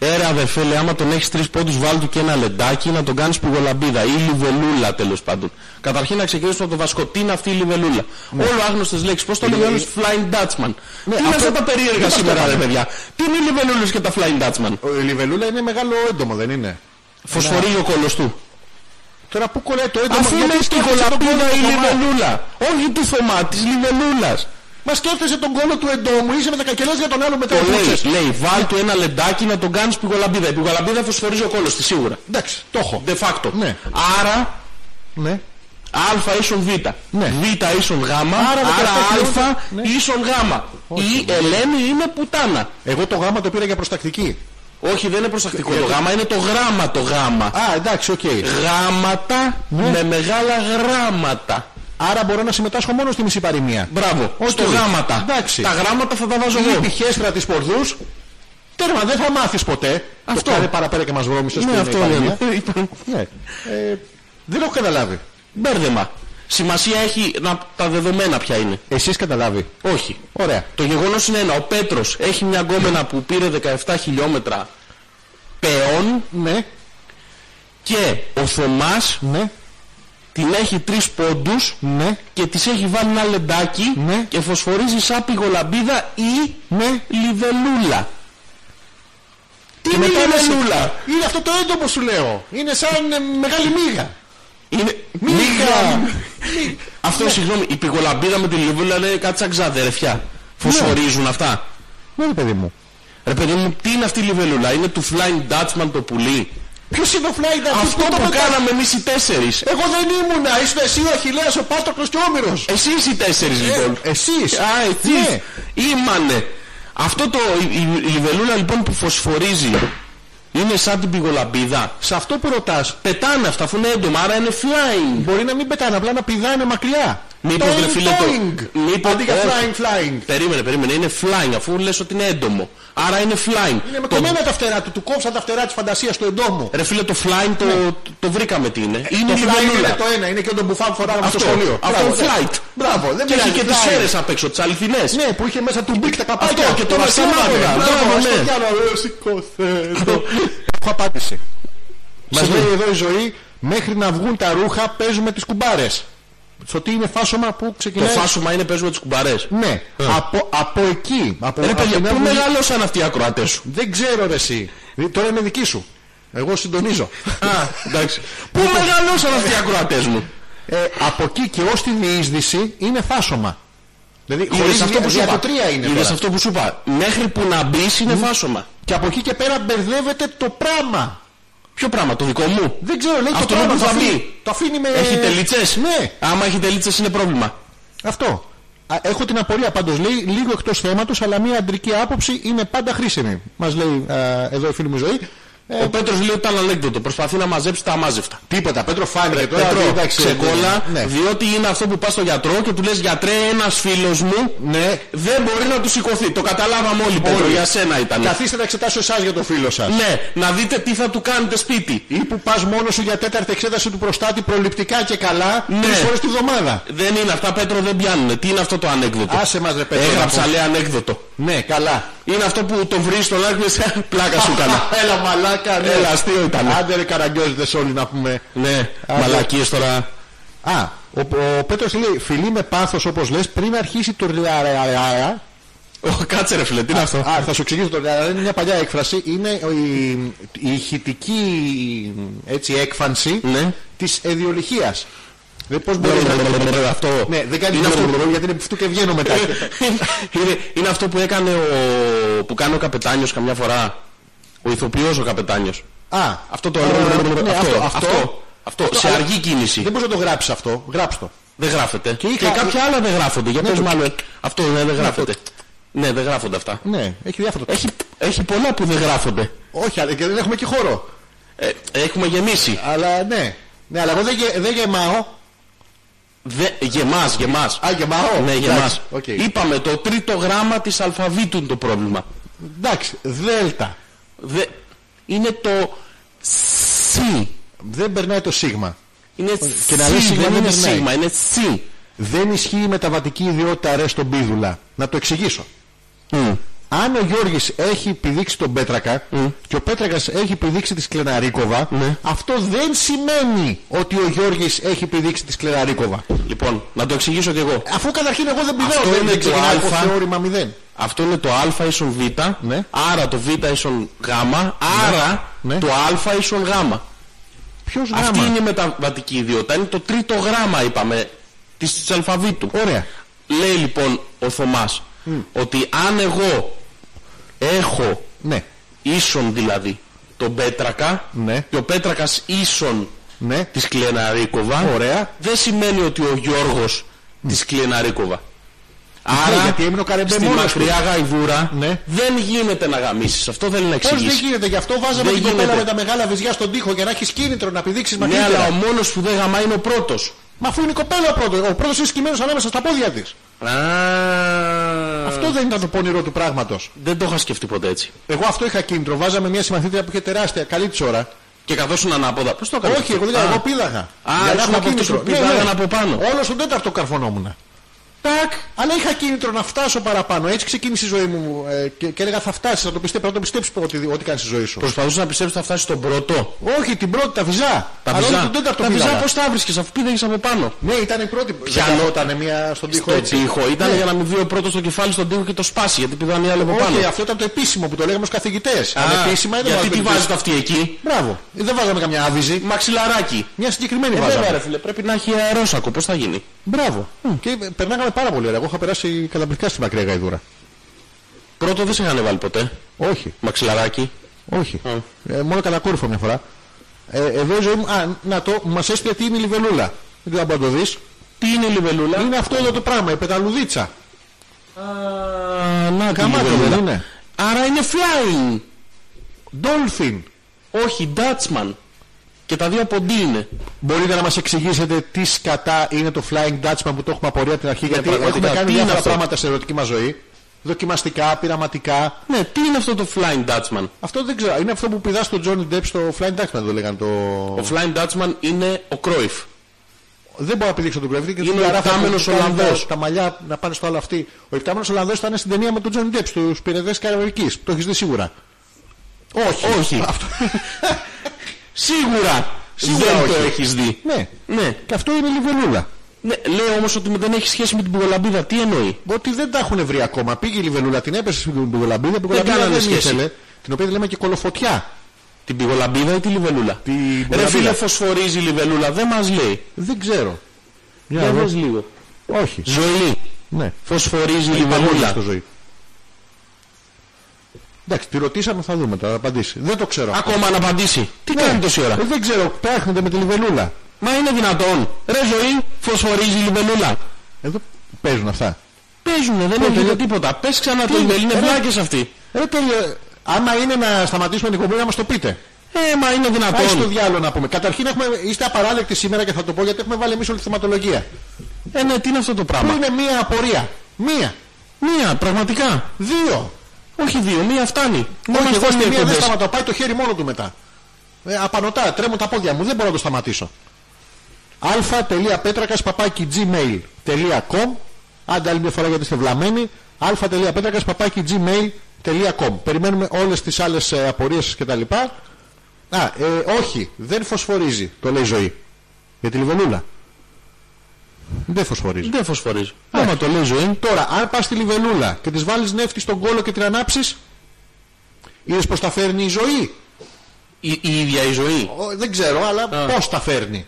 Speaker 2: Έρα αδερφέ, φίλε, άμα τον έχεις τρεις πόντους βάλ του και ένα λεντάκι να τον κάνεις πουγολαμπίδα ή λιβελούλα τέλος πάντων. Καταρχήν να ξεκινήσουμε από το βασικό. Τι είναι αυτή η λιβελούλα. Όλο άγνωστες λέξεις. Πώς το λέει ο άλλος Flying Dutchman. Τι είναι
Speaker 1: αυτό-
Speaker 2: αυτά τα
Speaker 1: δεν
Speaker 2: περίεργα
Speaker 1: μας το
Speaker 2: σήμερα ρε
Speaker 1: είπαμε.
Speaker 2: παιδιά. Τι είναι οι λιβελούλες και τα Flying Dutchman.
Speaker 1: Η Λιβελούλα είναι μεγάλο έντομο, δεν είναι.
Speaker 2: Φωσφορίγιο κόλος του.
Speaker 1: Τώρα πού κολλάει το έντομο,
Speaker 2: Αφού είναι
Speaker 1: γιατί
Speaker 2: στην
Speaker 1: σκέφτεσαι τον κόλλο
Speaker 2: κολαπίδα η
Speaker 1: του Θωμά.
Speaker 2: λιβελούλα. Όχι του Θωμά, της λιβελούλας.
Speaker 1: Μα σκέφτεσαι τον κόλλο του εντόμου, είσαι με τα κακελέ για τον άλλο μετά.
Speaker 2: Το λέει, λέει, βάλ του ένα λεντάκι να τον κάνεις πουγολαμπίδα. Η πουγολαμπίδα φωσφορίζει ο κόλος της σίγουρα.
Speaker 1: Εντάξει, το έχω.
Speaker 2: De facto.
Speaker 1: Ναι.
Speaker 2: Άρα
Speaker 1: Ναι.
Speaker 2: Α ίσον Β.
Speaker 1: Ναι.
Speaker 2: Β ίσον Γ. Άρα,
Speaker 1: δεκαεπτά
Speaker 2: Α
Speaker 1: χιλιόμετρα. Ναι.
Speaker 2: ίσον Γ. Η Ελένη είναι πουτάνα.
Speaker 1: Εγώ το γάμα το πήρα για προστακτική.
Speaker 2: Όχι, δεν είναι προστακτικό Ε, το Γ, είναι το γράμμα το Γ.
Speaker 1: Α, εντάξει, οκ.
Speaker 2: Ε. Γράμματα με μεγάλα γράμματα.
Speaker 1: Άρα μπορώ να συμμετάσχω μόνο στη μισή παροιμία.
Speaker 2: Μπράβο.
Speaker 1: Οκ.
Speaker 2: Στο γράμματα.
Speaker 1: Εντάξει.
Speaker 2: Τα γράμματα θα τα βάζω
Speaker 1: Η
Speaker 2: εγώ.
Speaker 1: χέστρα τη πορδούς. Τέρμα, δεν θα μάθεις ποτέ.
Speaker 2: Αυτό.
Speaker 1: Το κάνει παραπέρα και μας βρώμησε
Speaker 2: Ναι, αυτό είναι.
Speaker 1: Ναι. Ε, δεν έχω καταλάβει.
Speaker 2: Μπέρδεμα. Σημασία έχει να, τα δεδομένα ποια είναι.
Speaker 1: Εσείς καταλάβει.
Speaker 2: Όχι.
Speaker 1: Ωραία.
Speaker 2: Το γεγονός είναι ένα. Ο Πέτρος έχει μια γκόμενα που πήρε 17 χιλιόμετρα πεών
Speaker 1: Ναι,
Speaker 2: και ο Θωμάς
Speaker 1: ναι,
Speaker 2: την έχει τρεις πόντους
Speaker 1: ναι,
Speaker 2: και της έχει βάλει ένα λεντάκι
Speaker 1: Ναι.
Speaker 2: και φωσφορίζει σαν πηγολαμπίδα ή
Speaker 1: ναι.
Speaker 2: λιβελούλα. Τι είναι η
Speaker 1: μετά είναι
Speaker 2: λιβελούλα.
Speaker 1: Είναι αυτό το έντομο σου λέω. Είναι σαν ε, μεγάλη μύγα.
Speaker 2: Είναι...
Speaker 1: Μίγα.
Speaker 2: Αυτό συγγνώμη, η πηγολαμπίδα με τη λιβελούλα είναι κάτι σαν ξαδερφιά. Φωσφορίζουν αυτά.
Speaker 1: Ναι, ρε παιδί μου.
Speaker 2: Ρε παιδί μου, τι είναι αυτή η λιβελούλα, είναι του Flying Dutchman το πουλί.
Speaker 1: Ποιος είναι ο Φλάιντα, ποιος
Speaker 2: Αυτό
Speaker 1: το
Speaker 2: που
Speaker 1: μετά-
Speaker 2: κάναμε εμείς οι τέσσερις.
Speaker 1: Εγώ δεν ήμουνα, ήσουν εσύ ο Αχιλέας, ο Πάτροκλος και ο Όμηρος.
Speaker 2: Εσείς οι τέσσερις λοιπόν.
Speaker 1: Ε, εσείς.
Speaker 2: Α, έτσι.
Speaker 1: Ναι.
Speaker 2: Ήμανε. Αυτό το, η, η- η λιβελούλα λοιπόν που φωσφορίζει είναι σαν την πηγολαμπίδα.
Speaker 1: Σε αυτό που ρωτάς,
Speaker 2: Πετάνε αυτά αφού είναι έντομα, άρα είναι flying.
Speaker 1: μπορεί να μην πετάνε, απλά να πηδάνε μακριά.
Speaker 2: Μήπως
Speaker 1: Toing,
Speaker 2: ρε φίλε
Speaker 1: toing.
Speaker 2: το... Μήπως...
Speaker 1: Αντί για
Speaker 2: όχι.
Speaker 1: flying, flying.
Speaker 2: Περίμενε, περίμενε, είναι flying αφού λες ότι είναι έντομο. Άρα είναι flying.
Speaker 1: Είναι Ναι, με
Speaker 2: Το-
Speaker 1: κομμένα τα φτερά του, του κόψαν τα φτερά της φαντασίας του εντόμου.
Speaker 2: Ρε φίλε το flying το, το, βρήκαμε τι είναι.
Speaker 1: Ναι.
Speaker 2: είναι
Speaker 1: Ε, το
Speaker 2: η
Speaker 1: flying είναι
Speaker 2: λιβελούλα.
Speaker 1: το ένα, είναι και τον μπουφά που φοράγαμε στο σχολείο.
Speaker 2: Αυτό
Speaker 1: Μπράβο, ναι.
Speaker 2: flight.
Speaker 1: Μπράβο, δεν
Speaker 2: Και έχει
Speaker 1: πειράζει,
Speaker 2: και τις
Speaker 1: Ναι, flying.
Speaker 2: σέρες απ' έξω, τις αληθινές.
Speaker 1: Ναι, που είχε μέσα του μπικ τα
Speaker 2: Αυτό,
Speaker 1: καπάκια.
Speaker 2: και το
Speaker 1: βασιλιάδε.
Speaker 2: βασιλιάδε. Μπράβο,
Speaker 1: Μπράβο,
Speaker 2: ναι.
Speaker 1: ναι. Έχω απάντηση. Μας
Speaker 2: Σε
Speaker 1: λέει
Speaker 2: τι?
Speaker 1: εδώ η ζωή, μέχρι να βγουν τα ρούχα παίζουμε τις κουμπάρες. στο τι είναι φάσομα που
Speaker 2: Το
Speaker 1: ξεκινάει.
Speaker 2: φάσομα είναι παίζουμε τις κουμπαρές. Ε,
Speaker 1: Ναι, από, από εκεί. Από,
Speaker 2: Ρε
Speaker 1: από
Speaker 2: παιδιά,
Speaker 1: την
Speaker 2: πού
Speaker 1: άλλη-
Speaker 2: μεγαλώσαν αυτοί οι ακροατές σου.
Speaker 1: Δεν ξέρω ρε εσύ. Ε, Τώρα είναι δική σου. Εγώ συντονίζω. Λοιπόν,
Speaker 2: Α, εντάξει. Πού μεγαλώσαν αυτοί οι ακροατές μου.
Speaker 1: ε, από εκεί και ως τη διείσδυση είναι φάσομα. Δηλαδή
Speaker 2: Είδες
Speaker 1: χωρίς αυτό που σου
Speaker 2: είπα.
Speaker 1: είναι
Speaker 2: Είδες
Speaker 1: τώρα.
Speaker 2: αυτό που σου είπα. Μέχρι που να μπεις είναι φάσομα.
Speaker 1: Και από εκεί και πέρα μπερδεύεται το πράγμα.
Speaker 2: Ποιο πράγμα, το δικό μου.
Speaker 1: Δεν ξέρω, λέει
Speaker 2: Αυτό
Speaker 1: το πράγμα
Speaker 2: είναι που
Speaker 1: το
Speaker 2: θα
Speaker 1: αφήνει-
Speaker 2: μπει.
Speaker 1: Το αφήνει με...
Speaker 2: Έχει τελίτσες.
Speaker 1: Ε, Ναι.
Speaker 2: Άμα έχει τελίτσες είναι πρόβλημα.
Speaker 1: Αυτό. Α, Έχω την απορία πάντως, λέει λίγο εκτός θέματος, αλλά μια αντρική άποψη είναι πάντα χρήσιμη. Μας λέει α, εδώ η φίλη μου η ζωή. Ε,
Speaker 2: Ο Πέτρος λέει ήταν ανέκδοτο. Προσπαθεί να μαζέψει τα αμάζευτα.
Speaker 1: τίποτα, Πέτρο φάνηκε τώρα.
Speaker 2: Πέτρο,
Speaker 1: εντάξει,
Speaker 2: ξεκόλα,
Speaker 1: ναι.
Speaker 2: διότι είναι αυτό που πας στο γιατρό και του λες γιατρέ ένας φίλος μου
Speaker 1: Ναι.
Speaker 2: δεν μπορεί να του σηκωθεί. Το καταλάβαμε όλοι, Πέτρο, για σένα ήταν.
Speaker 1: Καθίστε να εξετάσω εσάς για το φίλο σας.
Speaker 2: Ναι, να δείτε τι θα του κάνετε σπίτι.
Speaker 1: Ή που πας μόνος σου για τέταρτη εξέταση του προστάτη προληπτικά και καλά
Speaker 2: Ναι.
Speaker 1: τρεις φορές τη βδομάδα.
Speaker 2: Δεν είναι αυτά, Πέτρο, δεν πιάνουν. Τι είναι αυτό το ανέκδοτο.
Speaker 1: Άσε μας ρε Πέτρο. να
Speaker 2: Έγραψα,
Speaker 1: πω.
Speaker 2: λέει ανέκδοτο.
Speaker 1: Ναι, καλά.
Speaker 2: Είναι αυτό που τον βρεις στον Λάκη και σε πλάκα σου έκανα.
Speaker 1: Έλα μαλάκα, ναι.
Speaker 2: Έλα, αστείο ήταν.
Speaker 1: Άντε ρε καραγκιόζητες όλοι να πούμε.
Speaker 2: Ναι,
Speaker 1: Άντε.
Speaker 2: μαλακίες τώρα.
Speaker 1: Α, ο, ο Πέτρος λέει, φιλή με πάθος όπως λες, πριν αρχίσει το ριαραραρα,
Speaker 2: Ω, Κάτσε ρε φίλε, τι είναι αυτό.
Speaker 1: Α, θα σου εξηγήσω το ριαραρα, είναι μια παλιά έκφραση, είναι η, η ηχητική έτσι, έκφανση
Speaker 2: Ναι.
Speaker 1: της εδιολυχίας. Δηλαδή πώς μπορείς να...
Speaker 2: Αυτό.
Speaker 1: Ναι, δεν κάνεις
Speaker 2: Είναι αυτό που-
Speaker 1: αυτό γιατί είναι πιφτού και βγαίνω μετά.
Speaker 2: είναι, είναι αυτό που έκανε ο, που κάνει ο καπετάνιος καμιά φορά. Ο ηθοποιός ο καπετάνιος.
Speaker 1: Α,
Speaker 2: Αυτό το...
Speaker 1: ναι,
Speaker 2: αυτό,
Speaker 1: αυτό,
Speaker 2: αυτό, αυτό, σε αργή κίνηση.
Speaker 1: Δεν μπορείς να το γράψεις αυτό. Γράψ' το.
Speaker 2: Δεν γράφεται. Και,
Speaker 1: είχα-
Speaker 2: κάποια άλλα δεν γράφονται. Για
Speaker 1: Ναι,
Speaker 2: πες
Speaker 1: το-
Speaker 2: μάλλον. Αυτό ναι, δεν γράφεται. Ναι, δεν γράφονται αυτά.
Speaker 1: Ναι, έχει διάφορα.
Speaker 2: Έχει, έχει πολλά που δεν γράφονται.
Speaker 1: Όχι, αλλά και δεν έχουμε και χώρο.
Speaker 2: Ε, έχουμε γεμίσει.
Speaker 1: Αλλά ναι. Ναι, αλλά εγώ δεν, γε- δεν γεμάω.
Speaker 2: Δε, γεμάς, γεμάς.
Speaker 1: Α, γεμάω.
Speaker 2: ναι, γεμάς.
Speaker 1: Εντάξει, οκ.
Speaker 2: Είπαμε το τρίτο γράμμα της αλφαβήτου είναι το πρόβλημα.
Speaker 1: Εντάξει, δέλτα.
Speaker 2: Δε, είναι το σι.
Speaker 1: Δεν περνάει το σίγμα.
Speaker 2: Είναι
Speaker 1: Και να λες
Speaker 2: σι,
Speaker 1: σίγμα
Speaker 2: δεν
Speaker 1: δεν
Speaker 2: είναι
Speaker 1: περνάει.
Speaker 2: σίγμα, είναι σι.
Speaker 1: Δεν ισχύει η μεταβατική ιδιότητα ρε στον πίδουλα. Να το εξηγήσω. Αν ο Γιώργης έχει πηδήξει τον Πέτρακα
Speaker 2: Ναι.
Speaker 1: και ο Πέτρακας έχει πηδήξει τη Σκλεναρίκοβα, αυτό δεν σημαίνει ότι ο Γιώργης έχει πηδήξει τη Σκλεναρίκοβα.
Speaker 2: Λοιπόν, να το εξηγήσω κι εγώ.
Speaker 1: Αφού καταρχήν εγώ δεν πηδάω,
Speaker 2: Αυτό
Speaker 1: δεν,
Speaker 2: είναι
Speaker 1: δεν
Speaker 2: το
Speaker 1: ξεκινάει από
Speaker 2: αλφα.
Speaker 1: θεώρημα 0.
Speaker 2: Αυτό είναι το α ίσον β,
Speaker 1: Ναι.
Speaker 2: άρα το β ίσον γ, άρα
Speaker 1: Ναι.
Speaker 2: το α ίσον γ.
Speaker 1: Ποιος γράμμα.
Speaker 2: Αυτή είναι η μεταβατική ιδιότητα. Είναι το τρίτο γράμμα, είπαμε, της, της αλφαβήτου.
Speaker 1: Ωραία.
Speaker 2: Λέει λοιπόν ο Θωμάς ότι αν εγώ έχω
Speaker 1: Ναι.
Speaker 2: ίσον δηλαδή τον Πέτρακα
Speaker 1: Ναι.
Speaker 2: και ο Πέτρακας ίσον
Speaker 1: Ναι.
Speaker 2: της Κλεναρίκοβα
Speaker 1: Ωραία.
Speaker 2: δεν σημαίνει ότι ο Γιώργος της Κλεναρίκοβα.
Speaker 1: Ναι,
Speaker 2: Άρα
Speaker 1: γιατί έμεινε ο Καρεμπέ
Speaker 2: στη
Speaker 1: μόνος
Speaker 2: μακριά γαϊδούρα
Speaker 1: Ναι.
Speaker 2: δεν γίνεται να γαμίσεις. Αυτό θέλει να
Speaker 1: Πώς δεν
Speaker 2: εξηγήσει.
Speaker 1: γίνεται, γι' αυτό βάζαμε
Speaker 2: Δεν
Speaker 1: την κοπέλα
Speaker 2: γίνεται.
Speaker 1: με τα μεγάλα βυζιά στον τοίχο για να έχεις κίνητρο να πηδήξεις
Speaker 2: Ναι,
Speaker 1: μακρύτερα.
Speaker 2: αλλά ο μόνος που δεν γαμάει είναι ο πρώτος.
Speaker 1: Μα αφού είναι η κοπέλα πρώτο, ο πρώτος είναι σκυμμένος ανάμεσα στα πόδια της.
Speaker 2: Α,
Speaker 1: Αυτό δεν ήταν το πονηρό του πράγματος.
Speaker 2: Δεν το είχα σκεφτεί ποτέ έτσι.
Speaker 1: Εγώ αυτό είχα κίνητρο, βάζαμε μια συμμαθήτρια που είχε τεράστια, καλή της ώρα.
Speaker 2: Και καθόσουν ανάποδα. Πώς το έκανα.
Speaker 1: Όχι, εγώ δεν
Speaker 2: Α,
Speaker 1: ήταν, εγώ πήδαγα. Για να
Speaker 2: ήσουν
Speaker 1: έχω
Speaker 2: από αυτούς
Speaker 1: κίνητρο.
Speaker 2: που
Speaker 1: Ναι,
Speaker 2: πηδάγαν
Speaker 1: ναι.
Speaker 2: από πάνω.
Speaker 1: Όλο στον τέταρτο καρφωνόμουν. Τάκ, αλλά είχα κίνητρο να φτάσω παραπάνω. Έτσι ξεκίνησε η ζωή μου ε, και, και έλεγα θα φτάσεις, θα το πιστέψει, να το πιστέψεις ότι, ότι κάνεις στη ζωή σου.
Speaker 2: Προσπαθούσα να πιστέψεις ότι θα φτάσεις στον πρώτο.
Speaker 1: Όχι, την πρώτη τα βυζά.
Speaker 2: Τα
Speaker 1: Αλλά
Speaker 2: βυζά.
Speaker 1: όλο τον τέταρτο
Speaker 2: τα βυζά
Speaker 1: πήδαγα.
Speaker 2: πώς τα βρίσκε αφού πήγε από πάνω.
Speaker 1: Ναι, ήταν η πρώτη.
Speaker 2: Πιανό.
Speaker 1: Πιανόταν μια στον τοίχο
Speaker 2: Στον
Speaker 1: έτσι.
Speaker 2: τοίχο. Ήταν
Speaker 1: Ναι.
Speaker 2: για να μην βγει ο πρώτος στο κεφάλι στον τοίχο και το σπάσει γιατί πήγαν οι άλλοι από πάνω.
Speaker 1: Όχι, αυτό ήταν το επίσημο που το λέγαμε ως καθηγητές.
Speaker 2: Α,
Speaker 1: Ανεπίσημα ήταν
Speaker 2: γιατί
Speaker 1: το
Speaker 2: τη
Speaker 1: βάζαμε.
Speaker 2: βάζετε αυτή εκεί.
Speaker 1: Μπράβο. Ε, Δεν βάζαμε καμιά άβυζη.
Speaker 2: Μαξιλαράκι.
Speaker 1: Μια συγκεκριμένη
Speaker 2: Ε,
Speaker 1: βάζαμε.
Speaker 2: βέβαια ρε φίλε, πρέπει να έχει αερόσακο. Πώς θα γίνει.
Speaker 1: Μπράβο. Και ε, περνάγαμε πάρα πολύ ωραία. Εγώ είχα περάσει καταπληκτικά στη μακριά γαϊδούρα.
Speaker 2: Πρώτο δεν σε είχαν βάλει ποτέ.
Speaker 1: Όχι.
Speaker 2: Μαξιλαράκι.
Speaker 1: Όχι. Ε, μόνο κατακόρυφα μια φορά. Ε, εδώ η ζωή μου. Α, να το. Μας έστειλε τι είναι η λιβελούλα. Δεν ξέρω αν μπορεί να το δεις.
Speaker 2: Τι είναι η λιβελούλα.
Speaker 1: Είναι αυτό εδώ το πράγμα, η πεταλουδίτσα.
Speaker 2: Α, Να τη
Speaker 1: Καμάτα
Speaker 2: λιβελούλα.
Speaker 1: δεν είναι.
Speaker 2: Άρα είναι flying.
Speaker 1: Dolphin.
Speaker 2: Όχι, Dutchman. Και τα δύο από D είναι.
Speaker 1: Μπορείτε να μας εξηγήσετε τι σκατά είναι το Flying Dutchman που το έχουμε απορία από την αρχή. γιατί
Speaker 2: πραγματικά,
Speaker 1: έχουμε κάνει
Speaker 2: τι είναι
Speaker 1: διάφορα
Speaker 2: αυτό?
Speaker 1: πράγματα στην ερωτική μας ζωή. Δοκιμαστικά, πειραματικά.
Speaker 2: Ναι, τι είναι αυτό το Flying Dutchman.
Speaker 1: Αυτό δεν ξέρω. Είναι αυτό που πηδάς στον Johnny Depp στο Flying Dutchman, το λέγανε το.
Speaker 2: Ο Flying Dutchman είναι ο Κρόιφ.
Speaker 1: Δεν μπορώ να πηδήξω τον Κρεβίτη και
Speaker 2: Είναι
Speaker 1: τον
Speaker 2: ο
Speaker 1: καράφα που
Speaker 2: επτάμενος
Speaker 1: κάνει
Speaker 2: Ολλανδός.
Speaker 1: τα- Τα μαλλιά να πάνε στο άλλο αυτή. Ο επτάμενος Ολλανδός ήταν στην ταινία με τον Τζον Ντεπ στου πυρεδέ Καραβική. Το έχεις δει σίγουρα.
Speaker 2: Όχι. Όχι. Σίγουρα.
Speaker 1: Σίγουρα
Speaker 2: δεν το
Speaker 1: όχι.
Speaker 2: έχεις δει.
Speaker 1: Ναι.
Speaker 2: Ναι.
Speaker 1: Και αυτό είναι η Λιβελούλα.
Speaker 2: Ναι, λέει όμως ότι δεν έχει σχέση με την πουγολαμπίδα. Τι εννοεί.
Speaker 1: Ότι δεν τα έχουν βρει ακόμα. Πήγε η Λιβελούλα, την έπεσε στην Πουγολαμπίδα. η Πουγολαμπίδα
Speaker 2: κάνανε
Speaker 1: δεν
Speaker 2: σχέση.
Speaker 1: ήθελε. Την οποία τη λέμε και κολοφωτιά.
Speaker 2: Την πυγολαμπίδα ή τη λιβελούλα.
Speaker 1: Την
Speaker 2: Ρε
Speaker 1: πουγολαμπίδα.
Speaker 2: φίλε, φωσφορίζει η λιβελούλα. Δεν μας λέει.
Speaker 1: Δεν ξέρω. Για
Speaker 2: Για
Speaker 1: να δω.
Speaker 2: δες λίγο.
Speaker 1: Όχι.
Speaker 2: Ζωή.
Speaker 1: Ναι.
Speaker 2: Φωσφορίζει η
Speaker 1: Παγόλια
Speaker 2: λιβελούλα.
Speaker 1: στο ζωή. Εντάξει, τη ρωτήσαμε, θα δούμε, θα απαντήσει. Δεν το ξέρω.
Speaker 2: Ακόμα να απαντήσει. Τι
Speaker 1: Ναι.
Speaker 2: κάνει τόση ώρα.
Speaker 1: Ε, δεν ξέρω, ψάχνετε με τη Λιβελούλα.
Speaker 2: Μα είναι δυνατόν. Ρε ζωή, φωσφορίζει η λιβελούλα.
Speaker 1: Εδώ παίζουν αυτά.
Speaker 2: Παίζουνε, δεν έγινε τίποτα. Πες ξανά το
Speaker 1: είναι,
Speaker 2: email, είναι
Speaker 1: ρε.
Speaker 2: βλάκες αυτοί.
Speaker 1: Ρε, τελε... Άμα είναι να σταματήσουμε την εκπομπή να μας το πείτε.
Speaker 2: Ε, μα είναι
Speaker 1: Πάει στο
Speaker 2: δυνατόν.
Speaker 1: διάλογο να πούμε. Καταρχήν έχουμε... είστε απαράδεκτοι σήμερα και θα το πω γιατί έχουμε βάλει εμείς όλη τη θεματολογία.
Speaker 2: Ε, ναι, τι είναι αυτό το
Speaker 1: Που
Speaker 2: πράγμα.
Speaker 1: είναι μία απορία. Μία.
Speaker 2: Μία, πραγματικά.
Speaker 1: Δύο.
Speaker 2: Όχι δύο, μία φτάνει. Μόνο
Speaker 1: Όχι, εγώ
Speaker 2: αυτές είναι
Speaker 1: στη μία
Speaker 2: οι
Speaker 1: δεν
Speaker 2: εκπομπές.
Speaker 1: σταματάω. Πάει το χέρι μόνο του μετά. Ε, απανοτά, τρέμουν τα πόδια μου. Δεν μπορώ να το σταματήσω. α.πέτρακας παπάκι gmail.com Άντε άλλη μια φορά γιατί είστε βλαμμένοι. α.πέτρακας παπάκι gmail.com Περιμένουμε όλες τις άλλες ε, απορίες και τα λοιπά. Α, ε, όχι, δεν φωσφορίζει, το λέει η ζωή. Για τη Λιβελούλα. Δεν φωσφορίζει.
Speaker 2: Δεν φωσφορίζει. Άμα το λέει ζωή,
Speaker 1: Τώρα, αν πας στη Λιβελούλα και της βάλεις νεύτη στον κόλο και την ανάψεις, είδες πως τα φέρνει η ζωή.
Speaker 2: η, η ίδια η ζωή.
Speaker 1: Ο, δεν ξέρω, αλλά πώς τα φέρνει.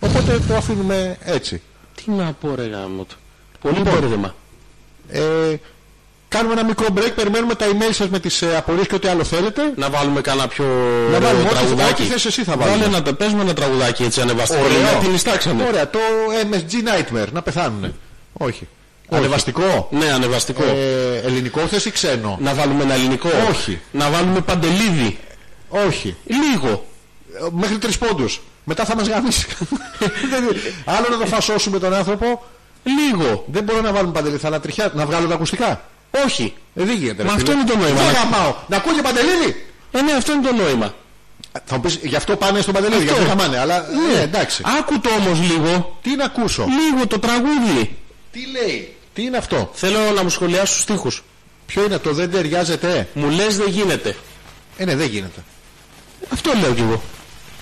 Speaker 1: Οπότε το αφήνουμε έτσι.
Speaker 2: Τι να πω ρε γάμο του. Πολύ
Speaker 1: Λοιπόν.
Speaker 2: μπέρδεμα.
Speaker 1: Ε, κάνουμε ένα μικρό break, περιμένουμε τα email σας με τις ε, απορίες και ό,τι άλλο θέλετε.
Speaker 2: Να βάλουμε κανένα πιο
Speaker 1: Να βάλουμε
Speaker 2: ωραίο
Speaker 1: ό,τι- ό,τι
Speaker 2: τραγουδάκι.
Speaker 1: θες εσύ θα βάλουμε.
Speaker 2: Βάλε να το παίζουμε ένα τραγουδάκι έτσι ανεβαστικό.
Speaker 1: Ωραίο.
Speaker 2: Να την ιστάξαμε.
Speaker 1: Ωραία, το MSG Nightmare, να πεθάνουνε. Όχι. Ανεβαστικό.
Speaker 2: Ναι, ανεβαστικό.
Speaker 1: Ε, ελληνικό θες ή ξένο.
Speaker 2: Να βάλουμε ένα ελληνικό.
Speaker 1: Όχι.
Speaker 2: Να βάλουμε παντελίδι.
Speaker 1: Όχι.
Speaker 2: Λίγο.
Speaker 1: Ε, Μέχρι τρεις πόντους. Μετά θα μας γαμίσει. Δεν- άλλο να το φασώσουμε τον άνθρωπο.
Speaker 2: Λίγο.
Speaker 1: Δεν μπορώ να βάλουμε παντελή, θα ανατριχιά, να βγάλω τα ακουστικά.
Speaker 2: Όχι.
Speaker 1: Ε, δεν γίνεται. ρε
Speaker 2: Μα
Speaker 1: φίλε.
Speaker 2: αυτό είναι το νόημα.
Speaker 1: Δεν
Speaker 2: Να-
Speaker 1: γαμάω. Να ακούγεται παντελίδι.
Speaker 2: Ε, ναι, αυτό είναι το νόημα.
Speaker 1: Θα μου πεις, γι' αυτό πάνε στον Παντελίδη, γι' αυτό χαμάνε. Αλλά ναι, εντάξει.
Speaker 2: Ε, Άκου το όμως λίγο.
Speaker 1: Τι να ακούσω,
Speaker 2: Λίγο το τραγούδι.
Speaker 1: τι λέει, τι είναι αυτό,
Speaker 2: Θέλω να μου σχολιάσεις τους στίχους.
Speaker 1: ποιο είναι το δεν ταιριάζεται.
Speaker 2: Μου λες δεν γίνεται.
Speaker 1: Ε, ναι, δεν γίνεται.
Speaker 2: Αυτό λέω κι εγώ.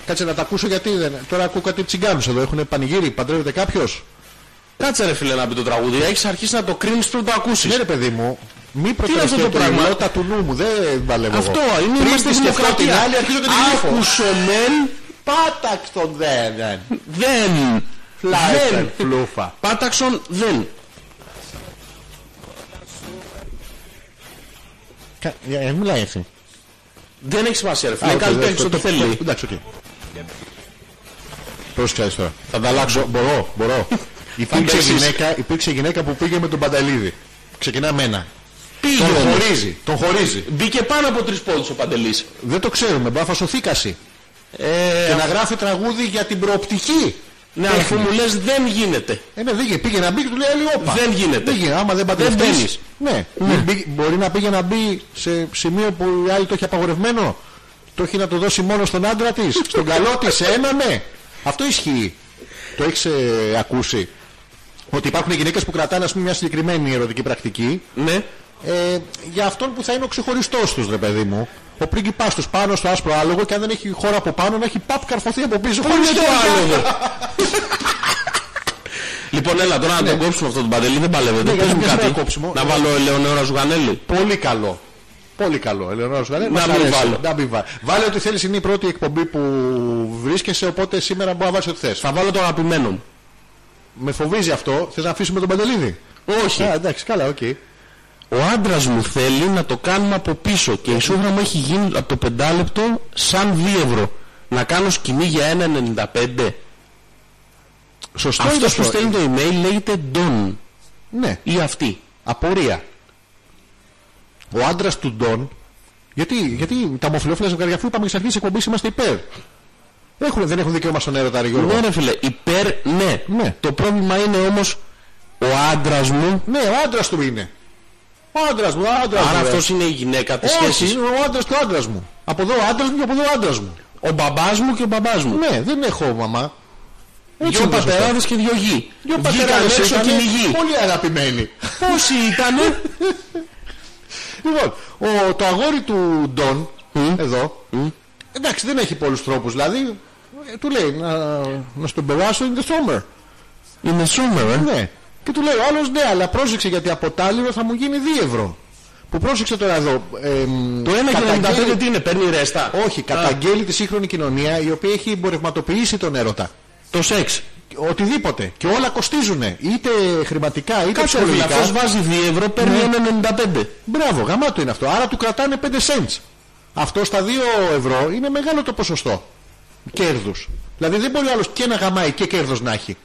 Speaker 1: Κάτσε να τα ακούσω γιατί δεν. Τώρα ακούω κάτι τσιγκάνους εδώ, έχουν πανηγύρι, παντρεύεται κάποιος.
Speaker 2: Κάτσε ρε φίλε να πει το τραγούδι. Έχεις αρχίσει να το κρίνεις πριν το ακούσεις.
Speaker 1: Ναι, ρε παιδί μου, μη προκαλέσει
Speaker 2: αυτό το
Speaker 1: την
Speaker 2: πράγμα?
Speaker 1: ελαιότητα του νου μου, δεν παλεύω.
Speaker 2: Αυτό
Speaker 1: εγώ.
Speaker 2: είναι
Speaker 1: Πριν
Speaker 2: είμαστε
Speaker 1: τη σκεφτώ
Speaker 2: δημοκρατία.
Speaker 1: Την άλλη, αρχίζω και την γλύφω.
Speaker 2: Άκουσε μεν,
Speaker 1: Πάταξ τον δεν, δεν.
Speaker 2: δεν.
Speaker 1: Φλάιφερ,
Speaker 2: Δεν.
Speaker 1: φλούφα.
Speaker 2: Πάταξον δεν.
Speaker 1: Κα- ε, ε, Μιλάει έτσι. Ε,
Speaker 2: Δεν έχει σημασία ρε
Speaker 1: Α,
Speaker 2: φίλε.
Speaker 1: οκ,
Speaker 2: Καλλιτέχνη
Speaker 1: εντάξει,
Speaker 2: το θέλει.
Speaker 1: Εντάξει, οκ. Πρόσεξε τώρα. Θα τα αλλάξω. Μπορώ, μπορώ. υπήρξε,
Speaker 2: παίξεις.
Speaker 1: γυναίκα, υπήρξε γυναίκα που πήγε με τον Πανταλίδη. Ξεκινά με ένα.
Speaker 2: Πήγε
Speaker 1: Τον
Speaker 2: όμως.
Speaker 1: χωρίζει. Τον χωρίζει.
Speaker 2: Μπήκε πάνω από τρεις πόντους ο Παντελής.
Speaker 1: Δεν το ξέρουμε. Μπα θα σωθεί κασί.
Speaker 2: Ε,
Speaker 1: Και να γράφει τραγούδι για την προοπτική.
Speaker 2: ναι, αφού μου λες δεν γίνεται.
Speaker 1: Ε, ναι, δεν γίνεται. πήγε να μπει και του λέει άλλη όπα.
Speaker 2: Δεν γίνεται.
Speaker 1: Δεν γίνεται. Άμα δεν παντρευτείς.
Speaker 2: Δεν μπαίνεις.
Speaker 1: Ναι. Μην μπει- Μπορεί να πήγε να μπει σε σημείο που η άλλη το έχει απαγορευμένο. Το έχει να το δώσει μόνο στον άντρα της. Στον καλό της. Σε ένα ναι. Αυτό ισχύει. Το έχεις ε, ακούσει. Ότι υπάρχουν γυναίκες που κρατάνε ας πούμε, μια συγκεκριμένη ερωτική πρακτική
Speaker 2: Ναι.
Speaker 1: ε, για αυτόν που θα είναι ο ξεχωριστός τους ρε παιδί μου. Ο πρίγκιπάς τους πάνω στο άσπρο άλογο και αν δεν έχει χώρα από πάνω να έχει παπ καρφωθεί από πίσω. χωρίς
Speaker 2: είναι το
Speaker 1: χέρια.
Speaker 2: άλογο. Λοιπόν, έλα τώρα να τον κόψουμε αυτό τον Παντελή. Δεν παλεύεται.
Speaker 1: Ναι,
Speaker 2: Πες μου
Speaker 1: γιατί δεν
Speaker 2: κάτι.
Speaker 1: είναι κόψιμο.
Speaker 2: Να βάλω Ελεονόρα Ζουγανέλη.
Speaker 1: Πολύ καλό. Πολύ καλό. Ελεονόρα σου
Speaker 2: Να μην βάλω.
Speaker 1: Να μην βάλω. Βάλε ό,τι θέλεις, είναι η πρώτη εκπομπή που βρίσκεσαι, οπότε σήμερα μπορεί να βάλεις ό,τι θες.
Speaker 2: Θα βάλω το αγαπημένο μου.
Speaker 1: Με φοβίζει αυτό, θες να αφήσουμε τον Παντελίδη.
Speaker 2: Όχι.
Speaker 1: Α, εντάξει, καλά, οκ.
Speaker 2: Ε, Ο άντρας μου θέλει να το κάνουμε από πίσω και η σούχρα μου έχει γίνει από το πεντάλεπτο σαν δίευρο. Να κάνω σκηνή για 1,95.
Speaker 1: Σωστό είναι
Speaker 2: Αυτός που
Speaker 1: αυτό.
Speaker 2: στέλνει το email λέγεται Don
Speaker 1: Ναι,
Speaker 2: ή αυτή.
Speaker 1: απορία. Ο άντρας του Ντόν. Γιατί, γιατί τα ομοφυλόφιλα ζευγάρια, αφού είπαμε εξ αρχή εκπομπής, είμαστε υπέρ. Έχουν, δεν έχουν δικαίωμα στον έρωτα, ρε Γιώργο.
Speaker 2: Ναι ρε φίλε, υπέρ ναι.
Speaker 1: Ναι.
Speaker 2: Το πρόβλημα είναι όμως ο άντρας μου,
Speaker 1: Ναι, ο άντρας του είναι. Ο άντρας μου, ο άντρας μου.
Speaker 2: άρα
Speaker 1: ρε.
Speaker 2: αυτός είναι η γυναίκα της
Speaker 1: Όχι,
Speaker 2: σχέσης,
Speaker 1: είναι ο άντρας του άντρας μου. Από εδώ ο άντρας μου και από εδώ ο άντρας μου.
Speaker 2: ο μπαμπάς μου και ο μπαμπάς μου.
Speaker 1: Ναι, δεν έχω μαμά. Έτσι
Speaker 2: Δυο
Speaker 1: είναι τα σωστά.
Speaker 2: πατεράδες και δυο γη.
Speaker 1: Δυο
Speaker 2: Βγήκαν
Speaker 1: πατεράδες
Speaker 2: έξω
Speaker 1: ήταν
Speaker 2: κυνηγοί.
Speaker 1: Πολύ αγαπημένοι.
Speaker 2: Πόσοι ήτανε.
Speaker 1: λοιπόν, ο, το αγόρι του Ντόν, εδώ, εντάξει δεν έχει πολλούς τρόπους, δηλαδή, ε, του λέει να, να στον περάσω in the summer.
Speaker 2: Είναι σούμερο, ε.
Speaker 1: Ναι. Και του λέει ο άλλος, ναι, αλλά πρόσεξε γιατί από τάλιρο θα μου γίνει 2 ευρώ. Που πρόσεξε τώρα εδώ. εμ,
Speaker 2: Το 1,95
Speaker 1: καταγγέλει-
Speaker 2: τι είναι, παίρνει ρέστα.
Speaker 1: Όχι, καταγγέλει τη σύγχρονη κοινωνία η οποία έχει εμπορευματοποιήσει τον έρωτα.
Speaker 2: Το σεξ.
Speaker 1: Οτιδήποτε. Και όλα κοστίζουν. Είτε χρηματικά είτε
Speaker 2: Κάποιος
Speaker 1: ψυχολογικά.
Speaker 2: λαθός βάζει 2 ευρώ, παίρνει 1,95.
Speaker 1: Μπράβο, γαμάτο είναι αυτό. Άρα του κρατάνε 5 cents. Αυτό στα 2 ευρώ είναι μεγάλο το ποσοστό κέρδους. Δηλαδή δεν μπορεί άλλος και να γαμάει και κέρδος να έχει.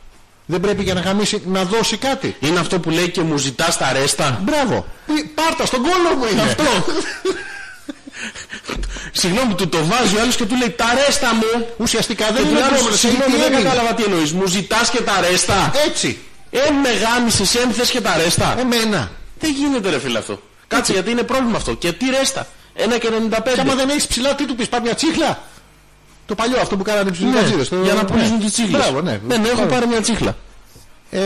Speaker 1: Δεν πρέπει για να γαμίσει να δώσει κάτι.
Speaker 2: Είναι αυτό που λέει και μου ζητάς τα ρέστα.
Speaker 1: Μπράβο. Ε, Πάρτα στον κόλλο μου είναι.
Speaker 2: Αυτό. Συγγνώμη, του το βάζει ο άλλος και του λέει τα ρέστα μου.
Speaker 1: Ουσιαστικά δεν
Speaker 2: Και
Speaker 1: είναι
Speaker 2: του λέει,
Speaker 1: εμπρός,
Speaker 2: Συγγνώμη,
Speaker 1: είναι
Speaker 2: δεν
Speaker 1: είναι.
Speaker 2: κατάλαβα τι εννοείς. Μου ζητάς και τα ρέστα.
Speaker 1: Έτσι.
Speaker 2: Ε, μεγάμισε, εν θες και τα ρέστα.
Speaker 1: Εμένα.
Speaker 2: Δεν γίνεται ρε φίλε αυτό. Κάτσε γιατί είναι πρόβλημα αυτό. Και τι ρέστα. 1,95.
Speaker 1: Και άμα δεν έχεις ψηλά, τι του πεις, πάρει μια τσίχλα. Το παλιό αυτό που κάνανε οι
Speaker 2: Ναι,
Speaker 1: ψηλοκατζίδε.
Speaker 2: για να πουλήσουν τις τσίχλες.
Speaker 1: Μπράβο, ναι.
Speaker 2: Ναι, ναι, έχω πάρει μια τσίχλα.
Speaker 1: Ε,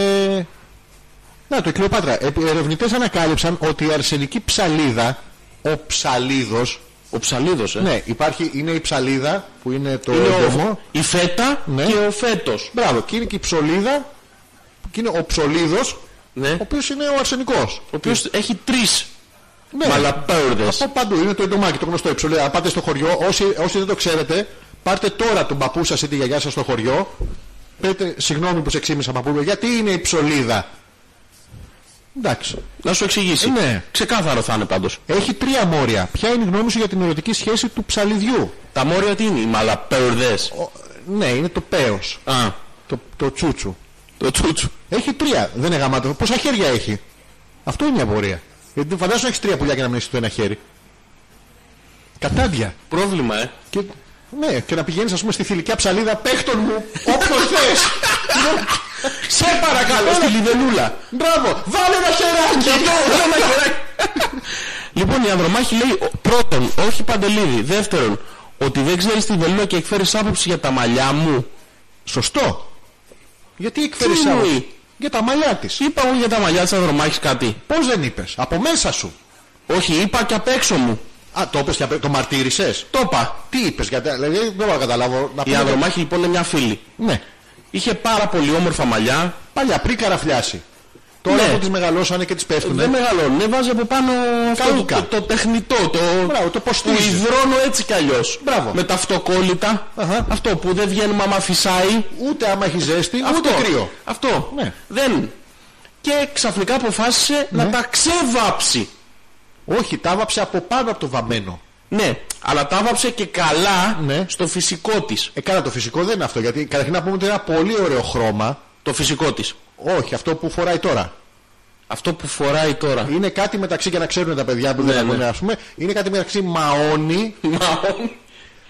Speaker 1: να το η Κλεοπάτρα. Ερευνητές ανακάλυψαν ότι η αρσενική ψαλίδα, ο ψαλίδος,
Speaker 2: Ο ψαλίδος, ε.
Speaker 1: ναι, υπάρχει, είναι η ψαλίδα που είναι το
Speaker 2: Είναι ο,
Speaker 1: δωμό.
Speaker 2: η φέτα
Speaker 1: Ναι.
Speaker 2: και ο φέτος.
Speaker 1: Μπράβο, και είναι και η ψολίδα, και είναι ο ψολίδος,
Speaker 2: Ναι.
Speaker 1: ο οποίος είναι ο αρσενικός.
Speaker 2: Ο οποίος έχει τρεις
Speaker 1: Ναι.
Speaker 2: μαλαπέουρδες.
Speaker 1: Αυτό παντού είναι το εντομάκι, το γνωστό υψηλό. Αν πάτε στο χωριό, όσοι, όσοι δεν το ξέρετε, πάρτε τώρα τον παππού σας ή τη γιαγιά σας στο χωριό. Πέτε, συγγνώμη που σε ξύμισα παππούλο, γιατί είναι η ψολίδα. Εντάξει.
Speaker 2: Να σου εξηγήσει.
Speaker 1: Ναι.
Speaker 2: Ξεκάθαρο θα είναι πάντως.
Speaker 1: Έχει τρία μόρια. Ποια είναι η γνώμη σου για την ερωτική σχέση του ψαλιδιού.
Speaker 2: Τα μόρια τι είναι, οι μαλαπέουρδες.
Speaker 1: Ο- ναι, είναι το πέος.
Speaker 2: Α,
Speaker 1: Το, το τσούτσου.
Speaker 2: το τσούτσου.
Speaker 1: Έχει τρία. Δεν είναι γαμάτο. Πόσα χέρια έχει. Αυτό είναι η απορία. Γιατί φαντάζομαι έχεις τρία πουλιά και να μην έχεις το ένα χέρι. Κατάδια.
Speaker 2: Πρόβλημα, ε.
Speaker 1: Και, ναι, και να πηγαίνεις ας πούμε στη θηλυκιά ψαλίδα παίχτων μου όποιον θες.
Speaker 2: Σε παρακαλώ, στη λιβελούλα.
Speaker 1: Μπράβο, βάλε ένα
Speaker 2: Ναι,
Speaker 1: χεράκι.
Speaker 2: Λοιπόν, η Ανδρομάχη λέει ο- πρώτον, όχι παντελίδι. Δεύτερον, ότι δεν ξέρεις τη βελούνα και εκφέρεις άποψη για τα μαλλιά μου.
Speaker 1: Σωστό. Γιατί εκφέρεις
Speaker 2: Τι εννοεί?
Speaker 1: άποψη. Για τα μαλλιά της.
Speaker 2: Είπα εγώ για τα μαλλιά της Ανδρομάχη κάτι.
Speaker 1: Πώς δεν είπες. Από μέσα σου.
Speaker 2: Όχι, είπα και απ' έξω μου.
Speaker 1: Α, το είπες και απ' το μαρτύρησες.
Speaker 2: Το είπα.
Speaker 1: Τι είπες, γιατί δηλαδή, δεν μπορώ να καταλάβω. Να
Speaker 2: Η
Speaker 1: πούμε-
Speaker 2: Ανδρομάχη λοιπόν είναι μια φίλη.
Speaker 1: Ναι.
Speaker 2: Είχε πάρα πολύ όμορφα μαλλιά.
Speaker 1: Παλιά, πριν καραφλιάσει. Τώρα
Speaker 2: Ναι.
Speaker 1: που τις μεγαλώσανε και τις πέφτουνε.
Speaker 2: Δεν μεγαλώνουν. Έβαζε από πάνω αυτό
Speaker 1: Καλούκα.
Speaker 2: το, Ναι. το τεχνητό. Το,
Speaker 1: Μπράβο, το
Speaker 2: που
Speaker 1: ποστίζει.
Speaker 2: υδρώνω έτσι κι αλλιώς.
Speaker 1: Μπράβο.
Speaker 2: Με τα αυτοκόλλητα.
Speaker 1: Αχα.
Speaker 2: Αυτό που δεν βγαίνουμε άμα φυσάει.
Speaker 1: Ούτε άμα έχει ζέστη, ούτε κρύο.
Speaker 2: Αυτό.
Speaker 1: Ναι.
Speaker 2: Δεν. Και ξαφνικά αποφάσισε να τα ξεβάψει.
Speaker 1: Όχι, τα άβαψε από πάνω από το βαμμένο.
Speaker 2: Ναι, αλλά τα άβαψε και καλά
Speaker 1: Ναι.
Speaker 2: στο φυσικό της.
Speaker 1: Ε, καλά, το φυσικό δεν είναι αυτό. Γιατί καταρχήν να πούμε ότι είναι ένα πολύ ωραίο χρώμα.
Speaker 2: Το φυσικό της.
Speaker 1: Όχι, αυτό που φοράει τώρα.
Speaker 2: Αυτό που φοράει τώρα.
Speaker 1: Είναι κάτι μεταξύ, για να ξέρουν τα παιδιά που δεν
Speaker 2: Ναι,
Speaker 1: ακούνε,
Speaker 2: ναι.
Speaker 1: ας πούμε, είναι κάτι μεταξύ μαόνι
Speaker 2: Μαόν.
Speaker 1: Ναι.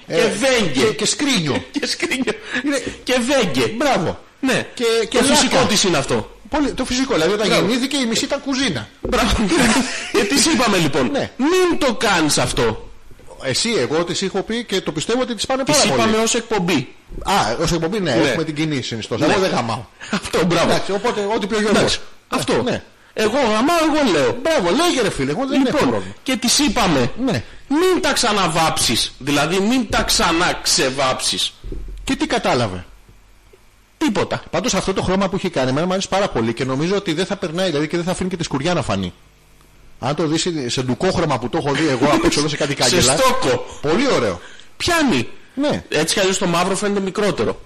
Speaker 1: ε, και,
Speaker 2: και βέγγε.
Speaker 1: και σκρίνιο.
Speaker 2: και σκρίνιο. Και βέγγε.
Speaker 1: Μπράβο.
Speaker 2: Ναι.
Speaker 1: Και- και
Speaker 2: το φυσικό
Speaker 1: λάκα.
Speaker 2: της είναι αυτό.
Speaker 1: Πολύ, το φυσικό, δηλαδή όταν
Speaker 2: Μπράβο.
Speaker 1: γεννήθηκε η μισή ήταν κουζίνα.
Speaker 2: Μπράβο. και της είπαμε λοιπόν.
Speaker 1: Ναι.
Speaker 2: Μην το κάνεις αυτό.
Speaker 1: Εσύ, εγώ τις είχα πει και το πιστεύω ότι τις πάνε
Speaker 2: Της
Speaker 1: πάρα
Speaker 2: είπαμε
Speaker 1: πολύ.
Speaker 2: ως εκπομπή.
Speaker 1: Α, ως εκπομπή, ναι,
Speaker 2: Ναι.
Speaker 1: έχουμε την κοινή συνιστόση.
Speaker 2: Ναι.
Speaker 1: Εγώ δεν γαμάω.
Speaker 2: Αυτό, μπράβο.
Speaker 1: Εντάξει, οπότε ό,τι πει ο Γιώργος.
Speaker 2: Εντάξει. Αυτό.
Speaker 1: Ναι.
Speaker 2: Εγώ γαμάω, εγώ λέω.
Speaker 1: Μπράβο, λέγε ρε φίλε, εγώ δεν έχω πρόβλημα.
Speaker 2: Λοιπόν, και τη είπαμε,
Speaker 1: Ναι.
Speaker 2: μην τα ξαναβάψεις. Δηλαδή, μην τα ξαναξεβάψεις.
Speaker 1: Και τι κατάλαβε.
Speaker 2: Τίποτα.
Speaker 1: Πάντως αυτό το χρώμα που έχει κάνει, εμένα μου αρέσει πάρα πολύ και νομίζω ότι δεν θα περνάει δηλαδή και δεν θα αφήνει και τη σκουριά να φανεί. Αν το δεις σε ντουκό χρώμα που το έχω δει εγώ απ' έξω εδώ σε κάτι
Speaker 2: Σε
Speaker 1: κάγκελα.
Speaker 2: στόκο.
Speaker 1: Πολύ ωραίο.
Speaker 2: Πιάνει.
Speaker 1: Ναι.
Speaker 2: Έτσι κι αλλιώς το μαύρο φαίνεται μικρότερο.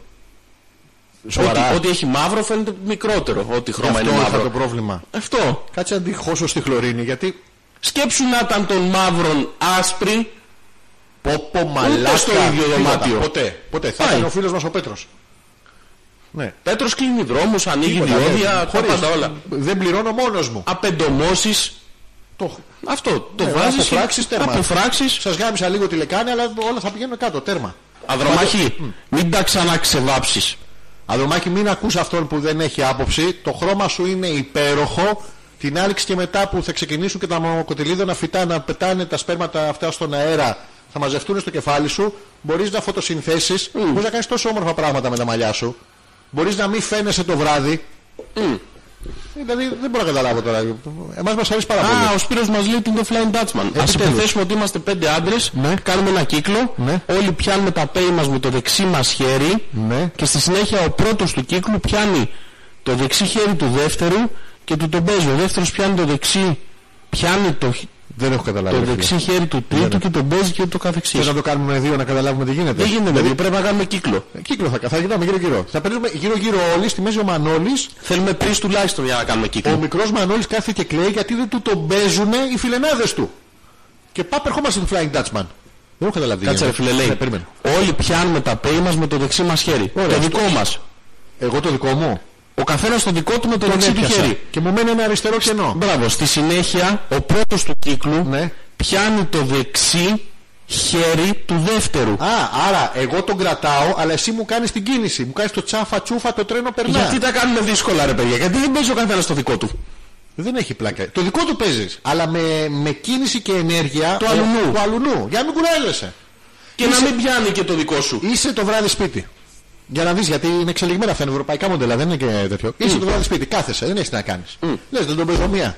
Speaker 2: Ό,τι,
Speaker 1: Σοβαρά.
Speaker 2: ό,τι έχει μαύρο φαίνεται μικρότερο. Ό,τι
Speaker 1: Γι'
Speaker 2: χρώμα
Speaker 1: αυτό
Speaker 2: είναι
Speaker 1: είχα
Speaker 2: μαύρο.
Speaker 1: το πρόβλημα.
Speaker 2: Αυτό.
Speaker 1: Κάτσε να τη χώσω στη χλωρίνη γιατί
Speaker 2: Σκέψου να ήταν των μαύρων άσπρη.
Speaker 1: Πόπο μαλάκα.
Speaker 2: στο ίδιο
Speaker 1: τίποτα.
Speaker 2: δωμάτιο.
Speaker 1: Ποτέ. Ποτέ. Θα
Speaker 2: Πάει.
Speaker 1: ήταν ο φίλος μας ο Πέτρος. Ναι.
Speaker 2: Πέτρος κλείνει δρόμους, ανοίγει
Speaker 1: Τίποτα, ναι,
Speaker 2: διόδια,
Speaker 1: δεν-
Speaker 2: τα
Speaker 1: χωρίς.
Speaker 2: πάντα όλα.
Speaker 1: Δεν πληρώνω μόνος μου.
Speaker 2: Απεντομώσεις.
Speaker 1: Το...
Speaker 2: Αυτό. Το
Speaker 1: Ναι,
Speaker 2: βάζεις. και-
Speaker 1: αποφράξεις, τέρμα.
Speaker 2: Αποφράξεις.
Speaker 1: Σας γάμισα λίγο τη λεκάνη αλλά όλα θα πηγαίνουν κάτω. Τέρμα.
Speaker 2: Αδρομάχη, μην τα ξαναξεβάψεις.
Speaker 1: Αδρομάκη, μην ακούς αυτόν που δεν έχει άποψη. Το χρώμα σου είναι υπέροχο. Την άνοιξη και μετά που θα ξεκινήσουν και τα μονοκοτελίδια να φυτά να πετάνε τα σπέρματα αυτά στον αέρα, θα μαζευτούν στο κεφάλι σου. Μπορείς να φωτοσυνθέσεις, Μπορείς να κάνεις τόσο όμορφα πράγματα με τα μαλλιά σου. Μπορείς να μην φαίνεσαι το βράδυ. Ε, Δηλαδή δεν μπορώ να καταλάβω τώρα. Εμάς μας αρέσει πάρα πολύ.
Speaker 2: Α, ο Σπύρος μας λέει τι είναι το Flying Dutchman. Ας υποθέσουμε ότι είμαστε πέντε άντρες, κάνουμε ένα κύκλο,
Speaker 1: Ναι.
Speaker 2: όλοι πιάνουμε τα πέι μας με το δεξί μας χέρι
Speaker 1: Ναι.
Speaker 2: και στη συνέχεια ο πρώτος του κύκλου πιάνει το δεξί χέρι του δεύτερου και του τον παίζει. Ο δεύτερος πιάνει το δεξί, πιάνει το, χ-
Speaker 1: Δεν έχω
Speaker 2: το
Speaker 1: καταλάβει. ρε φίλε.
Speaker 2: δεξί χέρι του τρίτου και τον παίζει και το
Speaker 1: Θες
Speaker 2: καθεξής.
Speaker 1: να Ναι, το κάνουμε δύο να καταλάβουμε τι γίνεται.
Speaker 2: Δεν γίνεται, δηλαδή, πρέπει να κάνουμε κύκλο.
Speaker 1: Κύκλο θα, θα γυρνάμε γύρω-γύρω. Θα παίρνουμε γύρω-γύρω όλοι, στη μέση ο Μανώλης.
Speaker 2: Θέλουμε πριν τουλάχιστον για να κάνουμε κύκλο.
Speaker 1: Ο μικρός Μανώλης κάθε και κλαίει γιατί δεν του τον παίζουν οι φιλενάδες του. Και πάμε ερχόμαστε του Flying Dutchman. Δεν έχω καταλάβει. τι
Speaker 2: Κάτσε ρε
Speaker 1: γίνεται.
Speaker 2: φίλε, λέει.
Speaker 1: Ναι, περίμενε.
Speaker 2: Όλοι πιάνουμε τα πέι μας με το δεξί μας χέρι.
Speaker 1: Ωραία,
Speaker 2: το
Speaker 1: αυτό.
Speaker 2: δικό μας.
Speaker 1: Εγώ το δικό μου.
Speaker 2: Ο καθένας το δικό του με το
Speaker 1: Τον
Speaker 2: δεξί του
Speaker 1: έπιασα.
Speaker 2: χέρι.
Speaker 1: Και μου μένει ένα αριστερό κενό.
Speaker 2: Μπράβο. Στη συνέχεια, ο πρώτος του κύκλου
Speaker 1: Ναι.
Speaker 2: πιάνει το δεξί χέρι του δεύτερου.
Speaker 1: Α, άρα εγώ τον κρατάω, αλλά εσύ μου κάνεις την κίνηση. Μου κάνεις το τσάφα τσούφα, το τρένο περνά.
Speaker 2: Γιατί τα κάνουμε δύσκολα ρε παιδιά, γιατί δεν παίζει ο καθένας το δικό του.
Speaker 1: Δεν έχει πλάκα. Το δικό του παίζεις. Αλλά με, με κίνηση και ενέργεια
Speaker 2: Του
Speaker 1: ο-
Speaker 2: αλουνού.
Speaker 1: του αλουνού. Για να μην κουράζεσαι.
Speaker 2: Και να μην πιάνει και το δικό σου.
Speaker 1: Είσαι το βράδυ σπίτι. Για να δεις, γιατί είναι εξελιγμένα αυτά, είναι ευρωπαϊκά μοντέλα, δεν είναι και τέτοιο. Είσαι το βράδυ σπίτι, κάθεσαι, δεν έχεις τι να κάνεις. Λες, δεν τον παίζω μία.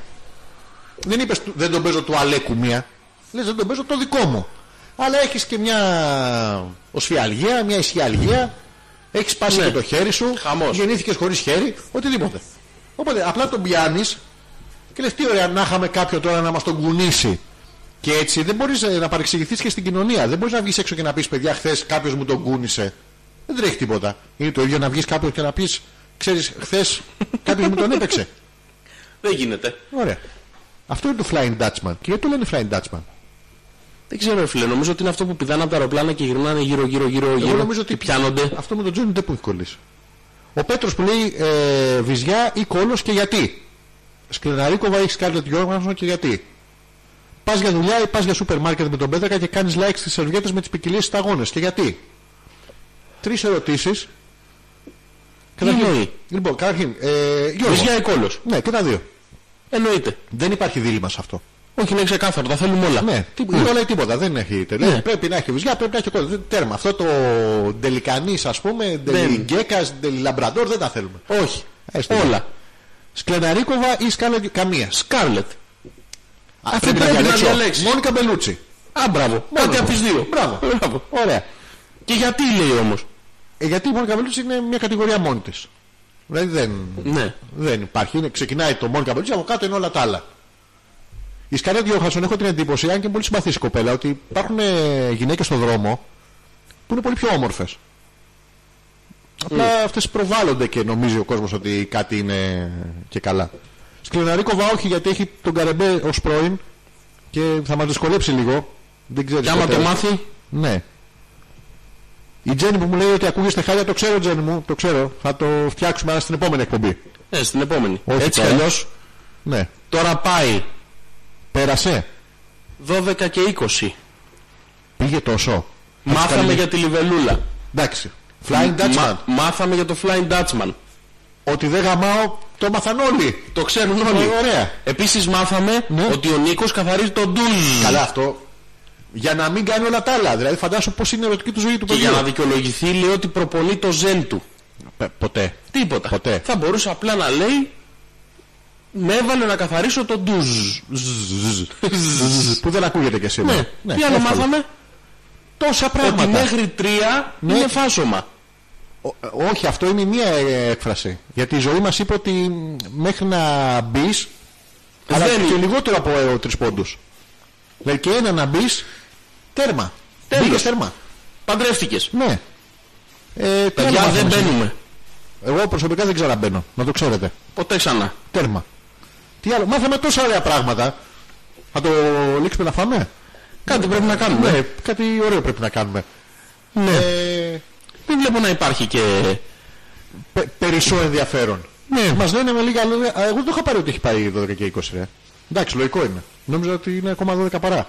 Speaker 1: Δεν είπε, δεν τον παίζω του Αλέκου μία. Λες, δεν τον παίζω το δικό μου. Αλλά έχεις και μια οσφιαλγία, μια ισχυαλγία. Έχει σπάσει και το χέρι σου.
Speaker 4: Χαμός.
Speaker 1: Γεννήθηκες χωρίς χέρι, οτιδήποτε. Οπότε απλά τον πιάνεις και λες τι ωραία να είχαμε κάποιον τώρα να μας τον κουνήσει. Και έτσι δεν μπορείς να παρεξηγηθείς και στην κοινωνία. Δεν μπορείς να βγεις έξω και να πεις παιδιά, χθες κάποιος μου τον κούνησε. Δεν τρέχει τίποτα. Είναι το ίδιο να βγεις κάποιο και να πεις, ξέρεις, χθες κάποιος μου τον έπαιξε.
Speaker 4: Δεν γίνεται.
Speaker 1: Ωραία. Αυτό είναι το Flying Dutchman. Και γιατί το λένε Flying Dutchman.
Speaker 2: Δεν ξέρω ρε φίλε, νομίζω ότι είναι αυτό που πηδάνε από τα αεροπλάνα και γυρνάνε γύρω γύρω γύρω γύρω.
Speaker 1: Εγώ νομίζω ότι
Speaker 2: και πιάνονται.
Speaker 1: Αυτό με τον Τζόνι Ντεπ που έχει κολλήσει. Ο Πέτρος που λέει ε, βυζιά ή κόλος και γιατί. Σκληραρίκοβα έχει κάτι τέτοιο και γιατί. Πας για δουλειά ή πας για σούπερ μάρκετ με τον Πέτρακα και κάνεις like στις σερβιέτες με τις ποικιλίες σταγόνε και γιατί. Τρεις ερωτήσεις.
Speaker 2: εννοεί?
Speaker 1: Λοιπόν, καταρχήν. Ε, Γιώργο.
Speaker 2: Βυζιά ή κόλος.
Speaker 1: Ναι, και τα δύο.
Speaker 2: Εννοείται.
Speaker 1: Δεν υπάρχει δίλημα σε αυτό.
Speaker 2: Όχι, είναι ξεκάθαρο, τα θέλουμε όλα.
Speaker 1: Ναι, τί, mm. όλα ή τίποτα. Δεν έχει τελέ.
Speaker 2: Ναι.
Speaker 1: Πρέπει να έχει βυζιά, πρέπει να έχει κόλλος. Δεν- Τέρμα. Αυτό το ντελικανής, ας πούμε, ντελιγκέκας, ντελιλαμπραντόρ δεν τα θέλουμε.
Speaker 2: Όχι.
Speaker 1: Έστω.
Speaker 2: Όλα.
Speaker 1: Σκλεναρίκοβα ή Σκάλετ Καμία.
Speaker 2: Σκάρλετ.
Speaker 1: Α,
Speaker 2: πρέπει να διαλέξεις.
Speaker 1: Μόνικα Μπελούτσι.
Speaker 2: Α, μπράβο. Κάτι από τις δύο.
Speaker 1: Μπράβο.
Speaker 2: Μπράβο.
Speaker 1: Ωραία.
Speaker 2: Και γιατί λέει όμως.
Speaker 1: Ε, γιατί η Μόνικα Μπελούτσι είναι μια κατηγορία μόνη της. Δηλαδή δεν,
Speaker 2: Ναι.
Speaker 1: δεν υπάρχει. Είναι, ξεκινάει το Μόνικα Μπελούτσι, από κάτω είναι όλα τα άλλα. Η Σκάλετ Γιώχανσον έχω την εντύπωση, αν και είναι πολύ συμπαθής η κοπέλα, ότι υπάρχουν γυναίκε στον δρόμο που είναι πολύ πιο όμορφες. Απλά αυτές προβάλλονται και νομίζει ο κόσμος ότι κάτι είναι και καλά. Σκληραρίκοβα όχι γιατί έχει τον Καρεμπέ ως πρώην και θα μας δυσκολέψει λίγο. Δεν ξέρεις
Speaker 2: Και άμα
Speaker 1: ποτέ.
Speaker 2: το μάθει,
Speaker 1: Ναι. Η Τζέννη που μου λέει ότι ακούγεστε χάλια, το ξέρω Τζέννη μου, το ξέρω. Θα το φτιάξουμε άρα στην επόμενη εκπομπή.
Speaker 2: ε, στην επόμενη.
Speaker 1: Όχι
Speaker 2: Έτσι κι
Speaker 1: τώρα.
Speaker 2: αλλιώς,
Speaker 1: Ναι.
Speaker 2: τώρα πάει
Speaker 1: Πέρασε.
Speaker 2: 12 και 20.
Speaker 1: Πήγε τόσο.
Speaker 2: Μάθαμε για τη Λιβελούλα.
Speaker 1: Εντάξει. Flying Dutchman.
Speaker 2: Μα- μάθαμε για το Flying Dutchman.
Speaker 1: Ότι δεν γαμάω, το μάθαν όλοι.
Speaker 2: Το ξέρουν όλοι.
Speaker 1: Ωραία.
Speaker 2: Επίσης μάθαμε
Speaker 1: Ναι.
Speaker 2: ότι ο Νίκος καθαρίζει τον ντουζ.
Speaker 1: Καλά αυτό. Για να μην κάνει όλα τα άλλα. Δηλαδή φαντάσου πώς είναι η ερωτική του ζωή του
Speaker 2: Και
Speaker 1: παιδιού.
Speaker 2: για να δικαιολογηθεί λέει ότι προπονεί το ζεν του.
Speaker 1: Πε- Ποτέ.
Speaker 2: Τίποτα.
Speaker 1: Ποτέ.
Speaker 2: Θα μπορούσε απλά να λέει με έβαλε να καθαρίσω τον ντουζ.
Speaker 1: Ναι, Που δεν ακούγεται και σήμερα.
Speaker 2: Ναι. Τι άλλο
Speaker 1: εύκολο.
Speaker 2: μάθαμε.
Speaker 1: Τόσα
Speaker 2: Ότι
Speaker 1: πράγματα.
Speaker 2: μέχρι τρία
Speaker 1: Ναι.
Speaker 2: είναι φάσομα.
Speaker 1: Ο- ε, όχι, αυτό είναι η μία ε, έκφραση. Γιατί η ζωή μας είπε ότι μ, μέχρι να μπεις. Αλλά
Speaker 2: Δεν
Speaker 1: και
Speaker 2: είναι.
Speaker 1: λιγότερο από ε, τρεις πόντους. Δηλαδή και ένα να μπεις. Τέρμα.
Speaker 2: Τέλος.
Speaker 1: Μπήκες τέρμα.
Speaker 2: Παντρεύτηκες.
Speaker 1: Ναι. Ε, τι άλλο
Speaker 2: Παιδιά δεν
Speaker 1: μάθαμε σήμερα.
Speaker 2: μπαίνουμε.
Speaker 1: Εγώ προσωπικά δεν ξαναμπαίνω. Να το ξέρετε.
Speaker 2: Ποτέ ξανά.
Speaker 1: Τέρμα. Τι άλλο. Μάθαμε τόσα ωραία πράγματα. Θα το λήξουμε να φάμε.
Speaker 2: Κάτι πρέπει να κάνουμε.
Speaker 1: Ναι, κάτι ωραίο πρέπει να κάνουμε.
Speaker 2: Ναι.
Speaker 1: Ε,
Speaker 2: Δεν βλέπω να υπάρχει και...
Speaker 1: πε, περισσό ενδιαφέρον.
Speaker 2: Ναι.
Speaker 1: Μας λένε με λίγα λόγια. Α, Εγώ δεν το είχα πάρει ότι έχει πάει 12 και 20. Ρε. Εντάξει, λογικό είναι. Νόμιζα ότι είναι ακόμα 12 παρά.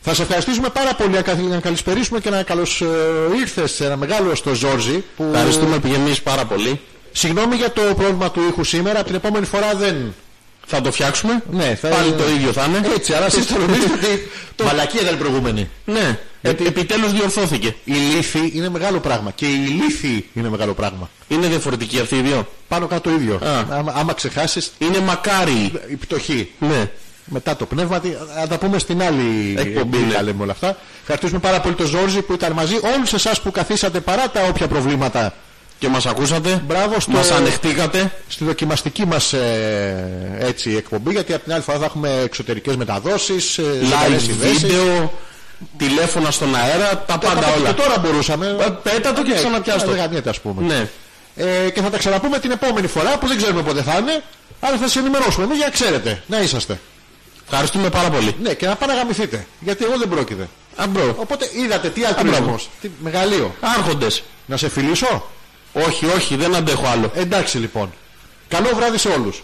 Speaker 1: Θα σε ευχαριστήσουμε πάρα πολύ να καθ- να καλησπερίσουμε και να καλώς ε, ήρθες σε ένα μεγάλο στο Ζόρζι. Που...
Speaker 2: Ευχαριστούμε που γεμίζεις πάρα πολύ.
Speaker 1: Συγγνώμη για το πρόβλημα του ήχου σήμερα. Από την επόμενη φορά δεν.
Speaker 2: Θα το φτιάξουμε.
Speaker 1: Ναι, θα-
Speaker 2: Πάλι το ίδιο θα είναι.
Speaker 1: Έτσι, αλλά εσείς το νομίζετε ότι. Μαλακία ήταν η προηγούμενη.
Speaker 2: Ναι. Ε, Επιτέλους διορθώθηκε.
Speaker 1: Η λύθη είναι μεγάλο πράγμα. Και η λύθη είναι μεγάλο πράγμα.
Speaker 2: Είναι διαφορετική αυτή η δύο.
Speaker 1: Πάνω κάτω το ίδιο.
Speaker 2: Α.
Speaker 1: Άμα, άμα ξεχάσεις,
Speaker 2: Είναι μακάρι.
Speaker 1: η πτωχή.
Speaker 2: Ναι.
Speaker 1: Μετά το πνεύμα, τι- θα τα πούμε στην άλλη
Speaker 2: Εκπομπή,
Speaker 1: εκπομπή.
Speaker 2: ναι.
Speaker 1: Τα λέμε όλα αυτά. Ευχαριστούμε πάρα πολύ τον Ζόρζι που ήταν μαζί. Όλους εσάς που καθίσατε παρά τα όποια προβλήματα.
Speaker 2: και μας ακούσατε.
Speaker 1: Μπράβο στο-
Speaker 2: Μας ανεχτήκατε.
Speaker 1: στη δοκιμαστική μας ε, έτσι, εκπομπή γιατί από την άλλη φορά θα έχουμε εξωτερικές μεταδόσεις, ε,
Speaker 2: Live
Speaker 1: ζωντανές συνδέσεις.
Speaker 2: βίντεο, τηλέφωνα στον αέρα, τα
Speaker 1: Τα
Speaker 2: πάντα
Speaker 1: πάμε
Speaker 2: όλα.
Speaker 1: Και τώρα μπορούσαμε.
Speaker 2: Ε, Πέτα το και
Speaker 1: Ναι,
Speaker 2: ξαναπιάστο.
Speaker 1: Δεν γαμιέται, ας πούμε.
Speaker 2: Ναι.
Speaker 1: Ε, και θα τα ξαναπούμε την επόμενη φορά που δεν ξέρουμε πότε θα είναι. Άρα θα σα ενημερώσουμε εμείς για να ξέρετε. Να είσαστε.
Speaker 2: Ευχαριστούμε πάρα πολύ.
Speaker 1: Ναι, και να πάνε να γαμηθείτε. Γιατί εγώ δεν πρόκειται.
Speaker 2: Αμπρό.
Speaker 1: Οπότε είδατε τι αλτρουισμός. Τι μεγαλείο.
Speaker 2: Άρχοντες.
Speaker 1: Να σε φιλήσω.
Speaker 2: Όχι, όχι, δεν αντέχω άλλο.
Speaker 1: Εντάξει λοιπόν. Καλό βράδυ σε όλους.